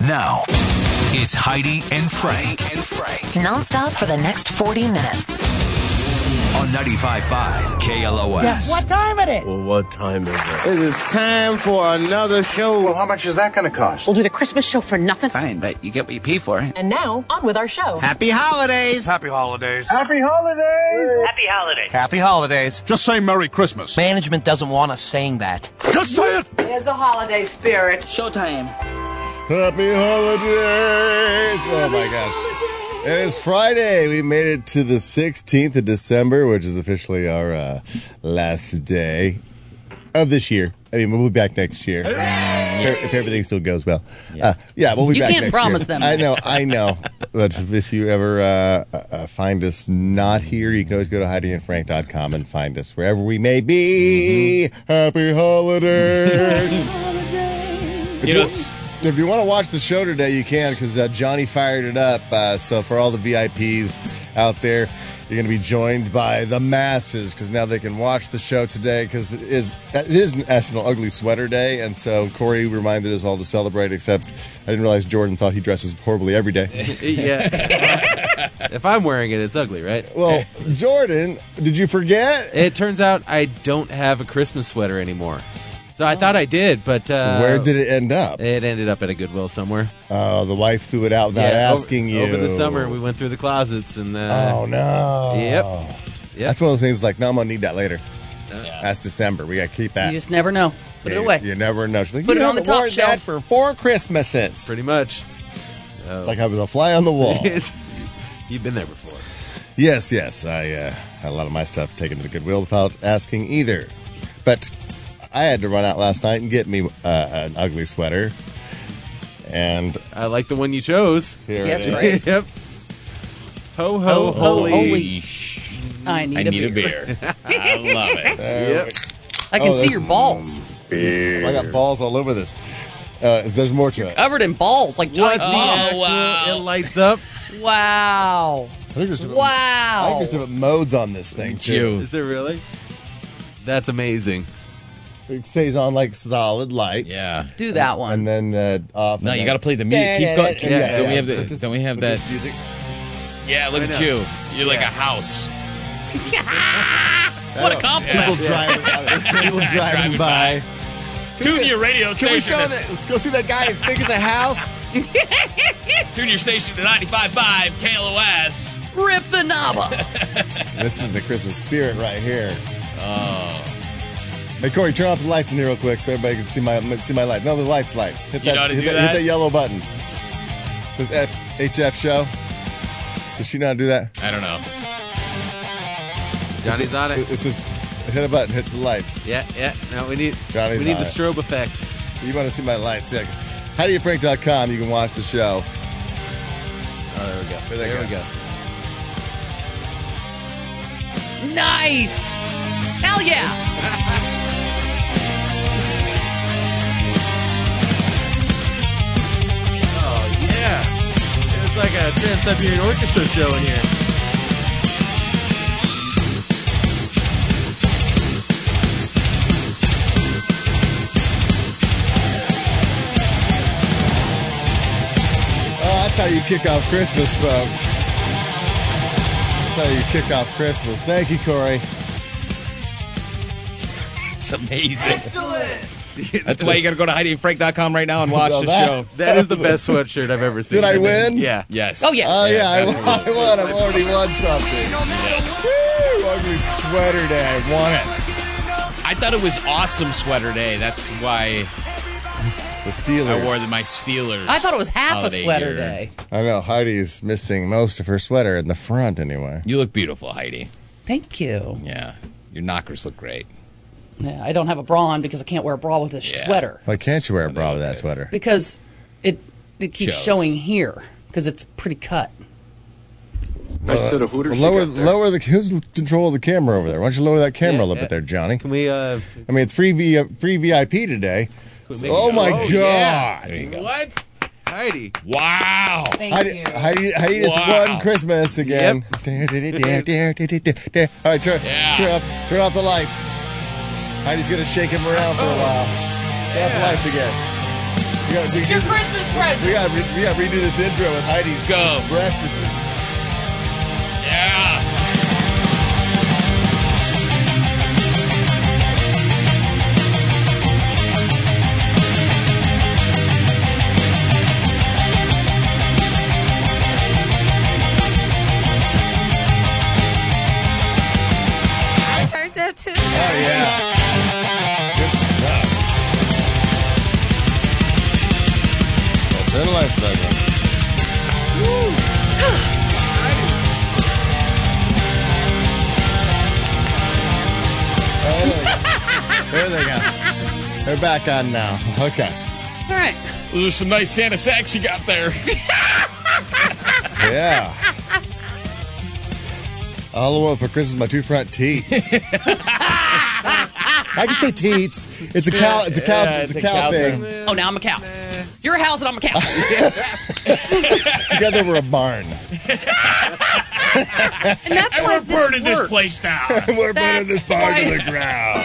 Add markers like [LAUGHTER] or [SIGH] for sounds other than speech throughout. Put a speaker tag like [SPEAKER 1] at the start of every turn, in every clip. [SPEAKER 1] Now, it's Heidi and Frank. And Frank
[SPEAKER 2] nonstop for the next 40 minutes.
[SPEAKER 1] on 95.5 KLOS.
[SPEAKER 3] What time it is?
[SPEAKER 4] Well, what time is it?
[SPEAKER 5] It is time for another show.
[SPEAKER 6] How much is that going to cost?
[SPEAKER 7] We'll do the Christmas show for nothing.
[SPEAKER 5] Fine, but you get what you pay for.
[SPEAKER 7] And now, on with our show.
[SPEAKER 5] Happy holidays!
[SPEAKER 6] Happy holidays.
[SPEAKER 4] Happy holidays.
[SPEAKER 6] Just say Merry Christmas.
[SPEAKER 8] Management doesn't want us saying that.
[SPEAKER 4] Just say it.
[SPEAKER 3] There's the holiday spirit.
[SPEAKER 4] Happy holidays. Oh my gosh. It is Friday. We made it to the 16th of December, which is officially our uh, last day of this year. I mean, we'll be back next year. If, if everything still goes well. Yeah, uh, yeah we'll be
[SPEAKER 9] You
[SPEAKER 4] back
[SPEAKER 9] can't
[SPEAKER 4] next
[SPEAKER 9] promise
[SPEAKER 4] year.
[SPEAKER 9] them.
[SPEAKER 4] I know, I know. but if you ever uh, uh, find us not here, you can always go to HeidiandFrank.com and find us wherever we may be. Happy holidays. If you, if you want to watch the show today, you can because uh, Johnny fired it up. Uh, so for all the VIPs out there, you're going to be joined by the masses because now they can watch the show today because it is it is National Ugly Sweater Day, and so Corey reminded us all to celebrate. Except I didn't realize Jordan thought he dresses horribly every day.
[SPEAKER 10] [LAUGHS] yeah. if I'm wearing it, it's ugly, right?
[SPEAKER 4] Well, Jordan, did you forget?
[SPEAKER 10] It turns out I don't have a Christmas sweater anymore. So I thought I did, but uh,
[SPEAKER 4] Where did it end up?
[SPEAKER 10] it ended up at a Goodwill somewhere?
[SPEAKER 4] Oh, the wife threw it out without
[SPEAKER 10] Yeah, o-
[SPEAKER 4] asking you.
[SPEAKER 10] Over the summer, we went through the closets and uh,
[SPEAKER 4] Oh no.
[SPEAKER 10] Yep. Yep.
[SPEAKER 4] That's one of those things like, no, I'm gonna need that later. That's December. We gotta keep that.
[SPEAKER 9] You just never know. Put it away.
[SPEAKER 4] You never know. She's like,
[SPEAKER 9] Put
[SPEAKER 4] you
[SPEAKER 9] it on
[SPEAKER 4] haven't
[SPEAKER 9] the top
[SPEAKER 4] worn that
[SPEAKER 9] shelf.
[SPEAKER 4] for four Christmases.
[SPEAKER 10] pretty much.
[SPEAKER 4] It's like I was a fly on the
[SPEAKER 10] [LAUGHS]
[SPEAKER 4] wall.
[SPEAKER 10] You've been there before.
[SPEAKER 4] yes, yes. I uh, had a lot of my stuff taken to the Goodwill without asking either. But I had to run out last night and get me uh, an ugly sweater. And
[SPEAKER 10] I like the one you chose.
[SPEAKER 4] here
[SPEAKER 9] Yeah,
[SPEAKER 4] it
[SPEAKER 10] [LAUGHS]
[SPEAKER 9] it's
[SPEAKER 4] is.
[SPEAKER 9] great. Nice.
[SPEAKER 10] yep. Ho ho
[SPEAKER 9] Ho, ho,
[SPEAKER 10] holy.
[SPEAKER 9] holy sh- I need, a, beer. [LAUGHS]
[SPEAKER 4] I love it.
[SPEAKER 10] Yep.
[SPEAKER 9] I can
[SPEAKER 4] Oh,
[SPEAKER 9] see
[SPEAKER 4] this-
[SPEAKER 9] your balls.
[SPEAKER 4] I got balls all over this. Uh, there's more to it. I
[SPEAKER 9] Covered in balls like Johnny
[SPEAKER 10] What the
[SPEAKER 9] Depp.
[SPEAKER 10] actual- It lights up.
[SPEAKER 9] Wow.
[SPEAKER 4] think there's different, I think
[SPEAKER 9] Wow.
[SPEAKER 4] there's different modes on this thing too.
[SPEAKER 10] Is it really? That's amazing.
[SPEAKER 4] It stays on like solid lights.
[SPEAKER 11] Yeah.
[SPEAKER 9] Do that
[SPEAKER 4] And
[SPEAKER 9] one.
[SPEAKER 4] then uh, off.
[SPEAKER 11] No,
[SPEAKER 4] and
[SPEAKER 11] you
[SPEAKER 4] then-
[SPEAKER 11] got to play the music. Keep going.
[SPEAKER 4] Yeah, yeah,
[SPEAKER 11] don't
[SPEAKER 4] yeah.
[SPEAKER 11] we have
[SPEAKER 4] With
[SPEAKER 11] the?
[SPEAKER 4] this-
[SPEAKER 11] Don't we have
[SPEAKER 4] with
[SPEAKER 11] that?
[SPEAKER 4] this music.
[SPEAKER 11] Yeah, look
[SPEAKER 10] I
[SPEAKER 11] at
[SPEAKER 10] know.
[SPEAKER 11] you. You're like a house.
[SPEAKER 9] What a
[SPEAKER 4] [LAUGHS]
[SPEAKER 9] compliment.
[SPEAKER 4] People
[SPEAKER 11] [LAUGHS]
[SPEAKER 4] driving, people driving
[SPEAKER 11] Driving
[SPEAKER 4] by.
[SPEAKER 11] Tune your radio
[SPEAKER 4] Can we show
[SPEAKER 11] station.
[SPEAKER 4] him that? Let's go see that guy as big as a house. [LAUGHS]
[SPEAKER 11] Tune your station to 95.5 KLOS.
[SPEAKER 9] Rip the knob up.
[SPEAKER 4] this is the Christmas spirit right here. Oh. Hey Corey, turn off the lights in here real quick so everybody can see my see my light. No, the lights, lights. Hit
[SPEAKER 11] You know how to
[SPEAKER 4] hit
[SPEAKER 11] do
[SPEAKER 4] hit
[SPEAKER 11] that?
[SPEAKER 4] that yellow button. This F, HF show. Does she know how to do that?
[SPEAKER 11] [LAUGHS] I don't know.
[SPEAKER 10] Johnny's on it.
[SPEAKER 4] It- It's just hit a button, hit the lights.
[SPEAKER 10] Yeah, yeah. No, we need
[SPEAKER 4] Johnny's
[SPEAKER 10] we need
[SPEAKER 4] on
[SPEAKER 10] the
[SPEAKER 4] it.
[SPEAKER 10] strobe effect.
[SPEAKER 4] You want to see my lights? Yeah. HowDoYouPrank.com. You can watch the show.
[SPEAKER 10] Oh, there we go.
[SPEAKER 4] There they
[SPEAKER 10] There we
[SPEAKER 4] go.
[SPEAKER 10] go.
[SPEAKER 9] nice. Hell yeah.
[SPEAKER 10] Oh yeah. It's like a Trans Siberian Orchestra show in here.
[SPEAKER 4] Oh, that's how you kick off Christmas, folks. That's how you kick off Christmas. Thank you,
[SPEAKER 10] [LAUGHS]
[SPEAKER 4] Corey.
[SPEAKER 11] It's amazing. Excellent. That's why you got to go to HeidiFrank.com right now and watch
[SPEAKER 4] Now
[SPEAKER 11] the
[SPEAKER 4] that-
[SPEAKER 11] show.
[SPEAKER 10] That is the best sweatshirt I've ever seen.
[SPEAKER 4] Did I
[SPEAKER 10] think.
[SPEAKER 4] win?
[SPEAKER 10] Yeah.
[SPEAKER 11] Yes.
[SPEAKER 9] Oh, yeah.
[SPEAKER 4] Oh yeah, I,
[SPEAKER 11] Yes,
[SPEAKER 4] won. [LAUGHS] I
[SPEAKER 11] absolutely.
[SPEAKER 4] won. I've already won something. Woo! Ugly sweater day. I won it.
[SPEAKER 11] I thought it was awesome sweater day. That's why
[SPEAKER 4] The Steelers.
[SPEAKER 11] I wore my Steelers.
[SPEAKER 9] I thought it was half a
[SPEAKER 11] holiday
[SPEAKER 9] sweater
[SPEAKER 11] gear.
[SPEAKER 9] day.
[SPEAKER 4] I know Heidi's missing most of her sweater in the front, anyway.
[SPEAKER 11] You look beautiful, Heidi.
[SPEAKER 9] Thank you.
[SPEAKER 11] Yeah. Your knockers look great.
[SPEAKER 9] Yeah, I don't have a bra on because I can't wear a bra with a
[SPEAKER 11] Yeah.
[SPEAKER 9] sweater
[SPEAKER 4] Why can't you wear a bra with that sweater?
[SPEAKER 9] because it it keeps
[SPEAKER 11] Shows.
[SPEAKER 9] showing here because it's pretty cut.
[SPEAKER 6] Nice set of hooters.
[SPEAKER 4] Lower, lower the who's in control of the camera over there? Why don't you lower that camera a
[SPEAKER 10] Yeah,
[SPEAKER 4] little bit
[SPEAKER 10] yeah.
[SPEAKER 4] there, Johnny?
[SPEAKER 10] Can we? uh
[SPEAKER 4] I mean, it's free v, free VIP today.
[SPEAKER 10] we
[SPEAKER 4] So-
[SPEAKER 10] make-
[SPEAKER 4] oh my god!
[SPEAKER 10] Oh, yeah.
[SPEAKER 11] There you go.
[SPEAKER 10] What? Heidi.
[SPEAKER 11] Wow.
[SPEAKER 4] Heidi, Heidi, Heidi just
[SPEAKER 11] Wow.
[SPEAKER 4] won Christmas again. All right, turn,
[SPEAKER 11] Yeah.
[SPEAKER 4] turn, off, turn off the lights.
[SPEAKER 11] Oh.
[SPEAKER 4] Heidi's gonna shake him around for a while. Turn off the lights again. You gotta
[SPEAKER 12] It's your Christmas present.
[SPEAKER 4] We gotta, re- we gotta redo this intro with Heidi's go breastises.
[SPEAKER 11] Yeah.
[SPEAKER 12] I heard that too. Oh
[SPEAKER 4] yeah. Good stuff. Oh, Turn the lights back
[SPEAKER 12] [LAUGHS]
[SPEAKER 4] on. Oh, there, they go. They're back on now. Okay.
[SPEAKER 11] All right. There's some nice Santa sacks you got
[SPEAKER 4] [LAUGHS]
[SPEAKER 11] there.
[SPEAKER 4] Yeah. All I want for Christmas is my two front
[SPEAKER 11] [LAUGHS]
[SPEAKER 4] teats. I can say teats. It's a cow. It's a cow. it's, a cow, thing.
[SPEAKER 9] Oh, now I'm a cow. You're a house and I'm a
[SPEAKER 4] [LAUGHS]
[SPEAKER 9] cow.
[SPEAKER 11] [LAUGHS]
[SPEAKER 4] Together we're a barn.
[SPEAKER 12] And
[SPEAKER 4] [LAUGHS]
[SPEAKER 12] that's why this works.
[SPEAKER 11] down.
[SPEAKER 4] we're burning
[SPEAKER 12] That's
[SPEAKER 4] this barn
[SPEAKER 12] why-
[SPEAKER 4] to the ground.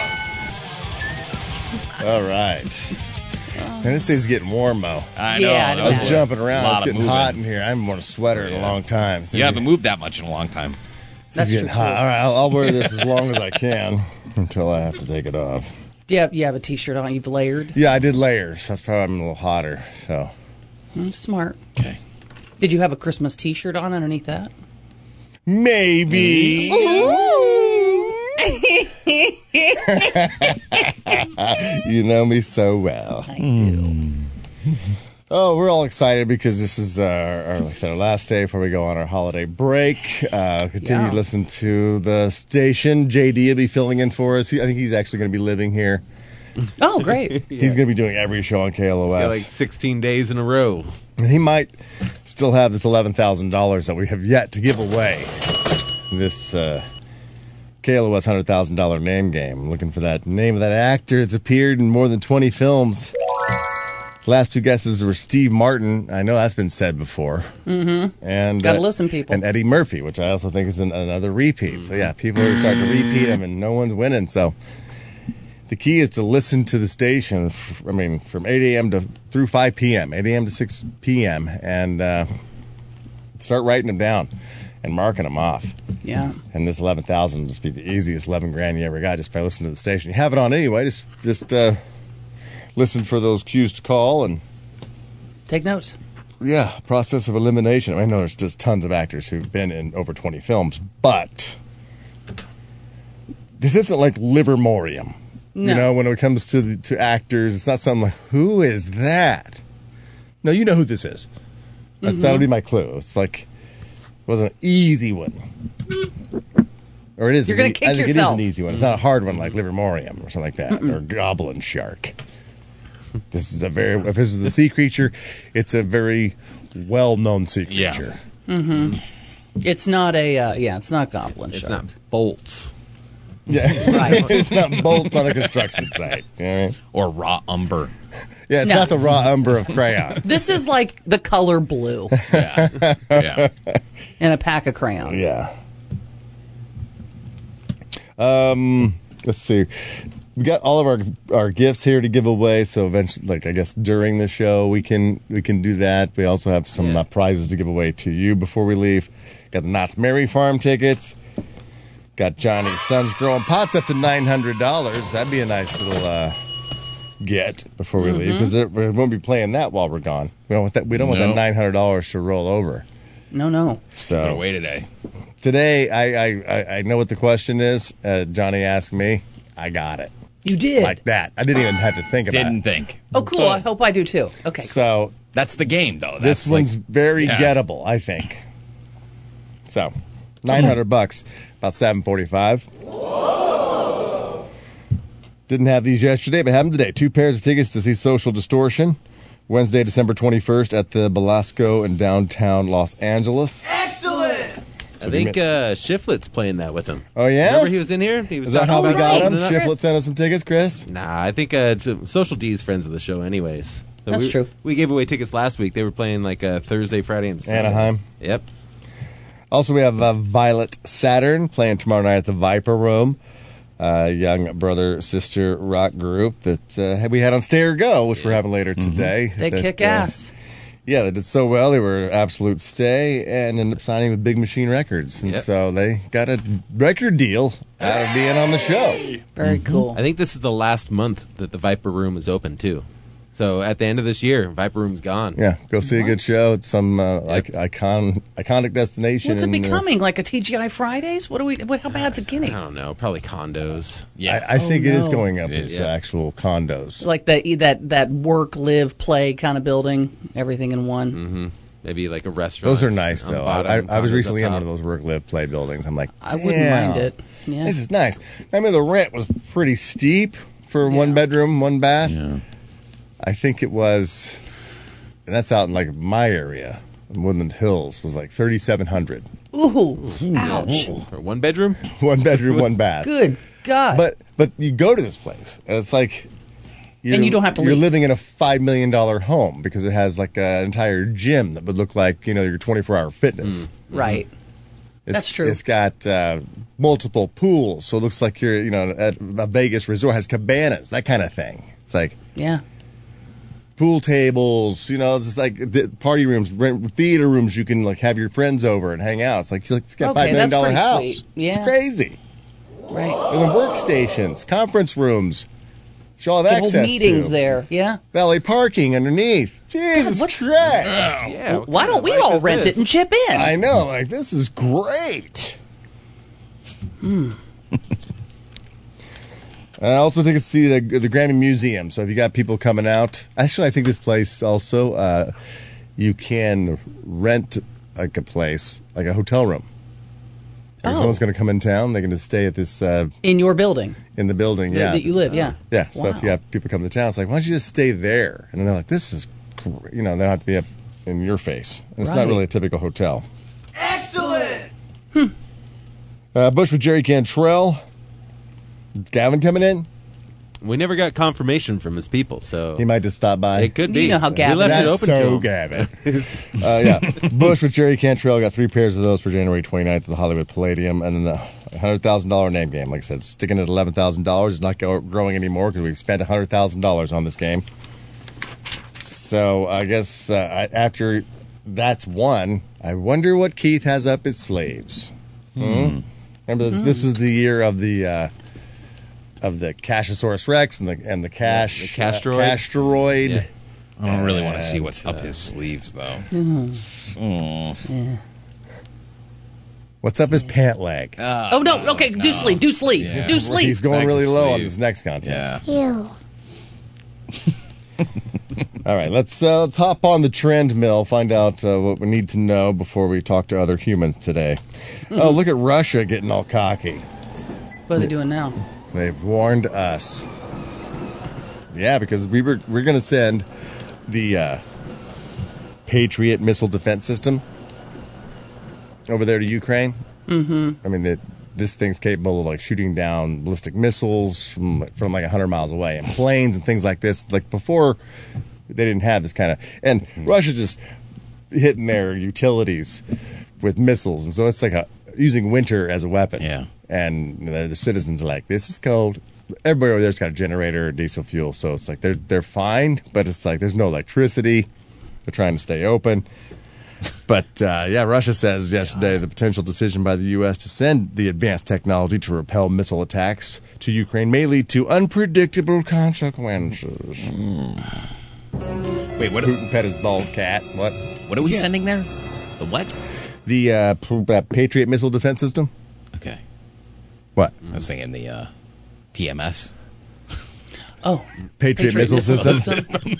[SPEAKER 4] All right. And this thing's getting warm, though.
[SPEAKER 11] I know. Yeah, I know.
[SPEAKER 4] I was jumping around.
[SPEAKER 11] A lot
[SPEAKER 4] It's
[SPEAKER 11] of
[SPEAKER 4] getting
[SPEAKER 11] moving.
[SPEAKER 4] hot in here. I haven't worn a sweater in a long time.
[SPEAKER 11] You haven't moved that much in a long time.
[SPEAKER 4] This is getting hot. All right, I'll, I'll wear this as long as I can until I have to take it off.
[SPEAKER 9] Do you have, you have a t-shirt on? You've layered.
[SPEAKER 4] Yeah, I did layers. That's probably I'm a little hotter. So [LAUGHS]
[SPEAKER 9] I'm Mm, smart. Okay. Did you have a Christmas t-shirt on underneath that?
[SPEAKER 4] maybe. [LAUGHS] you know me so well. I do. Oh, we're all excited because this is uh, our, our like I said, our last day before we go on our holiday break. Uh, continue
[SPEAKER 13] Yeah.
[SPEAKER 4] to listen to the station. JD will be filling in for us. He, I think he's actually going to be living here.
[SPEAKER 9] [LAUGHS] Oh, great.
[SPEAKER 4] [LAUGHS] He's going to be doing every show on KLOS.
[SPEAKER 10] Got like 16 days in a row.
[SPEAKER 4] And he might still have this eleven thousand dollars that we have yet to give away. This uh, KLOS hundred thousand dollar name game. I'm looking for that name of that actor that's appeared in more than twenty films. Last two guesses were Steve Martin. I know that's been said before.
[SPEAKER 9] Mm-hmm.
[SPEAKER 4] And uh,
[SPEAKER 9] Gotta listen, people.
[SPEAKER 4] And Eddie Murphy, which I also think is an, another repeat. So yeah, people are starting to repeat them, and no one's winning. So the key is to listen to the station. f- I mean, from 8 a.m. to through 5 p.m., 8 a.m. to 6 p.m., and uh, start writing them down and marking them off.
[SPEAKER 9] Yeah.
[SPEAKER 4] And this eleven thousand will just be the easiest eleven grand you ever got just by listening to the station. You have it on anyway. Just just uh, listen for those cues to call and
[SPEAKER 9] take notes.
[SPEAKER 4] Yeah, process of elimination. I, mean, I know there's just tons of actors who've been in over twenty films, but this isn't like Livermorium.
[SPEAKER 13] No.
[SPEAKER 4] You know, when it comes to the, to actors, it's not something like who is that? No, you know who this is. That's,
[SPEAKER 13] Mhm.
[SPEAKER 4] That'll be my clue. It's like it was an easy one. Or it is.
[SPEAKER 13] You're
[SPEAKER 4] an
[SPEAKER 13] gonna
[SPEAKER 4] e-
[SPEAKER 13] kick
[SPEAKER 4] I think
[SPEAKER 13] yourself.
[SPEAKER 4] it is an easy one. It's not a hard one like Livermorium or something like that, or Goblin Shark. This is a very. If this is the sea creature, it's a very well-known sea creature.
[SPEAKER 9] Mm-hmm. It's not a uh, yeah. It's not goblin
[SPEAKER 4] It's- it's
[SPEAKER 9] shark.
[SPEAKER 10] bolts.
[SPEAKER 4] Yeah,
[SPEAKER 9] [LAUGHS] Right.
[SPEAKER 4] [LAUGHS] it's not bolts
[SPEAKER 9] [LAUGHS]
[SPEAKER 4] on a construction site.
[SPEAKER 10] Or raw umber.
[SPEAKER 4] Yeah, it's
[SPEAKER 9] No.
[SPEAKER 4] not the raw umber of crayon.
[SPEAKER 9] This is like the color blue
[SPEAKER 4] [LAUGHS] yeah, yeah,
[SPEAKER 9] [LAUGHS] and a pack of crayons.
[SPEAKER 4] yeah. Um, let's see. We got all of our our gifts here to give away, so eventually, like I guess during the show, we can we can do that. We also have some uh, prizes to give away to you before we leave. Got the Knott's Merry Farm tickets. Got Johnny's sons growing pots up to nine hundred dollars. That'd be a nice little uh, get before we leave
[SPEAKER 13] Mhm.
[SPEAKER 4] because we won't be playing that while we're gone. We don't want that. We don't want
[SPEAKER 13] No.
[SPEAKER 4] that nine hundred dollars to roll over.
[SPEAKER 9] No, no.
[SPEAKER 4] So
[SPEAKER 10] Gotta wait today.
[SPEAKER 4] Today, I, I, I, I know what the question is. Uh, Johnny asked me. I got it.
[SPEAKER 9] You did.
[SPEAKER 4] Like that. I didn't even have to think about it.
[SPEAKER 10] Didn't think.
[SPEAKER 9] Oh, cool. I hope I do too. Okay.
[SPEAKER 4] So
[SPEAKER 10] that's the game, though.
[SPEAKER 4] this
[SPEAKER 10] That's like-
[SPEAKER 4] one's very
[SPEAKER 10] Yeah.
[SPEAKER 4] gettable, I think. So, nine hundred bucks, about seven forty-five. Didn't have these yesterday, but have them today. Two pairs of tickets to see Social Distortion, Wednesday, December twenty-first, at the Belasco in downtown Los Angeles.
[SPEAKER 11] Excellent.
[SPEAKER 10] I think uh, Shiflet's playing that with him.
[SPEAKER 4] Oh yeah,
[SPEAKER 10] Remember he was in here? He was
[SPEAKER 4] Is that how we
[SPEAKER 10] talking about
[SPEAKER 4] got him?
[SPEAKER 10] opening up?
[SPEAKER 4] Shiflet sent us some tickets, Chris.
[SPEAKER 10] Nah, I think uh, t- Social D is friends of the show, anyways. So
[SPEAKER 4] That's
[SPEAKER 10] we,
[SPEAKER 4] true.
[SPEAKER 10] We gave away tickets last week. They were playing like uh, Thursday, Friday, and Saturday.
[SPEAKER 4] Anaheim.
[SPEAKER 10] Yep.
[SPEAKER 4] Also, we have uh, Violet Saturn playing tomorrow night at the Viper Room. uh, young brother sister rock group that uh, we had on Stay or Go, which we're having later today.
[SPEAKER 9] They
[SPEAKER 4] That,
[SPEAKER 9] kick
[SPEAKER 4] uh,
[SPEAKER 9] ass.
[SPEAKER 4] yeah, they did so well. They were absolute stay and ended up signing with Big Machine Records. And
[SPEAKER 10] Yep.
[SPEAKER 4] so they got a record deal out of being on the show.
[SPEAKER 9] Very
[SPEAKER 4] Mm-hmm.
[SPEAKER 9] cool.
[SPEAKER 10] I think this is the last month that the Viper Room is open too. So at the end of this year, Viper Room's gone.
[SPEAKER 4] Yeah, go see a good show at some uh, ic- icon iconic destination.
[SPEAKER 9] What's it
[SPEAKER 4] and, uh,
[SPEAKER 9] becoming? Like a TGI Fridays? What do we? What? How bad's it getting?
[SPEAKER 10] I don't know, probably condos. Yeah,
[SPEAKER 9] Oh,
[SPEAKER 4] I, I think it is going up
[SPEAKER 10] It
[SPEAKER 4] as
[SPEAKER 10] is.
[SPEAKER 4] actual condos.
[SPEAKER 9] Like the e, that that work, live, play kind of building, everything in one.
[SPEAKER 10] Mm-hmm. Maybe like a restaurant.
[SPEAKER 4] Those are nice
[SPEAKER 10] on
[SPEAKER 4] though. I,
[SPEAKER 10] bottom,
[SPEAKER 4] I, I was
[SPEAKER 10] condos up
[SPEAKER 4] recently in
[SPEAKER 10] top.
[SPEAKER 4] one of those work live play buildings. I'm like,
[SPEAKER 9] I wouldn't mind
[SPEAKER 4] "Damn,
[SPEAKER 9] it. Yeah.
[SPEAKER 4] This is nice. I mean, the rent was pretty steep for one bedroom, one bath. I think it was. And that's out in like my area, Woodland Hills, was like thirty seven hundred.
[SPEAKER 9] Ooh, ouch.
[SPEAKER 10] For one bedroom,
[SPEAKER 4] Mm-hmm. [LAUGHS] one bedroom,
[SPEAKER 10] [LAUGHS]
[SPEAKER 4] one bath.
[SPEAKER 9] Good God.
[SPEAKER 4] But but you go to this place and it's like you're,
[SPEAKER 9] And you don't have to
[SPEAKER 4] You're
[SPEAKER 9] leave.
[SPEAKER 4] living in a five million dollar home because it has like an entire gym that would look like you know your twenty four hour
[SPEAKER 10] Mm,
[SPEAKER 4] fitness.
[SPEAKER 10] mm-hmm.
[SPEAKER 9] right.
[SPEAKER 4] It's,
[SPEAKER 9] That's true.
[SPEAKER 4] It's got uh, multiple pools, so it looks like you're you know at a Vegas resort has cabanas, that kind of thing. It's like
[SPEAKER 9] Yeah.
[SPEAKER 4] pool tables, you know, it's just like the party rooms, rent- theater rooms. You can like have your friends over and hang out. It's like, it's got a
[SPEAKER 9] Okay,
[SPEAKER 4] five million
[SPEAKER 9] that's
[SPEAKER 4] dollar
[SPEAKER 9] pretty
[SPEAKER 4] house.
[SPEAKER 9] sweet. Yeah.
[SPEAKER 4] It's crazy.
[SPEAKER 9] Right.
[SPEAKER 4] And then workstations, conference rooms. which You'll have
[SPEAKER 9] The
[SPEAKER 4] access
[SPEAKER 9] whole meetings
[SPEAKER 4] to.
[SPEAKER 9] there. Yeah.
[SPEAKER 4] Valet parking underneath. Jesus
[SPEAKER 9] what-
[SPEAKER 4] Christ.
[SPEAKER 10] Yeah. what
[SPEAKER 9] Why
[SPEAKER 10] kind
[SPEAKER 9] don't
[SPEAKER 10] of
[SPEAKER 9] we
[SPEAKER 10] life
[SPEAKER 9] all
[SPEAKER 10] is
[SPEAKER 9] rent
[SPEAKER 10] this?
[SPEAKER 9] it and chip in?
[SPEAKER 4] I know. Like, this is great.
[SPEAKER 12] Hmm.
[SPEAKER 4] I also think it's see the, the Grammy Museum. So if you got people coming out, actually, I think this place also uh, you can rent like a place, like a hotel room. Like, If
[SPEAKER 9] Oh.
[SPEAKER 4] someone's going to come in town, they can just stay at this uh,
[SPEAKER 9] In your building
[SPEAKER 4] in the building.
[SPEAKER 9] that-
[SPEAKER 4] yeah,
[SPEAKER 9] that you live. Yeah.
[SPEAKER 4] yeah. So
[SPEAKER 9] Wow.
[SPEAKER 4] if you have people come to town, it's like, why don't you just stay there? And then they're like, this is, gr-, you know, they don't have to be up in your face. And it's
[SPEAKER 9] Right.
[SPEAKER 4] not really a typical hotel. Excellent. Uh, Bush with Jerry Cantrell. Gavin coming in.
[SPEAKER 10] We never got confirmation from his people, so
[SPEAKER 4] He might just stop by.
[SPEAKER 10] it could
[SPEAKER 9] You
[SPEAKER 10] be.
[SPEAKER 9] know how Gavin
[SPEAKER 10] We left
[SPEAKER 4] That's
[SPEAKER 10] it open
[SPEAKER 4] so
[SPEAKER 10] to him. [LAUGHS]
[SPEAKER 4] Gavin. uh, yeah, [LAUGHS] Bush with Jerry Cantrell got three pairs of those for January 29th at the Hollywood Palladium, and then the hundred thousand dollar name game. Like I said, sticking at eleven thousand dollars is not go- growing anymore because we've spent hundred thousand dollars on this game. So I guess uh, I- after that's one, I wonder what Keith has up his sleeves. Hmm? Remember this? This was the year of the. Uh, of the Cashosaurus Rex and the and the Cash uh,
[SPEAKER 10] Yeah, the Castroid.
[SPEAKER 4] Castroid.
[SPEAKER 10] Yeah.
[SPEAKER 11] I don't really want to see what's up his sleeves, though.
[SPEAKER 9] Mm.
[SPEAKER 4] What's up his pant leg?
[SPEAKER 10] Uh,
[SPEAKER 9] Oh no. Okay. Do sleep. Do sleep.
[SPEAKER 11] Uh, Yeah.
[SPEAKER 9] Do
[SPEAKER 4] He's
[SPEAKER 9] sleep.
[SPEAKER 4] going
[SPEAKER 11] Back
[SPEAKER 4] really
[SPEAKER 11] to
[SPEAKER 4] low on
[SPEAKER 11] sleep.
[SPEAKER 4] this next contest.
[SPEAKER 12] Ew.
[SPEAKER 4] [LAUGHS] All right, let's uh, let's hop on the trend mill, find out uh, what we need to know before we talk to other humans today.
[SPEAKER 9] Mm-hmm.
[SPEAKER 4] Oh, look at Russia getting all cocky.
[SPEAKER 9] What are they doing now?
[SPEAKER 4] They've warned us. Yeah, because we were we're going to send the uh, Patriot missile defense system over there to Ukraine. Mm-hmm. I mean, it, this thing's capable of like shooting down ballistic missiles from from like hundred miles away, and planes and things like this. Like before, they didn't have this kind of. And Russia's just hitting their utilities with missiles, and so it's like a, using winter as a weapon.
[SPEAKER 11] Yeah.
[SPEAKER 4] and the, the citizens are like, "This is cold." Everybody over there's got a generator or diesel fuel, so it's like they're they're fine, but it's like there's no electricity. They're trying to stay open. But uh, yeah, Russia says yesterday the potential decision by the U.S. to send the advanced technology to repel missile attacks to Ukraine may lead to unpredictable consequences.
[SPEAKER 11] Wait, what?
[SPEAKER 4] Putin pet his bald cat. What?
[SPEAKER 11] What are we sending there? The what?
[SPEAKER 4] The uh, p- uh, Patriot missile defense system?
[SPEAKER 11] Okay,
[SPEAKER 4] What?
[SPEAKER 11] I was thinking the uh, PMS.
[SPEAKER 9] Oh.
[SPEAKER 4] Patriot, missile, system?
[SPEAKER 11] [LAUGHS]
[SPEAKER 9] you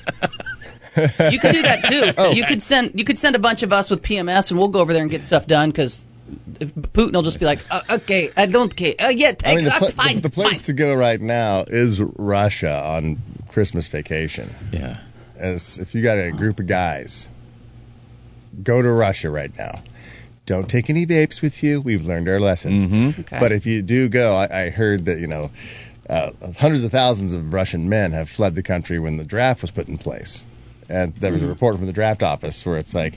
[SPEAKER 9] could do that
[SPEAKER 4] [LAUGHS]
[SPEAKER 9] too.
[SPEAKER 4] Oh.
[SPEAKER 9] You could send you could send a bunch of us with PMS, and we'll go over there and get stuff done because Putin will just be like, uh, "Okay, I don't care. Uh, yeah, take,
[SPEAKER 4] I mean, the,
[SPEAKER 9] uh,
[SPEAKER 4] pla-
[SPEAKER 9] fine,
[SPEAKER 4] the, the place
[SPEAKER 9] fine.
[SPEAKER 4] to go right now is Russia on Christmas vacation.
[SPEAKER 11] Yeah.
[SPEAKER 4] As if you got a group of guys, go to Russia right now. Don't take any vapes with you. We've learned our lessons.
[SPEAKER 9] Okay.
[SPEAKER 4] But if you do go, I, I heard that you know uh, hundreds of thousands of Russian men have fled the country when the draft was put in place, and there was a report from the draft office where it's like,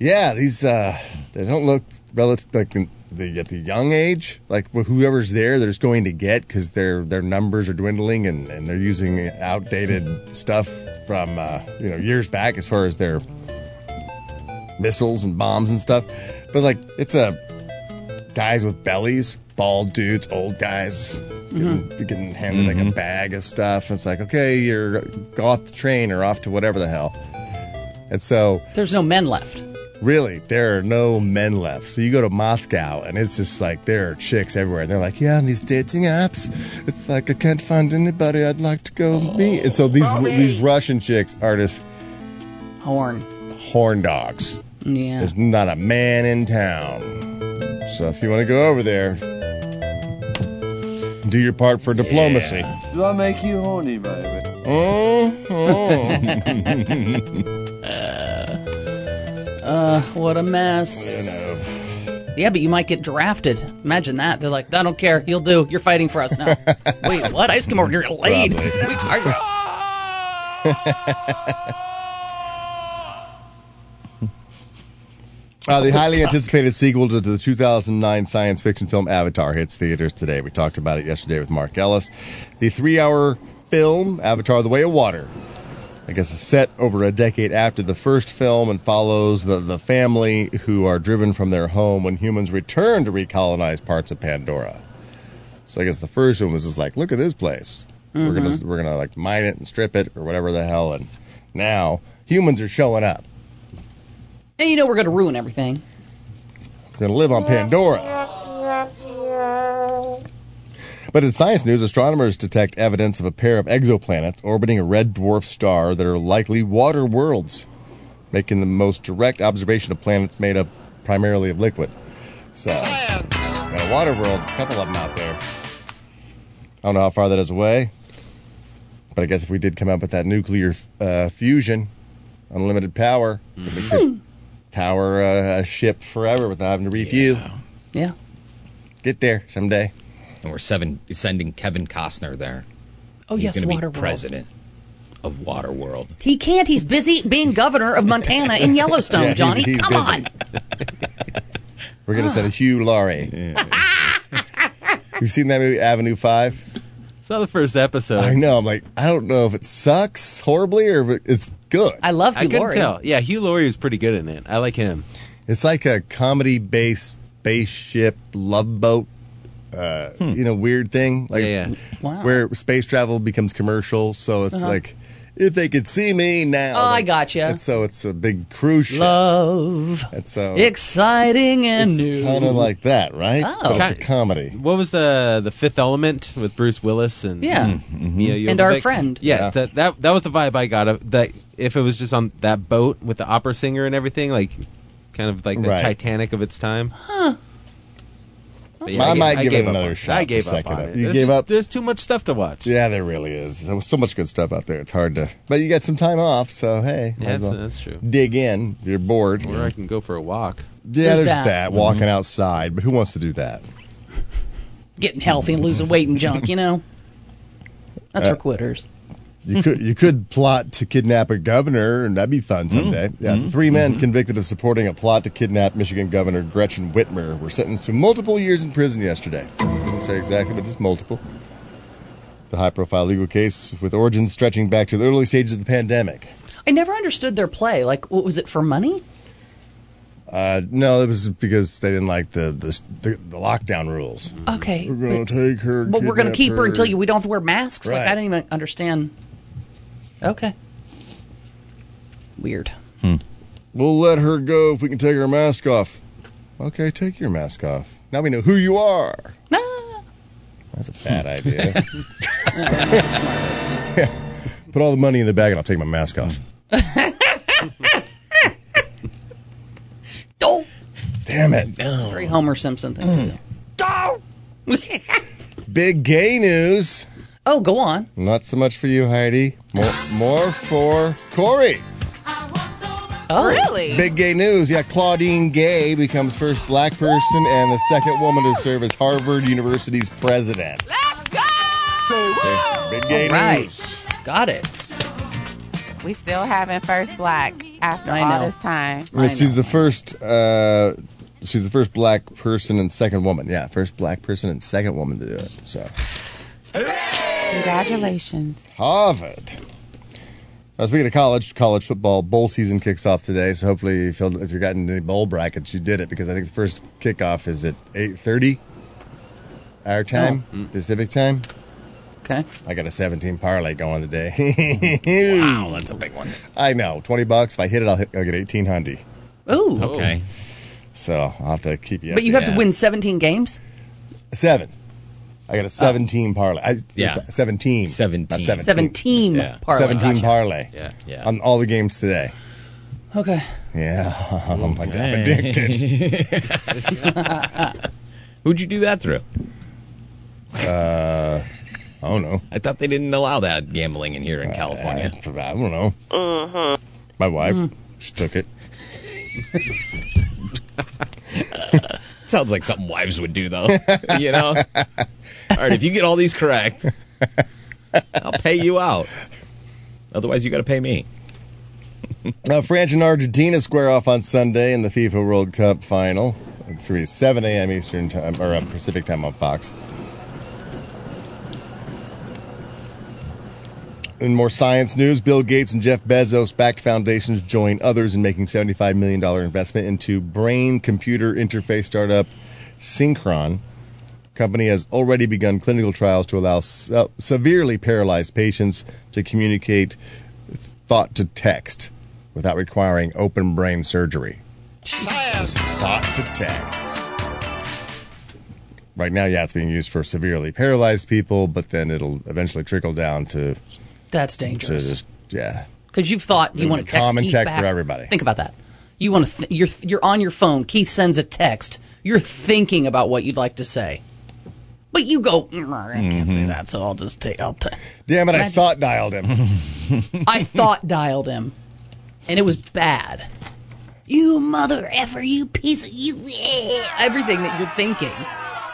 [SPEAKER 4] yeah, these uh, they don't look relative like the at the young age, like wh- whoever's there, they're just going to get because their their numbers are dwindling and, and they're using outdated stuff from uh, you know years back as far as their missiles and bombs and stuff. But like it's a guys with bellies, bald dudes, old guys getting, getting handed like a bag of stuff. It's like okay, you're go off the train or off to whatever the hell. And so
[SPEAKER 9] there's no men left.
[SPEAKER 4] Really, there are no men left. So you go to Moscow, and it's just like there are chicks everywhere. And they're like, "Yeah, on these dating apps, it's like I can't find anybody I'd like to go meet." And so these these Russian chicks are just
[SPEAKER 9] horn
[SPEAKER 4] horn dogs.
[SPEAKER 9] Yeah.
[SPEAKER 4] There's not a man in town. So if you want to go over there, do your part for diplomacy.
[SPEAKER 13] Do I make you horny, baby?
[SPEAKER 9] [LAUGHS] Uh, what a mess. Yeah, but you might get drafted. Imagine that. They're like, I don't care. You'll do. You're fighting
[SPEAKER 14] [LAUGHS]
[SPEAKER 9] for us now. Wait, what? I just came over here late.
[SPEAKER 4] Probably.
[SPEAKER 9] What are you talking about?
[SPEAKER 4] Uh, the
[SPEAKER 9] That
[SPEAKER 4] highly
[SPEAKER 9] sucks.
[SPEAKER 4] anticipated sequel to the 2009 science fiction film Avatar hits theaters today. We talked about it yesterday with Mark Ellis. The three hour film, Avatar The Way of Water, I guess is set over a decade after the first film and follows the, the family who are driven from their home when humans return to recolonize parts of Pandora. So I guess the first one was just like, look at this place. We're gonna we're gonna like mine it and strip it or whatever the hell and now humans are showing up.
[SPEAKER 9] [LAUGHS] And you know we're going to ruin everything.
[SPEAKER 4] We're gonna live on Pandora.
[SPEAKER 14] uh,
[SPEAKER 4] But in science news, astronomers detect evidence of a pair of exoplanets orbiting a red dwarf star that are likely water worlds, making the most direct observation of planets made up primarily of liquid. So, got a water world, a couple of them out there. I don't know how far that is away, but I guess if we did come up with that nuclear uh, fusion, unlimited power, then we could power uh, a ship forever without having to refuel.
[SPEAKER 9] Yeah.
[SPEAKER 4] Get there someday.
[SPEAKER 14] And we're seven, sending Kevin Costner there.
[SPEAKER 9] Oh,
[SPEAKER 14] He's
[SPEAKER 9] yes,
[SPEAKER 14] gonna
[SPEAKER 9] Waterworld.
[SPEAKER 14] be president of Waterworld. [LAUGHS]
[SPEAKER 9] He can't. He's busy being governor of Montana and
[SPEAKER 14] [LAUGHS]
[SPEAKER 9] Yellowstone,
[SPEAKER 14] Yeah, he's-
[SPEAKER 9] Johnny.
[SPEAKER 14] he's
[SPEAKER 9] Come
[SPEAKER 14] busy.
[SPEAKER 9] on.
[SPEAKER 4] [LAUGHS] We're gonna send a Hugh
[SPEAKER 10] [LAUGHS]
[SPEAKER 4] Laurie. [LAUGHS] You've seen that movie Avenue Five?
[SPEAKER 10] Saw the first episode.
[SPEAKER 4] I know. I'm like, I don't know if it sucks horribly or if it's good.
[SPEAKER 9] I love
[SPEAKER 10] I couldn't tell. Yeah, Hugh Laurie was pretty good in it. I like him.
[SPEAKER 4] It's like a comedy based spaceship love boat. Uh,
[SPEAKER 10] Hmm.
[SPEAKER 4] You know, weird thing like
[SPEAKER 9] Wow.
[SPEAKER 4] where space travel becomes commercial. So it's
[SPEAKER 9] Uh-huh.
[SPEAKER 4] like if they could see me now.
[SPEAKER 9] Oh, I
[SPEAKER 4] Like,
[SPEAKER 9] gotcha.
[SPEAKER 4] And so it's a big cruise ship.
[SPEAKER 9] Love.
[SPEAKER 4] And so
[SPEAKER 9] Exciting and new.
[SPEAKER 4] kind of like that, right?
[SPEAKER 9] Oh.
[SPEAKER 4] But it's a
[SPEAKER 10] Ki-
[SPEAKER 4] comedy.
[SPEAKER 10] What was the the Fifth Element with Bruce Willis and
[SPEAKER 9] Yeah.
[SPEAKER 4] Mm-hmm.
[SPEAKER 10] Mia
[SPEAKER 9] And our
[SPEAKER 10] Jovovich?
[SPEAKER 9] friend.
[SPEAKER 10] Yeah,
[SPEAKER 9] Yeah.
[SPEAKER 10] That, that that was the vibe I got of that. If it was just on that boat with the opera singer and everything, like kind of like the
[SPEAKER 4] Right.
[SPEAKER 10] Titanic of its time.
[SPEAKER 9] Huh.
[SPEAKER 10] But
[SPEAKER 4] I,
[SPEAKER 10] gave-
[SPEAKER 4] might give
[SPEAKER 10] gave
[SPEAKER 4] it
[SPEAKER 10] up
[SPEAKER 4] another
[SPEAKER 10] on
[SPEAKER 4] shot.
[SPEAKER 10] I
[SPEAKER 4] for
[SPEAKER 10] gave up
[SPEAKER 4] second
[SPEAKER 10] on
[SPEAKER 4] up.
[SPEAKER 10] it.
[SPEAKER 4] You
[SPEAKER 10] There's
[SPEAKER 4] gave
[SPEAKER 10] just-
[SPEAKER 4] up.
[SPEAKER 10] There's too much stuff to watch.
[SPEAKER 4] Yeah, there really is. There's so much good stuff out there. It's hard to, but you got some time off, so hey, might
[SPEAKER 10] Yeah,
[SPEAKER 4] as
[SPEAKER 10] that's, that's true.
[SPEAKER 4] Dig in. You're bored.
[SPEAKER 10] Or I can go for a walk.
[SPEAKER 4] Yeah,
[SPEAKER 9] There's
[SPEAKER 4] there's,
[SPEAKER 9] that.
[SPEAKER 4] that. walking outside, but who wants to do that?
[SPEAKER 9] Getting healthy and losing weight and junk, you know?
[SPEAKER 4] Uh,
[SPEAKER 9] That's for quitters.
[SPEAKER 4] You could you could plot to kidnap a governor, and that'd be fun someday. Yeah, three men convicted of supporting a plot to kidnap Michigan Governor Gretchen Whitmer were sentenced to multiple years in prison yesterday. Didn't say exactly, but just multiple. The high-profile legal case with origins stretching back to the early stages of the pandemic.
[SPEAKER 9] I never understood their play. Like, what was it for money?
[SPEAKER 4] Uh, no, it was because they didn't like the the, the, the lockdown rules.
[SPEAKER 9] Okay.
[SPEAKER 4] We're gonna take her,
[SPEAKER 9] But we're going to
[SPEAKER 4] kidnap
[SPEAKER 9] keep her until you, we don't have to wear masks. Like,
[SPEAKER 4] Right.
[SPEAKER 9] I didn't even understand.
[SPEAKER 4] [LAUGHS]
[SPEAKER 9] Okay. Weird.
[SPEAKER 4] Hmm. We'll let her go if we can take her mask off. Okay, take your mask off. Now we know who you are. That's a bad idea. [LAUGHS] Put all the money in the bag and I'll take my mask off.
[SPEAKER 9] Don't.
[SPEAKER 4] Damn it. Mm.
[SPEAKER 9] It's very Homer Simpson thing.
[SPEAKER 4] Big gay news.
[SPEAKER 9] Oh, go on.
[SPEAKER 4] Not so much for you, Heidi. More, more for Corey.
[SPEAKER 9] Oh,
[SPEAKER 12] really?
[SPEAKER 4] Big gay news. Yeah, Claudine Gay becomes first black person and the second woman to serve as Harvard University's president. Big gay
[SPEAKER 9] All right.
[SPEAKER 4] news.
[SPEAKER 9] Got it.
[SPEAKER 12] We still haven't first black after
[SPEAKER 9] I
[SPEAKER 12] all
[SPEAKER 9] know.
[SPEAKER 12] this time.
[SPEAKER 4] She's the first uh, She's the first black person and second woman. Yeah, first black person and second woman to do it. So
[SPEAKER 15] Congratulations.
[SPEAKER 4] Harvard. Uh, speaking of college, college football bowl season kicks off today. So hopefully, if you if you got into any bowl brackets, you did it because I think the first kickoff is at eight thirty our time, Pacific time.
[SPEAKER 9] Oh. Hmm. Okay.
[SPEAKER 4] I got a seventeen parlay going
[SPEAKER 9] [LAUGHS]
[SPEAKER 4] today. [LAUGHS] wow, that's a big one. I know, twenty bucks. If I hit it, I'll, hit, I'll get eighteen hundred.
[SPEAKER 9] Ooh.
[SPEAKER 4] Okay. So I'll have to keep you.
[SPEAKER 9] but you have to win 17 games?
[SPEAKER 4] seven. I got a seventeen parlay. I,
[SPEAKER 9] Oh. Yeah.
[SPEAKER 4] seventeen. Seventeen.
[SPEAKER 9] 17, parlay.
[SPEAKER 4] Seventeen
[SPEAKER 9] Gotcha.
[SPEAKER 4] parlay.
[SPEAKER 9] Yeah, yeah.
[SPEAKER 4] On all the games today.
[SPEAKER 9] Okay.
[SPEAKER 4] Yeah. [LAUGHS] Oh my god, I'm
[SPEAKER 9] Okay. [LAUGHS]
[SPEAKER 4] addicted. Who'd you do that through?
[SPEAKER 14] Uh,
[SPEAKER 4] I don't know. Uh,
[SPEAKER 14] I thought they didn't allow that gambling in here in California.
[SPEAKER 4] I don't know.
[SPEAKER 14] Mm-hmm.
[SPEAKER 4] My wife,
[SPEAKER 14] Mm.
[SPEAKER 4] she took it.
[SPEAKER 14] [LAUGHS] Sounds like something wives would do, though. [LAUGHS] you know? All right, if you get all these correct, I'll pay you out. Otherwise, you got to pay me.
[SPEAKER 4] Uh, France and Argentina square off on Sunday in the FIFA World Cup final. It's going to be 7 a.m. Eastern time or uh, Pacific time on Fox. In more science news, Bill Gates and Jeff Bezos backed foundations join others in making $75 million investment into brain computer interface startup Synchron. Company has already begun clinical trials to allow se- severely paralyzed patients to communicate thought to text without requiring open brain surgery. Thought to text. Right now, yeah, it's being used for severely paralyzed people, but then it'll eventually trickle down to
[SPEAKER 9] That's
[SPEAKER 4] to
[SPEAKER 9] dangerous.
[SPEAKER 4] just yeah.
[SPEAKER 9] Because you've thought you
[SPEAKER 4] It'll
[SPEAKER 9] want
[SPEAKER 4] be
[SPEAKER 9] to text
[SPEAKER 4] common
[SPEAKER 9] Keith
[SPEAKER 4] tech
[SPEAKER 9] back.
[SPEAKER 4] for everybody.
[SPEAKER 9] Think about that. You want to. Th- you're you're on your phone. Keith sends a text. You're thinking about what you'd like to say, but you go. "Mm, I can't
[SPEAKER 4] Mm-hmm.
[SPEAKER 9] say that, so I'll just take. I'll take.
[SPEAKER 4] Damn it! I
[SPEAKER 9] Imagine-
[SPEAKER 4] thought dialed him. [LAUGHS]
[SPEAKER 9] I thought [LAUGHS] dialed him, and it was bad. You mother effer, you piece of you. Everything that you're thinking,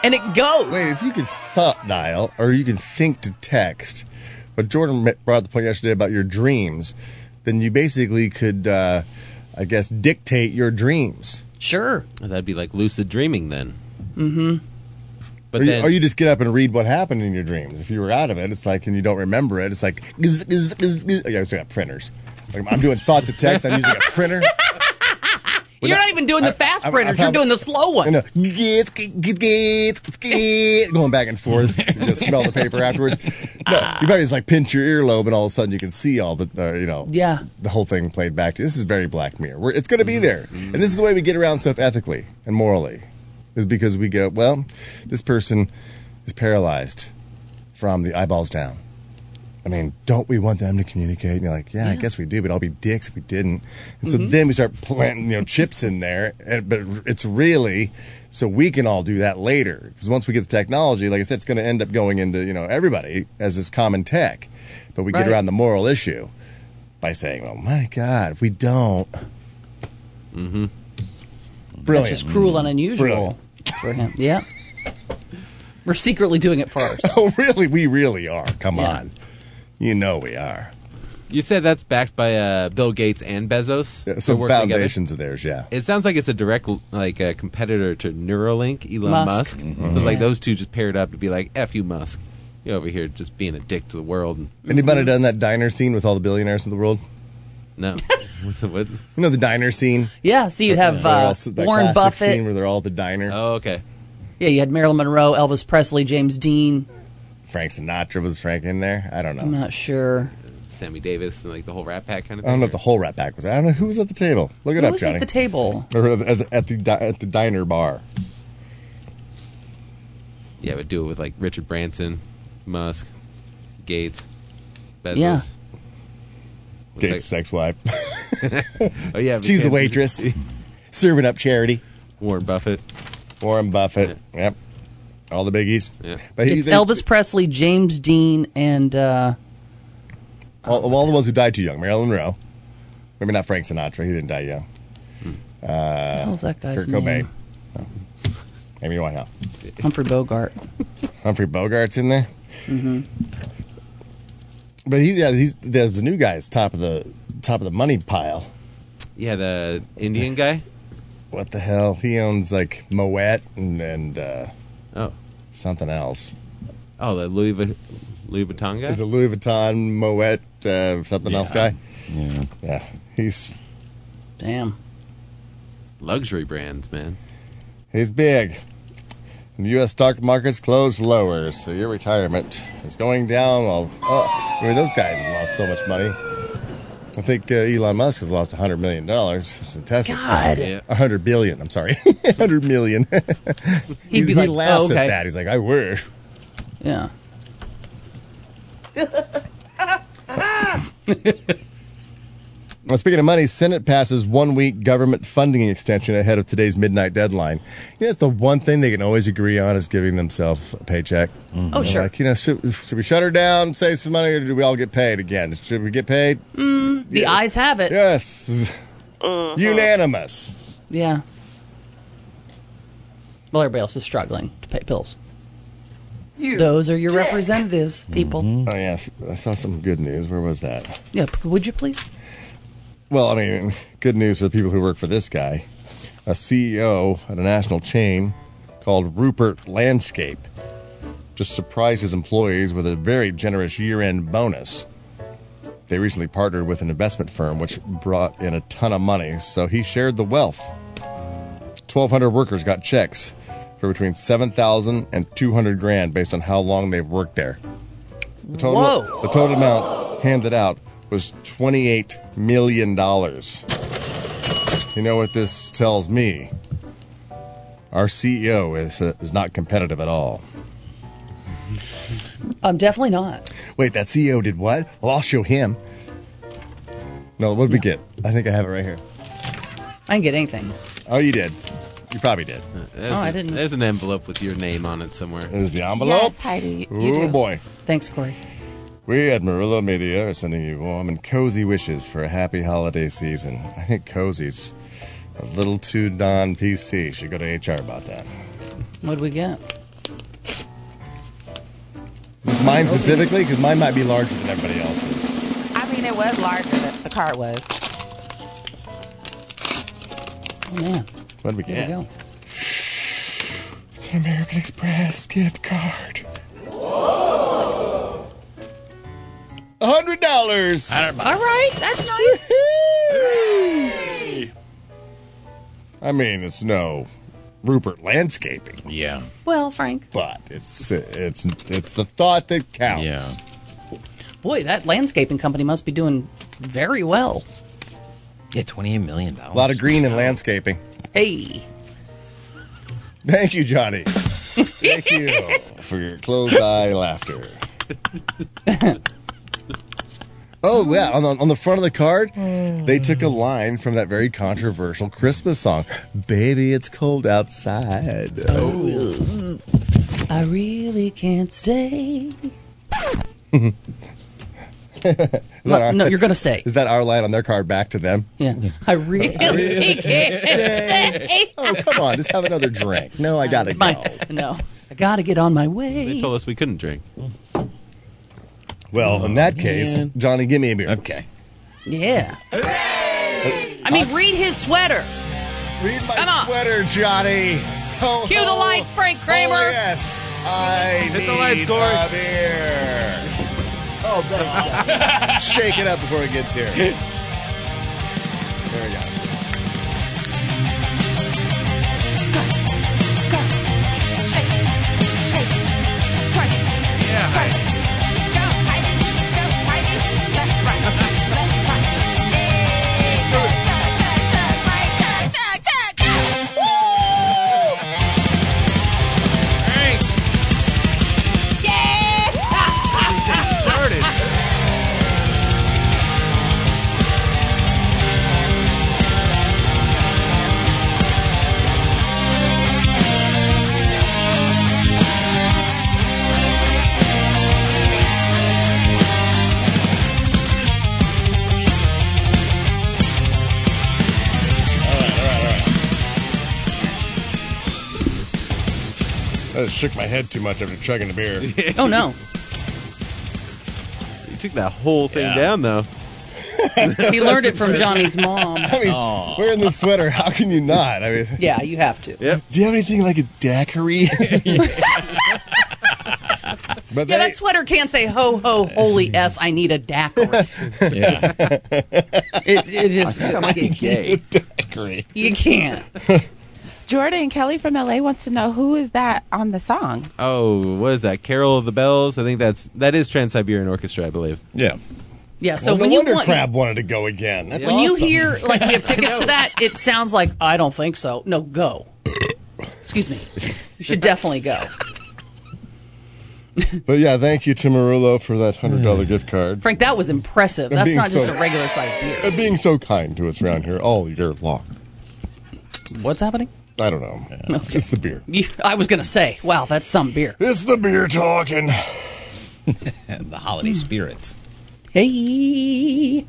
[SPEAKER 9] and it goes.
[SPEAKER 4] Wait, if you can thought dial or you can think to text, but Jordan ma- brought up the point yesterday about your dreams, then you basically could, uh, I guess, dictate your dreams.
[SPEAKER 9] Sure.
[SPEAKER 10] That'd be like lucid dreaming then.
[SPEAKER 9] Mm-hmm.
[SPEAKER 10] But
[SPEAKER 4] or,
[SPEAKER 10] then-
[SPEAKER 4] you, or you just get up and read what happened in your dreams. If you were out of it, it's like, and you don't remember it, it's like, gzz, gzz, gzz, gzz. Like, I still got printers. Like, I'm doing thought to text, I'm using a
[SPEAKER 9] [LAUGHS]
[SPEAKER 4] printer.
[SPEAKER 9] You're not even doing the fast printers. You're doing the slow one.
[SPEAKER 4] going back and forth. You just smell the paper afterwards. No, you better just like pinch your earlobe, and all of a sudden you can see all the, uh, you know,
[SPEAKER 9] Yeah.
[SPEAKER 4] the whole thing played back. to This is very Black Mirror. We're, it's going to be there, and this is the way we get around stuff ethically and morally, is because we go, well, this person is paralyzed from the eyeballs down. I mean, don't we want them to communicate? And you're like, yeah, I guess we do, but I'll be dicks if we didn't. And so
[SPEAKER 9] Mm-hmm.
[SPEAKER 16] Mhm.
[SPEAKER 4] then we start planting, you know, chips in there. And, but it's really so we can all do that later. Because once we get the technology, like I said, it's going to end up going into, you know, everybody as this common tech. But we
[SPEAKER 16] Right.
[SPEAKER 4] get around the moral issue by saying, well, my God, we don't. Mm-hmm. Brilliant.
[SPEAKER 9] That's just cruel and unusual
[SPEAKER 4] Brilliant.
[SPEAKER 9] for him. Yeah. We're secretly doing it for ourselves.
[SPEAKER 4] [LAUGHS] oh, really? We really are. Come on. You know we are.
[SPEAKER 10] You said that's backed by uh, Bill Gates and Bezos. They
[SPEAKER 4] Some
[SPEAKER 10] work together?
[SPEAKER 4] foundations of theirs, yeah.
[SPEAKER 10] It sounds like it's a direct like a competitor to Neuralink, Elon
[SPEAKER 4] Musk.
[SPEAKER 10] Musk.
[SPEAKER 4] Mhm.
[SPEAKER 10] So like
[SPEAKER 4] Yeah.
[SPEAKER 10] those two just paired up to be like, "F you, Musk. You over here just being a dick to the world."
[SPEAKER 4] Anybody done that diner scene with all the billionaires in the world?
[SPEAKER 10] No. [LAUGHS] What's it? What? You
[SPEAKER 4] know the diner scene.
[SPEAKER 9] Yeah, so you'd have,
[SPEAKER 4] Where they're
[SPEAKER 9] uh,
[SPEAKER 4] all- that
[SPEAKER 9] Warren
[SPEAKER 4] classic
[SPEAKER 9] Buffett.
[SPEAKER 4] scene where they're all at the diner.
[SPEAKER 10] Oh, okay.
[SPEAKER 9] Yeah, you had Marilyn Monroe, Elvis Presley, James Dean.
[SPEAKER 4] Frank Sinatra was Frank in there. I don't know.
[SPEAKER 9] I'm not sure.
[SPEAKER 10] Sammy Davis and like the whole Rat Pack kind of
[SPEAKER 4] I
[SPEAKER 10] thing.
[SPEAKER 4] don't know if the whole Rat Pack was. I don't know who was at the table. Look it
[SPEAKER 10] Who
[SPEAKER 4] up,
[SPEAKER 10] was at
[SPEAKER 4] Johnny.
[SPEAKER 10] the table?
[SPEAKER 4] Or at the at the, di- at the diner bar.
[SPEAKER 10] Yeah, but do it with like Richard Branson, Musk, Gates, Bezos.
[SPEAKER 4] Yeah.
[SPEAKER 10] What's
[SPEAKER 4] Gates'
[SPEAKER 10] that-
[SPEAKER 4] ex-wife. [LAUGHS]
[SPEAKER 10] oh yeah,
[SPEAKER 4] She's the
[SPEAKER 10] because-
[SPEAKER 4] waitress, [LAUGHS] serving up charity.
[SPEAKER 10] Warren Buffett.
[SPEAKER 4] Warren Buffett. Yep. All the biggies. But
[SPEAKER 9] It's Elvis Presley, James Dean, and uh,
[SPEAKER 4] All, of all the ones who died too young. Marilyn Monroe. Maybe not Frank Sinatra. He didn't die young. Uh,
[SPEAKER 9] hell's that guy's
[SPEAKER 4] Kurt Cobain.
[SPEAKER 9] name?
[SPEAKER 4] No. Amy Winehouse.
[SPEAKER 9] Humphrey Bogart.
[SPEAKER 4] Humphrey Bogart's in there.
[SPEAKER 15] Mm-hmm.
[SPEAKER 9] hmm
[SPEAKER 4] But he, yeah, he's there's the new guy's top of the top of the money pile.
[SPEAKER 10] Yeah, the Indian guy.
[SPEAKER 4] what the hell? He owns like Moet and, and uh,
[SPEAKER 10] oh
[SPEAKER 4] something else.
[SPEAKER 10] Oh, the Louis Vu- Louis Vuitton guy.
[SPEAKER 4] Is it Louis Vuitton Moet uh, something else guy?
[SPEAKER 10] Yeah.
[SPEAKER 4] Yeah, he's
[SPEAKER 9] damn
[SPEAKER 10] luxury brands, man.
[SPEAKER 4] he's big. And U.S. stock markets closed lower, so your retirement is going down. Well, oh, I mean, those guys have lost so much money. I think uh, Elon Musk has lost $100 million to Tesla.
[SPEAKER 9] God. Yeah.
[SPEAKER 4] $100 billion, I'm sorry. [LAUGHS] $100 million. he
[SPEAKER 9] be
[SPEAKER 4] he
[SPEAKER 9] like,
[SPEAKER 4] laughs
[SPEAKER 9] "Oh, okay."
[SPEAKER 4] at that. He's like, I wish.
[SPEAKER 9] Yeah.
[SPEAKER 4] Well, speaking of money, Senate passes one week government funding extension ahead of today's midnight deadline. You know, that's the one thing they can always agree on is giving themselves a paycheck.
[SPEAKER 9] Oh,
[SPEAKER 4] They're
[SPEAKER 9] sure.
[SPEAKER 4] Like, you know, should, should we shut her down, save some money, or do we all get paid again? Should we get paid?
[SPEAKER 9] Mm, the eyes have it.
[SPEAKER 4] Yes. Unanimous.
[SPEAKER 9] Yeah. Well, everybody else is struggling to pay bills. [LAUGHS] Those are your representatives, people.
[SPEAKER 4] Oh, yes. I saw some good news. Where was that?
[SPEAKER 9] Yeah, p- would you please?
[SPEAKER 4] Well, I mean, good news for the people who work for this guy. A CEO at a national chain called Rupert Landscape just surprised his employees with a very generous year end bonus. They recently partnered with an investment firm, which brought in a ton of money, so he shared the wealth. 1,200 workers got checks for between 7,000 and 200 grand based on how long they've worked there. The total,
[SPEAKER 9] Whoa.
[SPEAKER 4] the total amount handed out was $28 million. You know what this tells me? Our CEO is, uh, is not competitive at all.
[SPEAKER 9] I'm Um, definitely not.
[SPEAKER 4] Wait, that CEO did what? Well, I'll show him. No, what did we get? I think I have it right here.
[SPEAKER 9] I didn't get anything.
[SPEAKER 4] Oh, you did. You probably did.
[SPEAKER 10] Uh, There's
[SPEAKER 9] Oh, I
[SPEAKER 10] an-
[SPEAKER 9] didn't-
[SPEAKER 10] There's an envelope with your name on it somewhere.
[SPEAKER 4] There's the envelope.
[SPEAKER 12] Yes, Heidi, you
[SPEAKER 4] oh
[SPEAKER 12] do.
[SPEAKER 4] boy.
[SPEAKER 9] Thanks, Corey.
[SPEAKER 4] We at Marilla Media are sending you warm and cozy wishes for a happy holiday season. I think cozy's a little too non PC. Should go to HR about that.
[SPEAKER 9] What did we get?
[SPEAKER 4] Is this mine specifically? Because mine might be larger than everybody else's.
[SPEAKER 12] I mean, it was larger than the card was.
[SPEAKER 9] Oh, man.
[SPEAKER 4] What did we get?
[SPEAKER 9] Here we go.
[SPEAKER 4] It's an American Express gift card. hundred dollars.
[SPEAKER 9] All right, that's
[SPEAKER 4] [LAUGHS]
[SPEAKER 9] nice.
[SPEAKER 4] I mean, it's no Rupert landscaping.
[SPEAKER 14] Yeah.
[SPEAKER 9] well, Frank.
[SPEAKER 4] But it's it's it's the thought that counts.
[SPEAKER 14] Yeah.
[SPEAKER 9] Boy, that landscaping company must be doing very well.
[SPEAKER 14] Yeah, twenty-eight million
[SPEAKER 4] A
[SPEAKER 14] dollars.
[SPEAKER 4] lot of green and landscaping.
[SPEAKER 9] Hey.
[SPEAKER 4] Thank you, Johnny. Thank
[SPEAKER 9] [LAUGHS]
[SPEAKER 4] you for your closed eye laughter. [LAUGHS] Oh yeah, on the, on the front of the card, they took a line from that very controversial Christmas song, "Baby, it's cold outside."
[SPEAKER 9] Oh. I really
[SPEAKER 4] [LAUGHS]
[SPEAKER 9] can't stay.
[SPEAKER 4] Is that
[SPEAKER 9] No, you're gonna stay.
[SPEAKER 4] Is that our line on their card back to them?
[SPEAKER 9] Yeah.
[SPEAKER 4] [LAUGHS]
[SPEAKER 9] I really, can't stay.
[SPEAKER 4] Oh, come on, just have another drink. No, I gotta go.
[SPEAKER 9] [LAUGHS] No. I gotta get on my
[SPEAKER 10] They
[SPEAKER 9] way.
[SPEAKER 10] told us we couldn't drink.
[SPEAKER 4] Well, in that case, Johnny, give me a beer.
[SPEAKER 14] Okay.
[SPEAKER 9] Yeah. I mean, read his sweater.
[SPEAKER 4] Read my
[SPEAKER 9] Come on.
[SPEAKER 4] sweater, Johnny. Ho,
[SPEAKER 9] Cue the
[SPEAKER 4] ho.
[SPEAKER 9] lights, Frank Kramer.
[SPEAKER 4] Oh, yes, Oh, I
[SPEAKER 10] Hit
[SPEAKER 4] need
[SPEAKER 10] the lights, Corey.
[SPEAKER 4] a beer. Oh, thank [LAUGHS] God. Shake it up before it gets here. There we go.
[SPEAKER 12] Shake, shake, twerk, twerk. Go, Heidi, go, Heidi. Left, right, left, right. Hey, go, chug, chug, chug, right, chug, chug, chug, go. Yeah.
[SPEAKER 4] I just shook my head too much after chugging the beer.
[SPEAKER 9] Oh, no.
[SPEAKER 10] You took that whole thing down though.
[SPEAKER 9] He learned it from Johnny's
[SPEAKER 4] [LAUGHS]
[SPEAKER 9] mom.
[SPEAKER 4] I mean, wearing the sweater, how can you not? I mean,
[SPEAKER 9] Yeah, you have to.
[SPEAKER 4] do you have anything like a
[SPEAKER 9] [LAUGHS]
[SPEAKER 4] daiquiri? but
[SPEAKER 9] yeah, that sweater can't say ho
[SPEAKER 4] [LAUGHS]
[SPEAKER 9] ho holy s. I need a daiquiri.
[SPEAKER 4] yeah.
[SPEAKER 9] It, it just
[SPEAKER 12] I think I might be gay.
[SPEAKER 9] daiquiri. You can't.
[SPEAKER 15] [LAUGHS] Jordan Kelly from LA wants to know who is that on the song?
[SPEAKER 10] Oh, what is that? Carol of the Bells. I think that's that is Trans Siberian Orchestra, I believe.
[SPEAKER 14] Yeah.
[SPEAKER 9] Yeah. So when you want,
[SPEAKER 4] wanted to go again. That's
[SPEAKER 9] when you hear like
[SPEAKER 4] [LAUGHS]
[SPEAKER 9] we have tickets to that, it sounds like I don't think so. No, go. Excuse me. You should definitely go.
[SPEAKER 4] But yeah, thank you to Marullo for that hundred dollar gift card.
[SPEAKER 9] Frank, that was impressive.
[SPEAKER 4] I'm
[SPEAKER 9] That's
[SPEAKER 4] being
[SPEAKER 9] not just
[SPEAKER 4] so-
[SPEAKER 9] a regular sized beer.
[SPEAKER 4] Uh, being so kind to us around here all year long.
[SPEAKER 9] What's happening?
[SPEAKER 4] I don't know.
[SPEAKER 9] Okay.
[SPEAKER 4] It's the beer.
[SPEAKER 9] You- I was gonna say, wow, that's some beer.
[SPEAKER 4] It's the beer talking.
[SPEAKER 14] [LAUGHS] the
[SPEAKER 10] Hmm.
[SPEAKER 14] holiday spirits.
[SPEAKER 9] Hey.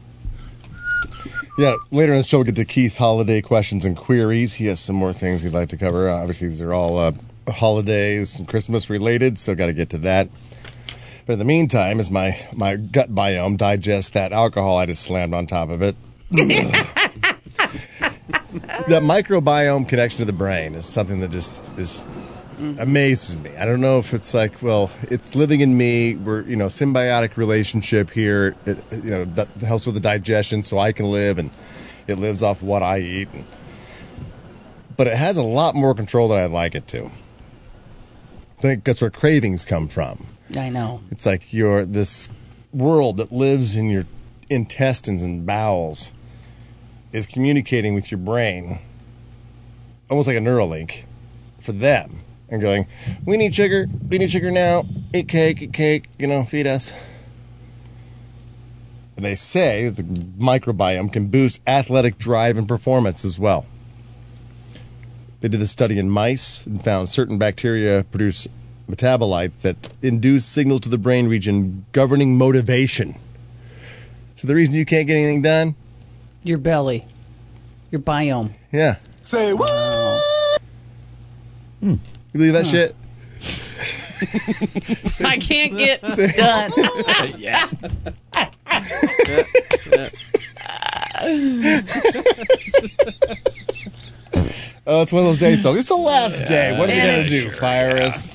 [SPEAKER 4] Yeah, later in the show, we'll get to Keith's holiday questions and queries. He has some more things he'd like to cover. Uh, obviously, these are all uh, holidays and Christmas related, so got to get to that. But in the meantime, as my, my gut biome digests that alcohol I just slammed on top of it,
[SPEAKER 9] [LAUGHS]
[SPEAKER 4] the microbiome connection to the brain is something that just is amazes me. I don't know if it's like, well, it's living in me. We're you know symbiotic relationship here. It, you know that helps with the digestion, so I can live, and it lives off what I eat. And, but it has a lot more control than I'd like it to. I think that's where cravings come from.
[SPEAKER 9] I know.
[SPEAKER 4] It's like your this world that lives in your intestines and bowels is communicating with your brain, almost like a Neuralink, for them, and going, "We need sugar. We need sugar now. Eat cake. Eat cake. You know, feed us." And they say that the microbiome can boost athletic drive and performance as well. They did a study in mice and found certain bacteria produce metabolites that induce signals to the brain region governing motivation. So the reason you can't get anything done?
[SPEAKER 9] Your belly. Your biome.
[SPEAKER 4] Yeah. Say what? You believe that shit?
[SPEAKER 9] I can't
[SPEAKER 4] [LAUGHS]
[SPEAKER 9] get done.
[SPEAKER 12] Yeah.
[SPEAKER 4] Oh, it's one of those days, folks. It's the last day. What are they
[SPEAKER 12] Yeah,
[SPEAKER 4] going to do? Fire us?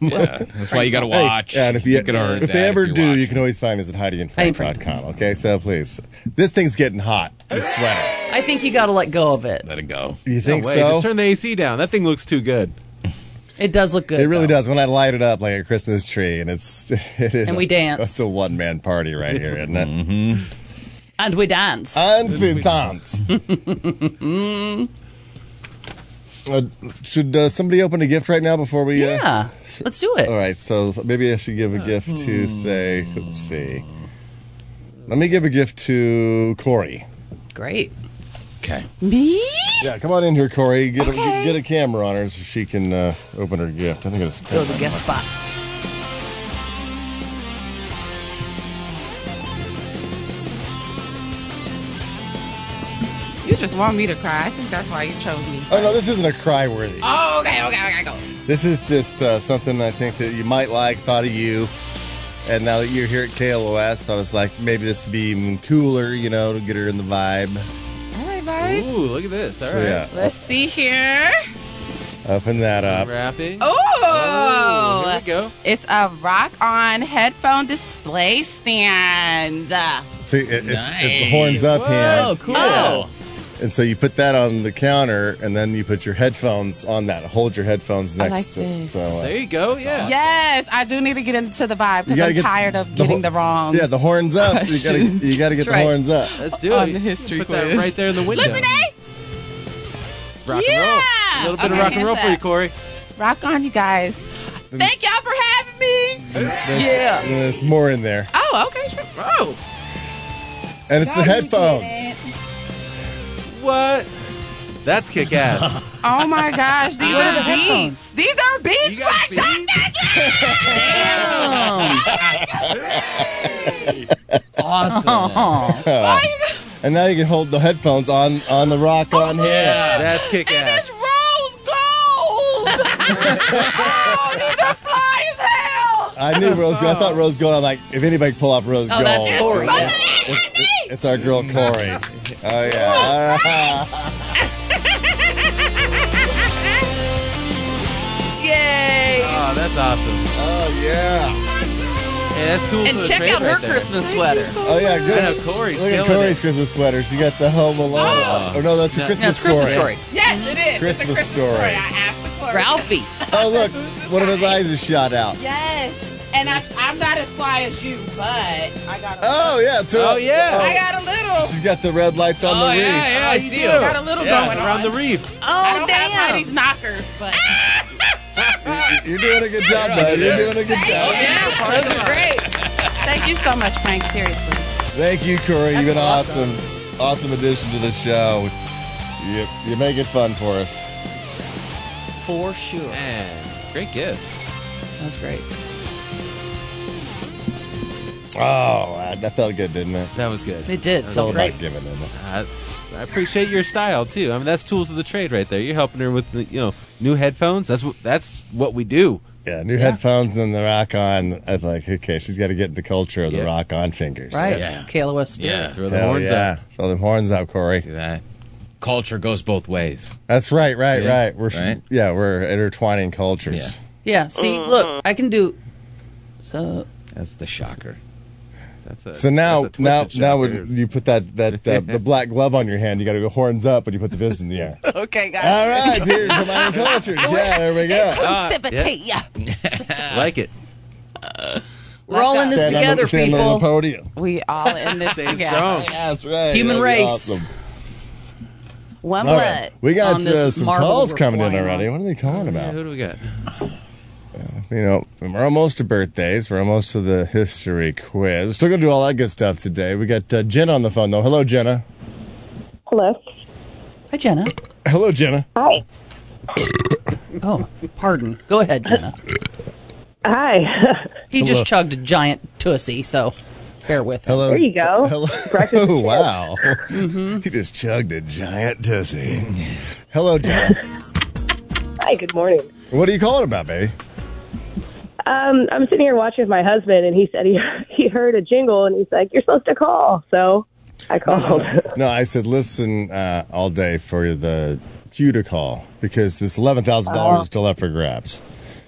[SPEAKER 14] Yeah, that's why you gotta watch.
[SPEAKER 4] yeah, and if you,
[SPEAKER 14] You can earn
[SPEAKER 4] if they
[SPEAKER 14] that
[SPEAKER 4] ever
[SPEAKER 14] if you
[SPEAKER 4] do, you can always find us at HeidiandFrank.com. Okay, so please, this thing's getting hot. This sweater.
[SPEAKER 9] I think you got to let go of it.
[SPEAKER 14] Let it go.
[SPEAKER 4] You think
[SPEAKER 10] no way.
[SPEAKER 4] so?
[SPEAKER 10] Just turn the AC down. That thing looks too good.
[SPEAKER 9] It does look good.
[SPEAKER 4] It really does. When I light it up like a Christmas tree, and it's [LAUGHS] it is.
[SPEAKER 9] And we dance.
[SPEAKER 4] It's a one man party right here, isn't it?
[SPEAKER 10] Mm-hmm.
[SPEAKER 9] And we dance.
[SPEAKER 4] And we
[SPEAKER 14] [LAUGHS]
[SPEAKER 4] dance. Uh, should uh, somebody open a gift right now before we? uh,
[SPEAKER 9] Yeah, let's do it. Hmm.
[SPEAKER 4] All right, so maybe I should give a gift to say. Let's see. Let me give a gift to Corey.
[SPEAKER 9] Great.
[SPEAKER 14] Okay.
[SPEAKER 9] Me?
[SPEAKER 4] Yeah, come on in here, Corey. Get a, get a camera on her so she can uh, open her gift. I think it's
[SPEAKER 9] Go to the guest spot.
[SPEAKER 15] You just want me to cry. I think that's why you chose me.
[SPEAKER 4] Oh no, this isn't a cry worthy.
[SPEAKER 15] Oh, okay, okay, okay, go.
[SPEAKER 4] This is just uh, something I think that you might like. Thought of you, and now that you're here at KLOS, I was like, maybe this would be even cooler, you know, to get her in the vibe.
[SPEAKER 15] All right, vibes.
[SPEAKER 10] Ooh, look at this. All
[SPEAKER 4] So,
[SPEAKER 10] right.
[SPEAKER 4] yeah.
[SPEAKER 15] Let's see here.
[SPEAKER 4] Open that up.
[SPEAKER 10] Wrapping.
[SPEAKER 15] Oh,
[SPEAKER 10] here we go.
[SPEAKER 15] It's a rock on headphone display stand.
[SPEAKER 4] See, it, it's, it's the horns up hand.
[SPEAKER 15] Whoa, cool. Yeah.
[SPEAKER 4] And so you put that on the counter, and then you put your headphones on that. Hold your headphones
[SPEAKER 15] I
[SPEAKER 4] next
[SPEAKER 15] like
[SPEAKER 4] to
[SPEAKER 15] this.
[SPEAKER 4] So, uh,
[SPEAKER 10] There you go. Yeah.
[SPEAKER 15] Yes, I do need to get into the vibe
[SPEAKER 4] You
[SPEAKER 15] because
[SPEAKER 4] gotta
[SPEAKER 15] I'm
[SPEAKER 4] get
[SPEAKER 15] tired of getting the, wrong.
[SPEAKER 4] Yeah, the horns up. you gotta you gotta get
[SPEAKER 15] Oh, That's right.
[SPEAKER 4] the horns up.
[SPEAKER 10] Let's do
[SPEAKER 15] On
[SPEAKER 10] it.
[SPEAKER 15] the history
[SPEAKER 10] Put that
[SPEAKER 15] quiz.
[SPEAKER 10] right there in the window.
[SPEAKER 15] Lemonade?
[SPEAKER 10] It's rock
[SPEAKER 15] Yeah.
[SPEAKER 10] and roll. A little bit
[SPEAKER 15] Okay,
[SPEAKER 10] of rock and roll
[SPEAKER 15] here's
[SPEAKER 10] for you,
[SPEAKER 15] that.
[SPEAKER 10] Corey.
[SPEAKER 15] Rock on, you guys. Thank y'all for having me.
[SPEAKER 4] There's,
[SPEAKER 15] Yeah.
[SPEAKER 4] There's more in there,
[SPEAKER 15] Oh, okay. Sure. Oh.
[SPEAKER 4] and it's the
[SPEAKER 15] Gotta get
[SPEAKER 4] headphones.
[SPEAKER 10] What? That's
[SPEAKER 4] [LAUGHS]
[SPEAKER 10] kick ass.
[SPEAKER 15] Oh my gosh, these
[SPEAKER 10] Yeah.
[SPEAKER 15] are beats.
[SPEAKER 10] Headphones.
[SPEAKER 15] These are beats. Black Oh
[SPEAKER 9] Awesome.
[SPEAKER 4] and now you can hold the headphones on on the rock on here.
[SPEAKER 10] That's kick ass.
[SPEAKER 15] Rose gold.
[SPEAKER 10] [LAUGHS]
[SPEAKER 15] oh, these are fly as hell.
[SPEAKER 4] I knew rose gold. I thought rose gold. I'm like, if anybody pull off rose
[SPEAKER 15] Oh,
[SPEAKER 4] gold,
[SPEAKER 15] that's Corey.
[SPEAKER 4] Yeah. It's our girl Corey. Oh yeah. Ah.
[SPEAKER 9] Yay!
[SPEAKER 10] Oh, that's awesome.
[SPEAKER 4] Oh yeah.
[SPEAKER 10] Yeah, that's tool
[SPEAKER 9] And
[SPEAKER 10] for the
[SPEAKER 9] check
[SPEAKER 10] trade
[SPEAKER 9] out
[SPEAKER 10] right
[SPEAKER 9] her
[SPEAKER 10] there.
[SPEAKER 9] Christmas sweater.
[SPEAKER 4] Oh yeah, good.
[SPEAKER 10] I know, Corey's
[SPEAKER 4] Look at
[SPEAKER 10] killing
[SPEAKER 4] Corey's Christmas sweater. She got the Home Alone.
[SPEAKER 9] Oh.
[SPEAKER 4] Oh, no, that's a
[SPEAKER 9] No,
[SPEAKER 4] Christmas
[SPEAKER 9] it's Christmas
[SPEAKER 4] story.
[SPEAKER 9] story.
[SPEAKER 15] Yes, it is. It's a
[SPEAKER 4] Christmas story.
[SPEAKER 9] Ralphie.
[SPEAKER 4] Oh look, one of his eyes is shot out.
[SPEAKER 15] Yes. And I, I'm not as fly as you, but I got a
[SPEAKER 4] Oh yeah. it's her-
[SPEAKER 15] I got a little.
[SPEAKER 4] She's got the red lights on the
[SPEAKER 15] Oh,
[SPEAKER 4] reef.
[SPEAKER 15] yeah, yeah, I Oh, you see do. her. Got a little Yeah, going around on. the
[SPEAKER 10] reef.
[SPEAKER 15] I don't Oh, damn. have Heidi's knockers, but
[SPEAKER 4] [LAUGHS] You're doing a good job, bud. You're doing a good job.
[SPEAKER 15] those are Ah. great. Thank you so much, Frank. Seriously.
[SPEAKER 4] Thank you, Corey. You've been awesome. awesome. addition to the show. You, you make it fun for us.
[SPEAKER 9] For sure.
[SPEAKER 10] Great gift.
[SPEAKER 9] That was great.
[SPEAKER 4] Oh, that- that felt good, didn't it?
[SPEAKER 10] That was good.
[SPEAKER 9] It did.
[SPEAKER 4] It's
[SPEAKER 10] Felt
[SPEAKER 4] all
[SPEAKER 10] great.
[SPEAKER 4] about giving, isn't it?
[SPEAKER 10] I, I appreciate your style too. I mean, that's tools of the trade right there. You're helping her with the, you know new headphones. That's what that's what we do.
[SPEAKER 4] Yeah, new headphones and then the rock on. I'm like, okay, she's got to get the culture of the rock on fingers.
[SPEAKER 9] [LAUGHS] Right. KLOS Spirit.
[SPEAKER 4] Hell yeah. Throw them horns up, Corey.
[SPEAKER 11] That culture goes both ways.
[SPEAKER 4] That's right, right,
[SPEAKER 11] See?
[SPEAKER 4] right. We're
[SPEAKER 11] Right?
[SPEAKER 4] yeah, we're intertwining cultures.
[SPEAKER 9] Yeah, see, look, I can do. So,
[SPEAKER 11] That's the shocker.
[SPEAKER 10] That's
[SPEAKER 4] So now, now, now, when you put that that
[SPEAKER 10] [LAUGHS]
[SPEAKER 4] uh, the black glove on your hand, you got to go horns up, and you put the fist in the
[SPEAKER 9] [LAUGHS]
[SPEAKER 4] air.
[SPEAKER 15] Okay, guys.
[SPEAKER 4] All right, dude, combining cultures. Yeah, there we go.
[SPEAKER 15] Inclusivity.
[SPEAKER 10] like it.
[SPEAKER 9] We're all in this
[SPEAKER 4] Stand on the-
[SPEAKER 9] together,
[SPEAKER 4] stand
[SPEAKER 9] people.
[SPEAKER 4] on the podium.
[SPEAKER 15] We all in this together.
[SPEAKER 4] That's right.
[SPEAKER 9] Human
[SPEAKER 4] That'd be
[SPEAKER 9] race.
[SPEAKER 4] awesome.
[SPEAKER 15] One
[SPEAKER 4] All
[SPEAKER 15] blood.
[SPEAKER 4] right. We got
[SPEAKER 9] On this
[SPEAKER 4] uh, some
[SPEAKER 9] marble
[SPEAKER 4] calls
[SPEAKER 9] we're
[SPEAKER 4] coming in
[SPEAKER 9] flying on.
[SPEAKER 4] already. What are they calling about?
[SPEAKER 10] Yeah, Uh,
[SPEAKER 4] Uh,
[SPEAKER 10] who do we got?
[SPEAKER 4] You know, we're almost to birthdays. We're almost to the history quiz. Still going to do all that good stuff today. We got uh, Jenna on the phone, though. Hello, Jenna.
[SPEAKER 16] Hello.
[SPEAKER 9] Hi, Jenna.
[SPEAKER 4] Hello, Jenna.
[SPEAKER 16] Hi.
[SPEAKER 9] [COUGHS] Oh, pardon. Go ahead, Jenna.
[SPEAKER 16] Hi. [LAUGHS]
[SPEAKER 9] He
[SPEAKER 4] Hello.
[SPEAKER 9] just chugged a giant tussie, so bear with him.
[SPEAKER 4] Hello.
[SPEAKER 16] There you go.
[SPEAKER 4] [LAUGHS] Hello.
[SPEAKER 16] Breakfast
[SPEAKER 4] Oh, wow.
[SPEAKER 9] Mm-hmm.
[SPEAKER 4] He just chugged a giant tussie. Hello,
[SPEAKER 16] [LAUGHS]
[SPEAKER 4] Jenna.
[SPEAKER 16] Hi. Good morning.
[SPEAKER 4] what are you calling about, baby?
[SPEAKER 16] Um, I'm sitting here watching with my husband, and he said he [LAUGHS] he heard a jingle, and he's like, "You're supposed to call." So I called.
[SPEAKER 4] Uh, No, I said listen uh, all day for the cue to call because this eleven thousand dollars is still up for grabs.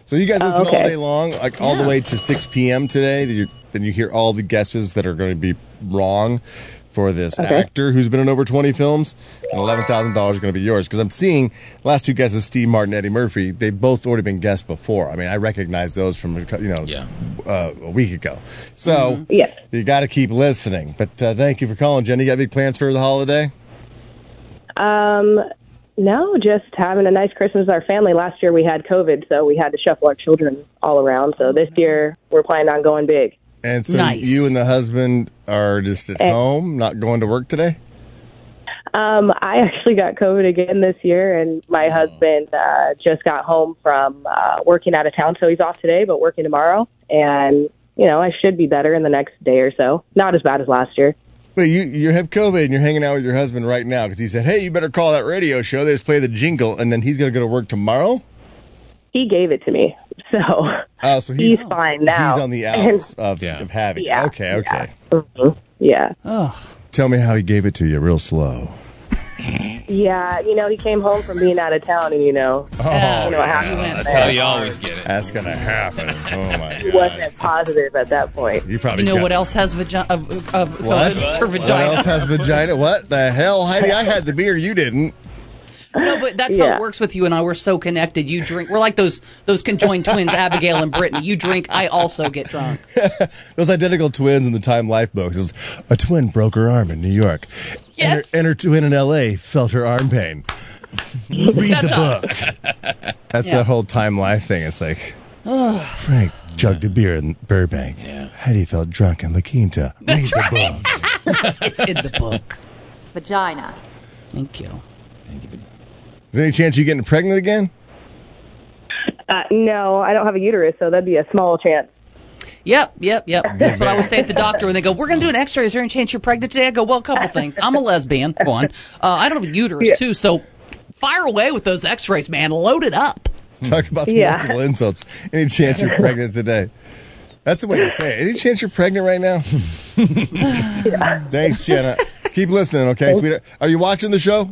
[SPEAKER 4] So you guys
[SPEAKER 16] Oh,
[SPEAKER 4] listen all
[SPEAKER 16] okay.
[SPEAKER 4] day long, like all the way to six p.m. today. Then you, then you hear all the guesses that are going to be wrong for this
[SPEAKER 16] Okay.
[SPEAKER 4] actor who's been in over twenty films. And eleven thousand dollars is going to be yours because I'm seeing last two guesses: Steve Martin, Eddie Murphy. They both already been guessed before. I mean, I recognize those from you know uh, a week ago. So
[SPEAKER 9] Mm-hmm.
[SPEAKER 16] yeah,
[SPEAKER 4] you got to keep listening. But uh, thank you for calling, Jenny. You got big plans for the holiday?
[SPEAKER 16] Um, no, just having a nice Christmas with our family. Last year we had COVID, so we had to shuffle our children all around. So this year we're planning on going big.
[SPEAKER 4] And so
[SPEAKER 16] Nice.
[SPEAKER 4] you and the husband are just at
[SPEAKER 16] Eh.
[SPEAKER 4] home, not going to work today?
[SPEAKER 16] Um, I actually got COVID again this year, and my husband uh, just got home from uh, working out of town, so he's off today, but working tomorrow. And you know, I should be better in the next day or so. Not as bad as last year.
[SPEAKER 4] Wait, you, you have COVID and you're hanging out with your husband right now because he said, hey, you better call that radio show. They just play the jingle, and then he's going to go to work tomorrow?
[SPEAKER 16] He gave it to me, so
[SPEAKER 4] Oh, so
[SPEAKER 16] he's,
[SPEAKER 4] he's,
[SPEAKER 16] fine now.
[SPEAKER 4] he's on the outs of, of having it.
[SPEAKER 16] Yeah,
[SPEAKER 4] Okay, okay.
[SPEAKER 9] Oh.
[SPEAKER 16] Yeah.
[SPEAKER 4] Tell me how he gave it to you real slow.
[SPEAKER 16] Yeah, you know, he came home from being out of town, and you know,
[SPEAKER 9] Oh,
[SPEAKER 4] Oh.
[SPEAKER 16] you know what happened.
[SPEAKER 11] That's how you always get it.
[SPEAKER 4] That's going to happen. Oh, my
[SPEAKER 16] He wasn't positive at that point.
[SPEAKER 4] You probably
[SPEAKER 9] You know
[SPEAKER 4] got-
[SPEAKER 9] what else has vagina? Of, of
[SPEAKER 4] What?
[SPEAKER 9] COVID? It's her
[SPEAKER 4] What
[SPEAKER 9] vagina.
[SPEAKER 4] else has vagina? What the hell, Heidi? I had the beer, you didn't.
[SPEAKER 9] No, but that's how
[SPEAKER 4] Yeah.
[SPEAKER 9] it works with you and I. We're so connected. You drink. We're like those those conjoined twins, Abigail and Brittany. You drink. I also get drunk. [SIGHS]
[SPEAKER 4] Those identical twins in the Time Life books. It was, a twin broke her arm in New York.
[SPEAKER 9] Yes.
[SPEAKER 4] And, her, and her twin in L.A. felt her arm pain. Read
[SPEAKER 9] That's
[SPEAKER 4] the book. That's
[SPEAKER 9] Yeah.
[SPEAKER 4] that whole Time Life thing. It's like Frank chugged a beer in Burbank. Yeah. Heidi felt drunk in La Quinta. Read the book.
[SPEAKER 9] [LAUGHS] it's in the book.
[SPEAKER 17] Vagina.
[SPEAKER 9] Thank you.
[SPEAKER 4] Is there any chance you getting pregnant again?
[SPEAKER 16] Uh, no, I don't have a uterus, so that'd be a small chance.
[SPEAKER 9] Yep, yep, yep. That's what I always say at the doctor when they go, "We're going to do an X-ray. Is there any chance you're pregnant today?" I go, "Well, a couple things. I'm a lesbian. One, uh, I don't have a uterus,
[SPEAKER 16] Yeah.
[SPEAKER 9] too. So fire away with those X-rays, man. Load it up."
[SPEAKER 4] [LAUGHS] Talk about the
[SPEAKER 9] Yeah.
[SPEAKER 4] multiple insults. Any chance you're pregnant today? That's the way to say it. Any chance you're pregnant right now? [LAUGHS] Thanks, Jenna. Keep listening, okay, sweetheart? Are you watching the show?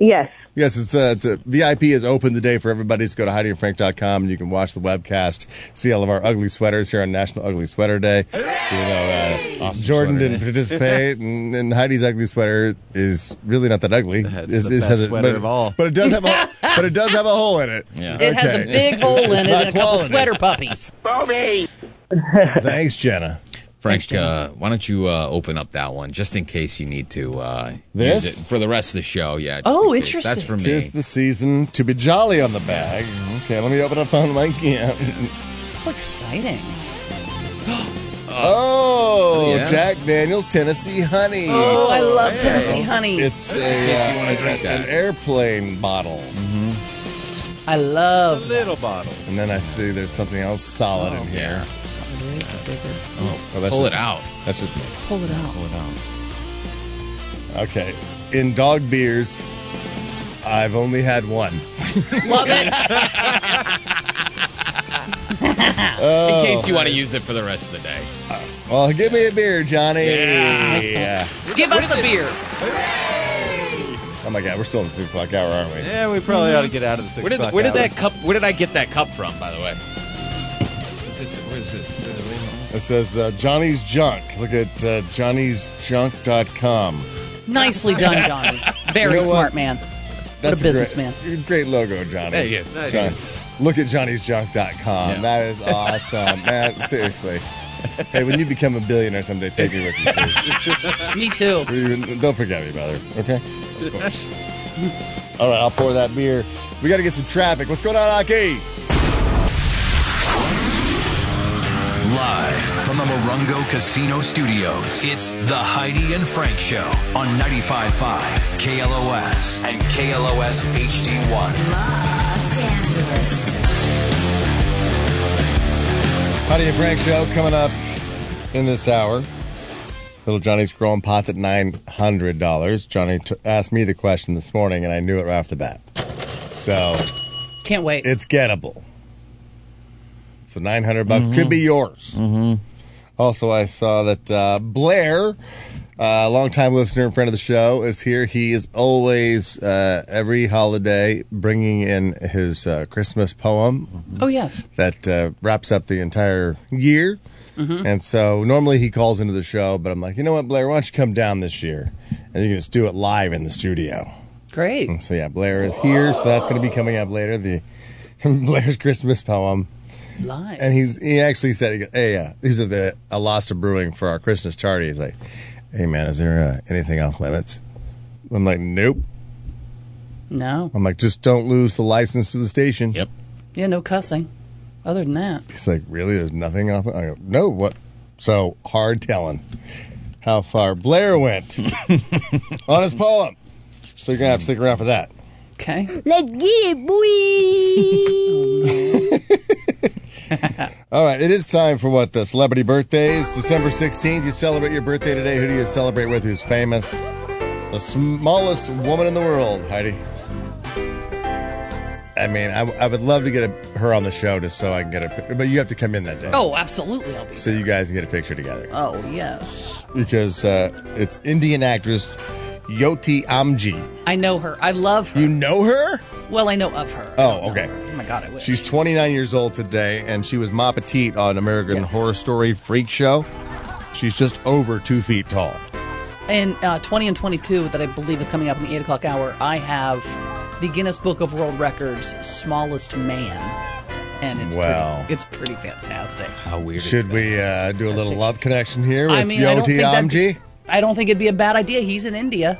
[SPEAKER 16] Yes.
[SPEAKER 4] Yes, it's a, it's a VIP is open today for everybody. Just go to HeidiandFrank.com and you can watch the webcast, see all of our ugly sweaters here on National Ugly Sweater Day. You know, uh, Jordan
[SPEAKER 10] sweater
[SPEAKER 4] didn't
[SPEAKER 10] day. [LAUGHS]
[SPEAKER 4] participate, and, and Heidi's ugly sweater is really not that ugly. It's
[SPEAKER 10] the best sweater
[SPEAKER 4] but,
[SPEAKER 10] of all.
[SPEAKER 4] But it does have
[SPEAKER 10] [LAUGHS]
[SPEAKER 4] a but it does have a hole in it. Yeah.
[SPEAKER 9] It has a
[SPEAKER 4] [LAUGHS]
[SPEAKER 9] big hole in it and a couple sweater
[SPEAKER 11] puppies. Bobby.
[SPEAKER 4] [LAUGHS] Thanks, Jenna.
[SPEAKER 14] Frank, uh, why don't you uh, open up that one just in case you need to uh,
[SPEAKER 4] This?
[SPEAKER 14] use it for the rest of the show? Yeah. just
[SPEAKER 4] Oh,
[SPEAKER 14] in case. That's for me.
[SPEAKER 4] Tis
[SPEAKER 14] [LAUGHS]
[SPEAKER 4] the season to be jolly on the bag.
[SPEAKER 10] Mm-hmm.
[SPEAKER 4] Okay, let me open up on my yeah.
[SPEAKER 9] How exciting.
[SPEAKER 4] Oh,
[SPEAKER 9] Uh, Yeah.
[SPEAKER 4] Jack Daniels Tennessee Honey.
[SPEAKER 9] Oh, I love Yeah. Tennessee Honey.
[SPEAKER 4] It's a,
[SPEAKER 9] In case you
[SPEAKER 4] uh,
[SPEAKER 9] wanna drink
[SPEAKER 4] an-
[SPEAKER 9] that. Mm-hmm.
[SPEAKER 4] an airplane bottle.
[SPEAKER 9] I love a
[SPEAKER 10] little bottle.
[SPEAKER 4] And then I see there's something else solid in here.
[SPEAKER 9] Oh,
[SPEAKER 4] Oh, that's
[SPEAKER 14] Pull
[SPEAKER 4] just-
[SPEAKER 14] it out.
[SPEAKER 4] That's just me.
[SPEAKER 9] Pull it out.
[SPEAKER 14] Pull it out.
[SPEAKER 4] Okay. In dog beers, I've only had
[SPEAKER 9] [LAUGHS]
[SPEAKER 4] one. [LAUGHS]
[SPEAKER 9] Love it.
[SPEAKER 4] Oh.
[SPEAKER 10] Oh.
[SPEAKER 14] In case you want to use it for the rest of the day.
[SPEAKER 4] Well, give me a beer, Johnny. Yeah.
[SPEAKER 9] Give us a beer.
[SPEAKER 4] Oh my God, we're still in the six o'clock hour, aren't we?
[SPEAKER 10] Yeah, we probably ought to get out of the six
[SPEAKER 14] Where did,
[SPEAKER 10] o'clock
[SPEAKER 14] where did
[SPEAKER 10] hour.
[SPEAKER 14] that cup? Where did I get that cup from? By the way. Is it, where is it?
[SPEAKER 4] It says uh, Johnny's Junk. Look at uh, johnny'sjunk.com.
[SPEAKER 9] Nicely done, Johnny. Very
[SPEAKER 4] You know what?
[SPEAKER 9] smart man.
[SPEAKER 4] That's
[SPEAKER 9] what a businessman.
[SPEAKER 4] Great, you're a great logo, Johnny.
[SPEAKER 9] Hey, yeah. Nice.
[SPEAKER 4] Johnny. Look at johnny'sjunk.com. That is
[SPEAKER 10] [LAUGHS]
[SPEAKER 4] awesome. Man, seriously. Hey, when you become a billionaire someday, take me with you.
[SPEAKER 9] [LAUGHS] me too.
[SPEAKER 4] Don't forget me, brother. Okay? All right, I'll pour that beer. We got to get some traffic. What's going on, Aki?
[SPEAKER 1] Live from the Morongo Casino Studios, it's the Heidi and Frank Show on 95.5 KLOS and KLOS HD1.
[SPEAKER 4] Howdy and Frank show coming up in this hour. Little Johnny's growing pots at nine hundred dollars. Johnny t- asked me the question this morning, and I knew it right off the bat. So
[SPEAKER 9] can't wait.
[SPEAKER 4] It's gettable. So nine hundred bucks could be yours. Mm-hmm. Also, I saw that uh, Blair, uh, longtime listener and friend of the show, is here. He is always uh, every holiday bringing in his uh, Christmas poem
[SPEAKER 9] Oh, yes.
[SPEAKER 4] that uh, wraps up the entire year.
[SPEAKER 12] Mm-hmm.
[SPEAKER 9] Mhm.
[SPEAKER 4] And so normally he calls into the show, but I'm like, you know what, Blair, why don't you come down this year and you can just do it live in the studio.
[SPEAKER 9] Great.
[SPEAKER 4] And so yeah, Blair is here, so that's going to be coming up later. The [LAUGHS] Blair's Christmas poem.
[SPEAKER 9] Live.
[SPEAKER 4] And he's he actually said, he goes, "Hey, uh, these are the Alasta Brewing for our Christmas tardy." He's like, "Hey, man, is there uh, anything off limits?" I'm like, "Nope."
[SPEAKER 9] No.
[SPEAKER 4] I'm like, "Just don't lose the license to the station." Yep.
[SPEAKER 9] Yeah, no cussing. Other than that.
[SPEAKER 4] He's like, really? There's nothing off. I go, no. What? So hard telling how far Blair went on his poem. So you're gonna have to stick around for that.
[SPEAKER 9] Okay.
[SPEAKER 12] Let's get it, boy.
[SPEAKER 4] All right, it is time for what the celebrity birthdays. December 16th, you celebrate your birthday today. Who do you celebrate with? Who's famous? The smallest woman in the world, Heidi. I mean, I, I would love to get a, her on the show just so I can get a. pic- But you have to come in that day.
[SPEAKER 9] Oh, absolutely. I'll be.
[SPEAKER 4] So you guys can get a picture together.
[SPEAKER 9] Oh, yes.
[SPEAKER 4] because uh, it's Indian actress Yoti Amji.
[SPEAKER 9] I know her. I love her.
[SPEAKER 4] You know her?
[SPEAKER 9] Well, I know of her.
[SPEAKER 4] Oh, okay.
[SPEAKER 9] Oh, my God, I wish.
[SPEAKER 4] She's 29 years old today, and she was Ma Petite on American Horror Story Freak Show. She's just over two feet tall.
[SPEAKER 9] And uh, 20 and 22, that I believe is coming up in the 8 o'clock hour, I have the Guinness Book of World Records smallest man. And it's,
[SPEAKER 4] Wow.
[SPEAKER 9] pretty, it's pretty fantastic.
[SPEAKER 4] How weird! Should we uh, do a little love connection here with
[SPEAKER 9] I mean, I don't
[SPEAKER 4] Yoti
[SPEAKER 9] think that'd
[SPEAKER 4] Amji?
[SPEAKER 9] I don't think it'd be a bad idea. He's in India.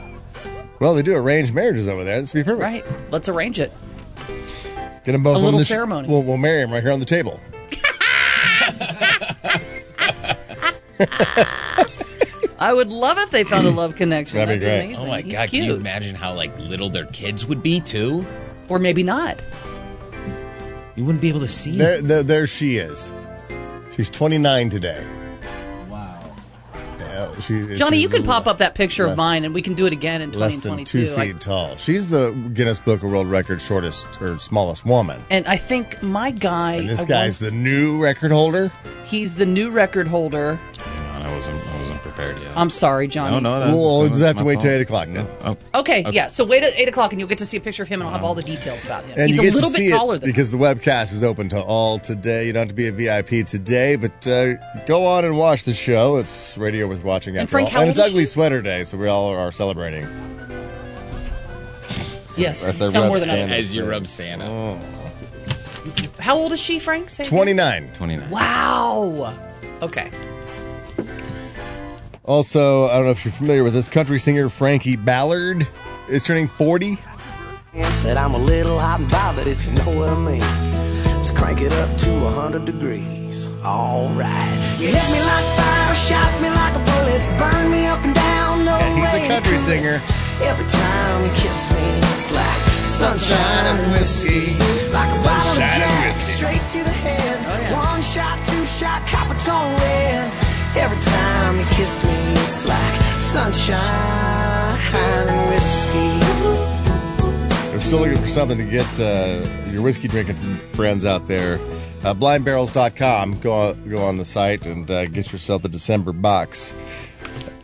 [SPEAKER 4] Well, they do arranged marriages over there. This would be perfect.
[SPEAKER 9] Right. Let's arrange it.
[SPEAKER 4] Get them both
[SPEAKER 9] A
[SPEAKER 4] on
[SPEAKER 9] little
[SPEAKER 4] the sh-
[SPEAKER 9] ceremony.
[SPEAKER 4] We'll, we'll marry them right here on the table.
[SPEAKER 9] I would love if they found
[SPEAKER 4] [COUGHS]
[SPEAKER 9] a love connection.
[SPEAKER 14] That'd be
[SPEAKER 9] That'd
[SPEAKER 14] Oh
[SPEAKER 9] amazing.
[SPEAKER 14] my
[SPEAKER 9] He's
[SPEAKER 14] god!
[SPEAKER 9] cute.
[SPEAKER 14] Can you imagine how like little their kids would be too?
[SPEAKER 9] Or maybe not.
[SPEAKER 14] You wouldn't be able to see.
[SPEAKER 4] There, there, there she is. She's 29 today. Wow. She,
[SPEAKER 9] Johnny,
[SPEAKER 4] she's
[SPEAKER 9] you can pop up that picture
[SPEAKER 4] less-
[SPEAKER 9] of mine, and we can do it again in
[SPEAKER 4] less than
[SPEAKER 9] 2022.
[SPEAKER 4] two feet tall. She's the Guinness Book of World Record shortest or smallest woman.
[SPEAKER 9] I, and I think my guy.
[SPEAKER 4] And this
[SPEAKER 9] I
[SPEAKER 4] guy's the new record holder.
[SPEAKER 9] once- He's the new record holder.
[SPEAKER 11] I wasn't. I wasn't prepared yet.
[SPEAKER 9] I'm sorry, Johnny.
[SPEAKER 11] No, no.
[SPEAKER 4] We'll just have to wait till 8
[SPEAKER 11] o'clock. No. Oh,
[SPEAKER 9] Okay,
[SPEAKER 11] Okay.
[SPEAKER 9] yeah. So wait at eight o'clock, and you'll get to see a picture of him, and I'll have all the details about him.
[SPEAKER 4] And
[SPEAKER 9] He's
[SPEAKER 4] you
[SPEAKER 9] a
[SPEAKER 4] get
[SPEAKER 9] little
[SPEAKER 4] to see
[SPEAKER 9] bit taller
[SPEAKER 4] it
[SPEAKER 9] than.
[SPEAKER 4] because the webcast is open to all today. You don't have to be a VIP today, but uh, go on and watch the show. It's radio worth watching after
[SPEAKER 9] Frank,
[SPEAKER 4] all.
[SPEAKER 9] how
[SPEAKER 4] and
[SPEAKER 9] old
[SPEAKER 4] it's
[SPEAKER 9] is
[SPEAKER 4] Ugly Sweater Day, so we all are celebrating.
[SPEAKER 9] Yes,
[SPEAKER 4] As I
[SPEAKER 9] some
[SPEAKER 4] rub Oh.
[SPEAKER 9] more than
[SPEAKER 4] Santa's
[SPEAKER 9] others.
[SPEAKER 11] As you rub Santa.
[SPEAKER 9] How old is she, Frank? Say again.
[SPEAKER 4] 29.
[SPEAKER 11] 29.
[SPEAKER 9] Wow. Okay.
[SPEAKER 4] Also, I don't know if you're familiar with this country singer Frankie Ballard is turning 40.
[SPEAKER 17] Said I'm a little hot and bothered if you know what I mean. Let's crank it up to 100 degrees. All right. You hit me like fire, shot me like a bullet, burn me up and down. No
[SPEAKER 4] And he's a
[SPEAKER 17] way to
[SPEAKER 4] country
[SPEAKER 17] quit.
[SPEAKER 4] singer.
[SPEAKER 17] Every time you kiss
[SPEAKER 4] [LAUGHS]
[SPEAKER 17] me, it's like sunshine and whiskey. Like a bottle of
[SPEAKER 4] Sunshine and
[SPEAKER 17] Jack,
[SPEAKER 4] whiskey. Oh,
[SPEAKER 17] straight to the head. One shot, two shot, copper tone red. Every time you kiss me, it's like sunshine and whiskey.
[SPEAKER 4] If you're still looking for something to get uh, your whiskey drinking friends out there, uh, blindbarrels.com. Go on, go on the site and uh, get yourself the December box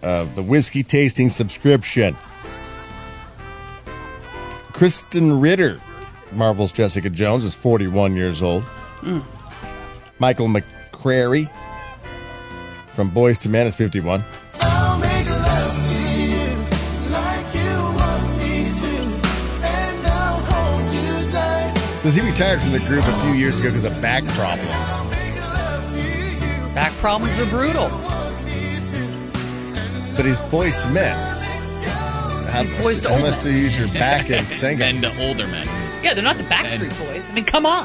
[SPEAKER 4] of the whiskey tasting subscription. Kristen Ritter, Marvel's Jessica Jones, is 41 years old.
[SPEAKER 12] Mm.
[SPEAKER 4] Michael McCrary from Boys to Men is 51.
[SPEAKER 12] I'll make love to you like you want me to, and I'll hold you tight.
[SPEAKER 4] Says he retired from the group a few years ago because of back problems.
[SPEAKER 9] Back problems are brutal.
[SPEAKER 4] But he's boys to men. How,
[SPEAKER 9] He's boys to
[SPEAKER 4] how
[SPEAKER 9] old
[SPEAKER 4] much
[SPEAKER 9] men.
[SPEAKER 4] do you use your back
[SPEAKER 9] [LAUGHS]
[SPEAKER 4] in singing?
[SPEAKER 11] Then to older men.
[SPEAKER 9] Yeah, they're not the Backstreet Boys. I mean, come on.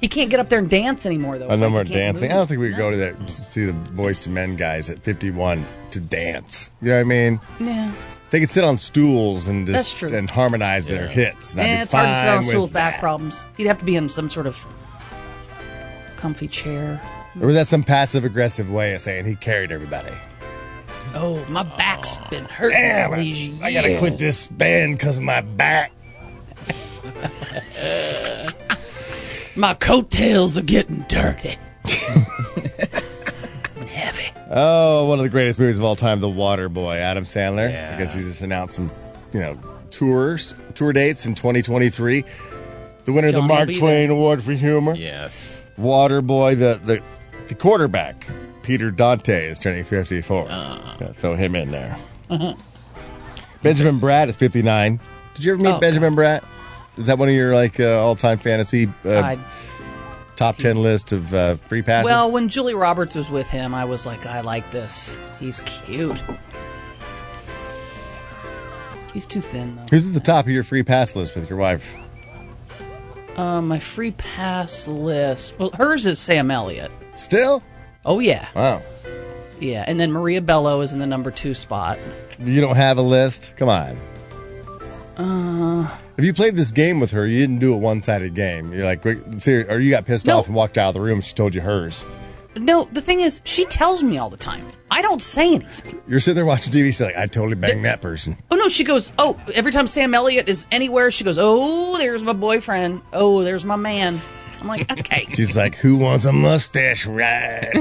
[SPEAKER 9] He can't get up there and dance anymore, though.
[SPEAKER 4] I no
[SPEAKER 9] Frank. He
[SPEAKER 4] more
[SPEAKER 9] can't
[SPEAKER 4] dancing.
[SPEAKER 9] move.
[SPEAKER 4] I don't think we could go to that to see the boys to men guys at 51 to dance. You know what I mean?
[SPEAKER 9] Yeah.
[SPEAKER 4] They could sit on stools and just
[SPEAKER 9] That's true.
[SPEAKER 4] and harmonize their hits. and I'd
[SPEAKER 9] Yeah,
[SPEAKER 4] be
[SPEAKER 9] it's hard to sit on a
[SPEAKER 4] fine
[SPEAKER 9] stool
[SPEAKER 4] with
[SPEAKER 9] with back problems. He'd have to be in some sort of comfy chair.
[SPEAKER 4] Or was that some passive aggressive way of saying he carried everybody?
[SPEAKER 9] Oh, my back's been hurting
[SPEAKER 4] Damn,
[SPEAKER 9] these
[SPEAKER 4] I,
[SPEAKER 9] years.
[SPEAKER 4] I gotta quit this band because of my back.
[SPEAKER 9] My coattails are getting dirty. [LAUGHS]
[SPEAKER 4] Oh, one of the greatest movies of all time, The Water Boy, Adam Sandler. I guess he's just announced some, you know, tours, tour dates in 2023. The winner of
[SPEAKER 11] Johnny
[SPEAKER 4] the
[SPEAKER 11] will
[SPEAKER 4] Mark
[SPEAKER 11] be
[SPEAKER 4] Twain
[SPEAKER 11] there.
[SPEAKER 4] Award for Humor.
[SPEAKER 11] Yes.
[SPEAKER 4] Water Boy, the, the, the quarterback, Peter Dante, is turning 54.
[SPEAKER 9] Ah.
[SPEAKER 4] Gotta throw him in there. Benjamin Bratt is 59. Did you ever meet
[SPEAKER 9] Oh,
[SPEAKER 4] Benjamin Bratt? Is that one of your, like, uh, all-time fantasy uh,
[SPEAKER 9] I-
[SPEAKER 4] top 10 list of uh, free passes?
[SPEAKER 9] Well, when Julie Roberts was with him, I was like, I like this. He's cute. He's too thin, though.
[SPEAKER 4] Who's at the top of your free pass list with your wife?
[SPEAKER 9] Um, my free pass list. Well, hers is Sam Elliott.
[SPEAKER 4] Still?
[SPEAKER 9] Oh yeah,
[SPEAKER 4] Wow.
[SPEAKER 9] yeah. And then Maria Bello is in the number two spot.
[SPEAKER 4] You don't have a list? Come on.
[SPEAKER 9] Uh,
[SPEAKER 4] If you played this game with her, you didn't do a one sided game. You're like, wait, ser- or you got pissed off and walked out of the room. She told you hers.
[SPEAKER 9] no, the thing is, she tells me all the time. I don't say anything.
[SPEAKER 4] You're sitting there watching TV. She's like, I totally banged that person.
[SPEAKER 9] Oh no, she goes. Oh, every time Sam Elliott is anywhere, she goes. Oh, there's my boyfriend. Oh, there's my man. I'm like, [LAUGHS] okay.
[SPEAKER 4] She's like, Who wants a mustache ride?
[SPEAKER 9] [LAUGHS]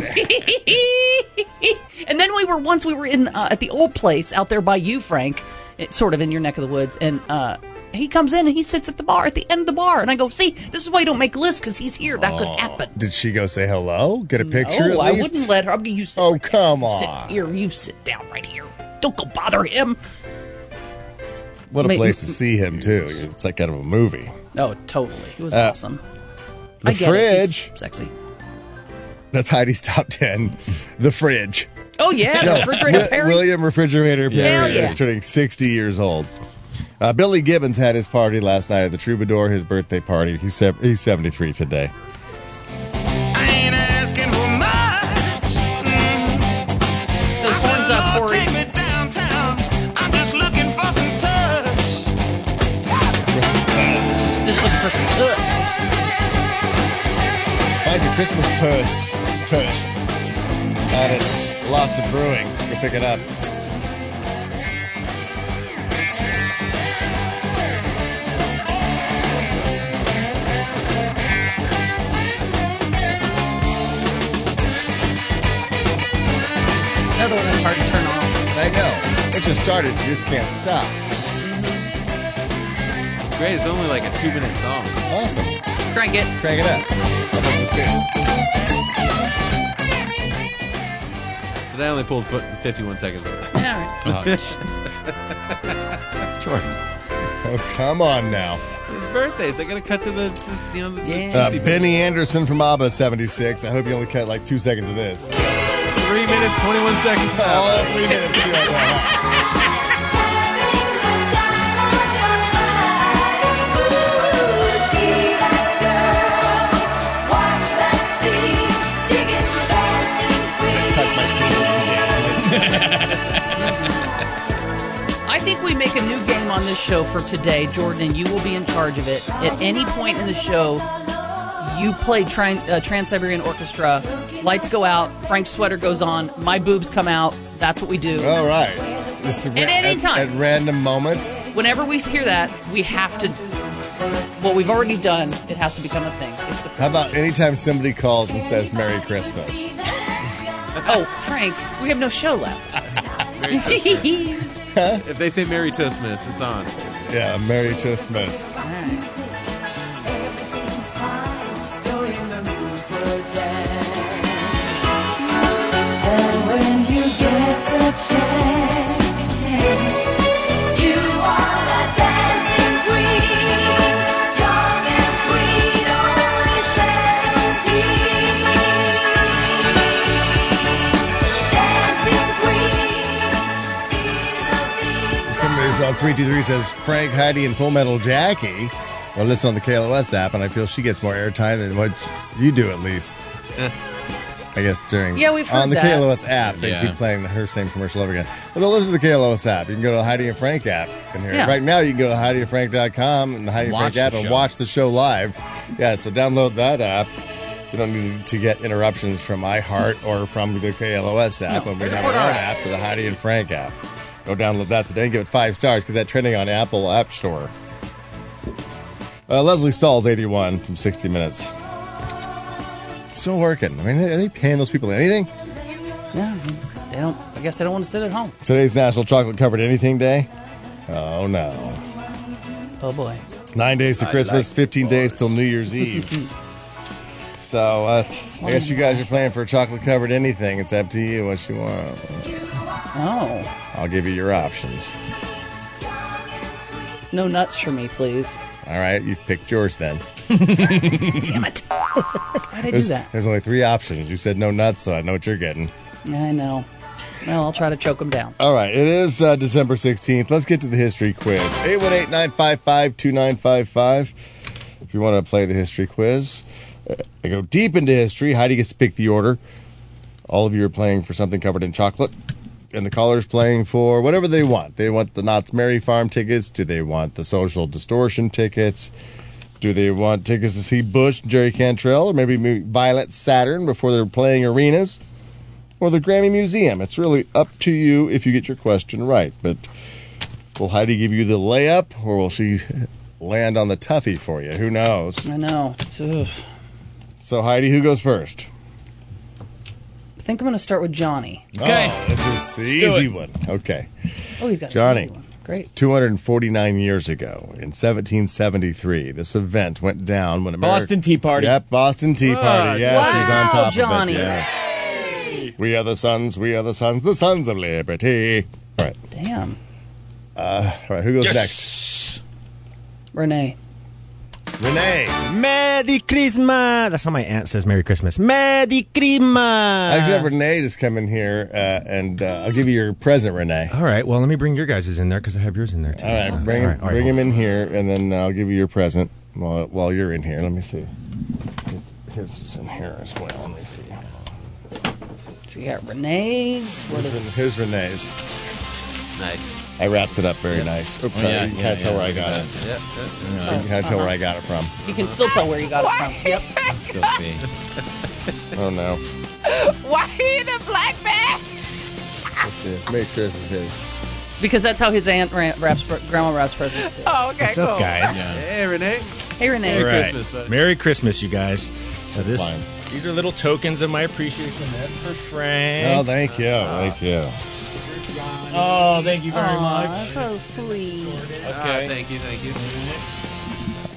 [SPEAKER 9] and then we were once we were in uh, at the old place out there by you, Frank, it- sort of in your neck of the woods, and uh, he comes in and he sits at the bar at the end of the bar, and I go, "See, this is why you don't make lists because he's here. That could happen."
[SPEAKER 4] Did she go say hello? Get a picture? at
[SPEAKER 9] no, I
[SPEAKER 4] least?
[SPEAKER 9] wouldn't let her. I'm gonna you sit.
[SPEAKER 4] Oh,
[SPEAKER 9] right there.
[SPEAKER 4] come
[SPEAKER 9] You
[SPEAKER 4] on.
[SPEAKER 9] Sit here, you sit down right here. Don't go bother him.
[SPEAKER 4] What a
[SPEAKER 9] Ma-
[SPEAKER 4] place to see him, too. It's like out of a movie.
[SPEAKER 9] Oh, totally. He was
[SPEAKER 4] Uh,
[SPEAKER 9] awesome.
[SPEAKER 4] The
[SPEAKER 9] I get it. He's
[SPEAKER 4] fridge.
[SPEAKER 9] sexy.
[SPEAKER 4] That's Heidi's top 10. The fridge.
[SPEAKER 9] Oh yeah, the
[SPEAKER 4] No,
[SPEAKER 9] refrigerator
[SPEAKER 4] Wi-
[SPEAKER 9] Perry.
[SPEAKER 4] William Refrigerator Perry
[SPEAKER 9] Hell yeah.
[SPEAKER 4] is turning 60 years old. Uh, Billy Gibbons had his party last night at the Troubadour, his birthday party. He's, se- he's 73 today.
[SPEAKER 12] Asking for much.
[SPEAKER 9] Those horns up, Corey.
[SPEAKER 12] Take me downtown. I'm just looking for some touch.
[SPEAKER 9] Just looking for some puss. [LAUGHS]
[SPEAKER 4] Find your Christmas tush. Tush. Out at Lost to Brewing. Go pick it up.
[SPEAKER 9] Another one that's hard to turn off.
[SPEAKER 4] I know. Once you start
[SPEAKER 10] [LAUGHS]
[SPEAKER 4] it, you just can't stop.
[SPEAKER 10] It's great. It's only like a two minute song.
[SPEAKER 4] Awesome.
[SPEAKER 9] Crank it.
[SPEAKER 4] Crank it up. I think it's good.
[SPEAKER 10] But I only pulled fu- 51 seconds of it.
[SPEAKER 9] Yeah,
[SPEAKER 4] all right.
[SPEAKER 10] Jordan.
[SPEAKER 4] Oh, come on now.
[SPEAKER 10] His birthday. Is it going to cut to the, to, you know, the, the
[SPEAKER 4] Uh,
[SPEAKER 10] juicy bit?
[SPEAKER 4] Benny Anderson from ABBA 76. I hope you only cut like two seconds of this.
[SPEAKER 10] Three minutes, 21 seconds.
[SPEAKER 4] [LAUGHS] All three minutes.
[SPEAKER 9] I think we make a new game on this show for today, Jordan, and you will be in charge of it. At any point in the show, you play Tran uh, Trans Siberian Orchestra. Lights go out. Frank's sweater goes on. My boobs come out. That's what we do.
[SPEAKER 4] All right. Just
[SPEAKER 9] At any time.
[SPEAKER 4] At, random moments.
[SPEAKER 9] Whenever we hear that, we have to. What we've already done, it has to become a thing. It's
[SPEAKER 15] [LAUGHS]
[SPEAKER 9] the
[SPEAKER 4] How about anytime somebody calls and says Merry Christmas?
[SPEAKER 9] oh, Frank, we have no show left. [LAUGHS]
[SPEAKER 10] if they say Merry Toastmas, it's on.
[SPEAKER 4] Yeah, Merry Christmas. Somebody's on 323 says Frank, Heidi, and Full Metal Jackie. Well, listen on the KLOS app, and I feel she gets more airtime than what you do, at [LAUGHS] least. I guess during
[SPEAKER 9] Yeah, we've heard
[SPEAKER 4] on the
[SPEAKER 9] that.
[SPEAKER 4] KLOS app, they
[SPEAKER 9] Yeah.
[SPEAKER 4] keep playing her same commercial over again. But don't listen to the KLOS app. You can go to the Heidi and Frank app and hear it.
[SPEAKER 9] Yeah.
[SPEAKER 4] Right now, you can go to HeidiandFrank.com and the Heidi and
[SPEAKER 14] Watch
[SPEAKER 4] Frank app
[SPEAKER 14] the
[SPEAKER 4] and
[SPEAKER 14] show.
[SPEAKER 4] watch the show live. Yeah, so download that app. You don't need to get interruptions from iHeart or from the KLOS app.
[SPEAKER 9] No,
[SPEAKER 4] but we
[SPEAKER 9] there's
[SPEAKER 4] have
[SPEAKER 9] more
[SPEAKER 4] our
[SPEAKER 9] to
[SPEAKER 4] own
[SPEAKER 9] it.
[SPEAKER 4] app, the Heidi and Frank app. Go download that today and give it five stars because that's trending on Apple App Store. Uh, Leslie Stahl's 81 from 60 Minutes. Still working. I mean, are they paying those people anything?
[SPEAKER 9] Yeah, they don't. I guess they don't want to sit at home.
[SPEAKER 4] Today's National Chocolate Covered Anything Day. Oh, no.
[SPEAKER 9] Oh boy.
[SPEAKER 4] Nine days to
[SPEAKER 9] I
[SPEAKER 4] Christmas,
[SPEAKER 9] like
[SPEAKER 4] 15 days till New Year's
[SPEAKER 9] [LAUGHS]
[SPEAKER 4] Eve. so uh, I guess you guys are playing for chocolate covered anything. It's up to you what you want.
[SPEAKER 9] Oh,
[SPEAKER 4] I'll give you your options.
[SPEAKER 9] no nuts for
[SPEAKER 15] [LAUGHS]
[SPEAKER 9] me, please.
[SPEAKER 4] All right, you've picked yours then.
[SPEAKER 9] Damn it! Why'd I do
[SPEAKER 4] there's,
[SPEAKER 9] that?
[SPEAKER 4] there's only three options. You said no nuts, so I know what you're getting.
[SPEAKER 9] I know. Well, I'll try to choke him down.
[SPEAKER 4] All right, it is uh, December 16th. Let's get to the history quiz. 818 955 2955. If you want to play the history quiz, uh, I go deep into history. Heidi gets to pick the order. All of you are playing for something covered in chocolate, and the caller's playing for whatever they want. They want the Knott's Merry Farm tickets. Do they want the Social Distortion tickets? Do they want tickets to see Bush and Jerry Cantrell, or maybe mo- Violet Saturn before they're playing arenas? or the Grammy Museum. It's really up to you if you get your question right. But will Heidi give you the layup or will she land on the toughie for you? Who knows?
[SPEAKER 9] I know. Ugh.
[SPEAKER 4] So, Heidi, who goes first?
[SPEAKER 9] I think I'm going to start with Johnny.
[SPEAKER 4] Okay. Oh, this is the
[SPEAKER 9] Let's do
[SPEAKER 4] easy
[SPEAKER 9] it.
[SPEAKER 4] one. Okay.
[SPEAKER 9] Oh, he's got
[SPEAKER 4] Johnny.
[SPEAKER 9] Great.
[SPEAKER 4] 249 years ago, in 1773, this event went down when America.
[SPEAKER 14] Boston Tea Party.
[SPEAKER 4] Yep, Boston Tea
[SPEAKER 12] Ah,
[SPEAKER 4] Party. Yes, he's on
[SPEAKER 9] Wow,
[SPEAKER 4] top
[SPEAKER 9] Johnny.
[SPEAKER 4] of it. Yes. We are the sons, we are the sons, the sons of liberty. All right.
[SPEAKER 9] Damn.
[SPEAKER 4] Uh, all right, who goes
[SPEAKER 9] Yes.
[SPEAKER 4] next?
[SPEAKER 9] Renee.
[SPEAKER 4] Renee.
[SPEAKER 18] Merry Christmas. That's how my aunt says Merry Christmas. Merry Christmas.
[SPEAKER 4] Actually, have Renee just come in here, uh, and uh, I'll give you your present, Renee.
[SPEAKER 18] All right. Well, let me bring your guys' in there because I have yours in there too.
[SPEAKER 4] All right, bring, him,
[SPEAKER 18] All right, all right,
[SPEAKER 4] bring
[SPEAKER 18] hold
[SPEAKER 4] him in here, and then I'll give you your present while, while you're in here. Let me see. His- His is in here as well. Let me see.
[SPEAKER 9] So you got Renee's. What
[SPEAKER 4] Here's,
[SPEAKER 9] is?
[SPEAKER 4] Ren- here's Renee's.
[SPEAKER 10] Nice.
[SPEAKER 4] I wrapped it up very nice. Oops,
[SPEAKER 10] Oh,
[SPEAKER 4] sorry,
[SPEAKER 10] yeah,
[SPEAKER 4] you can
[SPEAKER 10] yeah,
[SPEAKER 4] kind of tell
[SPEAKER 10] yeah,
[SPEAKER 4] where I
[SPEAKER 10] look
[SPEAKER 4] got
[SPEAKER 10] at
[SPEAKER 4] it.
[SPEAKER 10] that. Yep,
[SPEAKER 4] You
[SPEAKER 10] yep.
[SPEAKER 4] can kind of tell where
[SPEAKER 10] Uh-huh.
[SPEAKER 4] I got it from.
[SPEAKER 9] You can still tell where you got it from. Yep.
[SPEAKER 10] Still see.
[SPEAKER 4] Oh no.
[SPEAKER 15] [LAUGHS] Why in a black vest?
[SPEAKER 4] Let's see. Make sure this is his.
[SPEAKER 9] Because that's how his aunt ra- wraps, grandma wraps presents. Too.
[SPEAKER 15] Oh, okay,
[SPEAKER 18] What's up, guys?
[SPEAKER 9] Hey, Renee. Hey, Renee.
[SPEAKER 18] All right. Merry Christmas, you guys. So this,
[SPEAKER 4] fine.
[SPEAKER 18] these are little tokens of my appreciation. That's for Frank.
[SPEAKER 4] Oh, thank you. Thank you.
[SPEAKER 18] Oh, thank you very much.
[SPEAKER 9] So sweet.
[SPEAKER 18] Okay.
[SPEAKER 10] Ah,
[SPEAKER 18] thank you, thank you.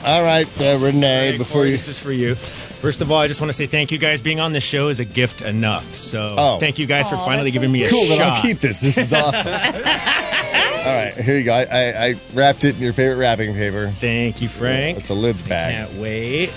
[SPEAKER 4] All right, uh, Renee,
[SPEAKER 18] before you. This is for you. First of all, I just want to say thank you guys. Being on this show is a gift enough. So
[SPEAKER 4] Oh.
[SPEAKER 18] thank you guys for
[SPEAKER 4] Aw,
[SPEAKER 18] finally
[SPEAKER 4] that's so
[SPEAKER 18] giving me a
[SPEAKER 4] Cool,
[SPEAKER 18] shot.
[SPEAKER 4] then I'll keep this. This is awesome. All right, here you go. I, I, I wrapped it in your favorite wrapping paper.
[SPEAKER 18] Thank you, Frank.
[SPEAKER 4] It's a lids bag.
[SPEAKER 18] Can't wait.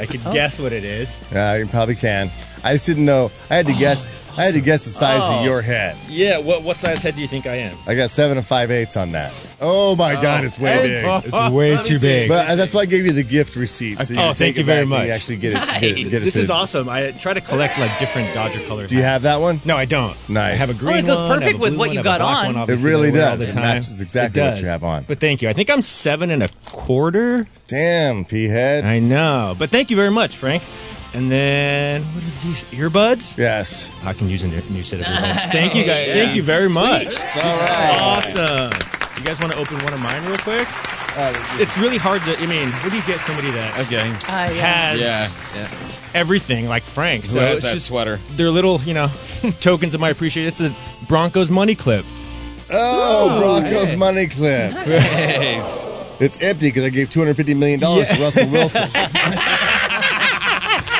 [SPEAKER 18] I could guess what it is.
[SPEAKER 4] Yeah, Uh, you probably can. I just didn't know. I had to guess. I had to guess the size
[SPEAKER 18] Oh.
[SPEAKER 4] of your head.
[SPEAKER 18] Yeah, what what size head do you think I am?
[SPEAKER 4] I got seven and five eighths on that. Oh my
[SPEAKER 18] Oh.
[SPEAKER 4] God, it's way
[SPEAKER 18] Hey,
[SPEAKER 4] big.
[SPEAKER 18] fuck. It's [LAUGHS] way Let me too see. big.
[SPEAKER 4] But uh, that's why I gave you the gift receipt. So you
[SPEAKER 18] oh,
[SPEAKER 4] can
[SPEAKER 18] thank
[SPEAKER 4] take
[SPEAKER 18] you
[SPEAKER 4] it
[SPEAKER 18] very
[SPEAKER 4] back and
[SPEAKER 18] much.
[SPEAKER 4] You actually get it. get it- get it
[SPEAKER 18] this is
[SPEAKER 4] fitted.
[SPEAKER 18] awesome. I try to collect like different Dodger colors.
[SPEAKER 4] Do you have that one?
[SPEAKER 18] No, I don't.
[SPEAKER 4] Nice.
[SPEAKER 18] I have a green
[SPEAKER 9] it goes
[SPEAKER 18] one, I have a
[SPEAKER 9] perfect with
[SPEAKER 18] blue
[SPEAKER 9] what
[SPEAKER 18] one,
[SPEAKER 9] you
[SPEAKER 18] I have a
[SPEAKER 9] got
[SPEAKER 18] black
[SPEAKER 9] on.
[SPEAKER 18] one,
[SPEAKER 9] It
[SPEAKER 18] obviously,
[SPEAKER 4] really
[SPEAKER 18] that I wear
[SPEAKER 4] does.
[SPEAKER 18] All the
[SPEAKER 4] It
[SPEAKER 18] time.
[SPEAKER 4] matches exactly
[SPEAKER 18] It
[SPEAKER 4] what
[SPEAKER 18] does.
[SPEAKER 4] you have on.
[SPEAKER 18] But thank you. I think I'm seven and a quarter.
[SPEAKER 4] Damn, P head.
[SPEAKER 18] I know. But thank you very much, Frank. And then what are these earbuds?
[SPEAKER 4] Yes.
[SPEAKER 18] I can use a new new set of earbuds. Thank you guys. Thank you very
[SPEAKER 14] Sweet.
[SPEAKER 18] much.
[SPEAKER 14] All
[SPEAKER 18] This is
[SPEAKER 14] right.
[SPEAKER 18] Awesome. You guys want to open one of mine real quick?
[SPEAKER 4] Oh,
[SPEAKER 18] it's really hard to. I mean, what do you get somebody that
[SPEAKER 14] okay
[SPEAKER 18] Uh,
[SPEAKER 9] yeah.
[SPEAKER 18] has
[SPEAKER 14] Yeah, yeah.
[SPEAKER 18] everything like Frank?
[SPEAKER 14] Who
[SPEAKER 18] So
[SPEAKER 14] has
[SPEAKER 18] it's
[SPEAKER 14] that
[SPEAKER 18] just
[SPEAKER 14] sweater?
[SPEAKER 18] They're little, you know, [LAUGHS] tokens of my appreciation. It's a Broncos money clip.
[SPEAKER 4] Oh,
[SPEAKER 18] Ooh,
[SPEAKER 4] Broncos
[SPEAKER 18] hey.
[SPEAKER 4] money clip.
[SPEAKER 18] Nice.
[SPEAKER 4] It's empty because I gave two hundred fifty million dollars to
[SPEAKER 18] Yeah.
[SPEAKER 4] Russell Wilson.
[SPEAKER 18] [LAUGHS]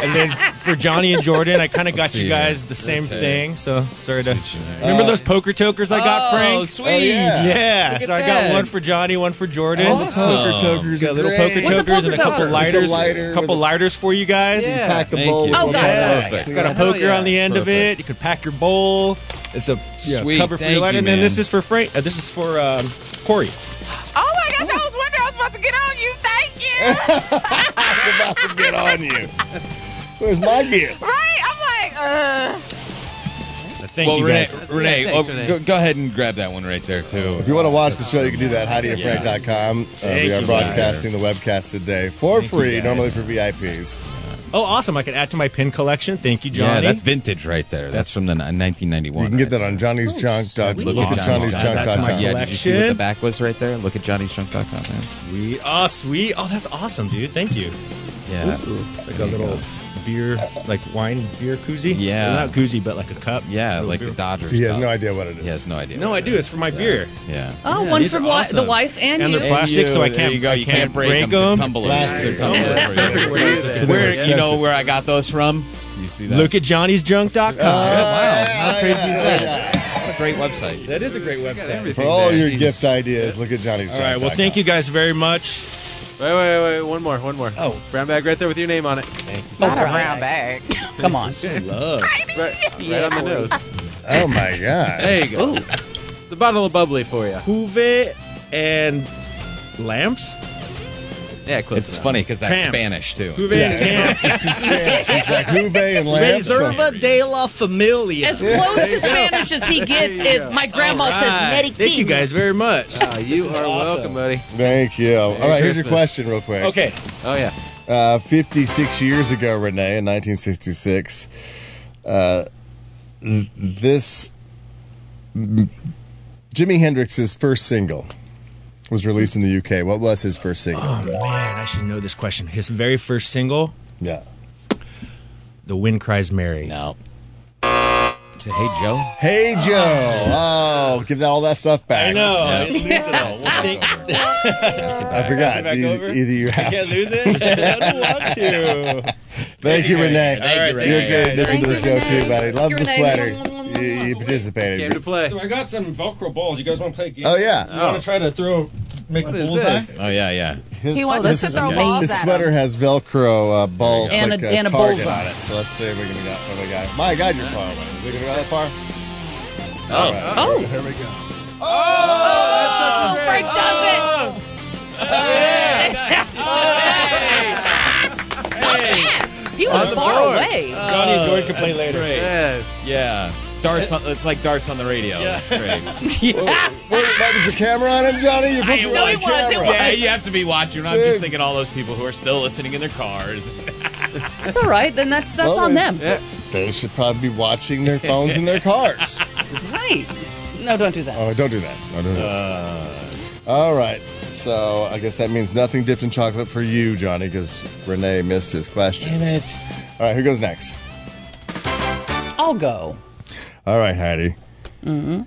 [SPEAKER 18] And then for Johnny and Jordan, I kind of got
[SPEAKER 14] see
[SPEAKER 18] you
[SPEAKER 14] here.
[SPEAKER 18] guys the same
[SPEAKER 14] Okay.
[SPEAKER 18] thing. So sorry to. Remember those poker tokers I got,
[SPEAKER 14] Oh,
[SPEAKER 18] Frank?
[SPEAKER 14] sweet. Oh, yeah.
[SPEAKER 18] Yeah.
[SPEAKER 14] Look at
[SPEAKER 18] So I
[SPEAKER 14] that.
[SPEAKER 18] got one for Johnny, one for Jordan.
[SPEAKER 4] All the poker Awesome. tokers
[SPEAKER 18] Got
[SPEAKER 4] are
[SPEAKER 18] little
[SPEAKER 4] great.
[SPEAKER 18] poker
[SPEAKER 4] What's a
[SPEAKER 18] tokers and a
[SPEAKER 4] poker
[SPEAKER 18] couple
[SPEAKER 4] toker?
[SPEAKER 18] lighters.
[SPEAKER 4] It's a lighter
[SPEAKER 18] couple
[SPEAKER 4] with a-
[SPEAKER 18] lighters for you guys.
[SPEAKER 4] Yeah. Pack the Thank bowl you. with
[SPEAKER 18] Oh,
[SPEAKER 4] one
[SPEAKER 18] yeah.
[SPEAKER 4] lighter.
[SPEAKER 18] It's got a
[SPEAKER 4] Hell
[SPEAKER 18] poker
[SPEAKER 4] yeah.
[SPEAKER 18] on the end of
[SPEAKER 4] Perfect.
[SPEAKER 18] it. You could pack your bowl. It's a yeah,
[SPEAKER 14] Sweet.
[SPEAKER 18] cover for
[SPEAKER 14] Thank
[SPEAKER 18] your lighter.
[SPEAKER 14] you,
[SPEAKER 18] and then
[SPEAKER 14] man.
[SPEAKER 18] this is for Frank. Uh, this is for um, Corey.
[SPEAKER 15] Oh my gosh, I was wondering I was about to get on you. Thank
[SPEAKER 4] [LAUGHS]
[SPEAKER 15] you.
[SPEAKER 4] It's about to get on you. Where's my gift?
[SPEAKER 15] right? I'm like, uh.
[SPEAKER 18] Thank
[SPEAKER 14] well,
[SPEAKER 18] you
[SPEAKER 14] Renee,
[SPEAKER 18] guys.
[SPEAKER 14] Renee,
[SPEAKER 18] Yeah, thanks,
[SPEAKER 14] oh,
[SPEAKER 18] Renee.
[SPEAKER 14] Go, go ahead and grab that one right there too.
[SPEAKER 4] If you want to watch the show, you can do that. HowDoYouFrank.com. Uh,
[SPEAKER 14] Thank
[SPEAKER 4] we are
[SPEAKER 14] you,
[SPEAKER 4] broadcasting the webcast today for
[SPEAKER 18] Thank you,
[SPEAKER 4] free,
[SPEAKER 18] guys.
[SPEAKER 4] normally for VIPs.
[SPEAKER 18] Oh, awesome. I could add to my pin collection. Thank you, Johnny.
[SPEAKER 14] Yeah, that's vintage right there. That's from the ni- 1991.
[SPEAKER 4] You can get that on Johnny's
[SPEAKER 18] Oh,
[SPEAKER 4] Junk. dot- Look at Johnny's Junk.com.
[SPEAKER 14] Yeah, did you see what the
[SPEAKER 18] collection.
[SPEAKER 14] back was right there? Look at johnny'sjunk.com, man.
[SPEAKER 18] Sweet. Oh, sweet. Oh, that's awesome, dude. Thank you.
[SPEAKER 14] Yeah.
[SPEAKER 18] Ooh. It's like a
[SPEAKER 14] There you
[SPEAKER 18] little
[SPEAKER 14] go.
[SPEAKER 18] beer, like wine beer koozie.
[SPEAKER 14] Yeah.
[SPEAKER 18] Well, not koozie, but like a cup.
[SPEAKER 14] Yeah,
[SPEAKER 18] Little
[SPEAKER 14] like
[SPEAKER 18] beer.
[SPEAKER 14] the Dodgers.
[SPEAKER 4] So he has
[SPEAKER 14] stuff.
[SPEAKER 4] no idea what it is.
[SPEAKER 14] He has no idea.
[SPEAKER 18] No,
[SPEAKER 14] what
[SPEAKER 18] I
[SPEAKER 14] it
[SPEAKER 18] do.
[SPEAKER 14] is.
[SPEAKER 18] It's for my
[SPEAKER 14] Yeah.
[SPEAKER 18] beer.
[SPEAKER 14] Yeah.
[SPEAKER 9] [LAUGHS] Oh,
[SPEAKER 18] Yeah,
[SPEAKER 9] one
[SPEAKER 18] these
[SPEAKER 9] for
[SPEAKER 18] are
[SPEAKER 9] wi- the
[SPEAKER 18] awesome.
[SPEAKER 9] wife and,
[SPEAKER 18] And
[SPEAKER 9] you.
[SPEAKER 18] they're plastic, so I
[SPEAKER 14] There
[SPEAKER 18] can't.
[SPEAKER 14] you go. You
[SPEAKER 18] I
[SPEAKER 14] can't break 'em, they're tumblers. Plastic. They're tumblers.
[SPEAKER 18] That's
[SPEAKER 14] Right.
[SPEAKER 18] perfect word.
[SPEAKER 4] So they're
[SPEAKER 14] Where you know
[SPEAKER 4] expensive.
[SPEAKER 14] where I got those from? You see that?
[SPEAKER 18] Look at johnnysjunk.com.
[SPEAKER 14] wow.
[SPEAKER 4] How
[SPEAKER 14] crazy
[SPEAKER 4] yeah,
[SPEAKER 14] is
[SPEAKER 4] yeah,
[SPEAKER 14] that? What a great website.
[SPEAKER 18] That is a great website.
[SPEAKER 4] For all your gift ideas, look at Johnny's
[SPEAKER 18] All
[SPEAKER 4] Junk.
[SPEAKER 18] right. Well, thank you guys very much.
[SPEAKER 10] Wait, wait, wait. One more, one more.
[SPEAKER 18] Oh.
[SPEAKER 10] Brown bag right there with your name on it. Thank you.
[SPEAKER 15] Not a brown bag.
[SPEAKER 9] Come on.
[SPEAKER 18] Love.
[SPEAKER 10] Right, right on the nose.
[SPEAKER 4] [LAUGHS] Oh, my God.
[SPEAKER 10] There you go. It's a bottle of bubbly for you.
[SPEAKER 18] Juve and lamps.
[SPEAKER 10] Yeah, close
[SPEAKER 14] It's funny because that's
[SPEAKER 18] Camps.
[SPEAKER 14] Spanish too.
[SPEAKER 18] Juve
[SPEAKER 4] Yeah. [LAUGHS]
[SPEAKER 18] and
[SPEAKER 4] It's in Spanish. It's like Juve and Lance.
[SPEAKER 18] Reserva de la Familia.
[SPEAKER 9] As close to Spanish as he gets is my grandma
[SPEAKER 18] All
[SPEAKER 9] says
[SPEAKER 18] right.
[SPEAKER 9] Medic
[SPEAKER 18] Thank you guys very much.
[SPEAKER 10] Ah, you are welcome, buddy.
[SPEAKER 4] Thank you. All right, here's your
[SPEAKER 10] Christmas.
[SPEAKER 4] question, real quick.
[SPEAKER 18] Okay.
[SPEAKER 10] Oh yeah.
[SPEAKER 4] Uh, 56 years ago, Renee, in 1966, uh, th- this m- Jimi Hendrix's first single was released in the UK. What was his first single?
[SPEAKER 18] Oh man, I should know this question. His very first single,
[SPEAKER 4] Yeah.
[SPEAKER 18] "The Wind Cries Mary."
[SPEAKER 14] No. Say, hey Joe.
[SPEAKER 4] Hey Joe. Oh, give that all that stuff back.
[SPEAKER 18] I know.
[SPEAKER 14] Yeah.
[SPEAKER 18] I
[SPEAKER 12] [LAUGHS]
[SPEAKER 18] didn't lose Oh, it all. I think-
[SPEAKER 4] I forgot.
[SPEAKER 18] Pass it
[SPEAKER 4] E-
[SPEAKER 18] back
[SPEAKER 4] Either,
[SPEAKER 18] over?
[SPEAKER 4] you
[SPEAKER 18] I
[SPEAKER 4] have.
[SPEAKER 18] can't
[SPEAKER 4] to-
[SPEAKER 18] lose it. I don't want to.
[SPEAKER 4] [LAUGHS] Thank you, Renee.
[SPEAKER 18] Thank you, Renee.
[SPEAKER 4] You're a good addition
[SPEAKER 18] Thank
[SPEAKER 4] to the
[SPEAKER 18] you,
[SPEAKER 4] show
[SPEAKER 18] Renee.
[SPEAKER 4] too, buddy. Love
[SPEAKER 18] Thank
[SPEAKER 4] the
[SPEAKER 18] you,
[SPEAKER 4] sweater.
[SPEAKER 18] Renee.
[SPEAKER 4] You, you participated.
[SPEAKER 10] Came to play.
[SPEAKER 18] So I got some Velcro balls. You guys want to play a game?
[SPEAKER 4] Oh, yeah.
[SPEAKER 18] You want to try to throw, make
[SPEAKER 10] What
[SPEAKER 18] a
[SPEAKER 10] is
[SPEAKER 18] bullseye?
[SPEAKER 10] this?
[SPEAKER 14] Oh yeah, yeah.
[SPEAKER 4] His,
[SPEAKER 15] He wants us to throw balls
[SPEAKER 4] His
[SPEAKER 15] at
[SPEAKER 4] sweater has Velcro uh, balls
[SPEAKER 9] And
[SPEAKER 4] like
[SPEAKER 9] a-
[SPEAKER 4] a,
[SPEAKER 9] and a
[SPEAKER 4] target
[SPEAKER 9] bullseye.
[SPEAKER 4] on it. So let's see if we can get what we got. My God, you're far away. Are we gonna go that far?
[SPEAKER 14] Oh.
[SPEAKER 9] Oh.
[SPEAKER 4] Here we go.
[SPEAKER 9] Oh, Frank
[SPEAKER 12] Oh.
[SPEAKER 9] does it. [LAUGHS] Not bad. He was
[SPEAKER 14] On the
[SPEAKER 9] far
[SPEAKER 14] board.
[SPEAKER 9] away.
[SPEAKER 12] Uh,
[SPEAKER 18] Johnny and Jordan can play later.
[SPEAKER 10] Yeah.
[SPEAKER 14] Yeah. Darts. On, it's like darts on the radio. That's great. [LAUGHS]
[SPEAKER 4] Wait, wait, was the camera on him, Johnny? You're supposed to be
[SPEAKER 9] No,
[SPEAKER 4] on
[SPEAKER 9] it
[SPEAKER 4] the
[SPEAKER 9] was, it
[SPEAKER 4] camera.
[SPEAKER 9] was.
[SPEAKER 14] Yeah, you have to be watching. I'm
[SPEAKER 4] Jeez.
[SPEAKER 14] just
[SPEAKER 9] [LAUGHS]
[SPEAKER 14] thinking all those people who are still listening in their cars.
[SPEAKER 9] That's all right. Then that's that's on them.
[SPEAKER 10] Yeah.
[SPEAKER 4] They should probably be watching their phones in [LAUGHS] their cars.
[SPEAKER 9] Right. No, don't do that.
[SPEAKER 4] Oh, don't do that. No, don't do that. Uh, All right. So I guess that means nothing dipped in chocolate for you, Johnny, because Renee missed his question. Damn it. All right, who goes next?
[SPEAKER 9] I'll go.
[SPEAKER 4] All right, Heidi.
[SPEAKER 9] Mm-hmm.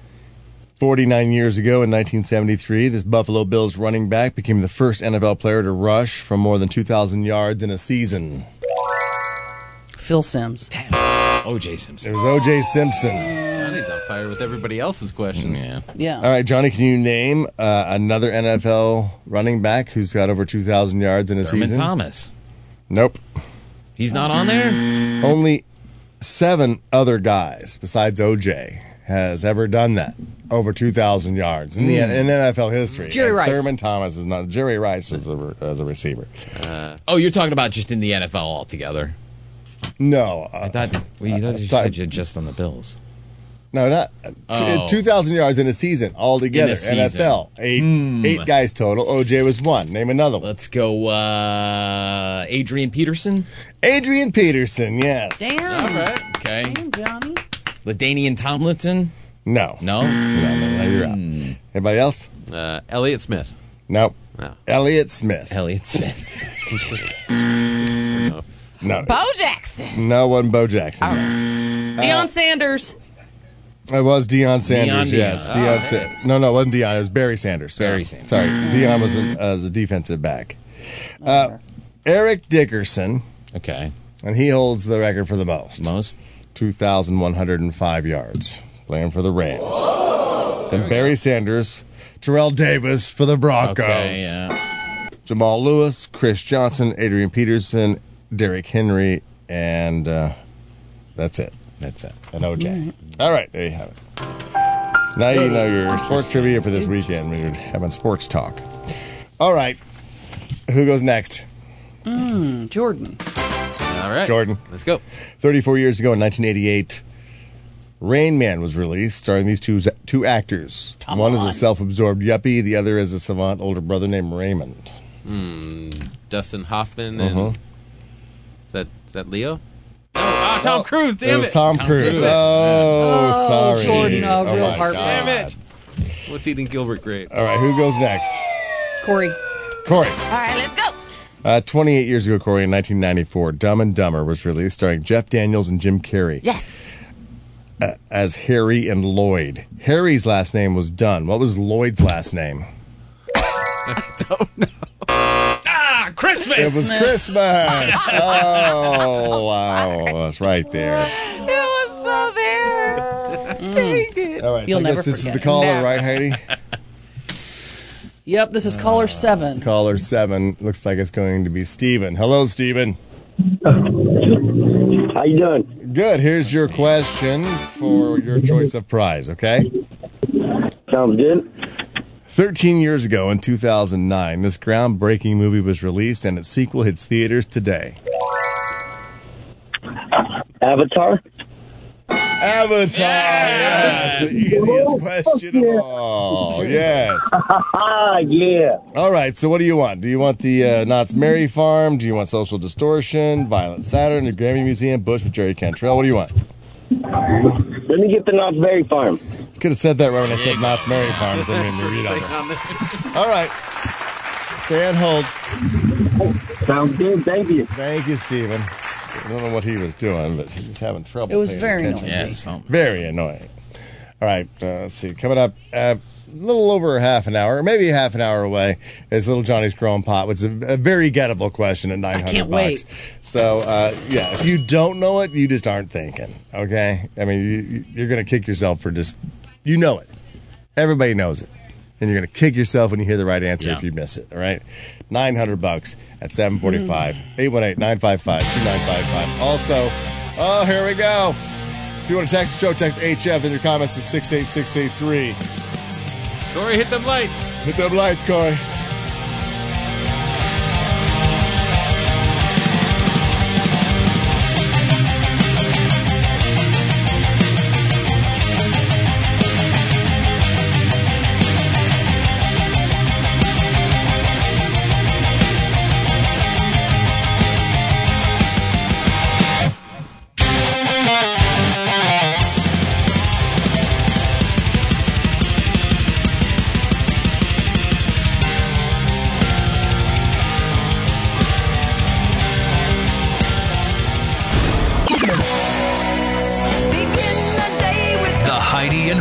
[SPEAKER 4] 49 years ago in 1973, this Buffalo Bills running back became the first NFL player to rush from more than 2,000 yards in a season.
[SPEAKER 9] Phil Sims. Damn.
[SPEAKER 4] OJ Simpson. It was OJ Simpson.
[SPEAKER 10] Johnny's on fire with everybody else's questions. Yeah.
[SPEAKER 9] Yeah.
[SPEAKER 4] All right, Johnny, can you name uh, another NFL running back who's got over 2,000 yards in a
[SPEAKER 14] Thurman
[SPEAKER 4] season?
[SPEAKER 14] Thomas.
[SPEAKER 4] Nope.
[SPEAKER 14] He's not on there?
[SPEAKER 4] Only seven other guys besides OJ has ever done that over 2,000 yards in the
[SPEAKER 14] Mm.
[SPEAKER 4] in NFL history.
[SPEAKER 14] Jerry
[SPEAKER 4] And
[SPEAKER 14] Rice.
[SPEAKER 4] Thurman Thomas is not. Jerry Rice is a, re- as a receiver.
[SPEAKER 14] oh, you're talking about just in the NFL altogether.
[SPEAKER 4] No.
[SPEAKER 14] I
[SPEAKER 4] uh,
[SPEAKER 14] thought, well, you, thought you
[SPEAKER 4] thought-
[SPEAKER 14] said you just on the Bills.
[SPEAKER 4] No, not t-
[SPEAKER 14] Oh.
[SPEAKER 4] 2,000 yards in a season altogether.
[SPEAKER 14] In a season. Hmm.
[SPEAKER 4] NFL. Eight, eight guys total. OJ was one. Name another one.
[SPEAKER 14] Let's go, uh, Adrian Peterson.
[SPEAKER 4] Adrian Peterson, yes.
[SPEAKER 9] Damn.
[SPEAKER 14] All right. Okay.
[SPEAKER 9] Johnny.
[SPEAKER 14] Ladanian Tomlinson.
[SPEAKER 4] No.
[SPEAKER 14] No? Hmm.
[SPEAKER 4] No, no, no, you're out. Mm. Anybody else?
[SPEAKER 10] Uh, Elliot Smith.
[SPEAKER 4] Nope. Elliot Smith.
[SPEAKER 14] Elliot Smith.
[SPEAKER 4] no.
[SPEAKER 15] Bo Jackson.
[SPEAKER 4] No, it wasn't Bo Jackson.
[SPEAKER 9] Deion Sanders.
[SPEAKER 4] It was Deion Sanders,
[SPEAKER 14] Deion,
[SPEAKER 4] yes.
[SPEAKER 14] Deion.
[SPEAKER 4] Deion
[SPEAKER 14] All right.
[SPEAKER 4] Sa- No, no, it wasn't Deion. It was Barry Sanders.
[SPEAKER 14] Barry
[SPEAKER 4] Sorry.
[SPEAKER 14] Sanders.
[SPEAKER 4] Sorry. Deion was an, uh, the defensive back. Uh, Eric Dickerson.
[SPEAKER 14] Okay.
[SPEAKER 4] And he holds the record for the most.
[SPEAKER 14] Most?
[SPEAKER 4] 2,105 yards playing for the Rams.
[SPEAKER 14] Oh.
[SPEAKER 4] And Barry Sanders, Terrell Davis for the Broncos.
[SPEAKER 14] Okay, yeah.
[SPEAKER 4] Jamal Lewis, Chris Johnson, Adrian Peterson, Derrick Henry, and uh, that's it.
[SPEAKER 14] That's it.
[SPEAKER 4] And OJ. All right, there you have it. Now you know your sports trivia for this weekend. We We're having sports talk. All right, who goes next?
[SPEAKER 9] Mm, Jordan.
[SPEAKER 10] All right.
[SPEAKER 4] Jordan.
[SPEAKER 10] Let's go.
[SPEAKER 4] 34 years ago in 1988, Rain Man was released, starring these two two actors. One is a self-absorbed yuppie, the other is a savant older brother named Raymond.
[SPEAKER 10] Hmm. Dustin Hoffman
[SPEAKER 4] Uh-huh.
[SPEAKER 10] and is that is that Leo?
[SPEAKER 18] Ah,
[SPEAKER 10] Oh, Tom Cruise. Damn
[SPEAKER 4] it
[SPEAKER 10] it.
[SPEAKER 4] was Tom Cruise. Oh,
[SPEAKER 10] Oh,
[SPEAKER 4] sorry.
[SPEAKER 10] Jordan,
[SPEAKER 9] oh, real
[SPEAKER 4] my
[SPEAKER 9] heartbreak.
[SPEAKER 4] God.
[SPEAKER 10] Damn it. What's eating Gilbert Grape?
[SPEAKER 4] All right, who goes next?
[SPEAKER 9] Corey.
[SPEAKER 4] Corey.
[SPEAKER 15] All right, let's go.
[SPEAKER 4] Uh, 28 years ago, Corey, in 1994, Dumb and Dumber was released, starring Jeff Daniels and Jim Carrey.
[SPEAKER 15] Yes.
[SPEAKER 4] Uh, as Harry and Lloyd. Harry's last name was Dunn. What was Lloyd's last name?
[SPEAKER 14] Ah, Christmas.
[SPEAKER 4] It was Christmas.
[SPEAKER 9] [LAUGHS]
[SPEAKER 4] oh, wow. That's right there.
[SPEAKER 15] It was so there.
[SPEAKER 12] [LAUGHS]
[SPEAKER 15] Dang it.
[SPEAKER 4] All right, so
[SPEAKER 9] Hmm. You'll
[SPEAKER 4] I guess
[SPEAKER 9] never
[SPEAKER 4] this is
[SPEAKER 9] forget
[SPEAKER 4] the
[SPEAKER 9] it.
[SPEAKER 4] caller,
[SPEAKER 9] Never.
[SPEAKER 4] right, Heidi?
[SPEAKER 9] Yep, this is
[SPEAKER 4] Uh,
[SPEAKER 9] caller seven.
[SPEAKER 4] caller seven. Looks like it's going to be Steven. Hello, Steven.
[SPEAKER 19] How you doing?
[SPEAKER 4] Good. Here's your question for your choice of prize, okay?
[SPEAKER 19] Sounds good.
[SPEAKER 4] 13 years ago in 2009, this groundbreaking movie was released and its sequel hits theaters today.
[SPEAKER 19] Avatar.
[SPEAKER 4] Avatar. Yes, the easiest question Oh, of all. Yes.
[SPEAKER 19] [LAUGHS] yeah.
[SPEAKER 4] All right, so what do you want? Do you want the uh, Knott's Merry Farm? Do you want Social Distortion, Violent Saturn, the Grammy Museum, Bush with Jerry Cantrell? What do you want?
[SPEAKER 19] Let me get the Knott's Berry Farm.
[SPEAKER 4] Could have said that right when I said Knott's Merry Farms. I mean,
[SPEAKER 10] First
[SPEAKER 4] read on
[SPEAKER 10] thing
[SPEAKER 4] there.
[SPEAKER 10] on there.
[SPEAKER 4] All right. Stay on hold.
[SPEAKER 19] Sounds good. Thank you.
[SPEAKER 4] Thank you, Stephen. I don't know what he was doing, but he was having trouble.
[SPEAKER 9] It was
[SPEAKER 4] paying
[SPEAKER 9] very
[SPEAKER 4] attention.
[SPEAKER 9] noisy. Yeah,
[SPEAKER 4] very annoying. All right, uh, let's see. Coming up uh, a little over half an hour, or maybe half an hour away, is Little Johnny's Grown Pot, which is a, a very gettable question at 900
[SPEAKER 9] can't
[SPEAKER 4] bucks.
[SPEAKER 9] wait.
[SPEAKER 4] So, uh, yeah, if you don't know it, you just aren't thinking, okay? I mean, you- you, you're going to kick yourself for just, you know it. Everybody knows it. And you're going to kick yourself when you hear the right answer if you miss it, all right? 900 bucks at 745 818 955 2955. Also, oh, here we go. If you want to text the show, text HF, then your comments to 68683.
[SPEAKER 10] Corey, hit them lights.
[SPEAKER 4] Hit them lights, Corey.
[SPEAKER 12] Thank you.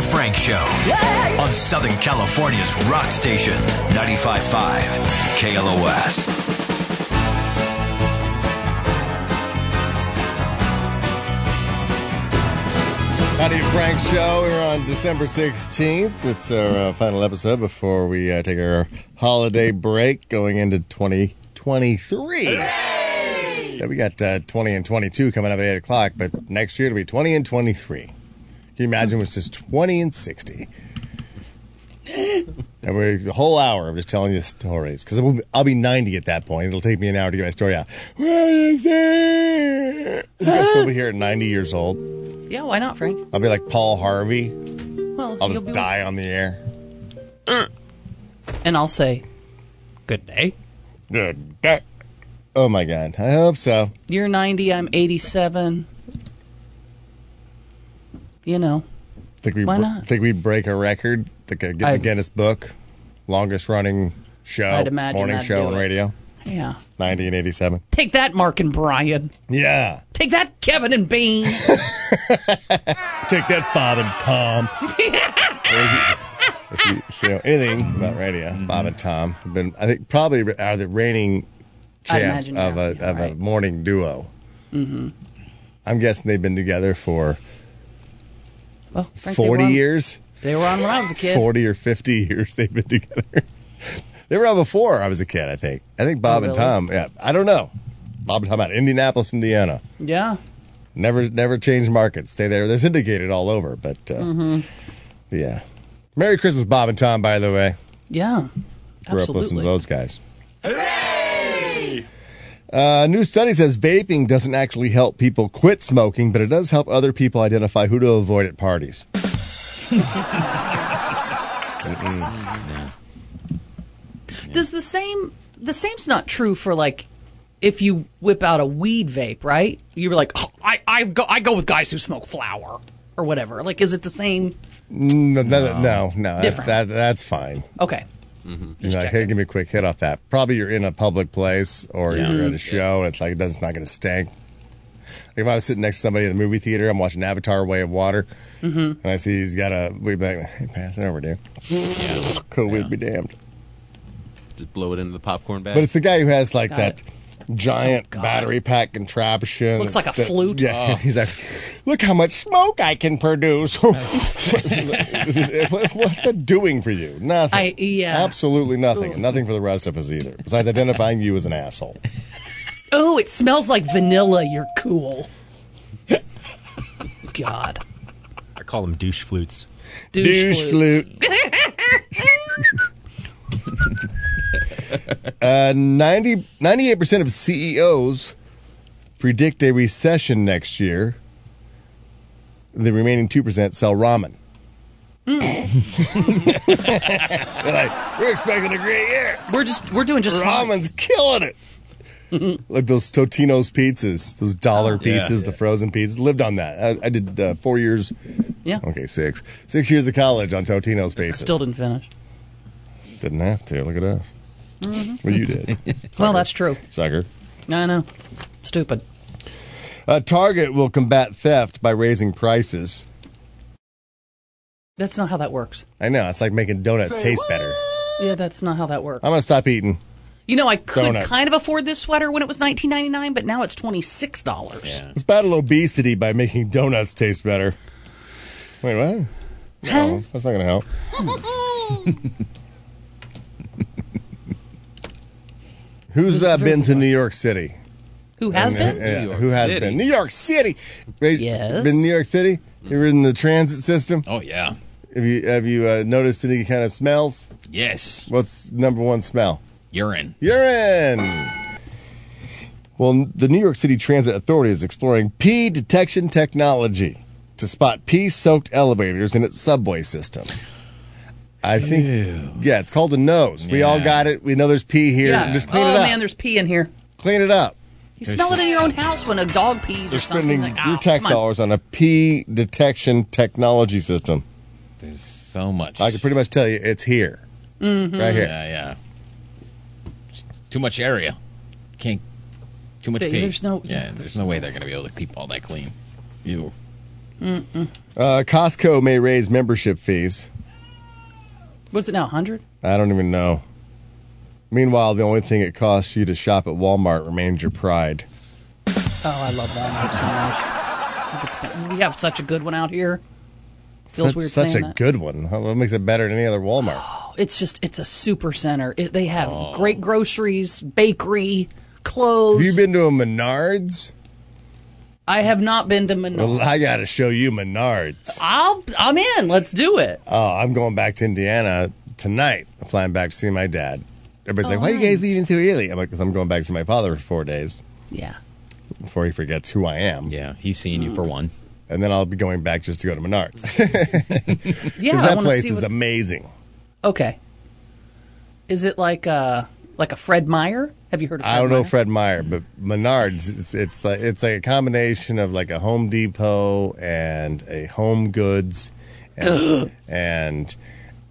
[SPEAKER 1] Frank Show on Southern California's rock station, 95.5 KLOS.
[SPEAKER 4] Howdy Frank Show. We're on December 16th. It's our uh, final episode before we uh, take our holiday break going into 2023. Yeah, we got uh, 20 and 22 coming up at 8 o'clock, but next year it'll be 20 and 23. Can you imagine it's just 20 and 60? [LAUGHS] And we're the whole hour of just telling you stories because I'll be 90 at that point. It'll take me an hour to get my story out. Where is it? You guys still be here at 90 years old.
[SPEAKER 9] Yeah, why not, Frank?
[SPEAKER 4] I'll be like Paul Harvey.
[SPEAKER 9] Well,
[SPEAKER 4] I'll
[SPEAKER 9] you'll
[SPEAKER 4] just
[SPEAKER 9] be
[SPEAKER 4] die on the air.
[SPEAKER 9] And I'll say, good day.
[SPEAKER 4] Good day. Oh my God. I hope so.
[SPEAKER 9] You're 90, I'm 87. You know,
[SPEAKER 4] Think we
[SPEAKER 9] Why
[SPEAKER 4] br-
[SPEAKER 9] not?
[SPEAKER 4] think we'd break a record. Think I'd get
[SPEAKER 9] I-
[SPEAKER 4] the Guinness Book, longest running show,
[SPEAKER 9] I'd imagine
[SPEAKER 4] morning
[SPEAKER 9] I'd
[SPEAKER 4] show
[SPEAKER 9] do
[SPEAKER 4] on
[SPEAKER 9] it.
[SPEAKER 4] radio,
[SPEAKER 9] yeah.
[SPEAKER 4] ninety and eighty-seven.
[SPEAKER 9] Take that, Mark and Brian.
[SPEAKER 4] Yeah.
[SPEAKER 9] Take that, Kevin
[SPEAKER 4] [LAUGHS]
[SPEAKER 9] and Bean.
[SPEAKER 4] Take that, Bob and
[SPEAKER 9] [LAUGHS]
[SPEAKER 4] Tom. if you, if you know anything about radio, Bob and Tom have been, I think, probably are the reigning
[SPEAKER 12] I'd
[SPEAKER 4] champs
[SPEAKER 12] imagine
[SPEAKER 4] of a of a morning duo.
[SPEAKER 12] Mm-hmm.
[SPEAKER 4] I'm guessing they've been together for
[SPEAKER 9] Well, Oh, Frank, they were
[SPEAKER 4] forty
[SPEAKER 9] on-
[SPEAKER 4] years.
[SPEAKER 9] They were on when I was a kid.
[SPEAKER 4] Forty or fifty years they've been together. [LAUGHS] they were on before I was a kid. I think. I think Bob
[SPEAKER 9] Oh,
[SPEAKER 4] and
[SPEAKER 9] really?
[SPEAKER 4] Tom. Yeah, I don't know. Bob and Tom out of Indianapolis, Indiana.
[SPEAKER 9] Yeah.
[SPEAKER 4] Never, never change markets. Stay there. They're syndicated all over. But uh,
[SPEAKER 9] Mm-hmm.
[SPEAKER 4] yeah, Merry Christmas, Bob and Tom. By the way.
[SPEAKER 9] Yeah.
[SPEAKER 4] Grew up listening to
[SPEAKER 9] Absolutely.
[SPEAKER 4] those guys. Uh, new study says vaping doesn't actually help people quit smoking, but it does help other people identify who to avoid at parties. Mm-mm.
[SPEAKER 9] Does the same the same's not true for like if you whip out a weed vape, right? You were like, "Oh, I I go I go with guys who smoke flower or whatever. Like, is it the same?
[SPEAKER 4] No, no, no, no, no, that,
[SPEAKER 9] Different.
[SPEAKER 4] that, that's fine.
[SPEAKER 9] Okay,
[SPEAKER 10] Mm-hmm.
[SPEAKER 4] You're like, hey, give me a quick hit off that. Probably you're in a public place or
[SPEAKER 9] Yeah.
[SPEAKER 4] you're at a
[SPEAKER 9] Mhm.
[SPEAKER 4] show, and it's like it does, it's not going to stink. Like if I was sitting next to somebody in the movie theater, I'm watching Avatar: Way of Water,
[SPEAKER 12] Mhm.
[SPEAKER 4] and I see he's got a weed bag. Hey, pass it over, dude. Cool, we'd be damned.
[SPEAKER 10] Just blow it into the popcorn bag.
[SPEAKER 4] But it's the guy who has like
[SPEAKER 10] Got
[SPEAKER 4] that giant battery pack contraption.
[SPEAKER 10] Looks like a
[SPEAKER 4] It's the-
[SPEAKER 10] flute.
[SPEAKER 4] Yeah, [LAUGHS]
[SPEAKER 10] Oh.
[SPEAKER 4] he's like, look how much smoke I can produce. [LAUGHS] This is- [LAUGHS] what- what's that doing for you? Nothing.
[SPEAKER 9] I- yeah.
[SPEAKER 4] Absolutely nothing. And nothing for the rest of us either, besides identifying you as an asshole.
[SPEAKER 9] Oh, it smells like vanilla. You're cool.
[SPEAKER 18] Oh, [LAUGHS]
[SPEAKER 9] God.
[SPEAKER 20] I call them douche flutes.
[SPEAKER 9] [LAUGHS] Douche Douche flutes. [LAUGHS]
[SPEAKER 4] Uh, 90, 98% of CEOs predict a recession next year. The remaining 2% sell
[SPEAKER 9] [LAUGHS]
[SPEAKER 4] ramen. They're like, we're expecting a great year.
[SPEAKER 9] We're just we're doing just
[SPEAKER 4] ramen's killing it. like those Totino's pizzas, those
[SPEAKER 9] Oh,
[SPEAKER 4] dollar
[SPEAKER 12] Yeah.
[SPEAKER 4] pizzas, the frozen pizzas. Lived on that. I, I did uh, four years.
[SPEAKER 9] Yeah.
[SPEAKER 4] Okay, six. Six years of college on Totino's pizzas.
[SPEAKER 9] Still didn't finish.
[SPEAKER 4] Didn't have to. Look at us.
[SPEAKER 9] Mhm.
[SPEAKER 4] Well, you did.
[SPEAKER 9] [LAUGHS] Well, that's true.
[SPEAKER 4] Sucker.
[SPEAKER 9] I know. Stupid.
[SPEAKER 4] Uh, Target will combat theft by raising prices.
[SPEAKER 9] That's not how that works.
[SPEAKER 4] I know. It's like making donuts
[SPEAKER 9] Say
[SPEAKER 4] taste better.
[SPEAKER 9] Yeah, that's not how that works.
[SPEAKER 4] I'm going to stop eating.
[SPEAKER 9] You know, I could
[SPEAKER 4] Donuts.
[SPEAKER 9] kind of afford this sweater when it was nineteen ninety nine, but now it's twenty six dollars.
[SPEAKER 4] Let's battle obesity by making donuts taste better. Wait, what? No, that's not going to help. Who's uh, been to New York City?
[SPEAKER 9] [LAUGHS] Who has
[SPEAKER 4] And, uh,
[SPEAKER 9] been?
[SPEAKER 4] yeah, who has been? New York City.
[SPEAKER 9] Yes.
[SPEAKER 4] Been in
[SPEAKER 9] [LAUGHS]
[SPEAKER 4] New York City? You were in the transit system? Oh, yeah. Have you, have you uh, noticed any kind of smells?
[SPEAKER 11] Yes.
[SPEAKER 4] What's number one smell?
[SPEAKER 11] Urine.
[SPEAKER 4] Urine. Well, the New York City Transit Authority is exploring pee detection technology to spot pee soaked elevators in its subway system. I think, yeah, it's called the nose. We all got it. We know there's pee here.
[SPEAKER 9] Yeah.
[SPEAKER 4] Just clean
[SPEAKER 9] oh
[SPEAKER 4] it up.
[SPEAKER 9] man, there's pee in here.
[SPEAKER 4] Clean it up.
[SPEAKER 9] You smell it in your own house when a dog pees
[SPEAKER 4] They're
[SPEAKER 9] or something.
[SPEAKER 4] spending
[SPEAKER 9] Like,
[SPEAKER 4] your
[SPEAKER 9] "Ow,
[SPEAKER 4] tax
[SPEAKER 9] come on."
[SPEAKER 4] dollars on a pee detection technology system.
[SPEAKER 11] There's so much.
[SPEAKER 4] I can pretty much tell you it's here.
[SPEAKER 11] Mm-hmm.
[SPEAKER 4] Right here.
[SPEAKER 11] Yeah, yeah. Just too much area. Can't. Too much
[SPEAKER 9] There-
[SPEAKER 11] pee.
[SPEAKER 9] there's no-
[SPEAKER 11] Yeah, there's no way they're going to be able to keep all that clean. You.
[SPEAKER 9] Mm-mm.
[SPEAKER 4] Uh, Costco may raise membership fees.
[SPEAKER 9] What's it now? Hundred?
[SPEAKER 4] I don't even know. Meanwhile, the only thing it costs you to shop at Walmart remains your pride.
[SPEAKER 9] Oh, I love that app so much. I think it's been- we have such a good one out here. Feels
[SPEAKER 4] Such-
[SPEAKER 9] weird
[SPEAKER 4] Such
[SPEAKER 9] saying
[SPEAKER 4] a
[SPEAKER 9] that.
[SPEAKER 4] good one. Huh, What makes it better than any other Walmart?
[SPEAKER 9] Oh, It's just it's a super center. It, they have great groceries, bakery, clothes.
[SPEAKER 4] Oh. Have you been to a Menards?
[SPEAKER 9] I have not been to Menards.
[SPEAKER 4] Well, I got to show you Menards.
[SPEAKER 9] I'll I'm in. Let's
[SPEAKER 4] [LAUGHS]
[SPEAKER 9] do it.
[SPEAKER 4] Oh, I'm going back to Indiana tonight. I'm flying back to see my dad. Everybody's like,
[SPEAKER 9] Oh,
[SPEAKER 4] why are you guys
[SPEAKER 9] nice.
[SPEAKER 4] leaving so early? I'm like, because I'm going back to see my father for four days.
[SPEAKER 9] Yeah. Mm.
[SPEAKER 4] Before he forgets who I am.
[SPEAKER 14] Yeah, he's seeing you for one.
[SPEAKER 4] And then I'll be going back just to go to Menards. [LAUGHS]
[SPEAKER 9] Yeah,
[SPEAKER 4] Because
[SPEAKER 9] I
[SPEAKER 4] that
[SPEAKER 9] wanna
[SPEAKER 4] place
[SPEAKER 9] see
[SPEAKER 4] is
[SPEAKER 9] what-
[SPEAKER 4] amazing.
[SPEAKER 9] Okay. Is it like uh like a Fred Meyer? Have you heard of Fred
[SPEAKER 4] I don't know
[SPEAKER 9] Meyer?
[SPEAKER 4] Fred Meyer, but Menards, it's, it's like it's like a combination of like a Home Depot and a Home Goods
[SPEAKER 9] [GASPS]
[SPEAKER 4] and, and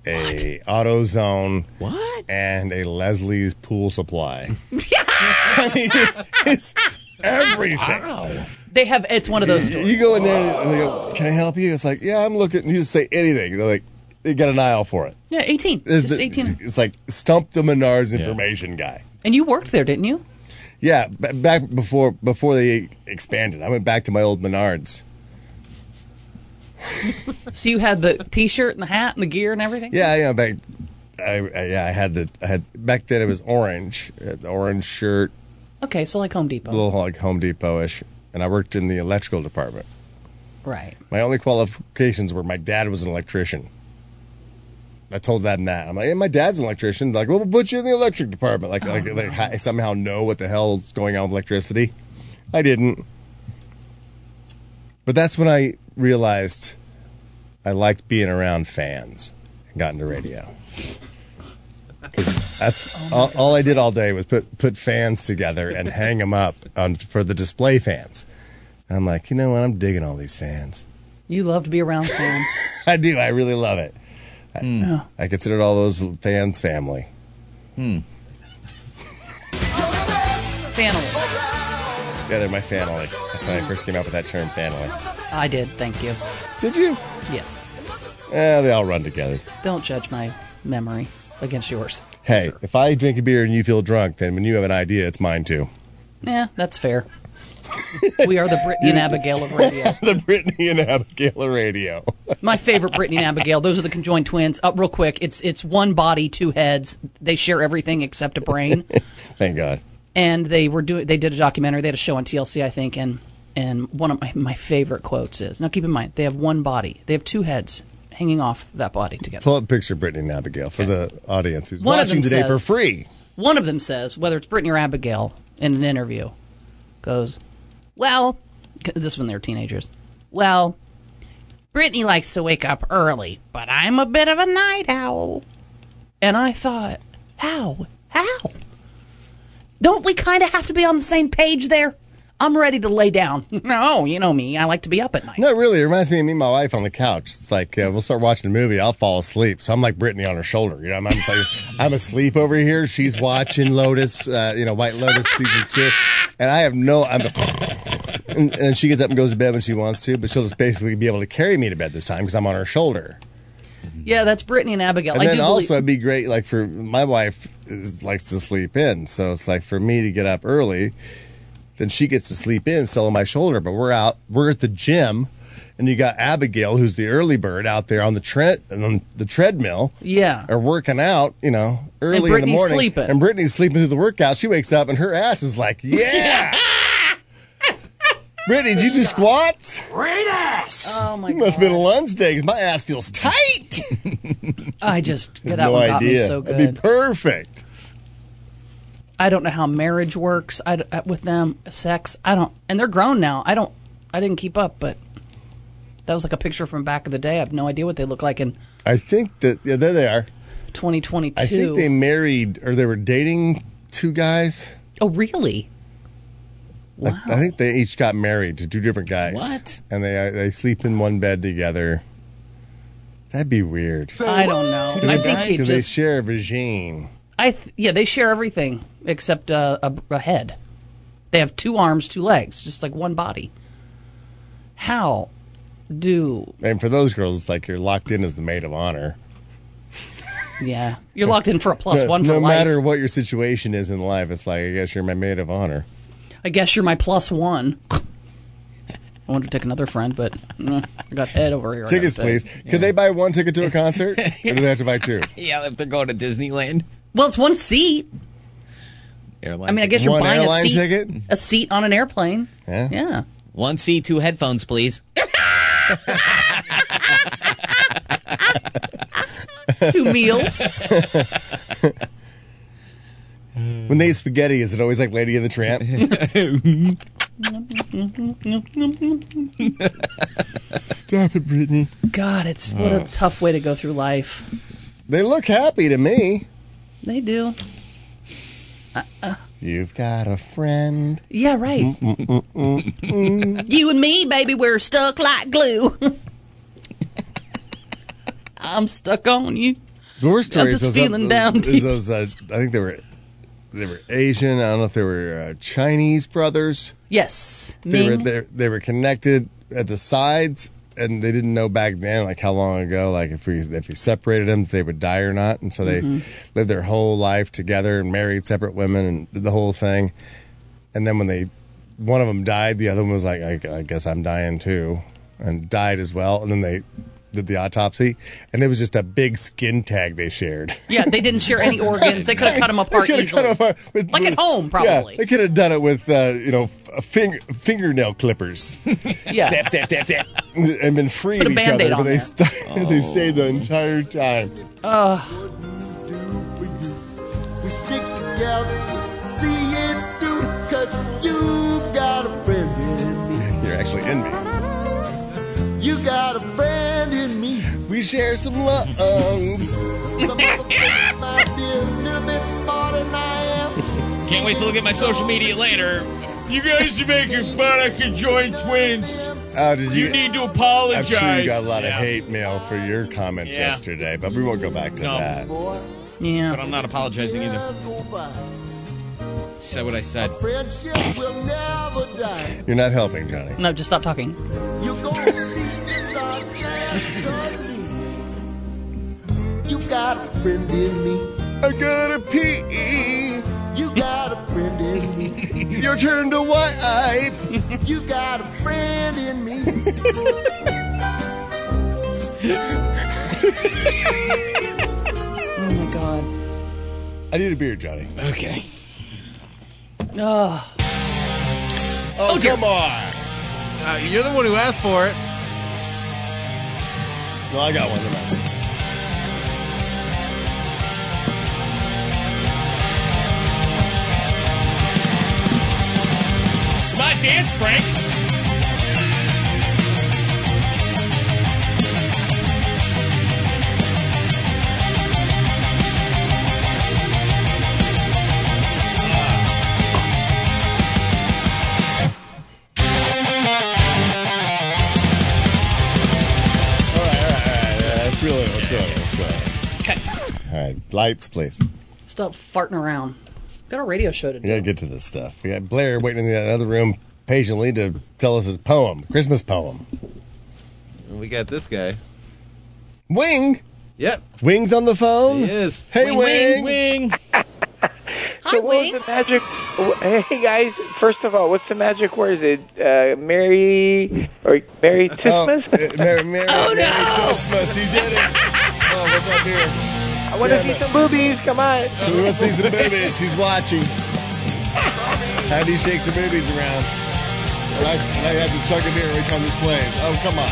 [SPEAKER 4] a AutoZone. What? And a Leslie's Pool Supply. I mean, [LAUGHS] it's, it's everything.
[SPEAKER 9] They have it's [LAUGHS] one
[SPEAKER 4] [LAUGHS]
[SPEAKER 9] of those
[SPEAKER 4] You, you go in there and they go, "Can I help you?" It's like, "Yeah, I'm looking." And you just say anything. They're like, "They got an aisle for it."
[SPEAKER 9] Yeah, 18.
[SPEAKER 4] There's
[SPEAKER 9] just
[SPEAKER 4] the-
[SPEAKER 9] 18.
[SPEAKER 4] It's like stump the Menards information guy.
[SPEAKER 9] And you worked there, didn't you?
[SPEAKER 4] Yeah, b- back before before they expanded, I went back to my old Menards.
[SPEAKER 9] So you had the t-shirt and the hat and the gear and everything?
[SPEAKER 4] Yeah, you know, back, I, I yeah, I had the I had back then it was orange, I had the orange shirt,
[SPEAKER 9] Okay, so like Home Depot.
[SPEAKER 4] a little like Home Depot ish, and I worked in the electrical department.
[SPEAKER 9] Right.
[SPEAKER 4] My only qualifications were my dad was an electrician. I told them that. I'm like, hey, my dad's an electrician. They're like, well, we'll put you in the electric department. Like, like, like I somehow know what the hell's going on with electricity. I didn't. But that's when I realized I liked being around fans and got into radio. 'Cause That's all, all I did all day was put put fans together and hang them up on, for the display fans. And I'm like, you know what? I'm digging all these fans.
[SPEAKER 9] You love to be around fans.
[SPEAKER 4] I do. I really love it. I,
[SPEAKER 9] Hmm.
[SPEAKER 4] I considered all those fans family.
[SPEAKER 9] Family.
[SPEAKER 4] Yeah, they're my family. That's when I first came up with that term, family.
[SPEAKER 9] I did, thank you.
[SPEAKER 4] Did you?
[SPEAKER 9] Yes.
[SPEAKER 4] Yeah, Eh, they all run together.
[SPEAKER 9] Don't judge my memory against yours.
[SPEAKER 4] Hey, if I drink a beer and you feel drunk, then when you have an idea, it's mine too.
[SPEAKER 9] Yeah, that's fair. we are the Brittany and Abigail of radio.
[SPEAKER 4] [LAUGHS] the Brittany and Abigail of radio.
[SPEAKER 9] My favorite Brittany and Abigail. Those are the conjoined twins. Up real quick. It's it's one body, two heads. They share everything except a brain.
[SPEAKER 4] Thank God.
[SPEAKER 9] and they were doing they did a documentary they had a show on TLC I think and and one of my, my favorite quotes is now keep in mind they have one body they have two heads hanging off that body together
[SPEAKER 4] Pull up a picture of Brittany and Abigail for the audience who's
[SPEAKER 9] One of
[SPEAKER 4] watching
[SPEAKER 9] them
[SPEAKER 4] today for
[SPEAKER 9] says-
[SPEAKER 4] free.
[SPEAKER 9] one of them says whether it's Brittany or Abigail in an interview goes well c- this is when they were teenagers well Brittany likes to wake up early but I'm a bit of a night owl and I thought how how don't we kind of have to be on the same page there? I'm ready to lay down. [LAUGHS] no, you know me. I like to be up at night.
[SPEAKER 4] No, really, it reminds me of me and my wife on the couch. It's like uh, we'll start watching a movie, I'll fall asleep. So I'm like Brittany on her shoulder. You know, I'm, I'm just like [LAUGHS] I'm asleep over here. She's watching Lotus, uh, you know, White Lotus season two, and I have no. I'm. [LAUGHS] And, and she gets up and goes to bed when she wants to, but she'll just basically be able to carry me to bed this time because I'm on her shoulder.
[SPEAKER 9] Yeah, that's Brittany and Abigail.
[SPEAKER 4] And
[SPEAKER 9] I
[SPEAKER 4] then
[SPEAKER 9] do
[SPEAKER 4] also,
[SPEAKER 9] believe.
[SPEAKER 4] it'd be great. Like for my wife is, likes to sleep in, so it's like for me to get up early, then she gets to sleep in still on my shoulder. But we're out, we're at the gym, and you got Abigail, who's the early bird, out there on the tre- on the treadmill,
[SPEAKER 9] Yeah.
[SPEAKER 4] or working out. You know, early in the
[SPEAKER 9] Brittany's
[SPEAKER 4] morning,
[SPEAKER 9] sleeping.
[SPEAKER 4] and Brittany's sleeping through the workout. She wakes up and her ass is like,
[SPEAKER 9] [LAUGHS]
[SPEAKER 4] yeah. Brittany, did you do squats?
[SPEAKER 12] Great ass!
[SPEAKER 9] Oh my
[SPEAKER 4] It must have been a lunch day because my ass feels
[SPEAKER 9] [LAUGHS]
[SPEAKER 4] tight.
[SPEAKER 9] I just
[SPEAKER 4] There's
[SPEAKER 9] that
[SPEAKER 4] no
[SPEAKER 9] one got me
[SPEAKER 4] idea.
[SPEAKER 9] so good.
[SPEAKER 4] That'd be perfect.
[SPEAKER 9] I don't know how marriage works. I d- uh, with them sex. I don't, and they're grown now. I don't. I didn't keep up, but that was like a picture from back of the day. I have no idea what they look like in
[SPEAKER 4] I think that yeah, there they are.
[SPEAKER 9] 2022.
[SPEAKER 4] I think they married or they were dating two guys.
[SPEAKER 9] Oh, really?
[SPEAKER 4] I- I, think they each got married to two different guys.
[SPEAKER 9] What?
[SPEAKER 4] And they uh, they sleep in one bed together. That'd be weird.
[SPEAKER 9] I don't know. I think you
[SPEAKER 4] because they
[SPEAKER 9] just.
[SPEAKER 4] share a vagine.
[SPEAKER 9] I th- yeah, they share everything except uh, a, a head. They have two arms, two legs, just like one body. How? do.
[SPEAKER 4] And for those girls, it's like you're locked in as the maid of honor.
[SPEAKER 9] [LAUGHS] Yeah. You're locked in for a
[SPEAKER 4] [LAUGHS]
[SPEAKER 9] plus
[SPEAKER 4] no,
[SPEAKER 9] one for
[SPEAKER 4] no
[SPEAKER 9] life.
[SPEAKER 4] matter what your situation is in life, it's like I guess you're my maid of honor.
[SPEAKER 9] I guess you're my plus one. I wanted to take another friend, but [LAUGHS] mm, I got Ed over here.
[SPEAKER 4] Tickets, please. Could they buy one ticket to a concert,
[SPEAKER 9] [LAUGHS]
[SPEAKER 4] or do they have to buy two?
[SPEAKER 14] Yeah, if they're going to Disneyland.
[SPEAKER 9] Well, it's one seat.
[SPEAKER 14] Airline
[SPEAKER 9] I mean, I guess
[SPEAKER 14] ticket.
[SPEAKER 9] you're buying a seat, a seat on an airplane.
[SPEAKER 4] Yeah.
[SPEAKER 9] Yeah.
[SPEAKER 11] One seat, two headphones, please.
[SPEAKER 9] [LAUGHS]
[SPEAKER 4] [LAUGHS]
[SPEAKER 9] Two meals.
[SPEAKER 4] when they eat spaghetti, is it always like Lady and the
[SPEAKER 9] [LAUGHS]
[SPEAKER 4] Tramp? Stop it, Brittany.
[SPEAKER 9] God, it's what a
[SPEAKER 4] Ugh.
[SPEAKER 9] tough way to go through life.
[SPEAKER 4] Oh. They look happy to me.
[SPEAKER 9] They do. Uh,
[SPEAKER 4] You've got a friend. Mm,
[SPEAKER 9] Yeah, right.
[SPEAKER 4] Mm-mm-mm-mm.
[SPEAKER 9] you and me, baby, we're stuck like glue. I'm stuck on you.
[SPEAKER 4] The worst
[SPEAKER 9] I'm
[SPEAKER 4] story is
[SPEAKER 9] just
[SPEAKER 4] those,
[SPEAKER 9] feeling
[SPEAKER 4] uh,
[SPEAKER 9] down
[SPEAKER 4] is those uh, I think they were they were Asian. I don't know if they were uh, Chinese brothers.
[SPEAKER 9] Yes,
[SPEAKER 4] They were
[SPEAKER 9] Ming.
[SPEAKER 4] they, they were connected at the sides, and they didn't know back then like how long ago like if we if we separated them if they would die or not, and so they
[SPEAKER 9] Mm-hmm.
[SPEAKER 12] Mhm.
[SPEAKER 4] lived their whole life together and married separate women and did the whole thing, and then when they one of them died, the other one was like I, I guess I'm dying too, and died as well, and then they did the autopsy, and it was just a big skin tag they shared.
[SPEAKER 9] Yeah, they didn't share any organs. They could have cut them apart
[SPEAKER 4] They could've cut
[SPEAKER 9] easily.
[SPEAKER 4] 'em apart with-
[SPEAKER 9] like at home,
[SPEAKER 4] [LAUGHS]
[SPEAKER 9] probably.
[SPEAKER 4] Yeah, they could have done it with uh, you know f- finger, fingernail clippers.
[SPEAKER 9] Yeah.
[SPEAKER 4] Snap, snap, snap, snap, [LAUGHS] and been free
[SPEAKER 9] Put
[SPEAKER 4] of
[SPEAKER 9] a
[SPEAKER 4] each
[SPEAKER 9] Band-Aid
[SPEAKER 4] other, but
[SPEAKER 9] on
[SPEAKER 4] they
[SPEAKER 9] there.
[SPEAKER 4] st- [LAUGHS] they stayed the entire time.
[SPEAKER 9] Ugh.
[SPEAKER 12] We stick together, see it through, cause you've got a friend in me.
[SPEAKER 4] You're actually in me.
[SPEAKER 12] You got a friend in me.
[SPEAKER 4] We share some lungs.
[SPEAKER 12] Some other friend might be a little bit smarter than I am.
[SPEAKER 11] Can't wait to look at my social media later.
[SPEAKER 12] You guys are making fun. I could join twins.
[SPEAKER 4] Oh, did you,
[SPEAKER 12] You need to
[SPEAKER 4] I'm
[SPEAKER 12] apologize.
[SPEAKER 4] sure you got a lot
[SPEAKER 11] Yeah.
[SPEAKER 4] of hate mail for your comments
[SPEAKER 11] Yeah.
[SPEAKER 4] yesterday, but we won't go back to
[SPEAKER 11] No.
[SPEAKER 4] that.
[SPEAKER 9] Yeah.
[SPEAKER 11] But I'm not apologizing either. Said what I said.
[SPEAKER 12] Friendship will never die.
[SPEAKER 4] You're not helping, Johnny.
[SPEAKER 9] No, just stop talking.
[SPEAKER 12] You're gonna see it's our destiny. You got a friend in me.
[SPEAKER 4] I got a pee.
[SPEAKER 12] You got a friend in me.
[SPEAKER 4] [LAUGHS] Your turn to wipe.
[SPEAKER 12] You got a friend in me.
[SPEAKER 9] Oh my god.
[SPEAKER 4] I need a beer, Johnny.
[SPEAKER 11] Okay.
[SPEAKER 9] Ugh.
[SPEAKER 4] Oh, come on.
[SPEAKER 10] Uh, you're the one who asked for it.
[SPEAKER 4] No, I got one. never mind.
[SPEAKER 11] Come on, dance, Frank.
[SPEAKER 4] Yeah, let's reel it. Let's go. Let's go. All right, lights, please.
[SPEAKER 9] Stop farting around. Got a radio show to do.
[SPEAKER 4] We gotta get to this stuff. We got Blair waiting in the other room patiently to tell us his poem, Christmas poem.
[SPEAKER 10] We got this guy.
[SPEAKER 4] Wing.
[SPEAKER 10] Yep.
[SPEAKER 4] Wings on the phone. He
[SPEAKER 10] is.
[SPEAKER 4] Hey, Wing.
[SPEAKER 10] Wing.
[SPEAKER 4] [LAUGHS]
[SPEAKER 21] so what was the magic? wh- Hey guys, first of all, what's the magic word? Is it uh, Merry or Merry
[SPEAKER 4] Oh,
[SPEAKER 21] Christmas?
[SPEAKER 4] Merry, Merry, oh, Merry Christmas. He did it. Oh, what's up here?
[SPEAKER 21] I want to see some boobies. Come on.
[SPEAKER 4] We want to see some boobies. He's watching. How do you shake some boobies around? And I, and I have to chug a beer every time this plays. Oh, come on.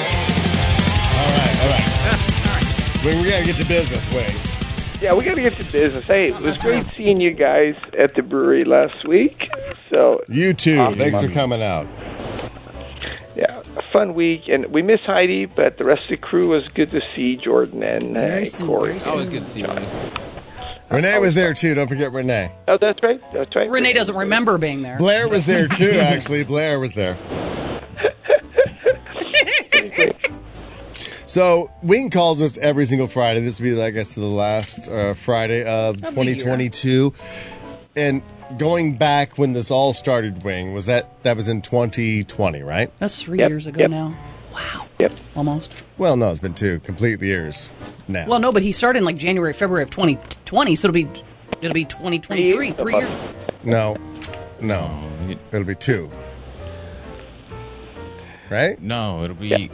[SPEAKER 4] all right, all right. Wing, we gotta get to business, Wing.
[SPEAKER 21] Yeah, we got to get to business. Hey, it was great seeing you guys at the brewery last week. So
[SPEAKER 4] you too. Thanks for coming out.
[SPEAKER 21] Yeah, a fun week, and we miss Heidi, but the rest of the crew was good to see Jordan and uh,
[SPEAKER 10] Very
[SPEAKER 21] Corey.
[SPEAKER 10] Always good to see you, Wing.
[SPEAKER 4] Renee was there too. Don't forget Renee.
[SPEAKER 21] Oh, that's right. That's right.
[SPEAKER 9] Renee doesn't remember being there.
[SPEAKER 4] Blair was there
[SPEAKER 9] [LAUGHS]
[SPEAKER 4] too. Actually, Blair was there. So Wing calls us every single Friday. This will be, I guess, the last uh, Friday of
[SPEAKER 2] Of the year.
[SPEAKER 4] 2022. And going back when this all started, Wing was that that was in 2020, right?
[SPEAKER 9] That's three
[SPEAKER 4] Yep,
[SPEAKER 9] years ago
[SPEAKER 4] yep.
[SPEAKER 9] now.
[SPEAKER 4] Yep,
[SPEAKER 9] almost.
[SPEAKER 4] Well, no, it's been two complete years now.
[SPEAKER 9] Well, no, but he started in like January, February of 2020, so it'll be it'll be 2023, three years.
[SPEAKER 4] No, no, it'll be two. Right?
[SPEAKER 11] No, it'll be.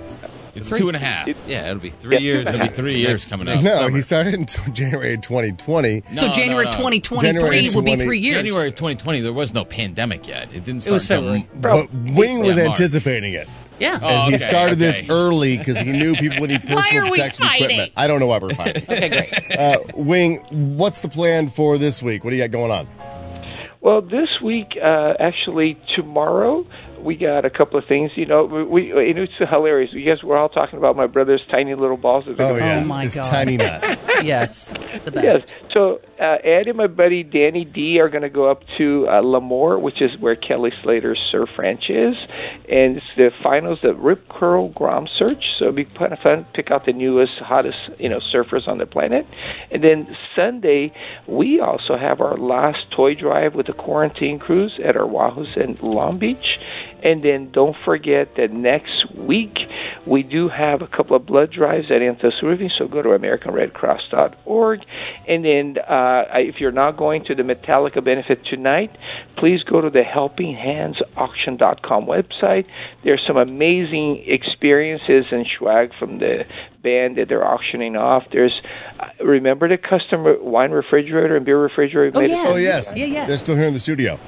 [SPEAKER 11] It's two and a half. Yeah, it'll be
[SPEAKER 4] Yeah,
[SPEAKER 11] three
[SPEAKER 4] two
[SPEAKER 11] years.
[SPEAKER 4] and a [LAUGHS]
[SPEAKER 11] It'll be
[SPEAKER 4] half.
[SPEAKER 11] three years coming
[SPEAKER 4] No,
[SPEAKER 11] up.
[SPEAKER 4] he started in t- January 2020.
[SPEAKER 9] So January 2023 will be three years.
[SPEAKER 11] January 2020, there was no pandemic yet. It didn't
[SPEAKER 9] It
[SPEAKER 11] start
[SPEAKER 9] was
[SPEAKER 11] till
[SPEAKER 9] February.
[SPEAKER 11] M-
[SPEAKER 4] But Wing was
[SPEAKER 11] Yeah, March.
[SPEAKER 4] anticipating it.
[SPEAKER 9] Yeah.
[SPEAKER 11] Oh,
[SPEAKER 4] and he
[SPEAKER 11] okay,
[SPEAKER 4] started this
[SPEAKER 11] okay.
[SPEAKER 4] early because he knew people would need
[SPEAKER 11] Why
[SPEAKER 4] personal
[SPEAKER 11] are we
[SPEAKER 4] protection
[SPEAKER 11] fighting?
[SPEAKER 4] equipment. I don't know why we're fighting.
[SPEAKER 9] okay, great.
[SPEAKER 4] Uh, Wing, what's the plan for this week? What do you got going on?
[SPEAKER 21] Well, this week, uh, actually, tomorrow, we got a couple of things. You know, we, we and it's hilarious. You guys were all talking about my brother's tiny little balls. That
[SPEAKER 4] Oh, yeah. Oh, my His God. [LAUGHS] tiny nuts.
[SPEAKER 9] yes, the
[SPEAKER 21] best. Yes. So uh, Ed and my buddy Danny D are going to go up to uh, Lemoore, which is where Kelly Slater's Sir French is, and it's the finals of Rip Curl Grom Search. So it'll be kind of fun. Pick out the newest, hottest, you know, surfers on the planet. And then Sunday, we also have our last toy drive with the quarantine crews at our Wahoos in Long Beach. And then don't forget that next week we do have a couple of blood drives at Anthos Roofing, so go to AmericanRedCross.org. And then uh, if you're not going to the Metallica benefit tonight, please go to the HelpingHandsAuction.com website. There's some amazing experiences and swag from the band that they're auctioning off. There's uh, remember the custom re- wine refrigerator and beer refrigerator. made it-
[SPEAKER 4] Oh, yes. They're still here in the studio.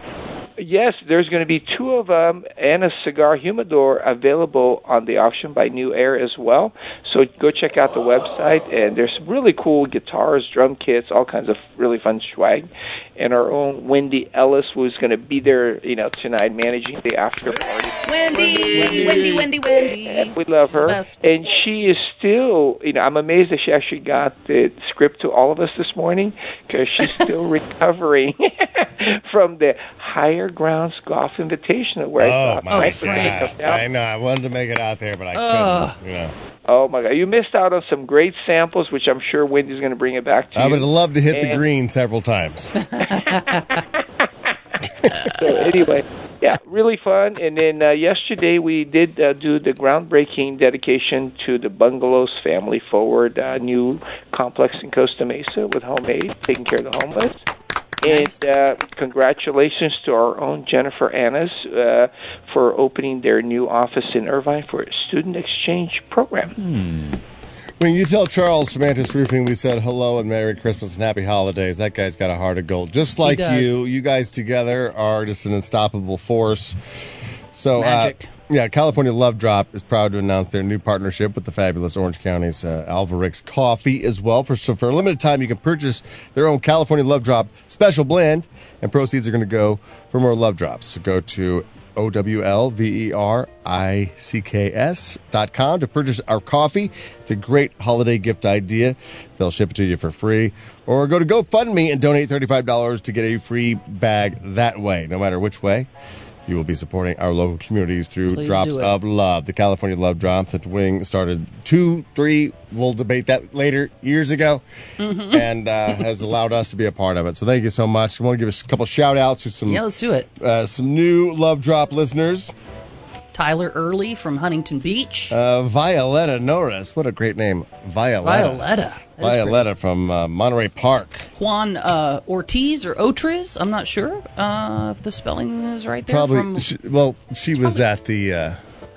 [SPEAKER 21] Yes, there's going to be two of them and a cigar humidor available on the auction by New Air as well. So go check out the website, and there's some really cool guitars, drum kits, all kinds of really fun swag. And our own Wendy Ellis, who's going to be there, you know, tonight managing the after party.
[SPEAKER 12] Wendy, Wendy, Wendy, Wendy.
[SPEAKER 21] We love her,
[SPEAKER 12] Best.
[SPEAKER 21] and she is still. You know, I'm amazed that she actually got the script to all of us this morning because she's still recovering [LAUGHS] from the Higher Grounds Golf Invitational. Where I
[SPEAKER 4] Oh,
[SPEAKER 21] thought
[SPEAKER 4] my
[SPEAKER 21] Mike was gonna
[SPEAKER 4] God.
[SPEAKER 21] come down.
[SPEAKER 4] I know. I wanted to make it out there, but I
[SPEAKER 21] Ugh.
[SPEAKER 4] couldn't. You know.
[SPEAKER 21] Oh my God! You missed out on some great samples, which I'm sure Wendy's going to bring it back to.
[SPEAKER 4] I
[SPEAKER 21] you.
[SPEAKER 4] would love to hit the
[SPEAKER 21] And-
[SPEAKER 4] green several times.
[SPEAKER 21] so anyway, yeah, really fun. And then uh, yesterday we did uh, do the groundbreaking dedication to the Bungalows Family Forward uh, new complex in Costa Mesa with homemade, taking care of the homeless. And uh, congratulations to our own Jennifer Annas uh, for opening their new office in Irvine for a student exchange program.
[SPEAKER 4] Hmm. When you tell Charles from Mantis Roofing we said hello and Merry Christmas and Happy Holidays, that guy's got a heart of gold. Just
[SPEAKER 21] He
[SPEAKER 4] like
[SPEAKER 21] does.
[SPEAKER 4] you, you guys together are just an unstoppable force. So,
[SPEAKER 22] Magic.
[SPEAKER 4] Uh, yeah, California Love Drop is proud to announce their new partnership with the fabulous Orange County's uh, Alvaric's Coffee as well. For, so for a limited time, you can purchase their own California Love Drop special blend, and proceeds are going to go for more Love Drops. So go to O W L V E R I C K S dot com to purchase our coffee. It's a great holiday gift idea. They'll ship it to you for free. Or go to GoFundMe and donate $35 to get a free bag that way, no matter which way. You will be supporting our local communities through
[SPEAKER 22] Please
[SPEAKER 4] Drops
[SPEAKER 22] do it.
[SPEAKER 4] of Love, the California Love Drops that Wing started two, three, we'll debate that later, years ago,
[SPEAKER 9] Mm-hmm.
[SPEAKER 4] and uh, has allowed us to be a part of it. So thank you so much. I want to give us a couple shout outs to some
[SPEAKER 9] Yeah, let's do it.
[SPEAKER 4] Uh, some new Love Drop listeners.
[SPEAKER 9] Tyler Early from Huntington Beach.
[SPEAKER 4] Uh, Violetta Norris, what a great name, Violetta.
[SPEAKER 9] Violetta. That is
[SPEAKER 4] Violetta from uh, Monterey Park.
[SPEAKER 9] Juan uh, Ortiz or Otriz. I'm not sure uh, if the spelling is right there.
[SPEAKER 4] Probably.
[SPEAKER 9] From,
[SPEAKER 4] she, well, she was at the. Uh,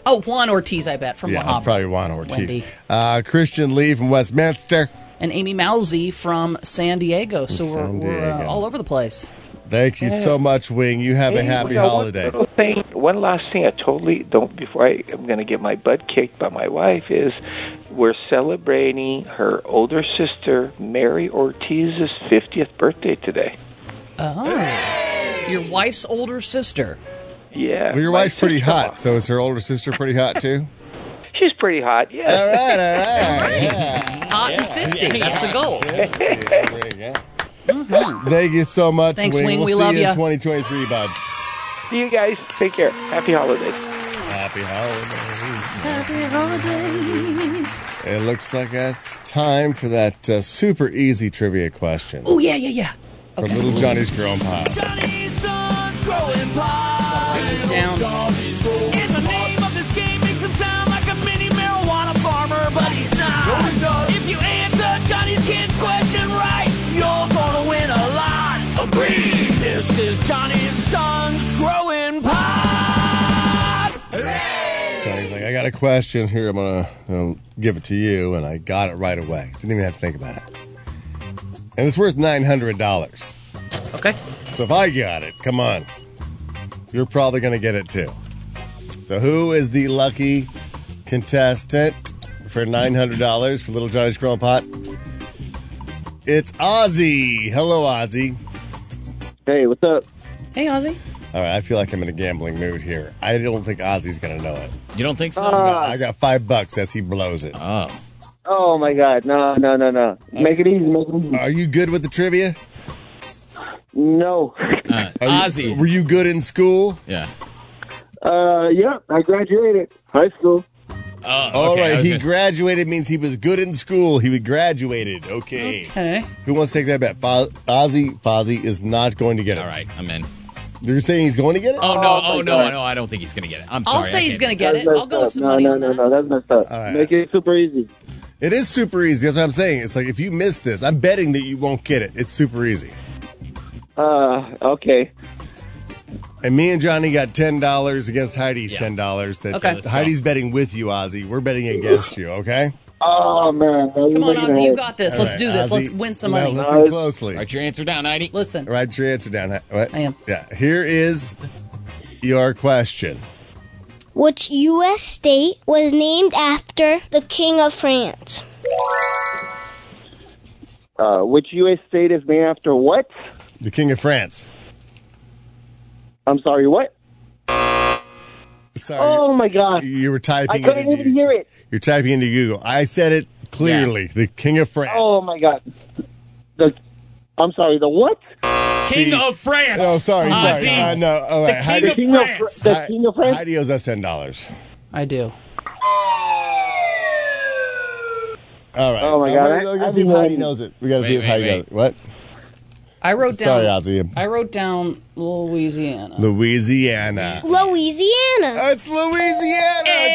[SPEAKER 9] oh, Juan Ortiz, I bet, from
[SPEAKER 4] yeah,
[SPEAKER 9] Wahab.
[SPEAKER 4] probably Juan Ortiz.
[SPEAKER 9] Wendy.
[SPEAKER 4] Uh, Christian Lee from Westminster.
[SPEAKER 9] And Amy Mousy from San Diego. So we're,
[SPEAKER 4] San
[SPEAKER 9] we're uh,
[SPEAKER 4] Diego.
[SPEAKER 9] all over the place.
[SPEAKER 4] Thank you so much, Wing. You have a
[SPEAKER 21] Hey,
[SPEAKER 4] happy
[SPEAKER 21] you know,
[SPEAKER 4] holiday.
[SPEAKER 21] One, little thing, one last thing I totally don't, before I, I'm going to get my butt kicked by my wife, is we're celebrating her older sister, Mary Ortiz's 50th birthday today.
[SPEAKER 9] Oh. Your wife's older sister.
[SPEAKER 21] Yeah.
[SPEAKER 4] Well, your wife's pretty hot, so is her older sister pretty hot too?
[SPEAKER 21] She's pretty hot, yeah. All
[SPEAKER 4] right, all right. [LAUGHS]
[SPEAKER 9] Hot and 50. That's the goal.
[SPEAKER 4] There you go. Thank you so much,
[SPEAKER 21] Thanks,
[SPEAKER 4] Wing.
[SPEAKER 21] Wing.
[SPEAKER 4] We'll
[SPEAKER 21] We
[SPEAKER 4] see
[SPEAKER 21] love
[SPEAKER 4] you
[SPEAKER 21] ya.
[SPEAKER 4] in 2023, bud.
[SPEAKER 21] See you guys. Take care. Happy holidays.
[SPEAKER 4] Happy holidays.
[SPEAKER 12] Happy holidays.
[SPEAKER 4] It looks like it's time for that uh, super easy trivia question
[SPEAKER 12] Oh, yeah, yeah, yeah.
[SPEAKER 4] for little Johnny's grown pop.
[SPEAKER 12] Johnny's son's growing pie.
[SPEAKER 9] down.
[SPEAKER 12] And the name of this game makes him sound like a mini marijuana farmer, but he's not. If you answer Johnny's kid's question right, you're gonna win a lot of breed. This is Johnny's son's growing pie.
[SPEAKER 4] Johnny's like, I got a question here. I'm gonna, uh, give it to you, and I got it right away. Didn't even have to think about it. And it's worth nine hundred dollars. Okay. So if I got it, come on, you're probably gonna get it too. So who is the lucky contestant for nine hundred dollars for Little Johnny's Growing Pot? It's Ozzy. Hello, Ozzy. Hey, what's up?
[SPEAKER 9] Hey, Ozzy.
[SPEAKER 4] All right, I feel like I'm in a gambling mood here. I don't think Ozzy's going to know it. You don't think
[SPEAKER 2] so? Ah.
[SPEAKER 4] I got five bucks as he blows it. Oh.
[SPEAKER 2] Oh my God! No, no, no, no! Make it easy. Make it easy.
[SPEAKER 4] Are you good with the trivia?
[SPEAKER 2] No.
[SPEAKER 4] Ozzy. Were you good in school?
[SPEAKER 2] Yeah. Uh, yeah. I graduated high school.
[SPEAKER 4] All
[SPEAKER 2] okay, I
[SPEAKER 4] right,
[SPEAKER 2] was
[SPEAKER 4] he
[SPEAKER 2] gonna-
[SPEAKER 4] graduated means he was good in school. He graduated. Okay.
[SPEAKER 9] Okay.
[SPEAKER 4] Who wants to take that bet? Fo- Ozzy Fozzy is not going to get it. All right, I'm in. You're saying he's going to get it?
[SPEAKER 14] Oh, no! Oh, no! No! I don't think he's gonna get it. I'm sorry.
[SPEAKER 9] I'll say he's gonna get
[SPEAKER 2] That's
[SPEAKER 9] it. I'll
[SPEAKER 2] messed
[SPEAKER 9] go with
[SPEAKER 2] up.
[SPEAKER 9] some
[SPEAKER 2] no,
[SPEAKER 9] money.
[SPEAKER 2] no, no, no, That's messed up.
[SPEAKER 4] Uh,
[SPEAKER 2] Make it super easy.
[SPEAKER 4] It is super easy. That's what I'm saying. It's like if you miss this, I'm betting that you won't get it. It's super easy.
[SPEAKER 2] Uh, okay.
[SPEAKER 4] And me and Johnny got ten dollars against Heidi's ten dollars. That
[SPEAKER 2] Okay. Let's go.
[SPEAKER 4] Heidi's betting with you, Ozzy. We're betting against you. Okay.
[SPEAKER 2] Oh man!
[SPEAKER 9] Come on, Ozzy, you got this.
[SPEAKER 4] All
[SPEAKER 9] Let's
[SPEAKER 4] right,
[SPEAKER 9] do this.
[SPEAKER 4] Ozzy,
[SPEAKER 9] Let's win some
[SPEAKER 4] now
[SPEAKER 9] money.
[SPEAKER 4] Listen closely. Write
[SPEAKER 14] your answer down, Heidi.
[SPEAKER 9] Listen.
[SPEAKER 4] Write your answer down. Hei- What? I am. Yeah. Here is your question.
[SPEAKER 22] Which U.S. state was named after the King of France?
[SPEAKER 2] Uh, which U.S. state is named after what?
[SPEAKER 4] The King of France.
[SPEAKER 2] I'm sorry. What?
[SPEAKER 4] Sorry. Oh
[SPEAKER 2] my God!
[SPEAKER 4] You were
[SPEAKER 2] I
[SPEAKER 4] typing.
[SPEAKER 2] couldn't
[SPEAKER 4] Into,
[SPEAKER 2] even hear it.
[SPEAKER 4] you're typing into Google. I said it clearly. The King of France.
[SPEAKER 2] Oh my God! The I'm sorry. The what?
[SPEAKER 4] King of
[SPEAKER 14] France.
[SPEAKER 4] Oh, sorry. Sorry.
[SPEAKER 2] Ozzy.
[SPEAKER 4] Uh, no. All
[SPEAKER 2] The
[SPEAKER 4] right.
[SPEAKER 2] King of King of Fr- France. the King of France?
[SPEAKER 4] Heidi owes us ten dollars.
[SPEAKER 9] I do.
[SPEAKER 4] All right.
[SPEAKER 9] Oh, my
[SPEAKER 4] Uh,
[SPEAKER 9] God.
[SPEAKER 4] let's-
[SPEAKER 9] I-
[SPEAKER 4] Let's
[SPEAKER 9] I
[SPEAKER 4] see if
[SPEAKER 9] mean,
[SPEAKER 4] Heidi
[SPEAKER 9] I-
[SPEAKER 4] knows it. We got to see if
[SPEAKER 9] Wait, wait,
[SPEAKER 4] Heidi
[SPEAKER 9] wait.
[SPEAKER 4] knows it. What?
[SPEAKER 9] I wrote
[SPEAKER 4] Sorry,
[SPEAKER 9] down.
[SPEAKER 4] Ozzy.
[SPEAKER 9] I wrote down Louisiana.
[SPEAKER 4] Louisiana.
[SPEAKER 22] Louisiana.
[SPEAKER 4] uh, It's Louisiana,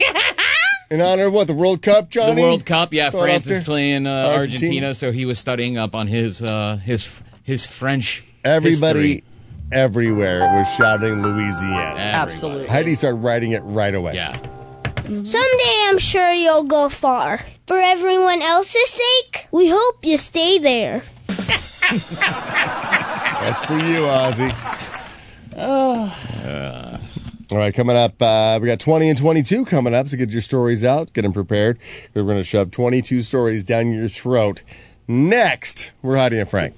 [SPEAKER 4] King [LAUGHS] In honor of what? The World Cup, Johnny?
[SPEAKER 14] The World Cup, yeah.
[SPEAKER 4] Throw it
[SPEAKER 14] France
[SPEAKER 4] out there.
[SPEAKER 14] is playing uh,
[SPEAKER 4] Argentina.
[SPEAKER 14] Argentina. so he was studying up on his uh, his his French.
[SPEAKER 4] Everybody
[SPEAKER 14] history.
[SPEAKER 4] everywhere was shouting Louisiana.
[SPEAKER 22] Absolutely.
[SPEAKER 4] Heidi started writing it right away. Yeah.
[SPEAKER 14] Mm-hmm.
[SPEAKER 22] Someday I'm sure you'll go far. For everyone else's sake, we hope you stay there.
[SPEAKER 4] That's for you, Ozzy.
[SPEAKER 22] Oh.
[SPEAKER 4] Uh, all right, coming up, uh, we got 20 and 22 coming up, so get your stories out, get them prepared. We're going to shove 22 stories down your throat. Next, we're Heidi and Frank.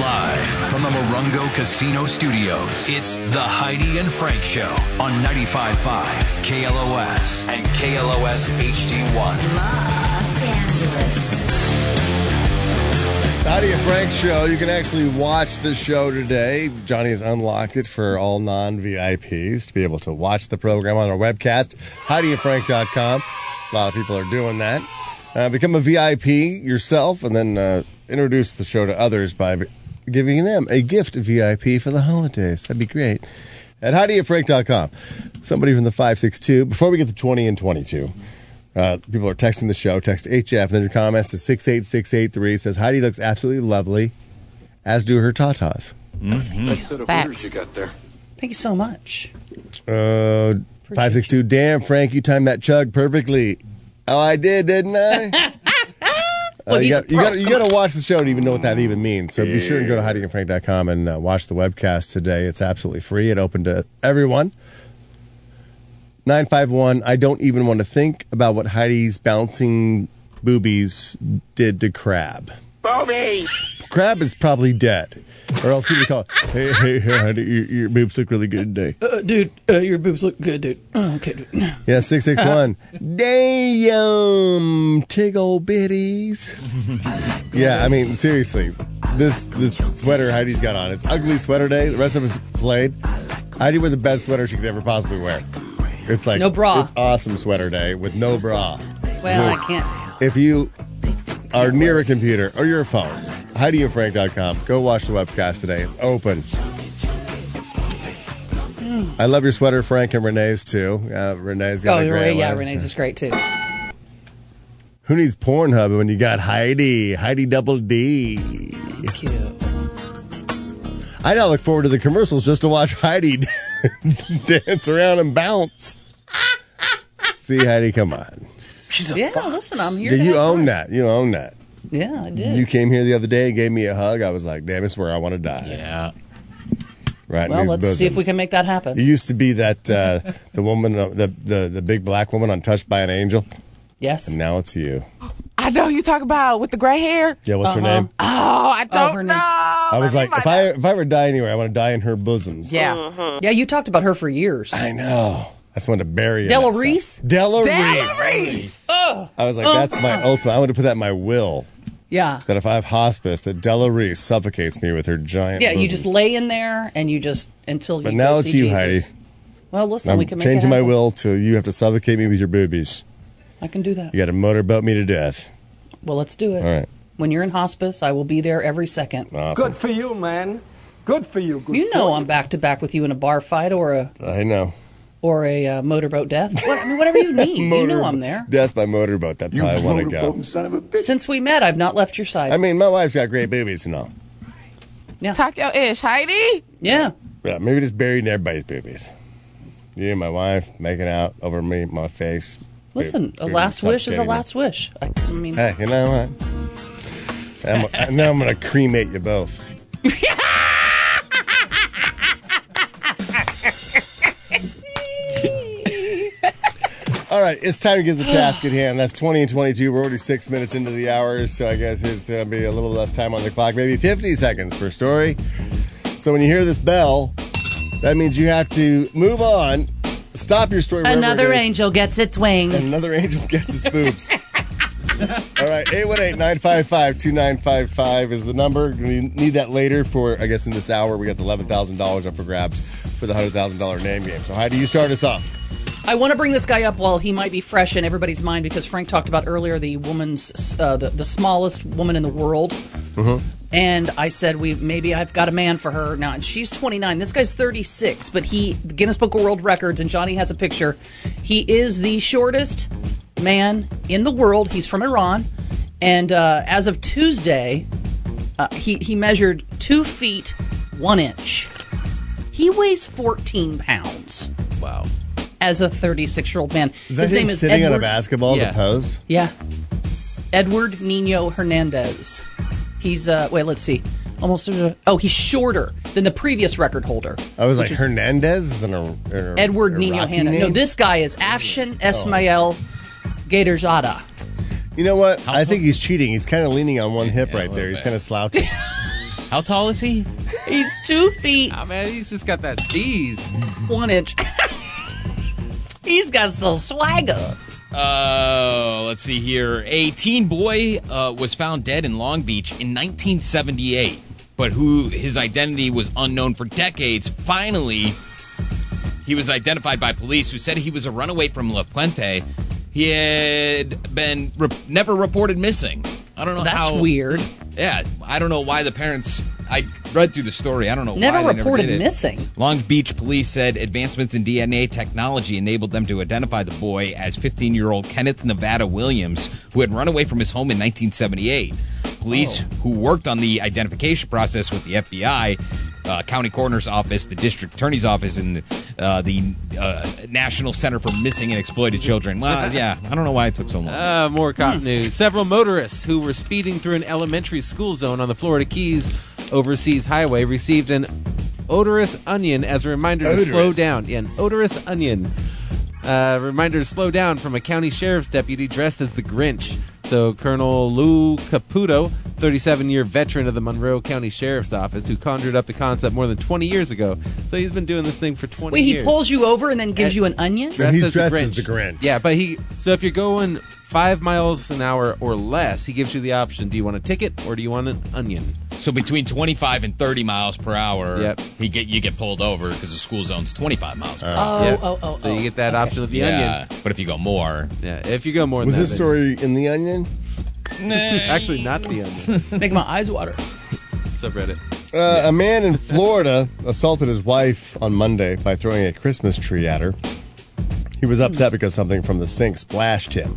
[SPEAKER 1] Live from the Morongo Casino Studios, it's the Heidi and Frank Show on 95.5 KLOS and KLOS HD1.
[SPEAKER 4] Howdy and Frank show. You can actually watch the show today. Johnny has unlocked it for all non VIPs to be able to watch the program on our webcast, howdyandfrank.com. A lot of people are doing that. Uh, become a VIP yourself and then uh, introduce the show to others by giving them a gift VIP for the holidays. That'd be great. At howdyandfrank.com. Somebody from the 562, before we get to 20 and 22, uh, people are texting the show. Text HF, then your comments to 68683. It says, Heidi looks absolutely lovely, as do her tatas.
[SPEAKER 6] Nice set of Hooters you got there.
[SPEAKER 9] Thank you so much.
[SPEAKER 4] Uh, 562, damn, Frank, you timed that chug perfectly. Oh, I did, didn't I? Uh, you, got, you, got, you got to watch the show to even know what that even means. So be sure and go to HeidiandFrank.com and uh, watch the webcast today. It's absolutely free. It open to everyone. 951, I don't even want to think about what Heidi's bouncing boobies did to Crab.
[SPEAKER 12] Bobby.
[SPEAKER 4] Crab is probably dead. Or else you would call, hey, hey, hey, honey, your, your boobs look really good today.
[SPEAKER 9] Uh, dude, uh, your boobs look good, dude. Oh, okay, dude. Uh,
[SPEAKER 4] Yeah, 661. Damn, tickle
[SPEAKER 9] [LAUGHS]
[SPEAKER 4] bitties. yeah, I mean, seriously, this this sweater Heidi's got on, it's ugly sweater day. The rest of us played. Heidi wore the best sweater she could ever possibly wear. It's like,
[SPEAKER 9] No bra.
[SPEAKER 4] It's awesome sweater day with no bra.
[SPEAKER 9] Well,
[SPEAKER 4] Look,
[SPEAKER 9] I can't.
[SPEAKER 4] If you are near a computer or your phone, HeidiandFrank.com, go watch the webcast today. It's open. I love your sweater, Frank, and Renee's too. Uh, Renee's got
[SPEAKER 9] Oh,
[SPEAKER 4] a
[SPEAKER 9] you're
[SPEAKER 4] great
[SPEAKER 9] right. yeah,
[SPEAKER 4] one.
[SPEAKER 9] Renee's is great too.
[SPEAKER 4] Who needs Pornhub when you got Heidi? Heidi Double D.
[SPEAKER 9] Cute.
[SPEAKER 4] I now look forward to the commercials just to watch Heidi [LAUGHS] dance around and bounce. See, Heidi, come on.
[SPEAKER 9] yeah, listen, I'm here.
[SPEAKER 4] Yeah,
[SPEAKER 9] to
[SPEAKER 4] you
[SPEAKER 9] help.
[SPEAKER 4] own that. You own that.
[SPEAKER 9] Yeah, I did.
[SPEAKER 4] You came here the other day and gave me a hug. I was like, damn, it's where I want to die. Yeah. Right. in
[SPEAKER 9] well,
[SPEAKER 4] these
[SPEAKER 9] let's see if we
[SPEAKER 4] bosoms.
[SPEAKER 9] can make that happen.
[SPEAKER 4] It used to be that uh, the woman, uh, the, the the big black woman on Touched by an Angel.
[SPEAKER 9] Yes.
[SPEAKER 4] And now it's you.
[SPEAKER 15] I know you talk about with the gray hair.
[SPEAKER 4] Yeah, what's her name?
[SPEAKER 15] Oh, I don't know.
[SPEAKER 9] Oh,
[SPEAKER 4] I was like, if I if I were to die anywhere, I want to die in her bosoms.
[SPEAKER 9] Yeah. Yeah, you talked about her for years.
[SPEAKER 4] I know. I just wanted to bury it.
[SPEAKER 9] Della Reese?
[SPEAKER 4] Della
[SPEAKER 9] Reese. Oh! Ugh.
[SPEAKER 4] I was like,
[SPEAKER 9] Ugh.
[SPEAKER 4] that's my ultimate. I want to put that in my will.
[SPEAKER 9] Yeah.
[SPEAKER 4] That if I have hospice, that Della Reese suffocates me with her giant.
[SPEAKER 9] Yeah, you
[SPEAKER 4] bosoms.
[SPEAKER 9] just lay in there and you just until you
[SPEAKER 4] But now
[SPEAKER 9] go
[SPEAKER 4] it's
[SPEAKER 9] see
[SPEAKER 4] you,
[SPEAKER 9] Jesus.
[SPEAKER 4] Heidi.
[SPEAKER 9] Well, listen,
[SPEAKER 4] I'm
[SPEAKER 9] we can make
[SPEAKER 4] changing
[SPEAKER 9] it
[SPEAKER 4] my
[SPEAKER 9] happen.
[SPEAKER 4] will to you have to suffocate me with your boobies.
[SPEAKER 9] I can do that.
[SPEAKER 4] You got to motorboat me to death.
[SPEAKER 9] Well, let's do it.
[SPEAKER 4] All right.
[SPEAKER 9] When you're in hospice, I will be there every second.
[SPEAKER 4] Awesome.
[SPEAKER 9] for you, man. Good for you. Good you know I'm back to back with you in a bar fight or a
[SPEAKER 4] I know.
[SPEAKER 9] or a uh, motorboat death. What, I mean,
[SPEAKER 4] [LAUGHS]
[SPEAKER 9] whatever you need, you know I'm there.
[SPEAKER 4] Death by motorboat. That's how I want to go.
[SPEAKER 9] Since we met, I've not left your side.
[SPEAKER 4] I mean, my wife's got great boobies and all.
[SPEAKER 9] yeah.
[SPEAKER 15] Talk your ish, Heidi.
[SPEAKER 9] Yeah.
[SPEAKER 4] Yeah, maybe just buried in everybody's boobies. You and my wife making out over me, my face.
[SPEAKER 9] Listen,
[SPEAKER 4] Boob-
[SPEAKER 9] a
[SPEAKER 4] boobies
[SPEAKER 9] last wish is a
[SPEAKER 4] suffocating me.
[SPEAKER 9] last wish. I, I mean,
[SPEAKER 4] Hey, you know what? I'm, I- now I'm going to cremate you both. All right, it's time to
[SPEAKER 9] [SIGHS]
[SPEAKER 4] get the task at hand. That's 20 and 22. We're already six minutes into the hour, so I guess it's going to be a little less time on the clock, maybe 50 seconds per story. So when you hear this bell, that means you have to move on, stop your story. wherever
[SPEAKER 9] another
[SPEAKER 4] it is.
[SPEAKER 9] angel gets its wings.
[SPEAKER 4] Another angel gets its boobs. All right, 818 955 2955 is the number. We need that later for, I guess, in this hour. We got the $11,000 up for grabs for the $100,000 name game. So, Heidi, you start us off.
[SPEAKER 9] [LAUGHS] I want to bring this guy up while he might be fresh in everybody's mind because Frank talked about earlier the woman's uh, the, the smallest woman in the world, and I said we maybe I've got a man for her now. And she's 29. This guy's 36, but he the Guinness Book of World Records and Johnny has a picture. He is the shortest man in the world. He's from Iran, and uh, as of Tuesday, uh, he he measured two feet one inch. He weighs 14 pounds. Wow. As a 36 year old man.
[SPEAKER 4] Is that him sitting on a basketball to pose?
[SPEAKER 9] Yeah. Edward Nino Hernandez. He's, uh, wait, let's see. Almost, oh, he's shorter than the previous record holder.
[SPEAKER 4] I was
[SPEAKER 9] which
[SPEAKER 4] like,
[SPEAKER 9] is
[SPEAKER 4] Hernandez is an Ar- Ar-
[SPEAKER 9] Edward Nino
[SPEAKER 4] Iraqi
[SPEAKER 9] Hernandez. No,
[SPEAKER 4] name? Oh.
[SPEAKER 9] this guy is Afshin Esmael Gatorjada.
[SPEAKER 4] You know what? I think he's cheating. He's kind of leaning on one hip right there. He's kind of
[SPEAKER 9] [LAUGHS]
[SPEAKER 4] slouching. How tall is he?
[SPEAKER 9] He's two feet.
[SPEAKER 10] Oh, man, he's just got that steez.
[SPEAKER 9] [LAUGHS] One inch. [LAUGHS] he's got some swagger.
[SPEAKER 11] Uh, let's see here. A teen boy uh, was found dead in Long Beach in 1978, but who his identity was unknown for decades. Finally, he was identified by police, who said he was a runaway from La Puente. He had been re- never reported missing. I don't know.
[SPEAKER 9] That's
[SPEAKER 11] how,
[SPEAKER 9] weird.
[SPEAKER 11] Yeah, I don't know why the parents. I read through the story. I don't know
[SPEAKER 9] Never
[SPEAKER 11] why they
[SPEAKER 9] reported
[SPEAKER 11] never did it.
[SPEAKER 9] missing.
[SPEAKER 11] Long Beach police said advancements in DNA technology enabled them to identify the boy as 15 year old Kenneth Nevada Williams, who had run away from his home in 1978. Police
[SPEAKER 9] Oh.
[SPEAKER 11] who worked on the identification process with the FBI, uh, county coroner's office, the district attorney's office, and uh, the uh, National Center for Missing and Exploited Children.
[SPEAKER 9] [LAUGHS]
[SPEAKER 11] Well, yeah, I don't know why it took so long.
[SPEAKER 10] Uh, more cop
[SPEAKER 9] Hmm.
[SPEAKER 10] news. Several motorists who were speeding through an elementary school zone on the Florida Keys overseas highway received an odorous onion as a reminder
[SPEAKER 4] Odorous.
[SPEAKER 10] to slow down. Yeah, an odorous onion. Uh, reminder to slow down from a county sheriff's deputy dressed as the Grinch. So Colonel Lou Caputo, 37-year veteran of the Monroe County Sheriff's Office, who conjured up the concept more than 20 years ago. So he's been doing this thing for 20
[SPEAKER 9] Wait,
[SPEAKER 10] years.
[SPEAKER 9] he pulls you over and then gives
[SPEAKER 10] And-
[SPEAKER 9] you an onion?
[SPEAKER 10] Grinch. Yeah, but he. So if you're going five miles an hour or less, he gives you the option: do you want a ticket or do you want an onion?
[SPEAKER 11] So between 25 and 30 miles per hour,
[SPEAKER 10] Yep.
[SPEAKER 11] he get you get pulled over because the school zone's 25 miles per
[SPEAKER 10] Oh,
[SPEAKER 11] hour.
[SPEAKER 10] yeah. oh, oh, So you oh. get that option of the
[SPEAKER 11] Yeah, But if you go more,
[SPEAKER 10] yeah, if you go more,
[SPEAKER 4] Was this story in The Onion?
[SPEAKER 10] Actually, not the onion.
[SPEAKER 9] [LAUGHS] Make my eyes water.
[SPEAKER 10] Subreddit.
[SPEAKER 4] Uh, a man in Florida assaulted his wife on Monday by throwing a Christmas tree at her. He was upset because something from the sink splashed him.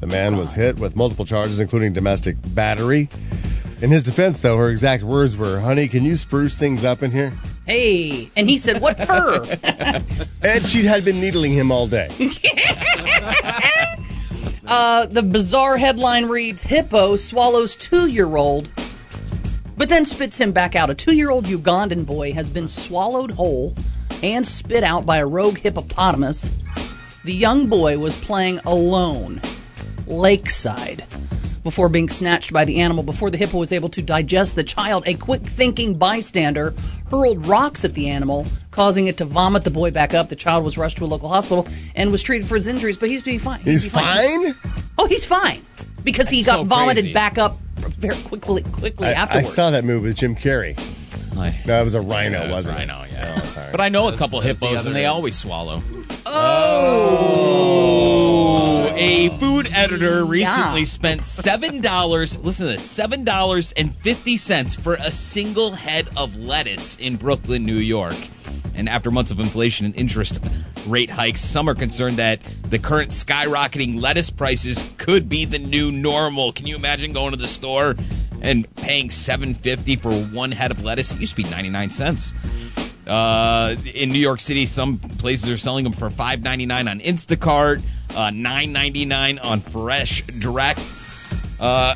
[SPEAKER 4] The man was hit with multiple charges, including domestic battery. In his defense, though, her exact words were, "Honey, can you spruce things up in here?"
[SPEAKER 9] Hey. And he said, What fur?
[SPEAKER 10] [LAUGHS]
[SPEAKER 4] And she had been needling him all day.
[SPEAKER 9] Uh, the bizarre headline reads Hippo swallows two year old, but then spits him back out. A two year old Ugandan boy has been swallowed whole and spit out by a rogue hippopotamus. The young boy was playing alone, lakeside, before being snatched by the animal. Before the hippo was able to digest the child, a quick thinking bystander hurled rocks at the animal, causing it to vomit the boy back up. The child was rushed to a local hospital and was treated for his injuries, but he's being fine.
[SPEAKER 4] He's
[SPEAKER 9] be Oh, he's fine because he
[SPEAKER 4] That's
[SPEAKER 9] got
[SPEAKER 4] so
[SPEAKER 9] vomited
[SPEAKER 4] crazy.
[SPEAKER 9] back up very quickly. Quickly
[SPEAKER 4] I, I
[SPEAKER 9] afterwards.
[SPEAKER 4] saw that movie with Jim Carrey. No, it was a rhino, wasn't
[SPEAKER 11] rhino,
[SPEAKER 4] it? Rhino, yeah.
[SPEAKER 11] But I know a couple hippos,
[SPEAKER 4] other
[SPEAKER 11] and they
[SPEAKER 4] end.
[SPEAKER 11] always swallow.
[SPEAKER 10] Oh!
[SPEAKER 9] Oh.
[SPEAKER 11] A food editor recently
[SPEAKER 9] Yeah.
[SPEAKER 11] spent seven dollars. listen to this: seven dollars and fifty cents for a single head of lettuce in Brooklyn, New York. And after months of inflation and interest rate hikes, some are concerned that the current skyrocketing lettuce prices could be the new normal. Can you imagine going to the store and paying seven fifty for one head of lettuce? It used to be ninety nine cents. Uh, in New York City, some places are selling them for $5.99 on Instacart, uh, nine ninety nine on Fresh Direct. Uh,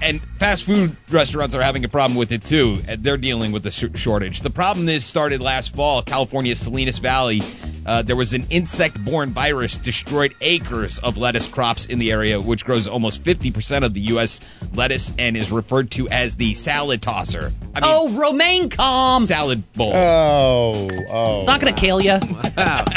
[SPEAKER 11] and fast food restaurants are having a problem with it too. and They're dealing with the sh- shortage. The problem is started last fall. California's Salinas Valley, uh, there was an insect-borne virus destroyed acres of lettuce crops in the area, which grows almost fifty percent of the U.S. lettuce and is referred to as the salad tosser. I mean,
[SPEAKER 9] oh, romaine calm.
[SPEAKER 11] salad bowl.
[SPEAKER 4] Oh, oh.
[SPEAKER 9] It's not going to kill
[SPEAKER 4] [LAUGHS]
[SPEAKER 9] you.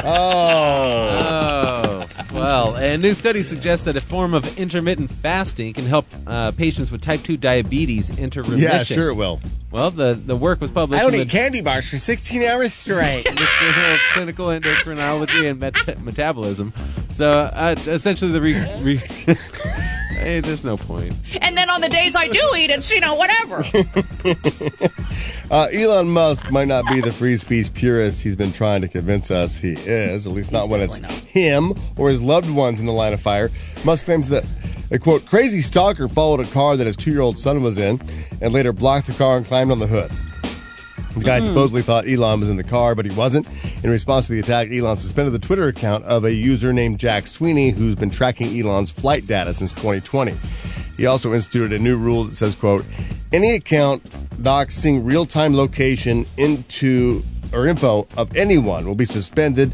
[SPEAKER 10] oh. Well, a new study suggests that a form of intermittent fasting can help uh, patients with type 2 diabetes enter remission.
[SPEAKER 4] Yeah, sure it will.
[SPEAKER 10] Well, the, the work was published
[SPEAKER 4] I don't
[SPEAKER 10] in
[SPEAKER 4] eat
[SPEAKER 10] the
[SPEAKER 4] candy bars for 16 hours straight.
[SPEAKER 10] [LAUGHS] Journal of Clinical Endocrinology and Met- Metabolism. So, uh, essentially, the. Re- re- [LAUGHS] Hey, there's no point.
[SPEAKER 9] And then on the days I do eat, it's, you know, whatever.
[SPEAKER 4] Uh, Elon Musk might not be the free speech purist he's been trying to convince us he is, at least not when it's him or his loved ones in the line of fire. Musk claims that a quote, crazy stalker followed a car that his two year old son was in and later blocked the car and climbed on the hood. The guy
[SPEAKER 5] Mm.
[SPEAKER 4] supposedly thought Elon was in the car, but he wasn't. In response to the attack, Elon suspended the Twitter account of a user named Jack Sweeney, who's been tracking Elon's flight data since 2020. He also instituted a new rule that says, quote, any account doxing real-time location into or info of anyone will be suspended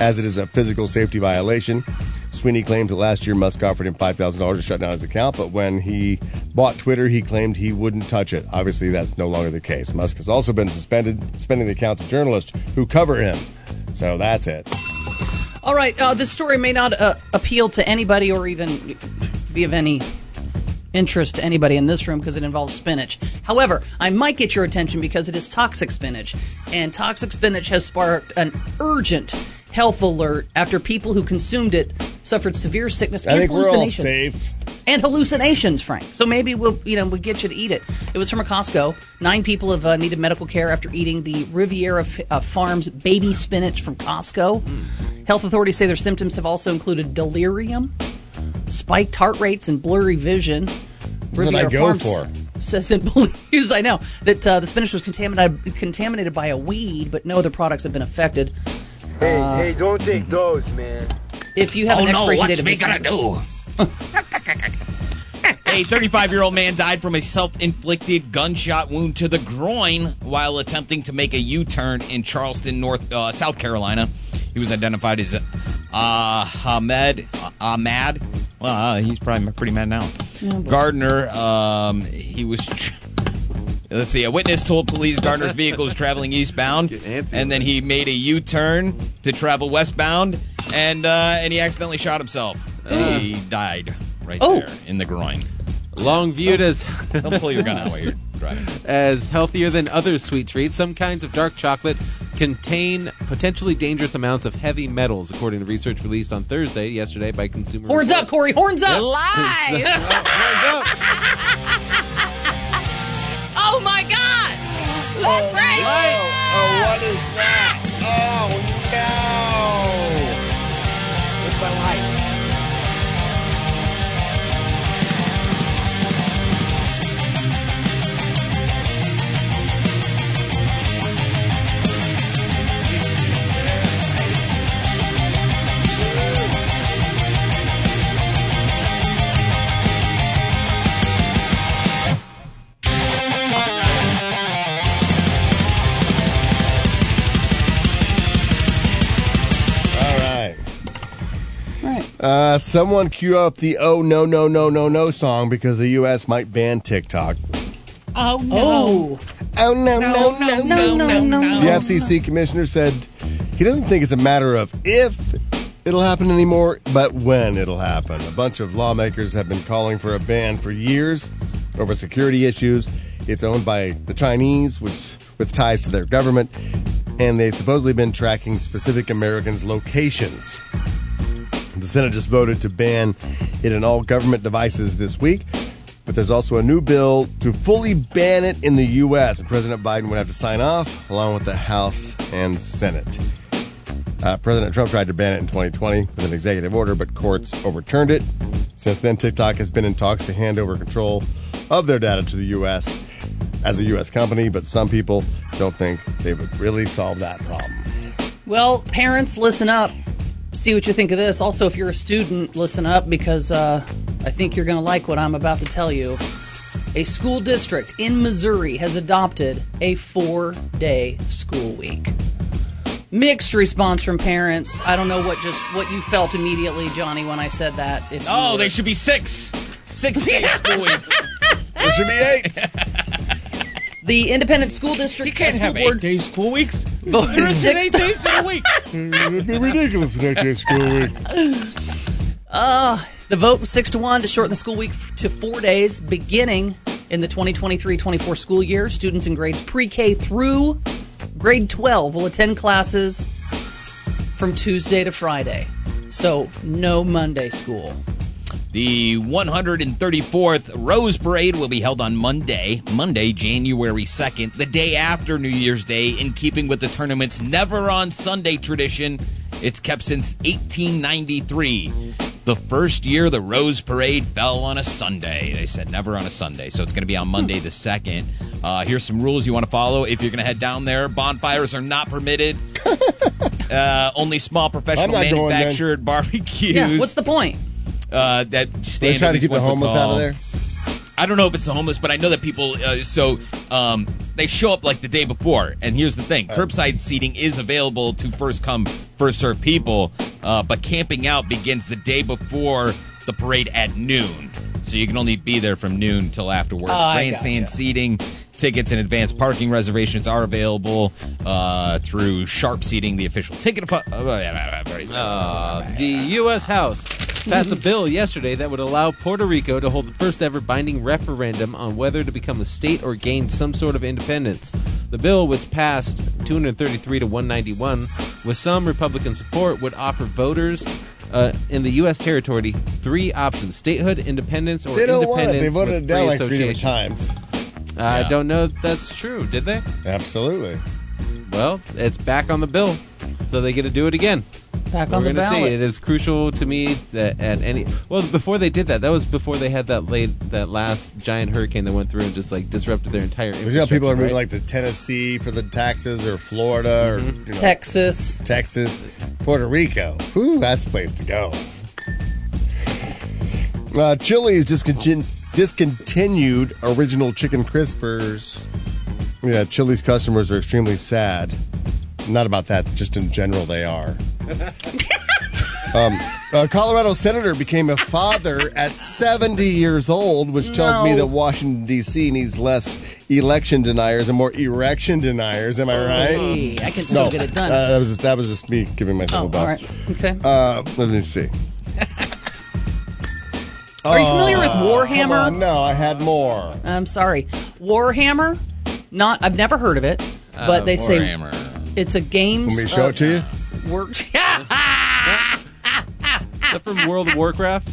[SPEAKER 4] as it is a physical safety violation. Sweeney claims that last year Musk offered him $5,000 to shut down his account, but when he bought Twitter, he claimed he wouldn't touch it. Obviously, that's no longer the case. Musk has also been suspended, suspending the accounts of journalists who cover him. So that's it.
[SPEAKER 9] All right. Uh, this story may not uh, appeal to anybody or even be of any interest to anybody in this room because it involves spinach. However, I might get your attention because it is toxic spinach. And toxic spinach has sparked an urgent health alert after people who consumed it suffered severe sickness
[SPEAKER 4] I
[SPEAKER 9] and
[SPEAKER 4] think we're all
[SPEAKER 9] hallucinations.
[SPEAKER 4] safe.
[SPEAKER 9] and hallucinations, Frank. So maybe we'll, you know, we get you to eat it. It was from a Costco. Nine people have uh, needed medical care after eating the Riviera F- uh, Farms baby spinach from Costco. Health authorities say their symptoms have also included delirium, spiked heart rates, and blurry vision.
[SPEAKER 4] That's what I go for.
[SPEAKER 9] Says it [LAUGHS] believes I know that uh, the spinach was contaminated contaminated by a weed, but no other products have been affected.
[SPEAKER 7] Hey,
[SPEAKER 9] Uh,
[SPEAKER 7] hey, don't take those, man.
[SPEAKER 9] If you have
[SPEAKER 11] oh
[SPEAKER 9] an
[SPEAKER 11] no,
[SPEAKER 9] expiration
[SPEAKER 11] what's
[SPEAKER 9] date of
[SPEAKER 11] we
[SPEAKER 9] this-
[SPEAKER 11] gonna do? [LAUGHS] a 35 year old man died from a self inflicted gunshot wound to the groin while attempting to make a U turn in Charleston, North uh, South Carolina. He was identified as uh, Ahmed uh, Ahmad Well, uh, he's probably pretty mad now.
[SPEAKER 9] Oh, boy.
[SPEAKER 11] Gardner, um, he was. Tr- Let's see. A witness told police Gardner's vehicle was traveling eastbound, and then he made a U-turn to travel westbound, and uh, and he accidentally shot himself. And he died right
[SPEAKER 10] Oh.
[SPEAKER 11] there in the groin.
[SPEAKER 10] Long viewed as
[SPEAKER 11] [LAUGHS] Don't pull your gun out while you're driving.
[SPEAKER 10] as healthier than other sweet treats, some kinds of dark chocolate contain potentially dangerous amounts of heavy metals, according to research released on Thursday yesterday by Consumer.
[SPEAKER 9] Horns up, Corey. Horns up.
[SPEAKER 4] [LAUGHS]
[SPEAKER 9] Lies. oh my God. Let's break.
[SPEAKER 12] Oh, what is that? Oh, no. Where's my lights?
[SPEAKER 4] All right. Right. Uh, someone cue up the "Oh no no no no no" song because the U.S. might ban TikTok.
[SPEAKER 12] Oh, no. Oh, no, no, no, no, no, no.
[SPEAKER 4] The FCC commissioner said he doesn't think it's a matter of if it'll happen anymore, but when it'll happen. A bunch of lawmakers have been calling for a ban for years over security issues. It's owned by the Chinese, which with ties to their government, and they've supposedly been tracking specific Americans' locations. The Senate just voted to ban it in all government devices this week. But there's also a new bill to fully ban it in the U.S. And President Biden would have to sign off along with the House and Senate. Uh, President Trump tried to ban it in 2020 with an executive order, but courts overturned it. Since then, TikTok has been in talks to hand over control of their data to the U.S. as a U.S. company, but some people don't think they would really solve that problem.
[SPEAKER 9] Well, parents, listen up. See what you think of this. Also, if you're a student, listen up because uh, I think you're going to like what I'm about to tell you. A school district in Missouri has adopted a four day school week. Mixed response from parents. I don't know what just what you felt immediately, Johnny, when I said that. If you
[SPEAKER 14] Oh,
[SPEAKER 9] were-
[SPEAKER 14] they should be six.
[SPEAKER 9] [LAUGHS]
[SPEAKER 14] Six days, school weeks.
[SPEAKER 4] There should be eight.
[SPEAKER 9] the Independent School District. You can't
[SPEAKER 14] have eight
[SPEAKER 9] days
[SPEAKER 14] school weeks.
[SPEAKER 9] Voted
[SPEAKER 14] There isn't
[SPEAKER 9] six
[SPEAKER 14] eight days in a week.
[SPEAKER 4] It'd be ridiculous in that school
[SPEAKER 12] [LAUGHS]
[SPEAKER 4] week.
[SPEAKER 9] [LAUGHS] Uh, the vote was 6 to 1 to shorten the school week f- to four days beginning in the 2023 24 school year. Students in grades pre K through grade 12 will attend classes from Tuesday to Friday. So, no Monday school.
[SPEAKER 11] The 134th Rose Parade will be held on Monday, Monday, January 2nd, the day after New Year's Day, in keeping with the tournament's never on Sunday tradition. It's kept since 1893. The first year the Rose Parade fell on a Sunday. They said never on a Sunday, so it's going to be on Monday the 2nd. Uh, here's some rules you want to follow if you're going to head down there. Bonfires are not
[SPEAKER 9] [LAUGHS]
[SPEAKER 11] permitted. uh, only small professional
[SPEAKER 9] not going then.
[SPEAKER 11] manufactured barbecues
[SPEAKER 9] Yeah, what's the point?
[SPEAKER 11] uh, that stand.
[SPEAKER 4] trying to
[SPEAKER 11] at least
[SPEAKER 4] keep the
[SPEAKER 11] one foot
[SPEAKER 4] homeless out of
[SPEAKER 11] tall.
[SPEAKER 4] there?
[SPEAKER 11] I don't know if it's the homeless, but I know that people. Uh, so um, they show up like the day before, and here's the thing: curbside seating is available to first come, first serve people. Uh, but camping out begins the day before the parade at noon, so you can only be there from noon till afterwards.
[SPEAKER 14] Oh, I
[SPEAKER 11] Grandstand seating. Tickets and advanced parking reservations are available uh, through Sharp Seating, the official ticket. apo-
[SPEAKER 10] Uh, the U.S. House passed a bill yesterday that would allow Puerto Rico to hold the first ever binding referendum on whether to become a state or gain some sort of independence. The bill, which passed 233 to 191 with some Republican support, would offer voters uh, in the U.S. territory three options statehood, independence, or
[SPEAKER 4] They don't want it.
[SPEAKER 10] independence.
[SPEAKER 4] They voted
[SPEAKER 10] with
[SPEAKER 4] it down
[SPEAKER 10] free
[SPEAKER 4] like three different
[SPEAKER 10] association. I
[SPEAKER 4] Yeah.
[SPEAKER 10] don't know if that's true, did they?
[SPEAKER 4] Absolutely.
[SPEAKER 10] Well, it's back on the bill, so they get to do it again.
[SPEAKER 9] Back
[SPEAKER 10] We're
[SPEAKER 9] on the
[SPEAKER 10] gonna
[SPEAKER 9] ballot.
[SPEAKER 10] see. It is crucial to me that at any well before they did that, that was before they had that late that last giant hurricane that went through and just like disrupted their entire.
[SPEAKER 4] Because you know, people are moving
[SPEAKER 10] infrastructure, right?
[SPEAKER 4] like to Tennessee for the taxes, or Florida, or you know,
[SPEAKER 9] Texas,
[SPEAKER 4] Texas, Puerto Rico. Whew, that's the place to go. Uh, Chili's discontin- discontinued original chicken crispers. Yeah, Chili's customers are extremely sad. Not about that, just in general, they are. Um, A Colorado senator became a father at 70 years old, which tells me
[SPEAKER 5] No.
[SPEAKER 4] that Washington, D.C. needs less election deniers and more erection deniers. Am I right?
[SPEAKER 9] Hey, I can still
[SPEAKER 4] No,
[SPEAKER 9] get it done.
[SPEAKER 4] uh, that, was just, that was just me giving myself
[SPEAKER 9] Oh,
[SPEAKER 4] a
[SPEAKER 9] all
[SPEAKER 4] buck.
[SPEAKER 9] right. Okay.
[SPEAKER 4] Uh, let me see.
[SPEAKER 9] [LAUGHS] Are you familiar with
[SPEAKER 4] Ah,
[SPEAKER 9] Warhammer?
[SPEAKER 4] come on. No, I had more.
[SPEAKER 9] I'm sorry. Warhammer? Not I've never heard of it, but
[SPEAKER 4] Uh,
[SPEAKER 9] they
[SPEAKER 4] Warhammer.
[SPEAKER 9] say it's a game.
[SPEAKER 4] Want me to show it to you?
[SPEAKER 9] [LAUGHS] Worked.
[SPEAKER 10] that from World of Warcraft?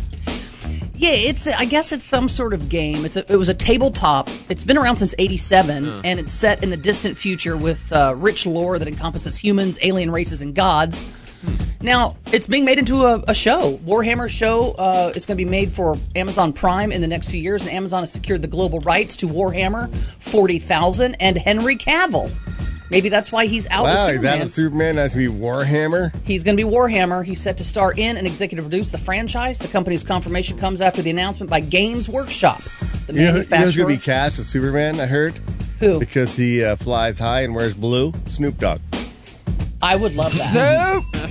[SPEAKER 9] Yeah, it's. I guess it's some sort of game. It's. A, it was a tabletop. It's been around since '87,
[SPEAKER 10] Huh.
[SPEAKER 9] and it's set in the distant future with uh, rich lore that encompasses humans, alien races, and gods. Now it's being made into a, a show, Warhammer show. Uh, it's going to be made for Amazon Prime in the next few years, and Amazon has secured the global rights to Warhammer 40,000 and Henry Cavill. Maybe that's why he's out. with
[SPEAKER 4] wow, he's out
[SPEAKER 9] Superman.
[SPEAKER 4] of Superman. Nice to be Warhammer.
[SPEAKER 9] He's going to be Warhammer. He's set to star in and executive produce the franchise. The company's confirmation comes after the announcement by Games Workshop. The
[SPEAKER 4] You know, who- you know who's
[SPEAKER 9] manufacturer.
[SPEAKER 4] going to be cast as Superman? I heard.
[SPEAKER 9] Who?
[SPEAKER 4] Because he uh, flies high and wears blue. Snoop Dogg.
[SPEAKER 9] I would love that. Snoop!